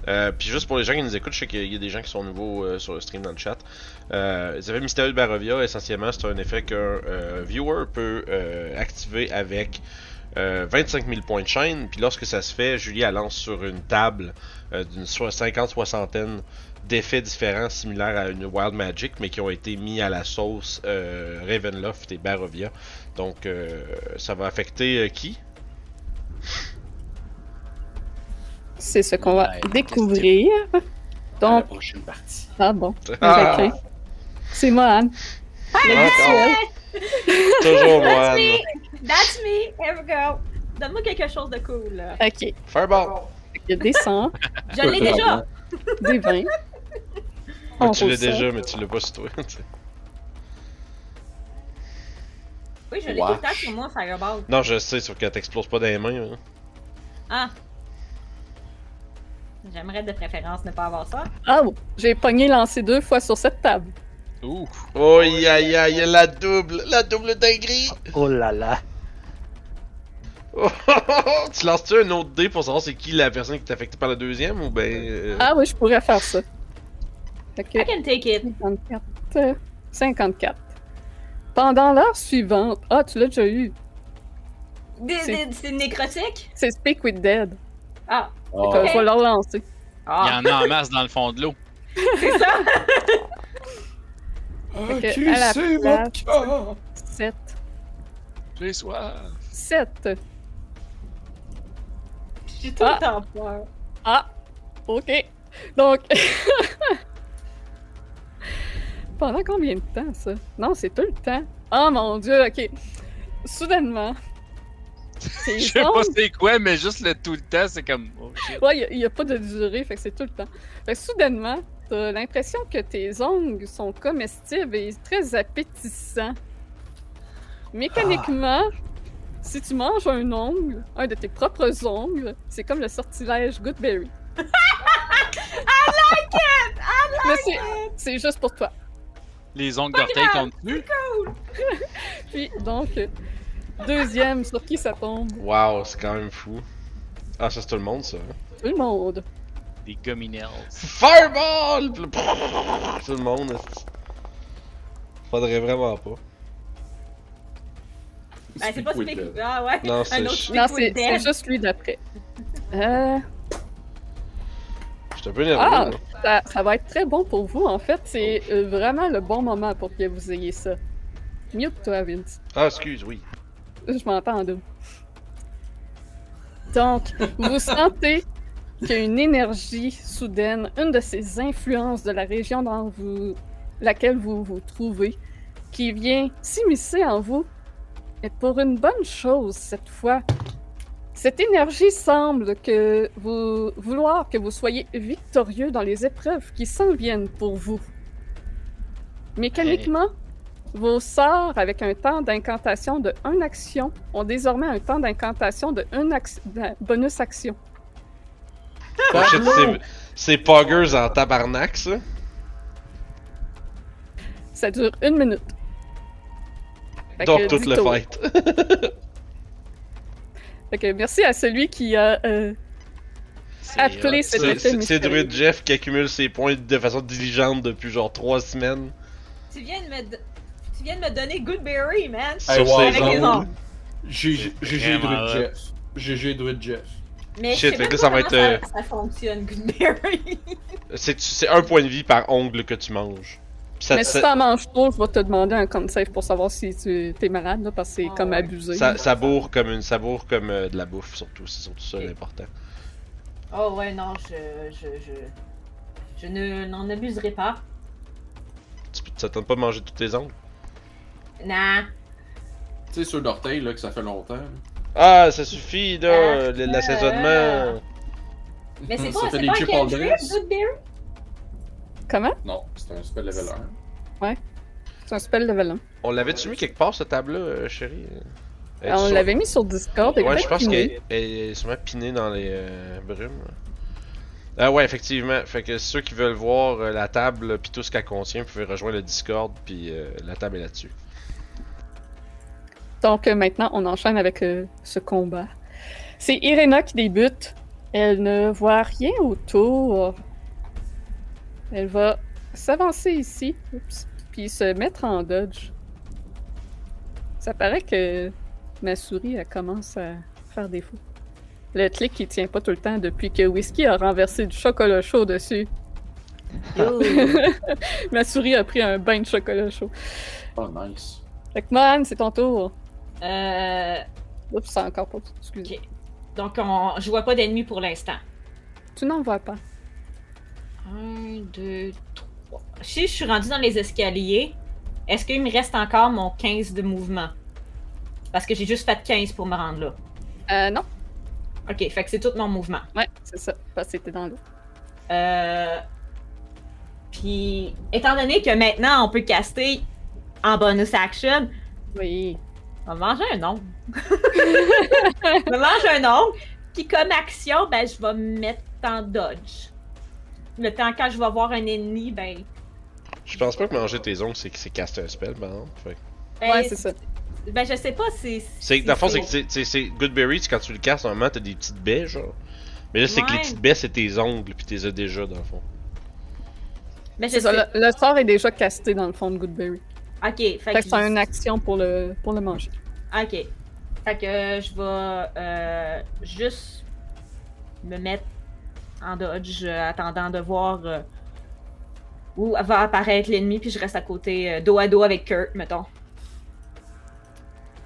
Speaker 7: Euh, puis juste pour les gens qui nous écoutent, je sais qu'il y a des gens qui sont nouveaux euh, sur le stream dans le chat. Euh, les effets mystérieux de Barovia, essentiellement, c'est un effet qu'un euh, viewer peut euh, activer avec euh, 25 000 points de chaîne. Puis lorsque ça se fait, Julie elle lance sur une table euh, d'une so- 50-60aine d'effets différents similaires à une Wild Magic, mais qui ont été mis à la sauce euh, Ravenloft et Barovia. Donc euh, ça va affecter euh, qui
Speaker 1: C'est ce qu'on va
Speaker 3: Ouais,
Speaker 1: découvrir.
Speaker 2: Dans la
Speaker 1: Donc,
Speaker 2: prochaine partie.
Speaker 1: ah bon,
Speaker 7: Ah!
Speaker 1: ok. C'est moi, Anne.
Speaker 4: Oh!
Speaker 7: Encore. Ah, [laughs]
Speaker 1: [laughs]
Speaker 7: Toujours moi.
Speaker 4: That's me! That's me! Here we go! Donne-moi quelque chose de cool, là.
Speaker 1: Ok,
Speaker 7: Fireball.
Speaker 1: il y a des 100,
Speaker 4: Je l'ai déjà!
Speaker 1: des 20.
Speaker 7: Mais
Speaker 1: On
Speaker 7: tu l'as
Speaker 1: roule ça.
Speaker 7: déjà, mais tu l'as pas sur toi. [laughs] tu sais.
Speaker 4: Oui, je l'ai tout le temps sur moi, Fireball.
Speaker 7: non, je sais, sauf qu'elle t'explose pas dans les mains. hein.
Speaker 4: Ah! J'aimerais de préférence ne pas avoir ça.
Speaker 1: Ah, bon, j'ai pogné lancé deux fois sur cette table.
Speaker 3: Ouh!
Speaker 7: Oh, ya ya ya, la double, la double dinguerie.
Speaker 5: Oh là là.
Speaker 7: Oh, oh, oh, oh. [laughs] tu lances-tu un autre dé pour savoir c'est qui la personne qui est affectée par le deuxième ou ben. euh,
Speaker 1: Ah oui, je pourrais faire ça.
Speaker 4: I
Speaker 1: Ok,
Speaker 4: can take it.
Speaker 1: 54. euh, 54. Pendant l'heure suivante... Ah, tu l'as déjà eu.
Speaker 4: Des-
Speaker 1: C'est-
Speaker 4: des- C'est nécrotique?
Speaker 1: C'est Speak with Dead.
Speaker 4: Ah!
Speaker 2: Oh,
Speaker 1: Euh, Je vais le relancer.
Speaker 3: Il y
Speaker 4: Ah!
Speaker 3: en a en masse dans le fond de l'eau.
Speaker 4: C'est ça!
Speaker 2: Oh,
Speaker 1: Fait que, à la place,
Speaker 2: Ah!
Speaker 1: 7.
Speaker 3: J'ai soif.
Speaker 1: 7.
Speaker 4: J'ai tout le temps peur. Ben,
Speaker 1: Ah, ok. Donc, [laughs] pendant combien de temps ça Non, c'est tout le temps. Oh mon dieu, ok. Soudainement,
Speaker 3: [laughs] Je
Speaker 1: ces
Speaker 3: sais pas
Speaker 1: ondes-
Speaker 3: c'est quoi, mais juste le tout le temps, c'est comme. Oh shit.
Speaker 1: ouais, il n'y a, pas de durée, fait que c'est tout le temps. Fait que soudainement, t'as l'impression que tes ongles sont comestibles et très appétissants. Mécaniquement, si tu manges un ongle, un de tes propres ongles, c'est comme le sortilège Goodberry. I like it! I like it! C'est juste pour toi.
Speaker 3: Les ongles d'orteil
Speaker 4: grave.
Speaker 3: comptent plus.
Speaker 1: Puis, donc, euh, deuxième, sur qui ça tombe?
Speaker 7: Wow, c'est quand même fou. Ah, ça c'est tout le monde ça.
Speaker 1: Tout le monde.
Speaker 3: Des gominels.
Speaker 7: Fireball! Puis le- [laughs] Tout le monde. esti. Faudrait vraiment pas.
Speaker 4: Ben, c'est pas
Speaker 2: Speak with
Speaker 4: spécifique.
Speaker 2: the-
Speaker 4: Ah ouais!
Speaker 7: Non, c'est.
Speaker 4: Un autre
Speaker 7: Je
Speaker 1: Non,
Speaker 4: Speak
Speaker 1: c'est
Speaker 4: with
Speaker 1: c'est
Speaker 4: Dead.
Speaker 1: juste lui d'après. Euh,
Speaker 7: je suis un peu nerveux.
Speaker 1: Ah,
Speaker 7: là.
Speaker 1: ça, ça va être très bon pour vous, en fait. C'est euh, vraiment le bon moment pour que vous ayez ça. Mieux que toi, Vince.
Speaker 7: Ah, excuse, oui.
Speaker 1: Je m'entends en double. Donc, vous sentez qu'il y a une énergie soudaine, une de ces influences de la région dans vous, laquelle vous vous trouvez, qui vient s'immiscer en vous. Et pour une bonne chose, cette fois, cette énergie semble que vous vouloir que vous soyez victorieux dans les épreuves qui s'en viennent pour vous. Mécaniquement, vos sorts avec un temps d'incantation de 1 action ont désormais un temps d'incantation de 1 bonus action.
Speaker 7: Oh, shit, c'est- C'est Poggers en tabarnak ça.
Speaker 1: Ça dure une minute. Fait que
Speaker 7: Donc toute le
Speaker 1: ditto.
Speaker 7: fight.
Speaker 1: Fait que merci à celui qui a euh,
Speaker 3: C'est
Speaker 1: appelé
Speaker 3: hot.
Speaker 1: cet
Speaker 7: C'est-
Speaker 1: effet
Speaker 7: C'est c'est
Speaker 1: mystérieux.
Speaker 7: Druid Jeff qui accumule ses points de façon diligente depuis genre 3 semaines.
Speaker 4: Tu viens de me. do- Tu viens de me donner Goodberry, man!
Speaker 7: Sur
Speaker 2: wow,
Speaker 7: ses
Speaker 4: avec les
Speaker 7: ongles.
Speaker 4: ongles.
Speaker 2: GG GG Druid
Speaker 3: Vraiment, ouais.
Speaker 2: Jeff. GG Druid Jeff.
Speaker 4: Mais je
Speaker 7: Shit,
Speaker 4: sais
Speaker 7: fait
Speaker 4: même
Speaker 7: que là,
Speaker 4: pas
Speaker 7: ça va
Speaker 4: comment
Speaker 7: être, euh,
Speaker 4: Ça, ça fonctionne, Goodberry!
Speaker 7: C'est c'est un point de vie par ongle que tu manges.
Speaker 6: Puis ça,
Speaker 1: Mais si
Speaker 6: ça,
Speaker 1: t'en manges trop, je vais te demander un con save pour savoir si tu t'es malade, là, parce que c'est
Speaker 4: Ah
Speaker 1: comme
Speaker 4: ouais.
Speaker 1: abusé.
Speaker 6: Ça-
Speaker 7: Ça, ça bourre comme une, ça bourre comme euh, de la bouffe surtout, c'est surtout ça
Speaker 4: Ok.
Speaker 7: l'important.
Speaker 4: Oh ouais, non, je. Je, je, je ne, n'en abuserai pas.
Speaker 7: Tu peux- tu t'attends pas à manger tous tes ongles.
Speaker 4: Nah.
Speaker 2: Tu sais, ceux d'orteil, là, que ça fait longtemps. là.
Speaker 7: Ah, ça suffit là,
Speaker 4: Ah,
Speaker 7: le- l'assaisonnement.
Speaker 4: Mais c'est
Speaker 2: Ça
Speaker 4: pas,
Speaker 2: fait
Speaker 4: c'est
Speaker 2: des
Speaker 4: pas un
Speaker 2: chips en
Speaker 4: cantrip,
Speaker 2: dress.
Speaker 4: Goodberry?
Speaker 1: Comment?
Speaker 2: Non, c'est un spell level 1.
Speaker 1: C'est un spell level 1.
Speaker 7: On l'avait-tu mis quelque part cette table-là, euh, chérie Elle est
Speaker 1: Alors, on
Speaker 7: sur-
Speaker 1: l'avait mis sur Discord. et
Speaker 7: Ouais,
Speaker 1: peut-être
Speaker 7: je pense
Speaker 1: qu'il
Speaker 7: qu'elle elle est sûrement pinée dans les euh, brumes. Ah ouais, effectivement. Fait que ceux qui veulent voir euh, la table puis tout ce qu'elle contient, vous pouvez rejoindre le Discord puis euh, la table est là-dessus.
Speaker 1: Donc euh, maintenant, on enchaîne avec euh, ce combat. C'est Irena qui débute. Elle ne voit rien autour. Elle va s'avancer ici, Oups. puis se mettre en dodge. Ça paraît que ma souris elle commence à faire défaut. Le clic qui tient pas tout le temps depuis que Whisky a renversé du chocolat chaud dessus. ma souris a pris un bain de chocolat chaud.
Speaker 2: Oh, nice.
Speaker 1: Fait que Mohan, c'est ton tour.
Speaker 4: Euh,
Speaker 1: Oups, c'est encore pas. Excusez.
Speaker 4: Ok. donc, on, je vois pas d'ennemis pour l'instant.
Speaker 1: Tu n'en vois pas.
Speaker 4: Un, deux, trois. Si je suis rendue dans les escaliers, est-ce qu'il me reste encore mon 15 de mouvement? Parce que j'ai juste fait 15 pour me rendre là.
Speaker 1: Euh, non.
Speaker 4: Ok, fait que c'est tout mon mouvement.
Speaker 1: Ouais, c'est ça. Parce que c'était dans l'eau.
Speaker 4: Euh... Puis, étant donné que maintenant on peut caster en bonus action,
Speaker 1: Oui.
Speaker 4: on va manger un [laughs] ongle. je me mange un ongle, puis comme action, ben, je vais me mettre en dodge. Le temps quand je vais voir un ennemi, ben.
Speaker 7: Je pense pas que manger tes ongles, c'est que c'est caster un spell, par exemple. Fait que-
Speaker 4: ben,
Speaker 1: ouais, c'est ça.
Speaker 4: Ben, je sais pas si.
Speaker 7: C'est
Speaker 4: si
Speaker 7: dans le fond, c'est que c'est- c'est- c'est Goodberry, c'est quand tu le casses, normalement t'as des petites baies, genre. Mais là, c'est que les
Speaker 4: Ouais.
Speaker 7: petites baies, c'est tes ongles, puis t'es déjà, dans le fond.
Speaker 4: Ben, je
Speaker 1: C'est ça,
Speaker 4: sais-
Speaker 1: Le, le sort est déjà casté dans le fond de Goodberry.
Speaker 4: Ok, fait,
Speaker 1: Fait que c'est une action pour le, pour le manger.
Speaker 4: Ok. Fait que euh, je vais euh, juste me mettre en dodge, euh, attendant de voir euh, où va apparaître l'ennemi, puis je reste à côté, euh, dos à dos avec Kurt, mettons.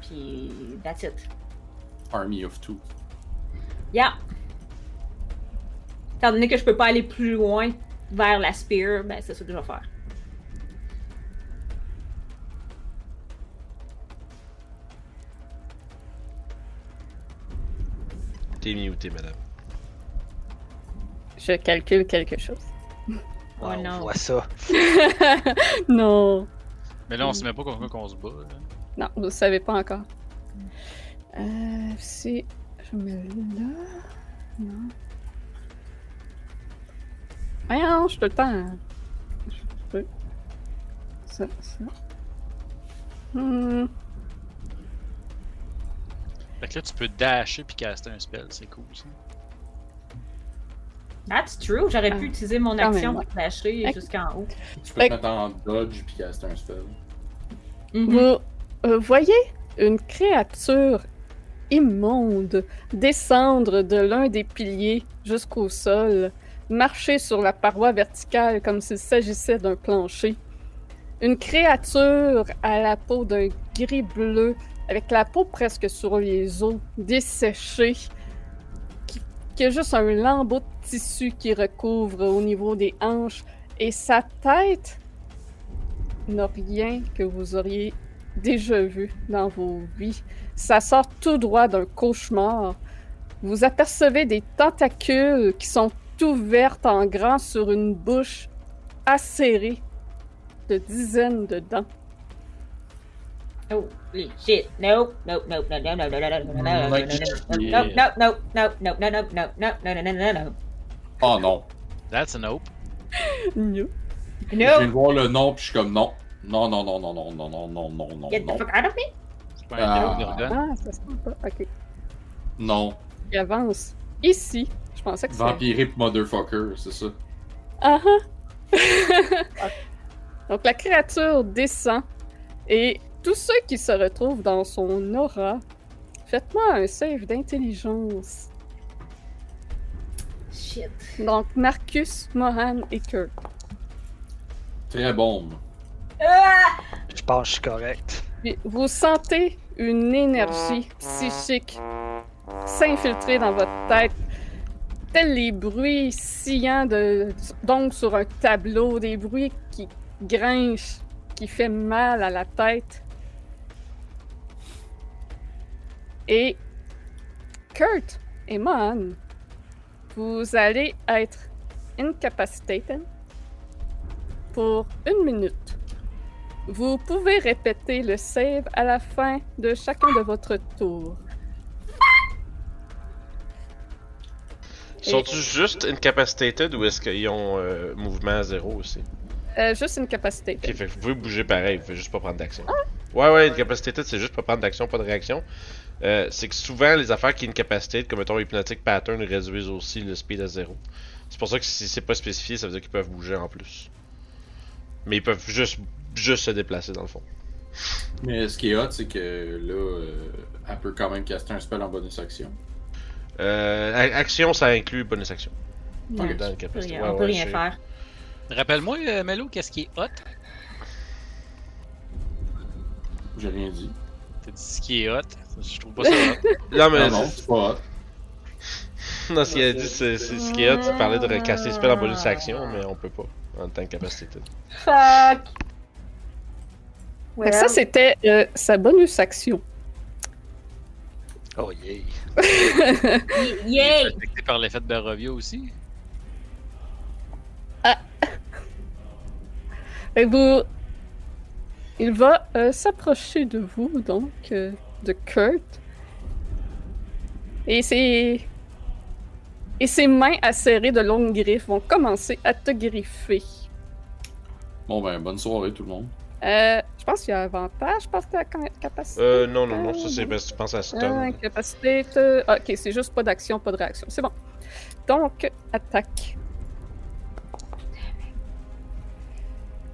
Speaker 4: Puis, that's it.
Speaker 2: Army of Two.
Speaker 4: Yeah. Étant donné que je peux pas aller plus loin vers la spear, ben c'est ça que je vais faire.
Speaker 7: T'es muté, madame.
Speaker 1: Je calcule quelque chose.
Speaker 4: Oh
Speaker 5: Ouais,
Speaker 4: non.
Speaker 5: On voit ça.
Speaker 1: [laughs] non.
Speaker 3: Mais là, on sait même pas contre quoi qu'on se bat. là.
Speaker 1: Non, vous ne savez pas encore. Euh, si je me mets là. Non. Voyons, je suis tout le temps. Je peux. Ça, ça. Hmm.
Speaker 3: Fait que là, tu peux dasher puis caster un spell, c'est cool ça.
Speaker 4: That's true, j'aurais pu
Speaker 1: Ah,
Speaker 4: utiliser mon
Speaker 1: quand
Speaker 4: action
Speaker 1: même, ouais.
Speaker 4: pour lâcher
Speaker 1: Ok.
Speaker 4: jusqu'en haut.
Speaker 2: Tu peux
Speaker 1: Fait
Speaker 2: te mettre en dodge puis caster un spell.
Speaker 4: Mhm.
Speaker 1: Vous euh, voyez une créature immonde descendre de l'un des piliers jusqu'au sol, marcher sur la paroi verticale comme s'il s'agissait d'un plancher. Une créature à la peau d'un gris bleu, avec la peau presque sur les os, desséchée, qui, qui a juste un lambeau de tissu qui recouvre au niveau des hanches, et sa tête n'a rien que vous auriez déjà vu dans vos vies. Ça sort tout droit d'un cauchemar. Vous apercevez des tentacules qui sont ouvertes en grand sur une bouche acérée de dizaines de dents.
Speaker 4: Oh, holy shit. No, no, no, no, no, no, no, no, no, no, no, no, no,
Speaker 2: Like,
Speaker 4: no, no, no, no, no, no, no, no, no, no, no, no, no, no.
Speaker 2: Oh non.
Speaker 3: That's a nope.
Speaker 1: No.
Speaker 2: Je
Speaker 4: No,
Speaker 2: viens de voir le nom puis je suis comme non. Non, non, non, non, non, non, non, non, non, non,
Speaker 4: get the
Speaker 2: non.
Speaker 4: fuck out of me.
Speaker 3: C'est pas un
Speaker 2: Ah.
Speaker 3: dialogue d'organe.
Speaker 1: Ah, ça se prend pas. Ok.
Speaker 2: Non.
Speaker 1: Il avance. Ici. Je pensais que c'était.
Speaker 2: Vampiric motherfucker, c'est ça.
Speaker 1: Ah [laughs] ah. Donc la créature descend et tous ceux qui se retrouvent dans son aura, faites-moi un save d'intelligence.
Speaker 4: Shit.
Speaker 1: Donc Marcus, Mohan et Kurt.
Speaker 2: Très bombe.
Speaker 4: Ah!
Speaker 5: Je pense que je suis correct.
Speaker 1: Puis, Vous sentez une énergie psychique s'infiltrer dans votre tête, tels les bruits sillants de, donc sur un tableau, des bruits qui grinchent, qui fait mal à la tête. Et Kurt et Mohan, vous allez être incapacitated pour une minute. Vous pouvez répéter le save à la fin de chacun de votre tour.
Speaker 7: Sont-tu juste incapacitated ou est-ce qu'ils ont euh, mouvement à zéro aussi?
Speaker 1: Euh, juste une capacité.
Speaker 7: Ok, fait que vous pouvez bouger pareil, vous pouvez juste pas prendre d'action. Ouais, ouais, incapacitated, c'est juste pas prendre d'action, pas de réaction. Euh, c'est que souvent, les affaires qui incapacitent, comme mettons Hypnotic Pattern, réduisent aussi le speed à zéro. C'est pour ça que si c'est pas spécifié, ça veut dire qu'ils peuvent bouger en plus. Mais ils peuvent juste, juste se déplacer dans le fond.
Speaker 2: Mais ce qui est hot, c'est que là, euh, elle peut quand même caster un spell en bonus action.
Speaker 7: Euh, a- action, ça inclut bonus action. Dans
Speaker 4: Non, on peut
Speaker 7: l'incapacité.
Speaker 4: rien,
Speaker 7: Ouais,
Speaker 4: on peut
Speaker 7: ouais,
Speaker 4: rien
Speaker 7: je-
Speaker 4: faire.
Speaker 3: Rappelle-moi, euh, Melo, qu'est-ce qui est hot?
Speaker 2: J'ai rien dit.
Speaker 3: T'as dit ce qui est hot. Je trouve pas ça hot.
Speaker 7: Non, mais
Speaker 2: Non, Ah non, c'est pas hot.
Speaker 7: [laughs] Non, ce qu'il a dit, c'est c'est ce qu'il y a. Tu parlais de recaster spell en bonus action, mais on peut pas en tant que capacité.
Speaker 4: Fuck!
Speaker 1: Fait que ça, c'était euh, sa bonus action.
Speaker 5: Oh yeah.
Speaker 4: Y-
Speaker 3: Il est
Speaker 4: Yay!
Speaker 3: affecté par l'effet de Barovia aussi.
Speaker 1: Et vous... Il va euh, s'approcher de vous, donc, euh, de Kurt. Et ses... Et ses mains acérées de longues griffes vont commencer à te griffer.
Speaker 2: Bon, ben, bonne soirée tout le monde.
Speaker 1: Euh, je pense qu'il y a avantage parce que la ca- capacité...
Speaker 7: Euh, non, non, non, ça c'est parce que tu penses à
Speaker 1: Ah,
Speaker 7: stun.
Speaker 1: incapacité, te- ah, ok, c'est juste pas d'action, pas de réaction. C'est bon. Donc, attaque.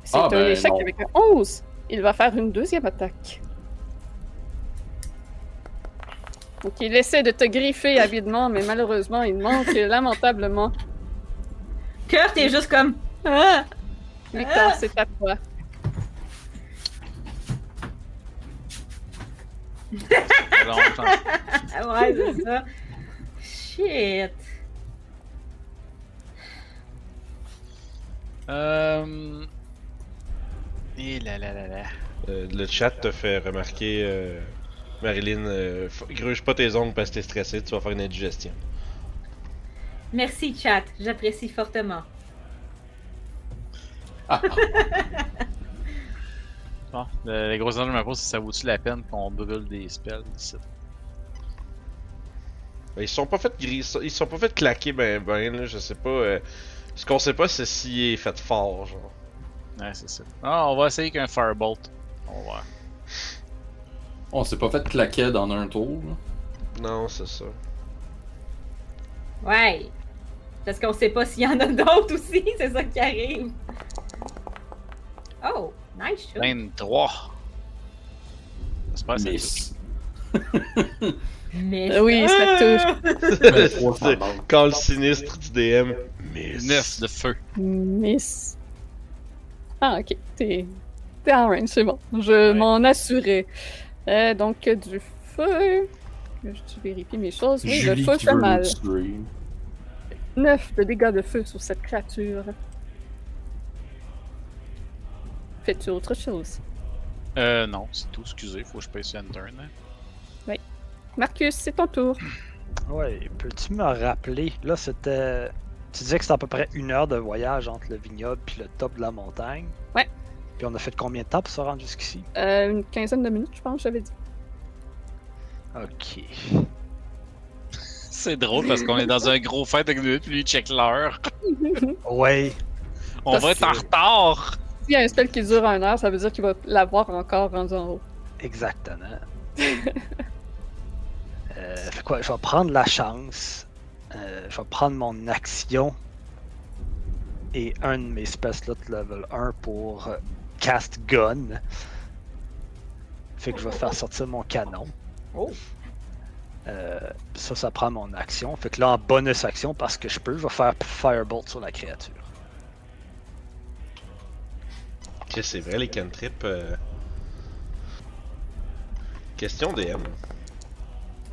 Speaker 1: C'est
Speaker 2: Ah,
Speaker 1: un
Speaker 2: ben,
Speaker 1: échec
Speaker 2: non.
Speaker 1: avec un 11. Il va faire une deuxième attaque. Donc, il essaie de te griffer avidement, mais malheureusement, il
Speaker 2: [laughs]
Speaker 1: manque lamentablement.
Speaker 4: Kurt est juste comme. Ah!
Speaker 1: Victor, c'est à toi.
Speaker 3: Ça fait longtemps. [laughs]
Speaker 4: Ah ouais, c'est ça. Shit!
Speaker 3: Euh... Et Eh là là là là.
Speaker 7: Euh, le chat te fait remarquer, euh, Marilyn, euh, f- gruge pas tes ongles parce que t'es stressé, tu vas faire une indigestion.
Speaker 4: Merci, chat. J'apprécie fortement.
Speaker 3: Bon, le, la grosse enjeu me pose si ça vaut-tu la peine qu'on brûle des spells ici.
Speaker 7: Ben, Ils se sont pas fait gris, ils se- ils se sont pas fait claquer ben ben, là, je sais pas. euh, ce qu'on sait pas, c'est s'il est fait fort, genre.
Speaker 3: Ouais, c'est ça. Ah, on va essayer qu'un Firebolt. On va voir.
Speaker 2: On s'est Oh, pas fait claquer dans un tour. là.
Speaker 7: Non, c'est ça.
Speaker 4: Ouais! Parce qu'on sait pas s'il y en a d'autres aussi, [laughs] c'est ça qui arrive. Oh! Nice
Speaker 3: Ben,
Speaker 4: shot!
Speaker 3: 23. J'espère que ça touche.
Speaker 2: Miss.
Speaker 4: Mais
Speaker 7: [laughs]
Speaker 1: Euh, oui, ça
Speaker 4: touche. [laughs]
Speaker 2: Mais Ben, trois, ça
Speaker 7: C'est-
Speaker 2: manque.
Speaker 7: Call sinistre du DM. Miss.
Speaker 3: 9 de feu.
Speaker 1: Miss. Ah, ok. T'es t'es en range, c'est bon. Je
Speaker 3: Ouais.
Speaker 1: m'en assurais. Euh, donc, euh, du feu. Je je vérifie mes choses. Oui,
Speaker 2: Julie
Speaker 1: le feu
Speaker 2: qui
Speaker 1: fait
Speaker 2: veut
Speaker 1: mal.
Speaker 2: nous tuer.
Speaker 1: 9 de dégâts de feu sur cette créature. Fais-tu autre chose?
Speaker 3: Euh, non, c'est tout. Excusez, faut que je paye une turn. hein.
Speaker 1: Marcus, c'est ton tour.
Speaker 5: Ouais, peux-tu me rappeler, là c'était... Tu disais que c'était à peu près une heure de voyage entre le vignoble puis le top de la montagne.
Speaker 1: Ouais.
Speaker 5: Puis on a fait combien de temps pour se rendre jusqu'ici?
Speaker 1: Euh, une quinzaine de minutes, je pense, j'avais dit.
Speaker 5: Ok.
Speaker 3: C'est drôle parce qu'on est dans un gros fight avec lui, puis lui il check l'heure.
Speaker 5: Ouais.
Speaker 3: On va être en retard!
Speaker 1: S'il y a un spell qui dure un heure, ça veut dire qu'il va l'avoir encore rendu en haut.
Speaker 5: Exactement. Euh, fait quoi, je vais prendre la chance. Euh, je vais prendre mon action et un de mes spells de level 1 pour euh, cast gun. Fait que je vais faire sortir mon canon.
Speaker 4: Oh.
Speaker 5: Euh, ça, ça prend mon action. Fait que là, en bonus action, parce que je peux, je vais faire Firebolt sur la créature.
Speaker 7: que c'est vrai, les cantrips. euh. Question DM.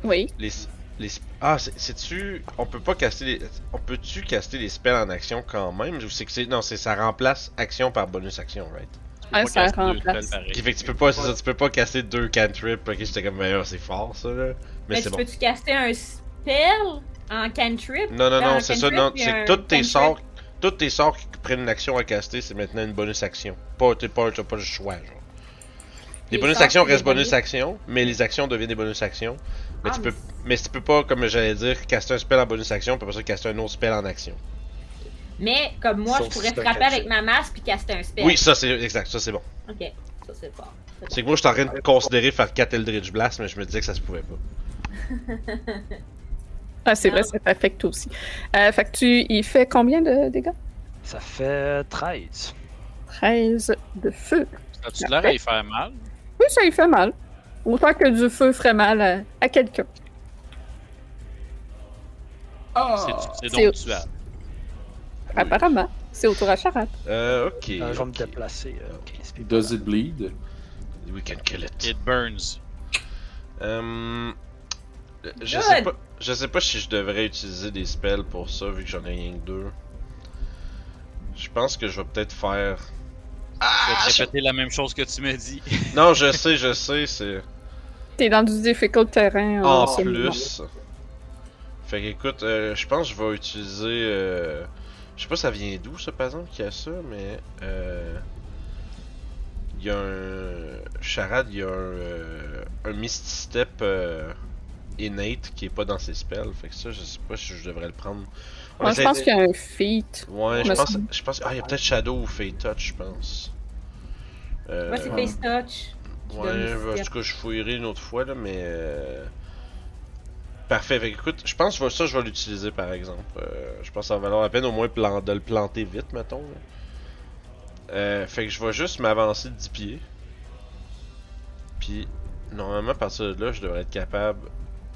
Speaker 1: Oui.
Speaker 7: Les, les, ah, c'est- c'est-tu. On peut pas caster les. On peut-tu caster les spells en action quand même Ou c'est que c'est. Non, c'est ça remplace action par bonus action, right
Speaker 3: Tu
Speaker 1: Ah,
Speaker 3: pas
Speaker 1: ça
Speaker 3: casser deux
Speaker 1: remplace.
Speaker 3: spells pareils.
Speaker 7: Ok, Fait que tu peux pas, c'est ça, tu peux pas caster deux cantrips. Ok, j'étais comme, mais euh, c'est fort ça là. Mais,
Speaker 4: Mais
Speaker 7: c'est
Speaker 4: Ben, tu
Speaker 7: bon.
Speaker 4: peux-tu caster un spell en cantrip?
Speaker 7: Non, non, non,
Speaker 4: un
Speaker 7: c'est ça,
Speaker 4: cantrip
Speaker 7: non.
Speaker 4: puis
Speaker 7: C'est
Speaker 4: un
Speaker 7: que tous tes
Speaker 4: cantrip?
Speaker 7: sorts. Tous tes sorts qui prennent une action à caster, c'est maintenant une bonus action. Pas, t'es pas, t'as pas le choix, genre. Les,
Speaker 4: Les
Speaker 7: bonus
Speaker 4: sorts,
Speaker 7: actions
Speaker 4: c'est des
Speaker 7: restent bonus
Speaker 4: bonus.
Speaker 7: actions, mais les actions deviennent des bonus actions. Mais
Speaker 4: Ah,
Speaker 7: tu
Speaker 4: mais
Speaker 7: peux, mais tu peux pas, comme j'allais dire, caster un spell en bonus action, puis après ça, caster un autre spell en action.
Speaker 4: Mais comme moi,
Speaker 5: Sauf
Speaker 4: je
Speaker 5: si
Speaker 4: pourrais
Speaker 5: c'est un
Speaker 4: frapper
Speaker 5: cantrip.
Speaker 4: avec ma masse puis caster un spell.
Speaker 7: Oui, Euh, ça c'est exact, ça c'est bon.
Speaker 4: Ok, ça c'est fort.
Speaker 7: C'est que moi, je suis en train de considérer faire 4 Eldritch Blast, mais je me disais que ça se pouvait pas.
Speaker 1: Ah, c'est vrai,
Speaker 4: Ah.
Speaker 1: ça t'affecte aussi. Euh, fait que tu y fais combien de dégâts?
Speaker 5: Ça fait 13.
Speaker 1: 13 de feu.
Speaker 3: Ça tu l'air à y faire mal?
Speaker 1: Oui, ça y fait mal. Autant que du feu ferait mal à, à quelqu'un.
Speaker 3: C'est- C'est
Speaker 1: C'est-
Speaker 3: donc tuable.
Speaker 1: Apparemment, c'est autour à charade.
Speaker 7: Euh, ok.
Speaker 5: Euh, je vais me
Speaker 7: ok.
Speaker 5: déplacer. euh, 15 pieds.
Speaker 2: Does it bleed?
Speaker 7: We can kill it.
Speaker 3: It burns.
Speaker 7: Euh, je
Speaker 4: Good.
Speaker 7: sais pas, je sais pas si je devrais utiliser des spells pour ça vu que j'en ai rien que deux. Je pense que je vais peut-être faire.
Speaker 3: Ah,
Speaker 7: Ah!
Speaker 3: je vais te répéter la même chose que tu m'as dit. [laughs]
Speaker 7: Non, je sais, je sais, c'est
Speaker 1: T'es dans du difficult terrain. euh,
Speaker 7: en
Speaker 1: c'est le moment.
Speaker 7: Ah, plus. Fait que écoute, euh, je pense que je vais utiliser. euh, Je sais pas ça vient d'où ça par exemple qui a ça, mais euh... il y a un charade, il y a un, euh, un Misty Step euh, innate qui est pas dans ses spells. Fait que ça, je sais pas si je devrais le prendre. On
Speaker 1: Moi, je
Speaker 7: essaie-
Speaker 1: pense qu'il y a un feat.
Speaker 7: Ouais, je
Speaker 1: me
Speaker 7: pense,
Speaker 1: semble.
Speaker 7: je pense. Ah, il y a peut-être Shadow ou Fey Touch, je pense. Euh,
Speaker 4: Moi, c'est
Speaker 1: ouais.
Speaker 4: face touch. qui donne
Speaker 7: Ouais,
Speaker 4: le
Speaker 7: bah, en
Speaker 4: step.
Speaker 7: tout cas, je fouillerai une autre fois, là, mais. euh, Parfait, fait que, écoute, je pense que ça, je vais l'utiliser par exemple. Euh, je pense que ça va valoir la peine au moins plan- de le planter vite, mettons. là. Euh, fait que je vais juste m'avancer de 10 pieds. Puis, normalement, à partir de là, je devrais être capable.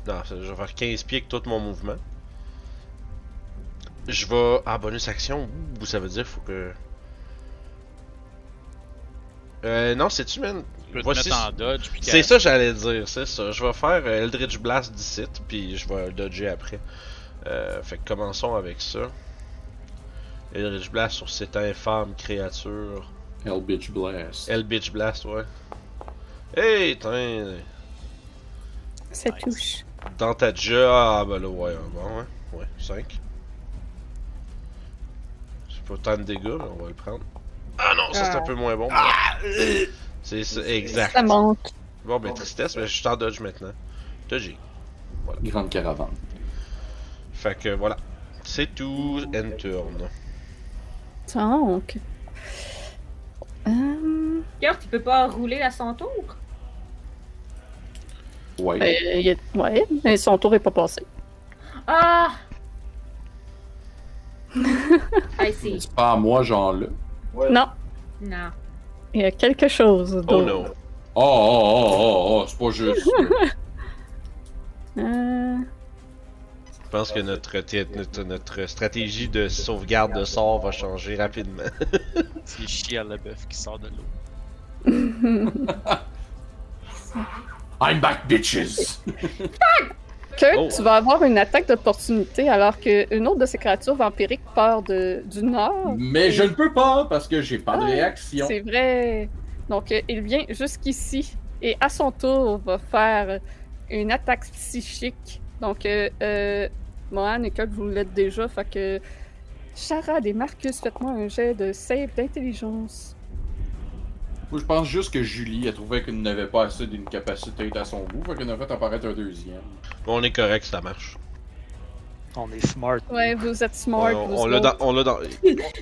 Speaker 7: Non, ça, je vais faire 15 pieds avec tout mon mouvement. Je vais. Ah, bonus action, ouh, ça veut dire faut que. Euh, non, c'est-tu, man?
Speaker 3: Tu peux te
Speaker 7: Voici-
Speaker 3: mettre en dodge. puis
Speaker 7: C'est ça que j'allais dire, c'est ça. Je vais faire euh, Eldritch Blast d'ici, puis je vais dodger après. Euh, fait que commençons avec ça. Eldritch Blast sur cette infâme créature.
Speaker 2: Hell bitch blast.
Speaker 7: Eldritch Blast, ouais. Hey, tiens,
Speaker 1: Ça
Speaker 3: Nice.
Speaker 1: touche.
Speaker 7: dans ta jaw, ah bah là, ouais, bon, hein. Ouais, 5. C'est pas tant de dégâts, mais on va le prendre. Ah non, ça c'est un
Speaker 1: Ah.
Speaker 7: peu moins bon. mais- C'est ça, exact.
Speaker 1: Ça monte.
Speaker 7: Bon, ben tristesse, mais je suis en dodge maintenant. Dodging.
Speaker 2: Grande caravane.
Speaker 7: Fait que voilà. C'est tout, end turn.
Speaker 1: Donc. Hum,
Speaker 4: Cœur, tu peux pas rouler à son tour?
Speaker 2: Ouais.
Speaker 1: ben, il y a- Ouais, mais son tour est pas passé.
Speaker 4: Ah! I see.
Speaker 2: C'est pas à moi, genre là.
Speaker 1: Non,
Speaker 4: Non.
Speaker 1: il y a quelque chose.
Speaker 7: Oh
Speaker 1: d'autre.
Speaker 7: no.
Speaker 2: Oh, oh, oh, oh, oh, c'est
Speaker 1: [laughs]
Speaker 2: pas juste.
Speaker 1: Euh,
Speaker 7: Je pense que notre, thé- notre, notre stratégie de sauvegarde de sort va changer rapidement. [laughs]
Speaker 3: C'est chier le bœuf qui sort de l'eau.
Speaker 2: I'm back, bitches!
Speaker 1: Que
Speaker 7: Oh.
Speaker 1: tu vas avoir une attaque d'opportunité alors qu'une autre de ces créatures vampiriques part de, du nord.
Speaker 2: Mais je ne peux pas parce que j'ai pas de
Speaker 1: Ah,
Speaker 2: réaction.
Speaker 1: C'est vrai. Donc, euh, il vient jusqu'ici et à son tour va faire une attaque psychique. Donc, euh, euh, Mohan et Kurt, vous l'êtes déjà. Fait que Charade et Marcus, faites-moi un jet de save d'intelligence.
Speaker 2: Moi, je pense juste que Julie, elle trouvait qu'elle n'avait pas assez d'une capacité à son bout, fait qu'elle a fait apparaître un deuxième.
Speaker 7: On est correct, ça marche.
Speaker 5: On est smart. nous.
Speaker 1: Ouais, vous êtes
Speaker 7: On,
Speaker 1: smart. vous
Speaker 7: on l'a dans,
Speaker 1: autres.
Speaker 7: on l'a dans,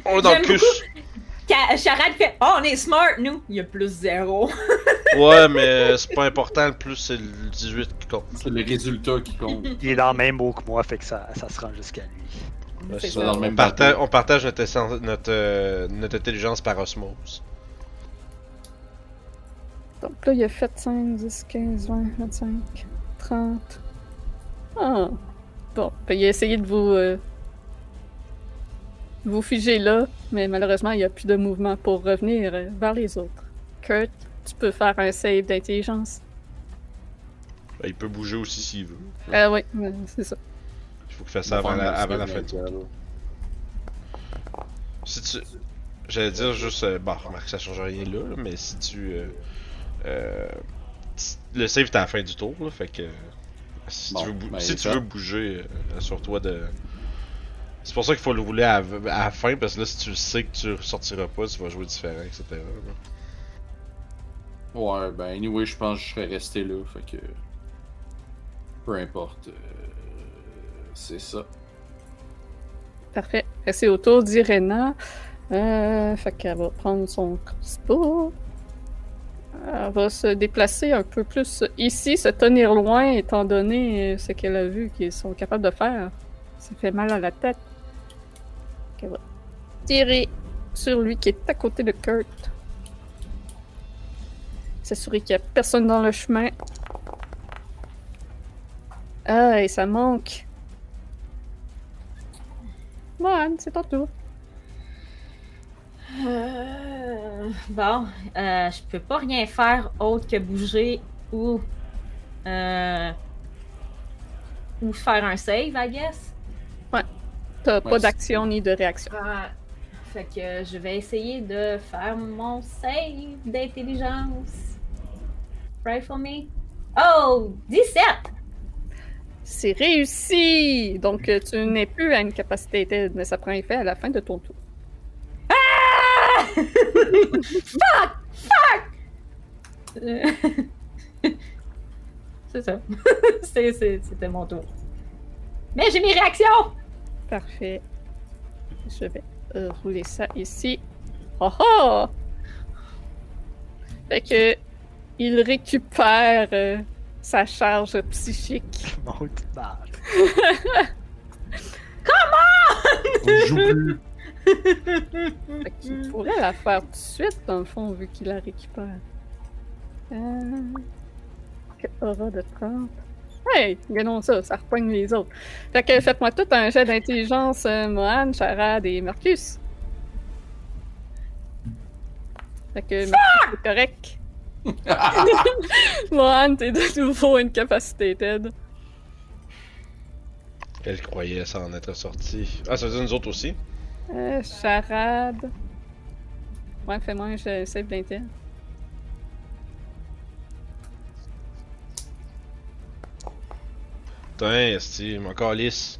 Speaker 7: on l'a dans le
Speaker 4: J'aime
Speaker 7: cul.
Speaker 4: Ca- Charade fait Oh, on est smart, nous! Il y a plus zéro.
Speaker 7: Ouais, mais c'est pas important. Le plus c'est le 18 qui compte.
Speaker 2: C'est le résultat qui compte.
Speaker 5: Il est dans le même mot que moi, fait que ça, ça se rend jusqu'à lui.
Speaker 1: C'est
Speaker 2: ça, dans le
Speaker 1: ça.
Speaker 7: On,
Speaker 2: même
Speaker 7: partage,
Speaker 2: bateau.
Speaker 7: on partage notre, essen- notre, euh, notre intelligence par osmose.
Speaker 1: Donc là, il a fait 5, 10, 15, 20, 25, 30. Ah! Bon, ben, il a essayé de vous. euh, Vous figez là, mais malheureusement, il n'y a plus de mouvement pour revenir euh, vers les autres. Kurt, tu peux faire un save d'intelligence.
Speaker 7: Ben, il peut bouger aussi s'il veut.
Speaker 1: Ah oui, euh, c'est ça.
Speaker 7: Il faut qu'il fasse ça avant la, avant la fin de Si tu. J'allais dire juste. euh, bah, remarque, ça change rien là, là, mais si tu. euh, euh, si- le save est à la fin du tour, là, fait que. Si
Speaker 2: Bon,
Speaker 7: tu veux, bou-
Speaker 2: ben,
Speaker 7: si tu
Speaker 2: ça.
Speaker 7: veux bouger, euh, assure-toi de. C'est pour ça qu'il faut le rouler à, à la fin, parce que là, si tu le sais que tu sortiras pas, tu vas jouer différent, etc. là.
Speaker 2: Ouais, ben anyway, je pense que je serais resté là, fait que. Peu importe. euh, C'est ça.
Speaker 1: Parfait. Fait que C'est au tour d'Irena. Euh, fait qu'elle va prendre son crossbow. Elle va se déplacer un peu plus ici, se tenir loin, étant donné euh, ce qu'elle a vu qu'ils sont capables de faire. Ça fait mal à la tête. Fait qu'elle va tirer sur lui qui est à côté de Kurt. S'assurer qu'il n'y a personne dans le chemin. Ah, et ça manque. Mohan, c'est ton tour.
Speaker 4: Euh, bon, euh, je peux pas rien faire autre que bouger ou euh, ou faire un save, I guess.
Speaker 1: T'as
Speaker 2: Ouais,
Speaker 1: pas
Speaker 2: c'est-
Speaker 1: d'action ni de réaction.
Speaker 4: Ah, fait que je vais essayer de faire mon save d'intelligence. Pray for me. Oh, 17!
Speaker 1: C'est réussi! Donc, euh, tu n'es plus à une capacité d'aide, mais ça prend effet à la fin de ton tour.
Speaker 4: Euh, [laughs] c'est ça. [laughs] C'est- c'est- C'était mon tour. Mais j'ai mes réactions!
Speaker 1: Parfait. Je vais euh, rouler ça ici. Oh oh! Fait que, il récupère euh, sa charge psychique.
Speaker 5: Mon petit barge.
Speaker 2: On joue plus.
Speaker 1: Fait qu'il pourrait la faire tout de suite, dans le fond, vu qu'il la récupère. Euh... que Aura de 30. Hey, gagnons ça, ça repoigne les autres. Fait que faites-moi tout un jet d'intelligence, euh, Mohan, Charade et Marcus. Fait que Marcus, c'est correct. [laughs] Mohan, t'es de nouveau une capacité Ted.
Speaker 7: Elle croyait ça en être sortie. Ah, ça veut dire nous autres aussi.
Speaker 1: Euh, charade. Ouais, fais-moi un jet- save d'intel.
Speaker 7: Putain, Steve, encore lisse.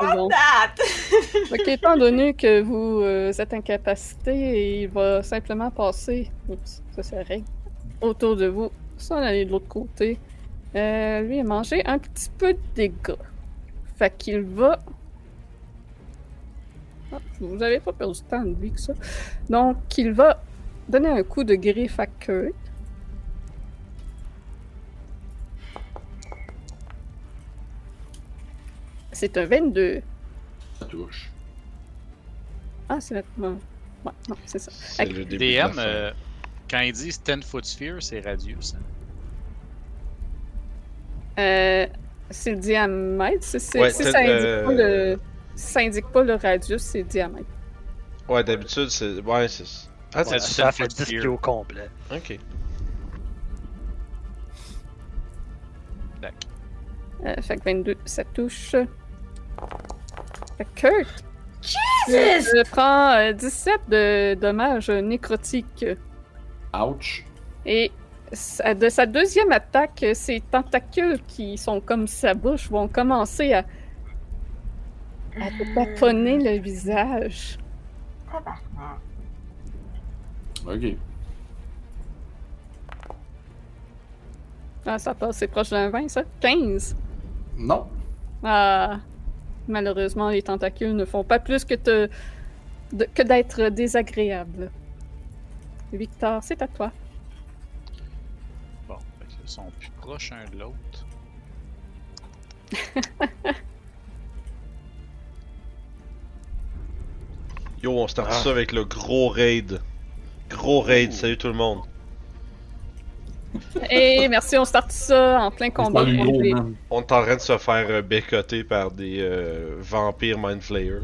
Speaker 1: C'est bon.
Speaker 4: Ah!
Speaker 1: [laughs] Ok, étant donné que vous euh, êtes incapacité, il va simplement passer. Oups, ça c'est la règle. Autour de vous, sans aller de l'autre côté. Euh, lui, il a mangé un petit peu de dégâts. Fait qu'il va. Ah, vous avez pas perdu tant de lui que ça. Donc, il va donner un coup de griffe à Kurt. C'est un 22.
Speaker 2: Ça touche.
Speaker 1: Ah, c'est nettement. Ouais, non, c'est ça.
Speaker 7: C'est
Speaker 1: Fait que
Speaker 7: le début. de la
Speaker 3: DM,
Speaker 7: fin.
Speaker 3: euh, quand ils disent 10 foot sphere, c'est radius. hein.
Speaker 1: Euh, c'est le diamètre. c'est- c'est-
Speaker 7: Ouais,
Speaker 1: si
Speaker 7: t'as-
Speaker 1: ça indique
Speaker 7: euh,
Speaker 1: pas le, si ça indique pas le radius, c'est diamètre.
Speaker 7: Ouais, d'habitude, c'est. Ouais, c'est. Ah,
Speaker 3: Ouais.
Speaker 7: c'est.
Speaker 5: Ça fait
Speaker 3: Foot
Speaker 5: 10
Speaker 3: Spear.
Speaker 5: pieds au complet.
Speaker 7: Ok.
Speaker 3: Tac.
Speaker 1: Euh, fait que 22, ça touche. Fait que Kurt,
Speaker 4: Jesus!
Speaker 1: je prends euh, 17 de dommages nécrotiques.
Speaker 2: Ouch.
Speaker 1: Et sa- de sa deuxième attaque, euh, ses tentacules qui sont comme sa bouche vont commencer à, à te taponner le visage.
Speaker 2: Ok.
Speaker 1: Ah, ça passe, c'est proche d'un 20, ça? 15!
Speaker 2: Non.
Speaker 1: Ah, malheureusement, les tentacules ne font pas plus que, te- de- que d'être désagréables. Victor, c'est à toi.
Speaker 3: Bon, fait qu'ils sont plus proches un de l'autre.
Speaker 7: Yo, on start
Speaker 5: Ah.
Speaker 7: ça avec le gros raid. Gros raid,
Speaker 2: Ouh.
Speaker 7: salut tout le monde.
Speaker 1: Et merci, on start ça en plein combat.
Speaker 2: C'est pas
Speaker 1: contre
Speaker 2: le gros,
Speaker 1: les-
Speaker 2: man.
Speaker 7: On est en train de se faire euh, bécoter par des euh, vampires Mind Flayer.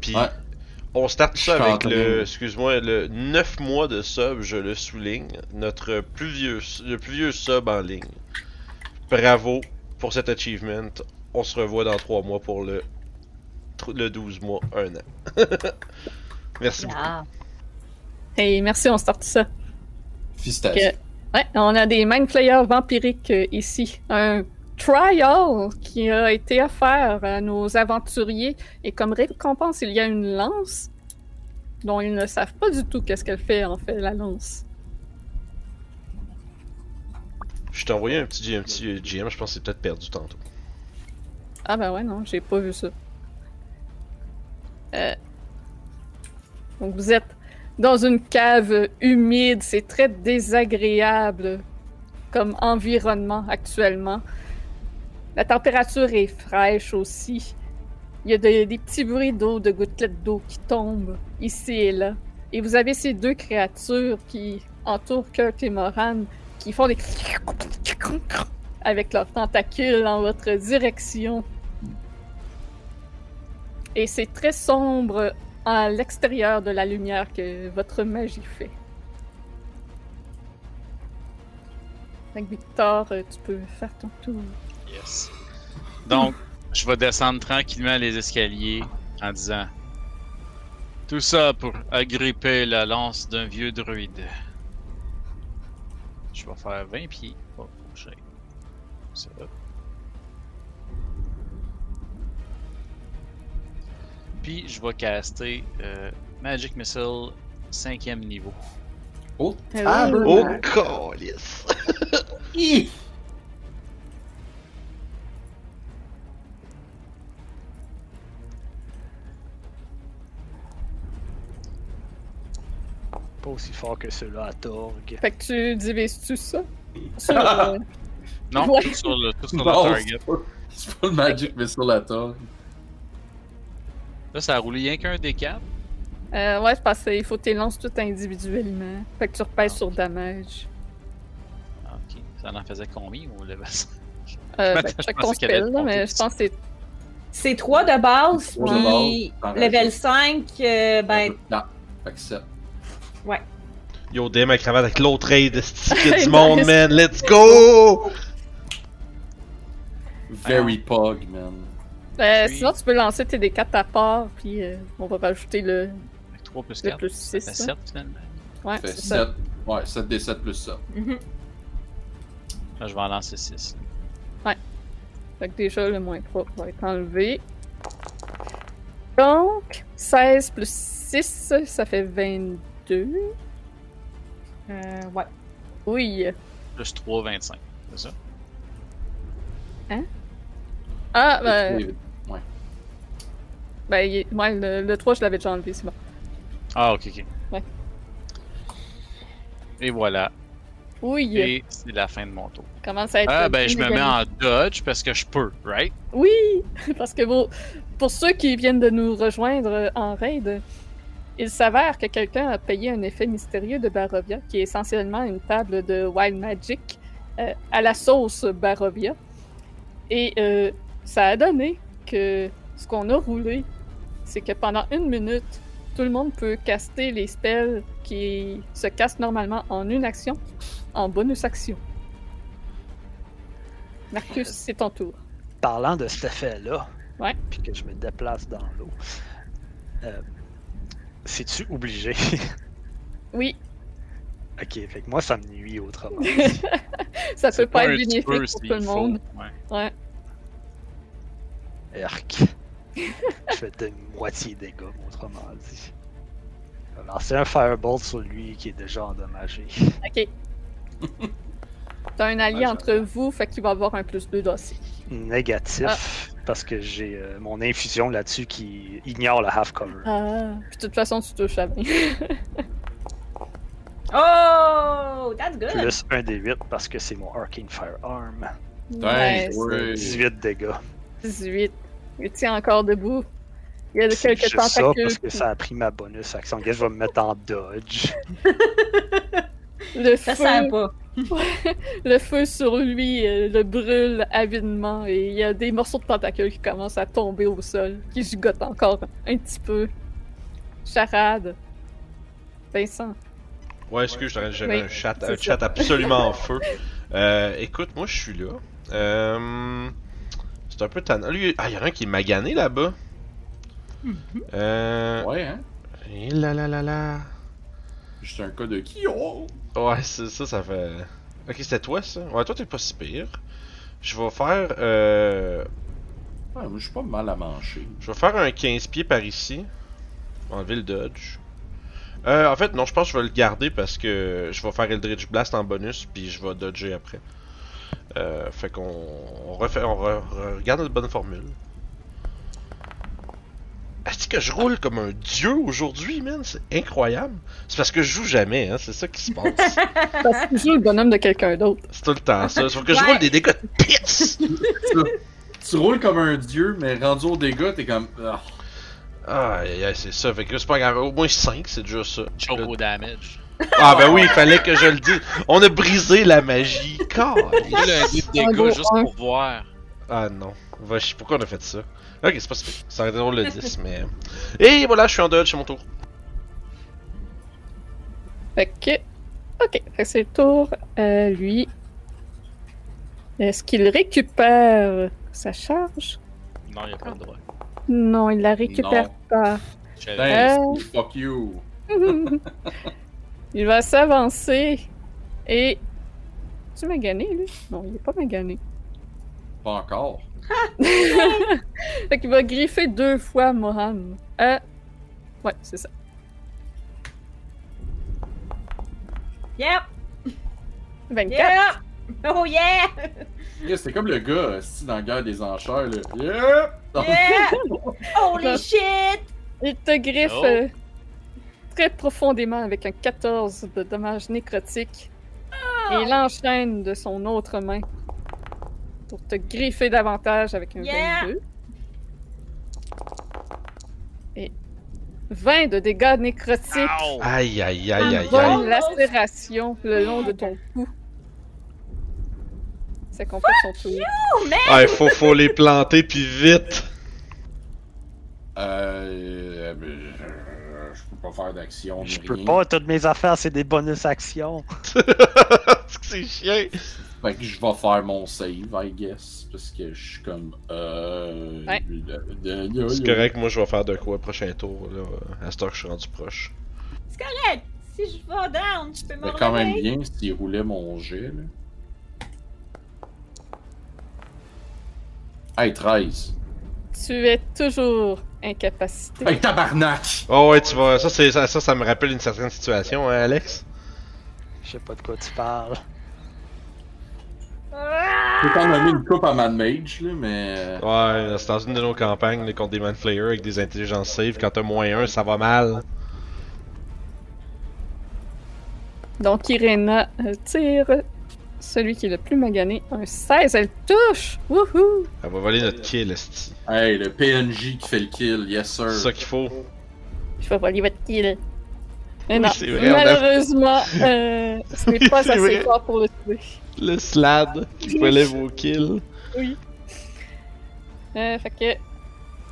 Speaker 7: Puis
Speaker 2: Ouais.
Speaker 7: on start ça
Speaker 2: Je suis
Speaker 7: avec
Speaker 2: en
Speaker 7: le,
Speaker 2: train.
Speaker 7: excuse-moi, le 9 mois de sub, je le souligne, notre plus vieux, le plus vieux sub en ligne. Bravo pour cet achievement. On se revoit dans 3 mois pour le, tr- le 12 mois, 1 an. [laughs] Merci beaucoup.
Speaker 4: Ah.
Speaker 1: Hey, merci, on start ça.
Speaker 2: Fistation.
Speaker 1: Ouais, on a des mind flayers vampiriques euh, ici. Un trial qui a été offert à nos aventuriers et comme récompense, il y a une lance dont ils ne savent pas du tout qu'est-ce qu'elle fait en fait la lance.
Speaker 7: Je t'ai envoyé un petit, un petit euh, GM, je pense que c'est peut-être perdu tantôt.
Speaker 1: Ah ben ouais non, j'ai pas vu ça. Euh, Donc vous êtes dans une cave humide, c'est très désagréable comme environnement actuellement. La température est fraîche aussi. Il y a des- des petits bruits d'eau, de gouttelettes d'eau qui tombent ici et là. Et vous avez ces deux créatures qui entourent Kurt et Moran, qui font des avec leurs tentacules en votre direction. Et c'est très sombre à l'extérieur de la lumière que votre magie fait. Donc, Victor, euh, tu peux faire ton tour.
Speaker 3: Yes. Donc, je vais descendre tranquillement les escaliers en disant Tout ça pour agripper la lance d'un vieux druide. Je vais faire 20 pieds. Oh, prochain. Ça va. Puis, je vais caster euh, Magic Missile 5e niveau.
Speaker 2: Oh,
Speaker 1: Ah,
Speaker 6: Oh, calice!
Speaker 5: Pas aussi fort que ceux-là à Torg.
Speaker 1: Fait que tu divises-tu ça? Sur, euh,
Speaker 3: Non,
Speaker 1: Ouais.
Speaker 3: tout sur le, tout sur le
Speaker 2: non,
Speaker 3: target.
Speaker 2: c'est pas, c'est pas le Magic Missile à tort.
Speaker 3: Là, ça a roulé rien qu'un des quatre.
Speaker 1: euh, ouais, c'est parce qu'il faut que tu les lances tout individuellement. Fait que tu repèses sur damage.
Speaker 3: Ah, Ok, ça en faisait combien au level
Speaker 1: Euh, ben,
Speaker 3: Je
Speaker 1: check ton
Speaker 3: pensais qu'elle allait
Speaker 1: spell,
Speaker 3: te
Speaker 1: là,
Speaker 3: compter.
Speaker 1: mais je pense que c'est
Speaker 4: C'est 3 de base,
Speaker 2: Trois de
Speaker 4: puis
Speaker 2: base, t'en
Speaker 4: level
Speaker 2: rajoutes.
Speaker 4: 5, euh, ben,
Speaker 2: Non, fait que ça.
Speaker 7: Yo, DM ma cravate avec l'autre aide, c'est
Speaker 1: [laughs] Nice.
Speaker 7: du monde, man, let's go!
Speaker 2: Very pog, man.
Speaker 1: Euh,
Speaker 3: Oui.
Speaker 1: Sinon, tu peux lancer tes D4 à part, puis euh, on va rajouter le,
Speaker 3: 3 plus
Speaker 1: le
Speaker 3: 4,
Speaker 1: plus 6.
Speaker 3: ça fait 7 finalement.
Speaker 1: Ouais,
Speaker 2: Fait
Speaker 1: c'est ça.
Speaker 2: 7. Ouais, 7 des 7 plus ça.
Speaker 4: mhm.
Speaker 3: Là, je vais en lancer 6.
Speaker 1: Fait que déjà, le moins 3 va être enlevé. Donc, 16 plus 6, ça fait 22.
Speaker 4: Euh, ouais.
Speaker 1: Oui.
Speaker 3: Plus 3, 25. C'est ça?
Speaker 1: Ah, ben,
Speaker 2: David.
Speaker 1: ben il est- ouais, le, le 3, je l'avais déjà enlevé, c'est bon.
Speaker 3: Ah, ok, ok.
Speaker 1: Ouais.
Speaker 3: Et voilà.
Speaker 1: Oui.
Speaker 3: Et c'est la fin de mon tour.
Speaker 1: Commence à être.
Speaker 3: Ah, ben, je me
Speaker 1: inégalé.
Speaker 3: mets en dodge parce que je peux, right?
Speaker 1: Oui, [laughs] parce que vous- pour ceux qui viennent de nous rejoindre euh, en raid, il s'avère que quelqu'un a payé un effet mystérieux de Barovia, qui est essentiellement une table de Wild Magic euh, à la sauce Barovia. Et euh, ça a donné que ce qu'on a roulé, c'est que pendant une minute, tout le monde peut caster les spells qui se castent normalement en une action, en bonus action. Marcus, c'est ton tour.
Speaker 5: Parlant de cet effet-là,
Speaker 1: Ouais.
Speaker 5: puis que je me déplace dans l'eau, euh, c'est-tu obligé? [laughs]
Speaker 1: Oui,
Speaker 5: ok, fait que moi, ça me nuit autrement.
Speaker 1: ça peut pas être
Speaker 3: un petit
Speaker 1: bénéfique
Speaker 3: peu,
Speaker 1: pour
Speaker 3: s'il
Speaker 1: tout le
Speaker 3: faut.
Speaker 1: monde.
Speaker 3: Ouais.
Speaker 1: Ouais.
Speaker 5: Erk. je fais de moitié dégâts, autrement dit. Je vais lancer un fireball sur lui qui est déjà endommagé.
Speaker 1: Ok. T'as un allié
Speaker 2: Ouais,
Speaker 1: entre vous, fait qu'il va avoir un plus 2 dossier.
Speaker 5: Négatif, parce que j'ai euh, mon infusion là-dessus qui ignore la half cover.
Speaker 1: Ah. Puis de toute façon, tu touches à rien.
Speaker 4: Oh, that's good.
Speaker 5: Plus un des 8 parce que c'est mon Arcane Firearm.
Speaker 2: Dang,
Speaker 1: Nice.
Speaker 2: ouais.
Speaker 5: 18 dégâts.
Speaker 1: 18. Il tient encore debout. Il y a de
Speaker 5: C'est
Speaker 1: quelques
Speaker 5: juste ça
Speaker 1: tentacules.
Speaker 5: parce que ça a pris ma bonus action. Guess, je vais me mettre en dodge.
Speaker 1: Le
Speaker 4: Ça
Speaker 1: feu
Speaker 4: sert pas.
Speaker 1: Le feu sur lui euh, le brûle avidement et il y a des morceaux de tentacules qui commencent à tomber au sol, qui gigotent encore un petit peu. Charade. Vincent.
Speaker 7: Ouais, excuse, j'aurais- j'avais
Speaker 1: Oui,
Speaker 7: un chat,
Speaker 1: c'est
Speaker 7: un
Speaker 1: ça. [laughs]
Speaker 7: chat absolument en feu. Euh, écoute, moi je suis là. Euh, c'est un peu tannant. Lui, ah, il y en a un qui est magané là-bas.
Speaker 1: Mhm.
Speaker 7: Euh...
Speaker 2: Ouais, hein?
Speaker 7: Et là là là là.
Speaker 2: Juste un cas de qui oh!
Speaker 7: Ouais, c'est- ça, ça fait. Ok, c'était toi ça. Ouais, toi t'es pas si pire. Je vais faire. Euh...
Speaker 2: Ouais, moi, je suis pas mal à manger.
Speaker 7: Je vais faire un 15 pieds par ici. Enlever le dodge. Euh, en fait, non, je pense que je vais le garder parce que je vais faire Eldritch Blast en bonus, puis je vais dodger après. Euh, fait qu'on on refait, on re- re- regarde notre bonne formule. Est-ce que je roule comme un dieu aujourd'hui, man? C'est incroyable. C'est parce que je joue jamais, hein? C'est ça qui se passe.
Speaker 1: Parce que je joue le bonhomme de quelqu'un d'autre.
Speaker 7: C'est tout le temps ça. Sauf que je
Speaker 4: Ouais.
Speaker 7: roule des dégâts de pisse!
Speaker 2: Tu roules comme un dieu, mais rendu au dégât, t'es comme. Ah,
Speaker 7: Ah, aïe, aïe, c'est ça. Fait que c'est pas grave. Au moins 5, c'est déjà ça.
Speaker 3: Choke
Speaker 7: Le-
Speaker 3: au damage.
Speaker 7: Ah ben oui, il fallait que je le dise. On a brisé la magie.
Speaker 3: Il a un dé de
Speaker 1: Un gros
Speaker 3: dégâts juste
Speaker 1: un.
Speaker 3: pour voir.
Speaker 7: Ah non. Va chier, Pourquoi on a fait ça? Ok, c'est pas si pire. Ça aurait été drôle le 10, mais... Et voilà, je suis en dodge, c'est mon tour.
Speaker 1: Fait que. Ok, fait que c'est le tour à lui. Est-ce qu'il récupère sa charge?
Speaker 3: Non, il a pas le droit.
Speaker 1: Non, il la récupère
Speaker 2: Non.
Speaker 1: pas.
Speaker 3: J'avais-
Speaker 2: Thanks,
Speaker 1: Euh.
Speaker 2: ben, fuck you.
Speaker 1: il va s'avancer et. Tu m'as gagné, lui? Non, il est pas magané.
Speaker 2: Pas encore.
Speaker 1: Fait qu'il va griffer deux fois Mohan. Euh. Ouais, c'est ça.
Speaker 4: Yep!
Speaker 1: 24.
Speaker 4: Yep! Oh yeah!
Speaker 2: Yeah, C'était comme le gars euh, si, dans la guerre des enchères, là. Yeah!
Speaker 4: Yeah! Holy shit!
Speaker 1: Il te griffe
Speaker 3: Oh.
Speaker 1: euh, très profondément avec un 14 de dommages nécrotiques. Et il enchaîne de son autre main pour te griffer davantage avec un
Speaker 4: Yeah.
Speaker 1: 22. Et 20 de dégâts nécrotiques.
Speaker 3: Ow!
Speaker 7: Aïe, aïe,
Speaker 1: Une
Speaker 7: aïe, aïe, aïe.
Speaker 1: bonne lacération le long de ton cou. C'est complète son tour.
Speaker 4: Oh,
Speaker 7: Ah,
Speaker 6: Ouais, faut, faut les planter puis vite.
Speaker 7: [laughs]
Speaker 2: Euh. euh, ben, euh, Je peux pas faire d'action. ni
Speaker 5: Je peux
Speaker 2: rien.
Speaker 5: pas, toutes mes affaires, c'est des bonus actions.
Speaker 6: C'est que c'est chiant.
Speaker 2: Fait que je vais faire mon save, I guess. Parce que je suis comme. Euh.
Speaker 1: Ouais.
Speaker 2: de- de- de-
Speaker 7: C'est
Speaker 2: de-
Speaker 7: correct, moi je vais faire de quoi prochain tour, là, à cette heure que je suis rendu proche.
Speaker 4: C'est correct! Si je vais down, tu peux me
Speaker 2: Mais quand même
Speaker 4: relever.
Speaker 2: bien s'il roulait mon jet, là. Hey, 13.
Speaker 1: Tu es toujours incapacité.
Speaker 2: Hey, tabarnak!
Speaker 7: Oh ouais, tu vas... Ça, c'est- ça, ça, ça me rappelle une certaine situation, hein, Alex?
Speaker 5: Je sais pas de quoi tu parles.
Speaker 4: Ah!
Speaker 2: J'ai quand même mis une coupe à Mad Mage, là, mais. euh,
Speaker 7: Ouais, c'est dans une de nos campagnes, là, contre des Manflayers avec des intelligences saves. Quand t'as moins un, ça va mal.
Speaker 1: Donc Irena euh, tire celui qui est le plus magané, un 16, elle touche! Wouhou!
Speaker 7: Elle va voler notre kill, esti.
Speaker 2: Hey, le PNJ qui fait le kill, yes sir.
Speaker 7: C'est ça qu'il faut.
Speaker 1: Je vais voler votre kill. Mais
Speaker 7: Oui,
Speaker 1: non,
Speaker 7: c'est vrai, on a-
Speaker 1: malheureusement, euh, ce n'est pas
Speaker 6: C'est
Speaker 1: assez
Speaker 6: vrai.
Speaker 1: fort pour le tuer.
Speaker 6: Le slad qui relève vos kills.
Speaker 1: Euh, fait que,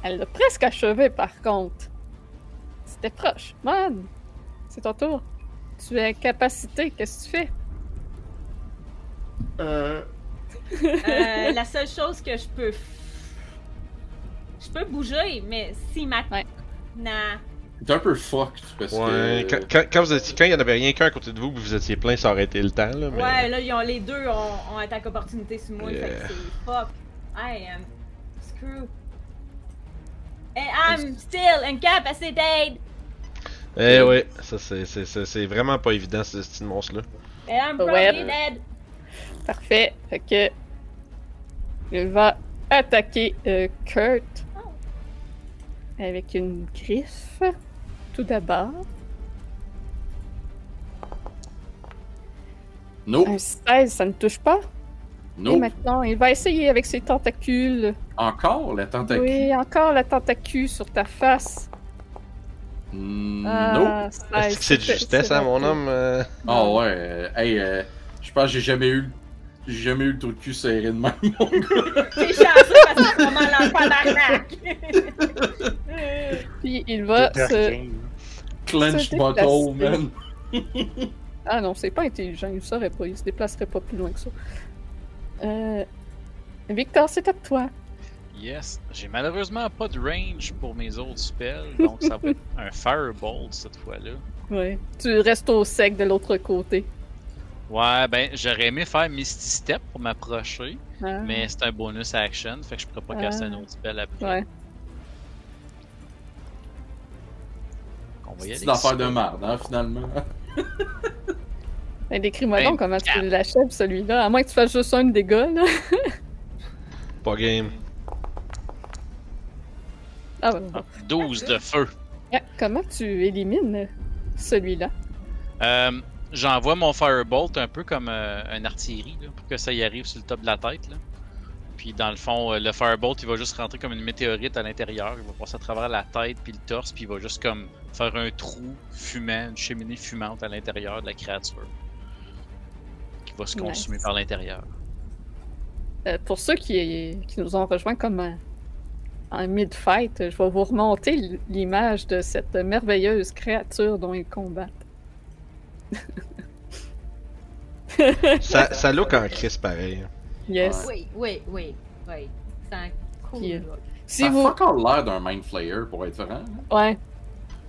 Speaker 1: elle l'a presque achevé par contre. C'était proche. Man, c'est ton tour. Tu es incapacité, qu'est-ce que tu fais?
Speaker 2: Euh,
Speaker 4: Euh, la seule chose que je peux. f- Je peux bouger, mais si ma.
Speaker 1: Ouais.
Speaker 4: Na-
Speaker 2: T'es un peu fucked parce
Speaker 7: Ouais,
Speaker 2: que.
Speaker 7: quand, quand, quand vous étiez, quand il y en avait rien qu'un à côté de vous, puis vous étiez plein, ça aurait été le temps, là, mais...
Speaker 4: Ouais, là, ils ont, les deux ont, ont attaque opportunité sur moi, fait
Speaker 7: Yeah.
Speaker 4: que c'est fuck. I am screwed. And I'm still incapacitated!
Speaker 7: Eh ouais, ça c'est- c'est c'est- c'est vraiment pas évident, ce petit monstre-là.
Speaker 4: And I'm
Speaker 1: Ouais.
Speaker 4: probably dead!
Speaker 1: Parfait. Fait que. Il va attaquer euh, Kurt. Avec une griffe. Tout d'abord. Un
Speaker 2: Nope,
Speaker 1: 16, ça ne touche pas. Et
Speaker 2: nope.
Speaker 1: maintenant, il va essayer avec ses tentacules.
Speaker 2: Encore la tentacule.
Speaker 1: Oui, encore la tentacule sur ta face.
Speaker 2: Mm, Nope.
Speaker 1: Ah, 16,
Speaker 2: Hmm,
Speaker 7: Est-ce que c'est de
Speaker 1: c'est-
Speaker 7: justesse,
Speaker 1: c'est
Speaker 7: hein, mon
Speaker 1: raté.
Speaker 7: homme? euh?
Speaker 2: Ah ouais. euh, Hey, euh, Je pense que j'ai jamais eu j'ai jamais eu le trou de cul serré de même, [laughs] mon gars.
Speaker 4: C'est chanceux parce que c'est vraiment l'enfant
Speaker 7: [laughs]
Speaker 4: d'arnaque.
Speaker 1: Puis il va
Speaker 5: De
Speaker 1: se.
Speaker 5: rien.
Speaker 2: Clench
Speaker 1: C'est
Speaker 2: bottle,
Speaker 1: déplacé.
Speaker 2: man.
Speaker 1: Ah non, c'est pas intelligent, il ne saurait pas, il se déplacerait pas plus loin que ça. Euh, Victor, c'est à toi.
Speaker 3: Yes. J'ai malheureusement pas de range pour mes autres spells, donc ça
Speaker 1: [laughs]
Speaker 3: va être un Firebolt cette fois-là.
Speaker 1: Ouais. Tu restes au sec de l'autre côté.
Speaker 3: Ouais, ben j'aurais aimé faire Misty Step pour m'approcher,
Speaker 1: Ah,
Speaker 3: mais c'est un bonus action, fait que je pourrais pas
Speaker 1: Ah.
Speaker 3: casser un autre spell après.
Speaker 1: Ouais.
Speaker 3: On va y
Speaker 2: C'est
Speaker 3: aller.
Speaker 2: une affaire de merde, hein, finalement.
Speaker 1: Ben, Décris-moi donc comment tu
Speaker 3: 24.
Speaker 1: l'achèves celui-là, à moins que tu fasses juste un dégât, là.
Speaker 7: Pas game.
Speaker 1: Ah, ben, bon.
Speaker 3: Ah, 12 de feu.
Speaker 1: Ouais, Comment tu élimines celui-là?
Speaker 3: Euh, J'envoie mon Firebolt un peu comme euh, un artillerie là, pour que ça y arrive sur le top de la tête. Là. Puis dans le fond, euh, le Firebolt il va juste rentrer comme une météorite à l'intérieur. Il va passer à travers la tête puis le torse puis il va juste comme faire un trou fumant, une cheminée fumante à l'intérieur de la créature qui va se
Speaker 1: Nice.
Speaker 3: consumer par l'intérieur.
Speaker 1: Euh, pour ceux qui, qui nous ont rejoints comme en- en mid-fight, je vais vous remonter l- l'image de cette merveilleuse créature dont ils combattent.
Speaker 7: [laughs] Ça, ça look en crise pareil.
Speaker 1: Yes.
Speaker 4: Oui, oui, oui, oui. C'est un cool.
Speaker 1: Puis, euh,
Speaker 4: look.
Speaker 1: Si
Speaker 2: Ça a
Speaker 1: vous.
Speaker 2: encore l'air d'un Mind Flayer, pour être franc.
Speaker 1: Ouais.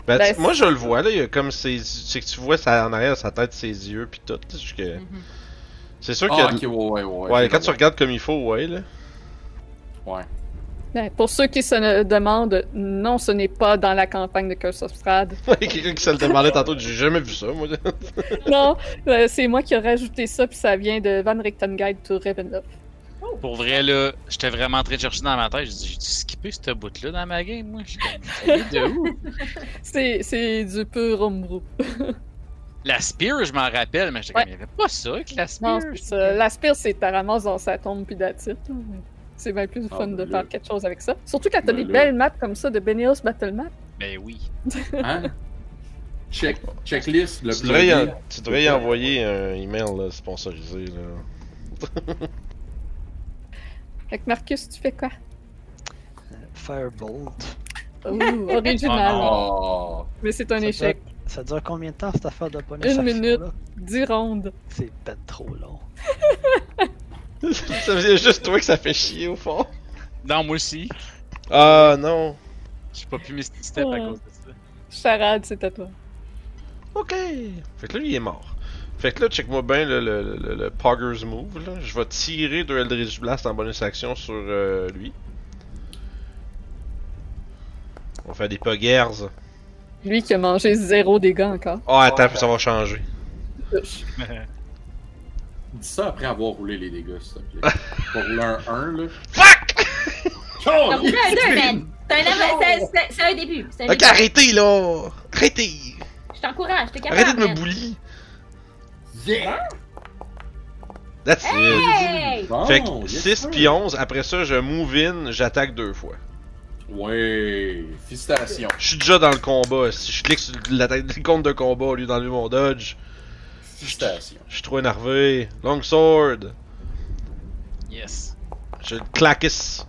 Speaker 7: Ben,
Speaker 1: Ben,
Speaker 7: tu- moi je le vois là, il y a comme ses. C'est que tu vois ça en arrière, sa tête, ses yeux, puis tout. tu sais, jusque-
Speaker 1: Mm.
Speaker 4: Mhm.
Speaker 7: C'est sûr qu'il y a
Speaker 2: Ah,
Speaker 7: de-
Speaker 2: ok, ouais, ouais, ouais.
Speaker 7: Ouais,
Speaker 2: je
Speaker 7: quand
Speaker 2: le
Speaker 7: tu regardes comme il faut, ouais, là. [laughs]
Speaker 2: vois. Ouais.
Speaker 1: Ben, pour ceux qui se le demandent, non, ce n'est pas dans la campagne de Curse of [laughs] Strahd.
Speaker 7: Ouais, quelqu'un qui se le demandait tantôt, j'ai jamais vu ça, moi.
Speaker 1: non, euh, c'est moi qui ai rajouté ça, puis ça vient de Van Richten Guide to Ravenloft.
Speaker 3: Pour vrai, là, j'étais vraiment en train de chercher dans ma tête. J'ai dit, j'ai skippé ce bout-là dans ma game, moi. J'étais
Speaker 1: [laughs]
Speaker 3: comme, Ça vient de où?
Speaker 1: C'est c'est du pur homebrew.
Speaker 3: La Spear, je m'en rappelle, mais j'étais comme, il n'y avait pas ça avec la
Speaker 1: Non,
Speaker 3: Spear.
Speaker 1: c'est Ah ça. euh, La spire, c'est ta ramasse dans sa tombe puis that's it, là. C'est bien plus
Speaker 2: Ah,
Speaker 1: fun de
Speaker 2: ben là.
Speaker 1: faire quelque chose avec ça. Surtout quand t'as
Speaker 2: Ben
Speaker 1: des
Speaker 2: là.
Speaker 1: belles maps comme ça de Beneos Battle Map.
Speaker 3: Ben oui.
Speaker 2: Hein? Check, checklist, le
Speaker 7: Tu devrais, y en-
Speaker 2: plugin.
Speaker 7: tu devrais y envoyer un email là, sponsorisé, là. [laughs]
Speaker 1: Fait que Marcus, tu fais quoi?
Speaker 5: Firebolt.
Speaker 1: Oh, [laughs] original.
Speaker 3: Oh
Speaker 2: Oh.
Speaker 1: Mais c'est un
Speaker 5: Ça
Speaker 1: échec.
Speaker 5: dure- Ça dure combien de temps cette affaire de bonus
Speaker 1: Une
Speaker 5: action,
Speaker 1: minute.
Speaker 5: là?
Speaker 1: 10 rondes.
Speaker 5: C'est pas trop long.
Speaker 7: ça vient juste toi que ça fait chier au fond.
Speaker 3: Non, moi aussi.
Speaker 7: Ah non.
Speaker 3: J'ai pas pu Misty Step à
Speaker 1: Ouais.
Speaker 3: cause de ça.
Speaker 1: Charade, c'est à toi.
Speaker 7: Ok. Fait que là, il est mort. Fait que là, check-moi bien le, le, le, le Poggers Move. Là. Je vais tirer deux Eldritch Blast en bonus action sur euh, lui. On fait des Poggers.
Speaker 1: Lui qui a mangé zéro dégâts encore.
Speaker 7: Oh, attends, puis ça va changer.
Speaker 1: Touche.
Speaker 2: Dis ça après avoir roulé les dégâts, s'il te
Speaker 7: [laughs]
Speaker 2: plaît. Pour rouler un 1, là.
Speaker 7: Fuck!
Speaker 2: Oh,
Speaker 4: T'as roulé un deux, man. C'est un av- c'est- c'est- C'est un début. C'est un
Speaker 7: Ok,
Speaker 4: début.
Speaker 7: arrêtez là! Arrêtez!
Speaker 4: Je t'encourage, t'es capable.
Speaker 7: Arrêtez de me
Speaker 4: man.
Speaker 7: bully!
Speaker 2: Yeah!
Speaker 7: That's it!
Speaker 4: Hey!
Speaker 2: Bon,
Speaker 7: Fait que
Speaker 2: Oh, yes,
Speaker 7: 6
Speaker 2: sir.
Speaker 7: puis 11, après ça, je move in, j'attaque deux fois.
Speaker 2: Ouais, félicitations.
Speaker 7: Je suis déjà dans le combat. Si je clique sur la tête- le compte de combat au lieu d'enlever mon dodge,
Speaker 2: Félicitations.
Speaker 7: je suis trop énervé. Longsword,
Speaker 3: Yes.
Speaker 7: je le claquisse.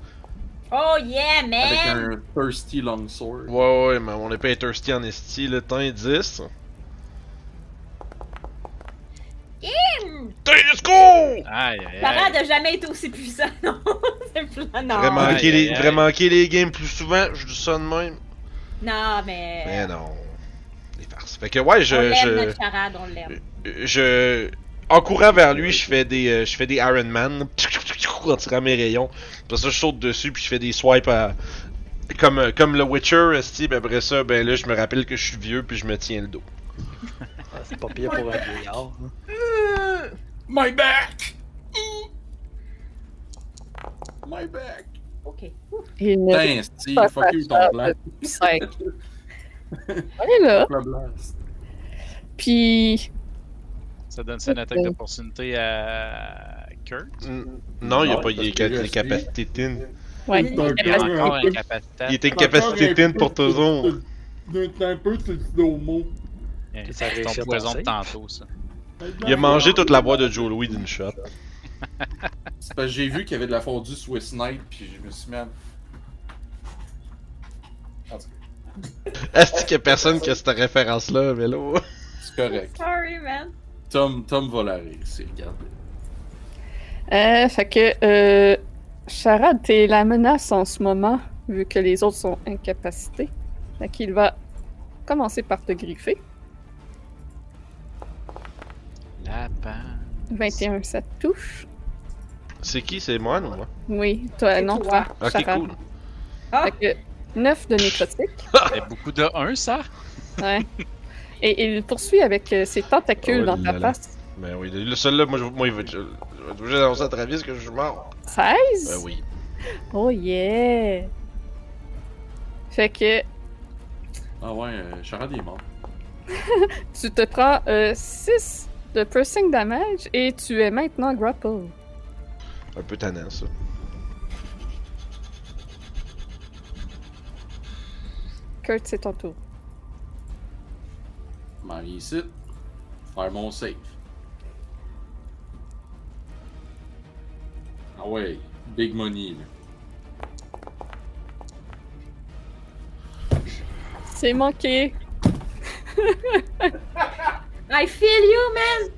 Speaker 4: Oh yeah,
Speaker 2: Avec
Speaker 4: man!
Speaker 2: un thirsty longsword.
Speaker 7: Ouais, ouais, mais mon épée est thirsty en esti, le temps est 10.
Speaker 4: Hmm.
Speaker 7: T'es let's go!
Speaker 3: Aïe, aïe, aïe.
Speaker 4: Parade n'a jamais été aussi puissant, [laughs] non? C'est plan, non.
Speaker 7: Vraiment
Speaker 3: Aïe,
Speaker 7: manquer
Speaker 3: aïe,
Speaker 7: les,
Speaker 3: aïe.
Speaker 7: vraiment manquer les games plus souvent, je dis ça de même.
Speaker 4: Non, mais. euh,
Speaker 7: Mais non. Les farces. Fait que ouais, je.
Speaker 4: on l'aime,
Speaker 7: je...
Speaker 4: notre charade, on l'aime.
Speaker 7: je en courant vers lui, je fais des euh, je fais des Iron Man en tirant mes rayons. Après ça, je saute dessus puis je fais des swipes à comme euh, comme le Witcher, esti, puis après ça, ben là, je me rappelle que je suis vieux puis je me tiens le dos.
Speaker 5: Ah, c'est pas pire pour un vieillard. hein.
Speaker 2: Uh, My back! My back!
Speaker 4: Ok.
Speaker 1: Et ne-
Speaker 2: Putain, Steve,
Speaker 1: pas
Speaker 2: fuck you ton plan. Ben,
Speaker 1: Cinq. On est là.
Speaker 2: Le blast.
Speaker 1: Puis,
Speaker 3: Ça donne ça une attaque d'opportunité à Kurt.
Speaker 7: N- Non, il y a
Speaker 2: Non, Ah
Speaker 7: pas
Speaker 2: parce
Speaker 7: il
Speaker 2: que lui,
Speaker 7: est
Speaker 2: esti.
Speaker 7: capacité thin.
Speaker 1: ouais. Euh,
Speaker 4: Dans
Speaker 3: Il y a encore un capacité.
Speaker 7: Il était capacité thin pour toujours.
Speaker 2: T'es un peu sur le domo.
Speaker 3: Eh,
Speaker 5: Ça
Speaker 3: C'est ton
Speaker 5: réussit à
Speaker 3: poison de
Speaker 5: passer.
Speaker 3: tantôt, ça.
Speaker 7: Il a mangé toute la boîte de Joe Louis d'une shot.
Speaker 2: C'est parce que j'ai vu qu'il y avait de la fondue Swiss Night, puis je me suis mis à... En tout cas, Ah,
Speaker 6: Est-ce qu'il y a personne qui a cette référence-là, mais là.
Speaker 2: c'est correct.
Speaker 4: Sorry, man.
Speaker 2: Tom, Tom va la rire, c'est regarde.
Speaker 1: Euh, fait que, euh, Charade, t'es la menace en ce moment, vu que les autres sont incapacités. Fait qu'il va commencer par te griffer.
Speaker 3: Lapin.
Speaker 1: 21, ça te touche.
Speaker 7: C'est qui C'est Moine ou moi
Speaker 1: Oui, toi,
Speaker 4: C'est
Speaker 1: non,
Speaker 4: toi.
Speaker 1: toi,
Speaker 7: Ok,
Speaker 1: Charade.
Speaker 7: cool.
Speaker 4: Ah,
Speaker 1: Fait que 9 de nécrotique.
Speaker 3: C'est beaucoup de 1, ça?
Speaker 1: Ouais. Et il poursuit avec euh, ses tentacules
Speaker 7: Oh
Speaker 1: dans ta
Speaker 7: là là.
Speaker 1: face.
Speaker 7: Ben oui, le seul là, moi, je- moi il veut. Je je vais être obligé d'annoncer à Travis que je suis mort.
Speaker 1: 16?
Speaker 7: Ben oui.
Speaker 1: Oh yeah! Fait que
Speaker 2: Ah ouais, euh, Charade est mort.
Speaker 1: tu te prends 6 de piercing damage et tu es maintenant grapple.
Speaker 7: Un peu tannant ça.
Speaker 1: Kurt, c'est ton tour.
Speaker 2: Je m'en viens ici. Faire mon save. Ah ouais, big money, là.
Speaker 1: C'est manqué.
Speaker 4: I feel you, man.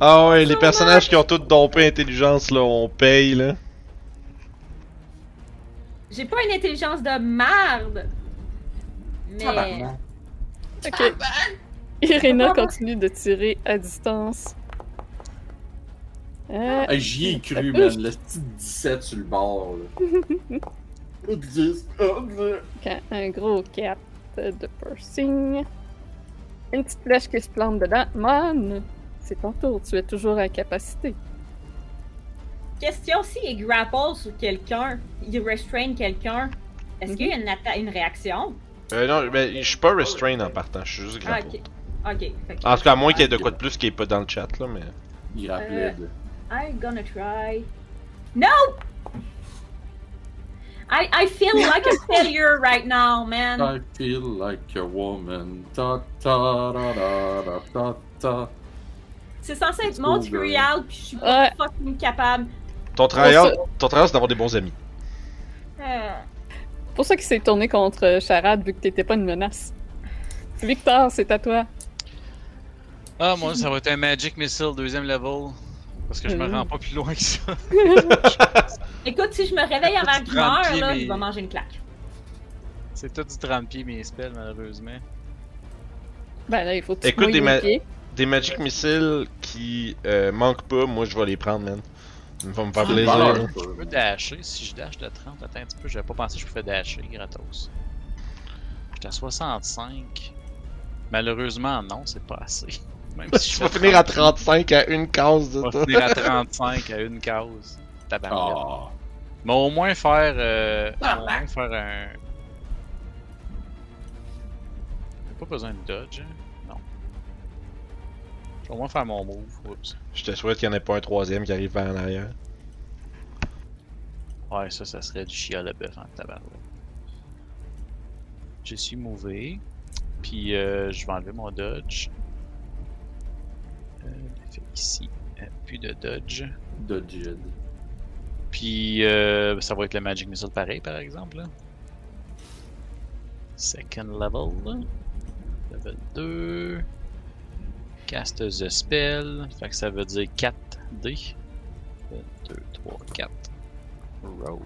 Speaker 7: Ah ouais, les personnages qui ont toutes dompé intelligence là, on paye là.
Speaker 4: J'ai pas une intelligence de marde. Mais.
Speaker 2: Tabarnak.
Speaker 1: Ok. Irina continue de tirer à distance. Euh,
Speaker 2: Hey, J'y ai cru, man. Le petit 17 sur le bord, là. Oh, 10. Oh, Dieu.
Speaker 1: quand un gros 4 de piercing. Une petite flèche qui se plante dedans. Man, c'est ton tour. Tu es toujours incapacité.
Speaker 4: Question s'il grapple sur quelqu'un, il restrain quelqu'un, est-ce qu'il y a une, atta- une réaction?
Speaker 7: Euh, non, mais je suis pas restrain en partant, je suis juste
Speaker 4: Ah,
Speaker 7: grapple.
Speaker 4: ok. Ah, Ok. Fait que-
Speaker 7: En tout cas, à moins qu'il y ait de quoi de plus qui est pas dans le chat là, mais.
Speaker 2: Il rappelait de.
Speaker 4: I'm gonna try. No! I, I feel
Speaker 1: [laughs]
Speaker 4: like a failure right now, man.
Speaker 2: I feel like a woman. Ta ta da da da ta ta.
Speaker 4: C'est censé être
Speaker 2: Let's
Speaker 4: mon
Speaker 2: go, girl.
Speaker 4: tutorial, puis je suis pas
Speaker 1: Ouais.
Speaker 4: fucking capable.
Speaker 7: Ton travail, ton travail, c'est d'avoir des bons amis.
Speaker 4: Euh,
Speaker 1: pour ça qu'il s'est tourné contre euh, Charade, vu que t'étais pas une menace. Victor, c'est à toi.
Speaker 3: Ah, moi, ça va être un Magic Missile deuxième level. Parce que je
Speaker 1: Mhm.
Speaker 3: me rends pas plus loin que ça.
Speaker 4: Écoute, si je me réveille avant que je
Speaker 3: Grand
Speaker 4: meure,
Speaker 3: pied,
Speaker 4: là,
Speaker 3: mais-
Speaker 4: il va manger une claque.
Speaker 3: C'est tout du 30 pieds, mes spells, malheureusement.
Speaker 1: Ben là, il faut que tu te
Speaker 7: Écoute,
Speaker 1: mouilles
Speaker 7: des
Speaker 1: les
Speaker 7: ma-
Speaker 1: pieds.
Speaker 7: Des Magic Missiles qui euh, manquent pas, moi je vais les prendre, man. Ils vont me
Speaker 4: Ah,
Speaker 7: faire plaisir.
Speaker 2: Valeur,
Speaker 7: là.
Speaker 2: ça.
Speaker 3: Je peux dasher. Si je dash de 30, attends un petit peu, j'avais pas pensé que je pouvais dasher gratos. J'étais à 65. Malheureusement, non, c'est pas assez. [laughs] Même si je
Speaker 6: Tu vas
Speaker 3: fais
Speaker 6: finir à 35 à une case de
Speaker 3: 30, je
Speaker 6: toi.
Speaker 3: vais finir à 35 à une cause. Tabarnak.
Speaker 2: Ah.
Speaker 3: Mais au moins faire. Euh, au moins faire un. J'ai pas besoin de dodge, hein? Non. Je vais au moins faire mon move. Oups.
Speaker 7: Je te souhaite qu'il n'y en ait pas un troisième qui arrive par en arrière.
Speaker 3: Ouais, ça, ça serait du chia le bœuf en tabarouette. Je suis mauvais. Puis euh, je vais enlever mon dodge. Euh, fait ici. Euh, Plus de dodge.
Speaker 2: De Jed.
Speaker 3: Puis euh, ça va être le Magic Missile pareil, par exemple. là. Second level. là. Level 2. Cast the spell. Fait que ça veut dire 4D. 1, 2, 3, 4. Roll.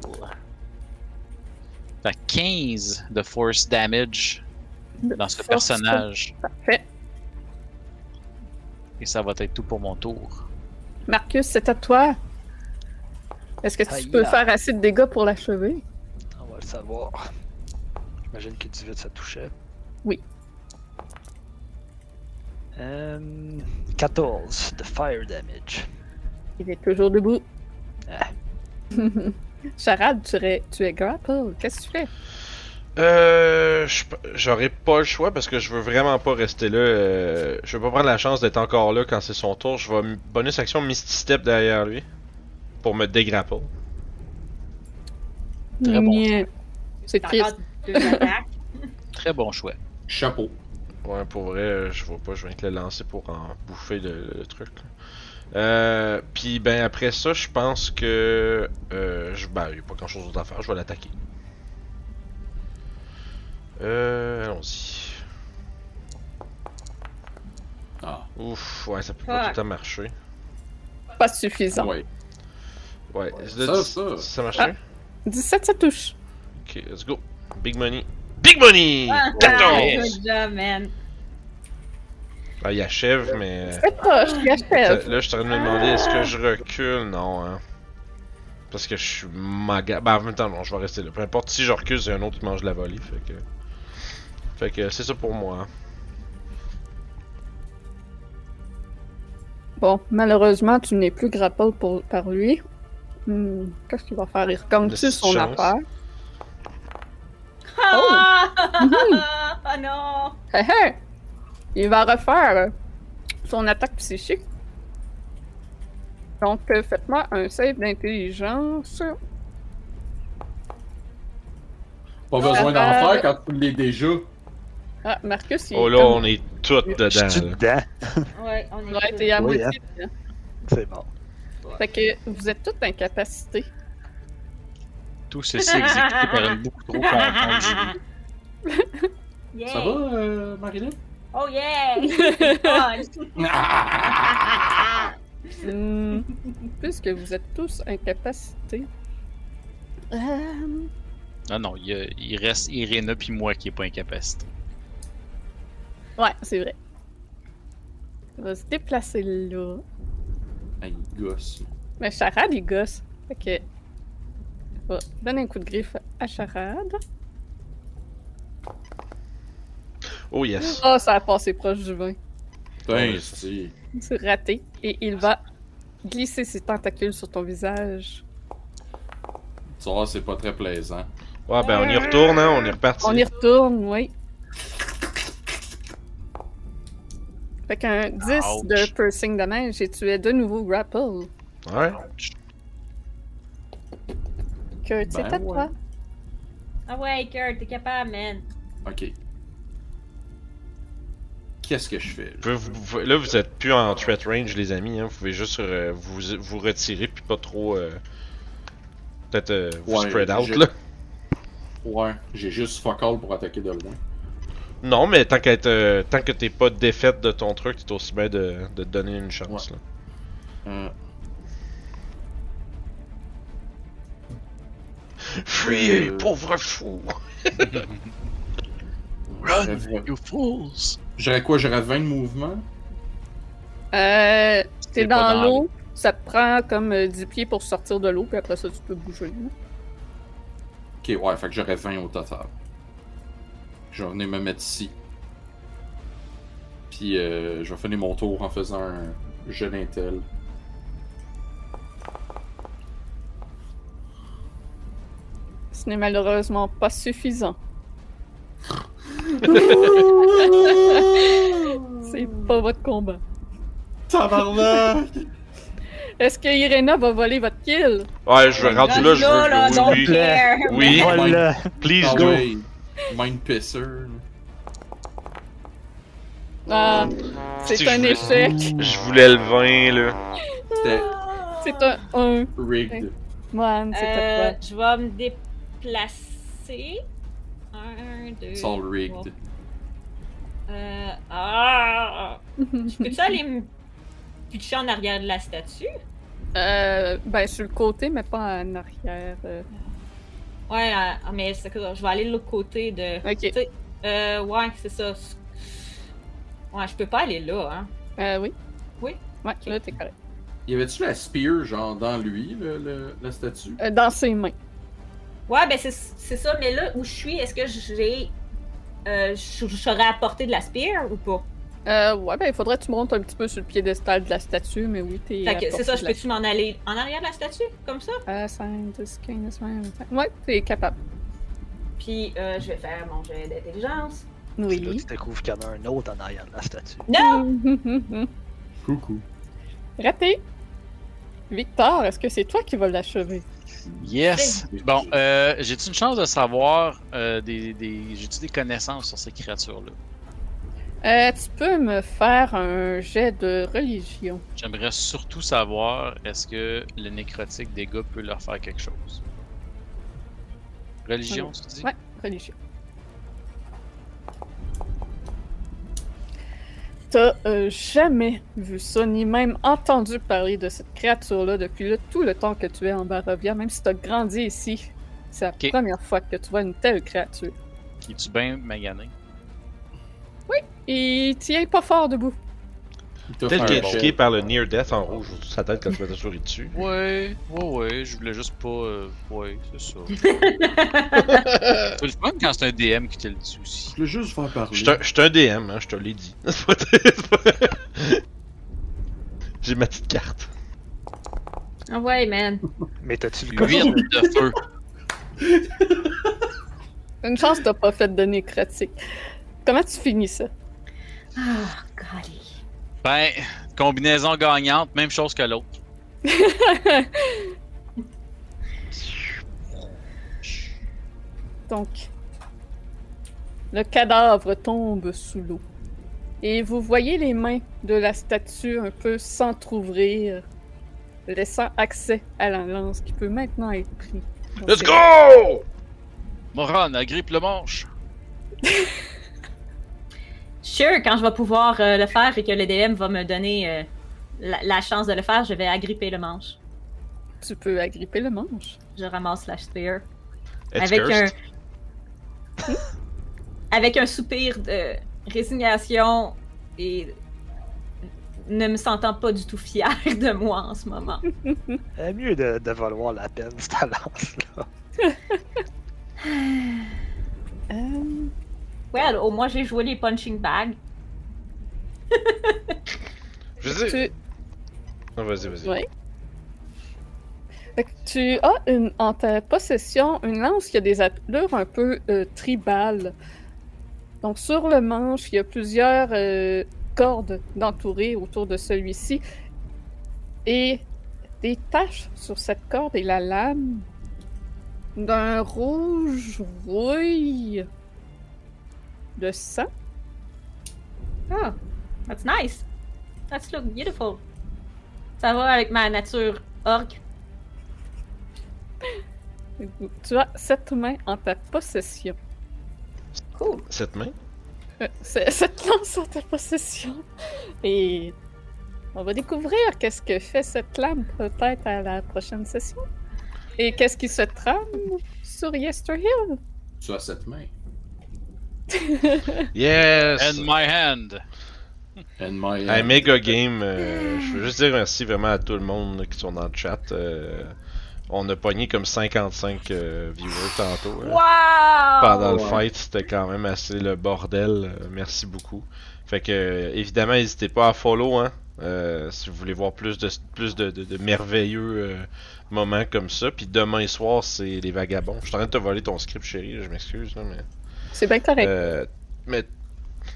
Speaker 3: Fait que 15 de force damage dans ce
Speaker 1: Force.
Speaker 3: personnage.
Speaker 1: Parfait.
Speaker 3: Et ça va être tout pour mon tour.
Speaker 1: Marcus, c'est à toi. Est-ce que tu
Speaker 5: Aïe,
Speaker 1: peux
Speaker 5: là.
Speaker 1: faire assez de dégâts pour l'achever?
Speaker 5: On va le savoir. J'imagine que 18 ça touchait.
Speaker 1: Oui.
Speaker 5: Euh, 14 de fire damage.
Speaker 1: Il est toujours debout.
Speaker 5: Ah.
Speaker 1: [laughs] Charade, tu es, tu es grapple. Qu'est-ce que tu fais?
Speaker 7: Euh. je- J'aurais pas le choix parce que je veux vraiment pas rester là. euh, je veux pas prendre la chance d'être encore là quand c'est son tour. Je vais m- bonus action Misty Step derrière lui. Pour me dégrapple.
Speaker 3: Très bon.
Speaker 1: Mien. C'est
Speaker 4: T'as
Speaker 1: triste.
Speaker 4: encore deux attaques.
Speaker 3: Très bon choix.
Speaker 2: Chapeau.
Speaker 7: Ouais, pour vrai, euh, je vois pas, je viens te le lancer pour en bouffer le, le truc. là. Euh, puis ben après ça, je pense que euh, je, ben y a pas grand chose d'autre à faire, je vais l'attaquer. Euh, allons-y.
Speaker 2: Ah.
Speaker 7: Ouf, ouais, ça peut pas tout le temps marcher.
Speaker 1: Pas suffisant.
Speaker 2: Ouais.
Speaker 7: Ouais,
Speaker 2: Ouais,
Speaker 7: le
Speaker 2: ça,
Speaker 7: dix-
Speaker 2: ça.
Speaker 7: ça marche.
Speaker 1: Ah. 17, ça touche.
Speaker 7: Ok, let's go. Big money. Big money!
Speaker 4: Ah,
Speaker 7: 14!
Speaker 4: Good job, man.
Speaker 7: Ah, il achève, mais. euh,
Speaker 1: C'est pas, je l'achève.
Speaker 7: Là, je suis en train de me demander est-ce que je recule Non, hein. Parce que je suis maga. Bah, en même temps, non, je vais rester là. Peu importe si je recule, c'est un autre qui mange de la volée. Fait que. Fait que c'est ça pour moi.
Speaker 1: Bon, malheureusement, tu n'es plus grapple pour, par lui. Hmm, Qu'est-ce qu'il va faire? Il
Speaker 7: Une
Speaker 1: reconduit son
Speaker 7: chance.
Speaker 1: affaire. Oh.
Speaker 4: Ah!
Speaker 1: Mhm.
Speaker 4: Ah non!
Speaker 1: Hé, hé! Il va refaire euh, son attaque psychique. Donc, euh, faites-moi un save d'intelligence.
Speaker 2: Pas besoin d'en
Speaker 1: Euh,
Speaker 2: faire quand tu l'es déjà.
Speaker 1: Ah, Marcus, il
Speaker 7: Oh là, on est tous
Speaker 5: Je suis
Speaker 7: dedans. là.
Speaker 5: dedans.
Speaker 4: Ouais, on est
Speaker 1: Il aurait
Speaker 4: tous-
Speaker 1: été à
Speaker 5: Oui,
Speaker 1: moitié. dedans.
Speaker 5: C'est bon.
Speaker 1: Fait que vous êtes toutes incapacités.
Speaker 3: Tout ceci exécuté par une beaucoup trop confiante Julie.
Speaker 4: Yeah.
Speaker 2: Ça va, euh, Marilyn?
Speaker 4: Oh
Speaker 1: [laughs]
Speaker 4: yeah! C'est fun.
Speaker 1: Hmm, Puisque vous êtes tous incapacités. Euh,
Speaker 3: Non, non, il, y a- il reste Irina puis moi qui est pas incapacité.
Speaker 1: Ouais, c'est vrai. Il va se déplacer là.
Speaker 2: Ah, il gosse.
Speaker 1: Mais Charade, il gosse. Fait que. il va donner un coup de griffe à Charade.
Speaker 7: Oh yes.
Speaker 1: Ah, ça a passé proche du vin.
Speaker 2: Putain, c'est.
Speaker 1: C'est raté. Et il va glisser ses tentacules sur ton visage.
Speaker 2: Ça, c'est pas très plaisant.
Speaker 7: Ouais, ben on y retourne, hein, on est reparti.
Speaker 1: On y retourne, oui. Fait qu'un 10 de
Speaker 3: Ouch.
Speaker 1: piercing damage et tu es de nouveau grapple.
Speaker 7: Ouais.
Speaker 1: Que c'est
Speaker 2: Ben
Speaker 1: à
Speaker 2: ouais.
Speaker 1: toi.
Speaker 4: Ah ouais, Kurt, t'es capable, man.
Speaker 2: Ok. Qu'est-ce que je fais?
Speaker 7: Vous- vous- vous- là, vous êtes plus en threat range, les amis. Hein. Vous pouvez juste euh, vous, vous retirer, puis pas trop. euh, Peut-être euh, vous
Speaker 2: Ouais,
Speaker 7: spread out,
Speaker 2: je-
Speaker 7: là.
Speaker 2: Ouais, j'ai juste fuck all pour attaquer de loin.
Speaker 7: Non, mais tant, qu'à être, euh, tant que t'es pas défaite de ton truc, t'es aussi bien de, de te donner une chance. Là.
Speaker 2: Euh,
Speaker 7: Fuyez,
Speaker 2: Euh.
Speaker 7: pauvre fou!
Speaker 3: Run,
Speaker 2: j'aurais-
Speaker 3: you fools!
Speaker 2: J'aurais quoi? J'aurais 20 de mouvement?
Speaker 1: Euh, t'es
Speaker 3: C'est pas
Speaker 1: dans
Speaker 3: dans
Speaker 1: l'eau. Ça te prend comme euh, 10 pieds pour sortir de l'eau, puis après ça, tu peux bouger. là.
Speaker 2: Ok, ouais, fait que j'aurais 20 au total. Je vais venir me mettre ici. Puis euh, je vais finir mon tour en faisant un jeu d'intel.
Speaker 1: Ce n'est malheureusement pas suffisant. C'est pas votre combat.
Speaker 2: Tabarnak! [laughs]
Speaker 1: Est-ce que Irena va voler votre kill?
Speaker 7: Ouais, je veux rendu là, je veux.
Speaker 4: là,
Speaker 7: oui,
Speaker 4: don't
Speaker 7: oui.
Speaker 4: care.
Speaker 7: Oui.
Speaker 5: On
Speaker 2: Ouais.
Speaker 5: l'a.
Speaker 7: please
Speaker 2: Ah
Speaker 7: go!
Speaker 2: ouais, Mind pisser.
Speaker 1: Ah,
Speaker 7: Si
Speaker 1: c'est
Speaker 7: je
Speaker 1: un
Speaker 7: voulais-
Speaker 1: échec.
Speaker 7: Je voulais le vin, là.
Speaker 4: Ah!
Speaker 2: C'était
Speaker 1: C'est un 1.
Speaker 2: rigged.
Speaker 1: Man, c'est à
Speaker 4: Euh,
Speaker 1: toi.
Speaker 4: je vais me déplacer. Un, deux.
Speaker 2: It's all
Speaker 4: trois.
Speaker 2: rigged.
Speaker 4: Euh, ah! Peux-tu aller me pitcher en arrière de la statue?
Speaker 1: [laughs] Euh, ben, sur le côté, mais pas en arrière. euh.
Speaker 4: Ouais, euh, mais c'est que je vais aller de l'autre côté de.
Speaker 1: Ok.
Speaker 4: Euh, ouais, c'est ça. Ouais, je peux pas aller là, hein.
Speaker 1: Euh, oui.
Speaker 4: Oui?
Speaker 1: Ouais, là, t'es correct.
Speaker 2: Y avait-tu la spear, genre, dans lui, le, le- la statue?
Speaker 1: Euh, dans ses mains.
Speaker 4: Ouais, ben c'est c'est ça, mais là où je suis, est-ce que j'ai. Euh, je je serais à portée de la spear ou pas?
Speaker 1: Euh, ouais, ben, il faudrait que tu montes un petit peu sur le piédestal de la statue, mais oui, t'es. euh,
Speaker 4: Fait
Speaker 1: à
Speaker 4: que c'est
Speaker 1: portée
Speaker 4: ça,
Speaker 1: de
Speaker 4: je
Speaker 1: la-
Speaker 4: peux-tu m'en aller en arrière de la statue, comme ça?
Speaker 1: Euh, 5, 10, 15, 20, 25. Ouais, t'es capable.
Speaker 4: Puis euh, je vais faire mon jet d'intelligence.
Speaker 5: C'est là que
Speaker 1: Oui.
Speaker 5: tu découvres qu'il y en a un autre en arrière de la statue.
Speaker 4: Non!
Speaker 2: Coucou.
Speaker 1: [laughs] Raté! Victor, est-ce que c'est toi qui vas l'achever?
Speaker 3: Yes! Bon, euh, j'ai-tu une chance de savoir euh, des, des- J'ai-tu des connaissances sur ces créatures-là?
Speaker 1: Euh, tu peux me faire un jet de religion.
Speaker 3: J'aimerais surtout savoir est-ce que le nécrotique des gars peut leur faire quelque chose. Religion, tu dis
Speaker 1: Ouais, religion. T'as euh, jamais vu ça, ni même entendu parler de cette créature-là depuis le- tout le temps que tu es en Barovia, même si t'as grandi ici. C'est la
Speaker 3: Ok.
Speaker 1: première fois que tu vois une telle créature.
Speaker 3: Qui tu bien magané
Speaker 1: Il tient pas fort debout.
Speaker 7: Tel qu'éduqué par le Near Death en rouge autour de sa tête quand je me suis souri dessus.
Speaker 3: Ouais, ouais, ouais, je voulais juste pas. euh, ouais,
Speaker 1: [laughs]
Speaker 3: c'est ça. c'est le fun quand c'est un DM qui te le dit aussi.
Speaker 2: Je veux juste faire parler.
Speaker 7: Je suis un DM, hein, je te l'ai dit. [laughs] C'est pas- c'est pas- J'ai ma petite carte.
Speaker 4: Ah ouais, man.
Speaker 5: Mais t'as-tu le
Speaker 3: Huit
Speaker 5: costume?
Speaker 3: de feu.
Speaker 1: Une chance t'as pas fait de nécrotique. Comment tu finis ça?
Speaker 4: Ah, golly.
Speaker 3: Ben, combinaison gagnante, même chose que l'autre.
Speaker 1: Donc, le cadavre tombe sous l'eau. Et vous voyez les mains de la statue un peu s'entr'ouvrir, laissant accès à la lance qui peut maintenant être prise. Donc,
Speaker 7: Let's
Speaker 1: euh,
Speaker 7: go!
Speaker 3: Moran, agrippe le manche.
Speaker 4: Sure, quand je vais pouvoir euh, le faire et que le DM va me donner euh, la, la chance de le faire, je vais agripper le manche.
Speaker 1: Tu peux agripper le manche.
Speaker 4: Je ramasse la spear.
Speaker 7: It's
Speaker 4: avec
Speaker 7: cursed.
Speaker 4: un [laughs] avec un soupir de résignation et ne me sentant pas du tout fière [laughs] de moi en ce moment.
Speaker 5: Euh, mieux de, de valoir la peine, cette lance-là.
Speaker 1: Euh,
Speaker 4: Well, au moins j'ai joué les punching bags.
Speaker 7: Je veux dire.
Speaker 1: tu...
Speaker 7: Non, vas-y, vas-y.
Speaker 1: Ouais. Fait que tu as une, en ta possession une lance qui a des allures un peu euh, tribales. Donc sur le manche, il y a plusieurs euh, cordes d'entourées autour de celui-ci et des taches sur cette corde et la lame d'un rouge rouille de sang.
Speaker 4: Oh, that's nice. That's look beautiful. Ça va avec ma nature orc.
Speaker 1: Tu as cette main en ta possession.
Speaker 4: Cool.
Speaker 7: Cette main.
Speaker 1: Euh, c'est- cette lance en ta possession. Et on va découvrir qu'est-ce que fait cette lame peut-être à la prochaine session. Et qu'est-ce qui se trame sur Yesterhill.
Speaker 2: Tu as cette main.
Speaker 7: Yes!
Speaker 3: And my hand.
Speaker 2: And my
Speaker 7: Hey, méga game. euh, je veux juste dire merci vraiment à tout le monde là, qui sont dans le chat. euh, on a pogné comme 55 euh, viewers tantôt. hein.
Speaker 4: Wow!
Speaker 7: Pendant le
Speaker 2: Ouais.
Speaker 7: fight, c'était quand même assez le bordel. euh, merci beaucoup. Fait que, euh, évidemment, n'hésitez pas à follow, hein. euh, si vous voulez voir plus de plus de, de- de merveilleux euh, moments comme ça. Puis demain soir, c'est les vagabonds. Je suis en train de te voler ton script, chérie. là, Je m'excuse, là, mais.
Speaker 1: C'est bien correct.
Speaker 7: Euh, mais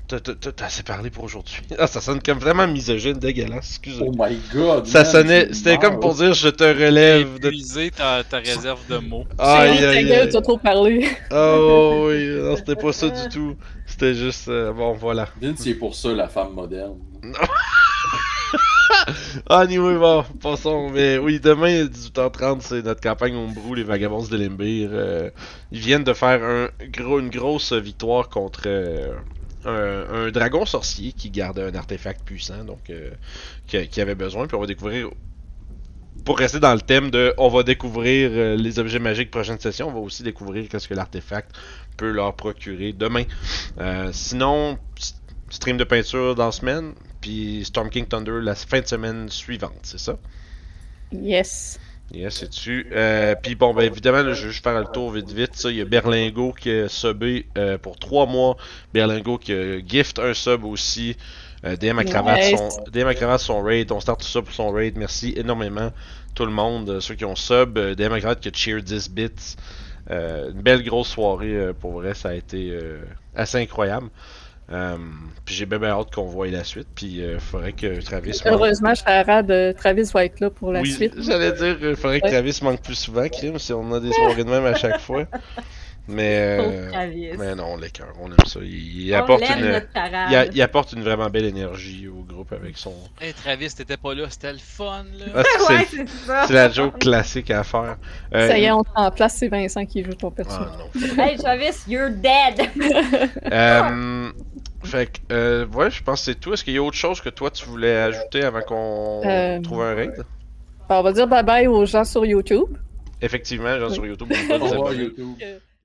Speaker 7: t'as- t'as t'as assez parlé pour aujourd'hui. [laughs] Ah, ça sonne comme vraiment misogyne, dégueulasse, excusez.
Speaker 2: Oh my god!
Speaker 7: ça
Speaker 2: man,
Speaker 7: sonnait,
Speaker 2: tu
Speaker 7: c'était
Speaker 2: meurs.
Speaker 7: comme pour dire je te
Speaker 3: T'as
Speaker 7: relève de.
Speaker 3: épuisé ta, ta réserve de mots.
Speaker 1: Chérie,
Speaker 7: Euh, Aïe
Speaker 1: ta
Speaker 7: aïe
Speaker 1: gueule,
Speaker 7: aïe.
Speaker 1: tu as trop parlé.
Speaker 7: Oh oui, non, c'était pas ça du tout. C'était juste, euh, bon voilà.
Speaker 2: Vince, c'est pour ça la femme moderne.
Speaker 7: Ah, anyway, bon, passons. Mais oui, demain, 18h30, c'est notre campagne Ombrou, les Vagabonds de Limbir. Euh, ils viennent de faire un, gros, une grosse victoire contre euh, un, un dragon sorcier qui gardait un artefact puissant, donc euh, qui, qui avait besoin. Puis on va découvrir. Pour rester dans le thème de on va découvrir euh, les objets magiques prochaine session, on va aussi découvrir qu'est-ce que l'artefact peut leur procurer demain. Euh, sinon, s- stream de peinture dans la semaine, puis Storm King Thunder la fin de semaine suivante, c'est ça?
Speaker 1: Yes.
Speaker 7: Yes, c'est tu. Euh, puis bon, ben évidemment, là, je vais juste faire le tour vite vite. Ça, il y a Berlingo qui a subé euh, pour 3 mois. Berlingo qui a gift un sub aussi. Euh, DM, à cravate,
Speaker 1: Nice.
Speaker 7: son, DM à cravate, son raid. On start tout ça pour son raid. Merci énormément tout le monde. euh, ceux qui ont sub. Euh, DM à cravate qui a cheer 10 bits. Euh, une belle grosse soirée euh, pour vrai. Ça a été euh, assez incroyable. Euh, puis j'ai bien, bien hâte qu'on voie la suite. Puis il faudrait que Travis.
Speaker 1: Heureusement, Charade euh, Travis va être là pour la
Speaker 7: Oui,
Speaker 1: suite.
Speaker 7: j'allais dire, il faudrait que
Speaker 1: Ouais.
Speaker 7: Travis manque plus souvent, Kim, si on a des soirées de même à chaque fois. Mais,
Speaker 4: Pauvre
Speaker 7: euh,
Speaker 4: Travis.
Speaker 7: mais non, on l'écoeure, on aime ça. Il, il
Speaker 4: On
Speaker 7: apporte
Speaker 4: l'aime,
Speaker 7: une,
Speaker 4: notre parade.
Speaker 7: il, a- il apporte une vraiment belle énergie au groupe
Speaker 1: [laughs]
Speaker 7: avec son.
Speaker 3: Hey Travis, t'étais pas là, c'était le fun là.
Speaker 7: Ah, c'est-
Speaker 4: [laughs] ouais, c'est ça.
Speaker 7: c'est la joke classique à faire. Euh,
Speaker 1: Ça y est, on te met en place, c'est Vincent qui joue ton perso.
Speaker 7: Ah non.
Speaker 4: Hey Travis, you're dead!
Speaker 7: Euh, fait que, euh, ouais, je pense que c'est tout. Est-ce qu'il y a autre chose que toi tu voulais ajouter avant qu'on
Speaker 1: Euh,
Speaker 7: trouve un raid
Speaker 1: Ben, on va dire bye bye aux gens sur YouTube.
Speaker 7: Effectivement, genre sur YouTube, on peut
Speaker 2: Au
Speaker 7: vous
Speaker 2: [laughs] revoir,
Speaker 7: abonner.
Speaker 2: YouTube.
Speaker 1: que-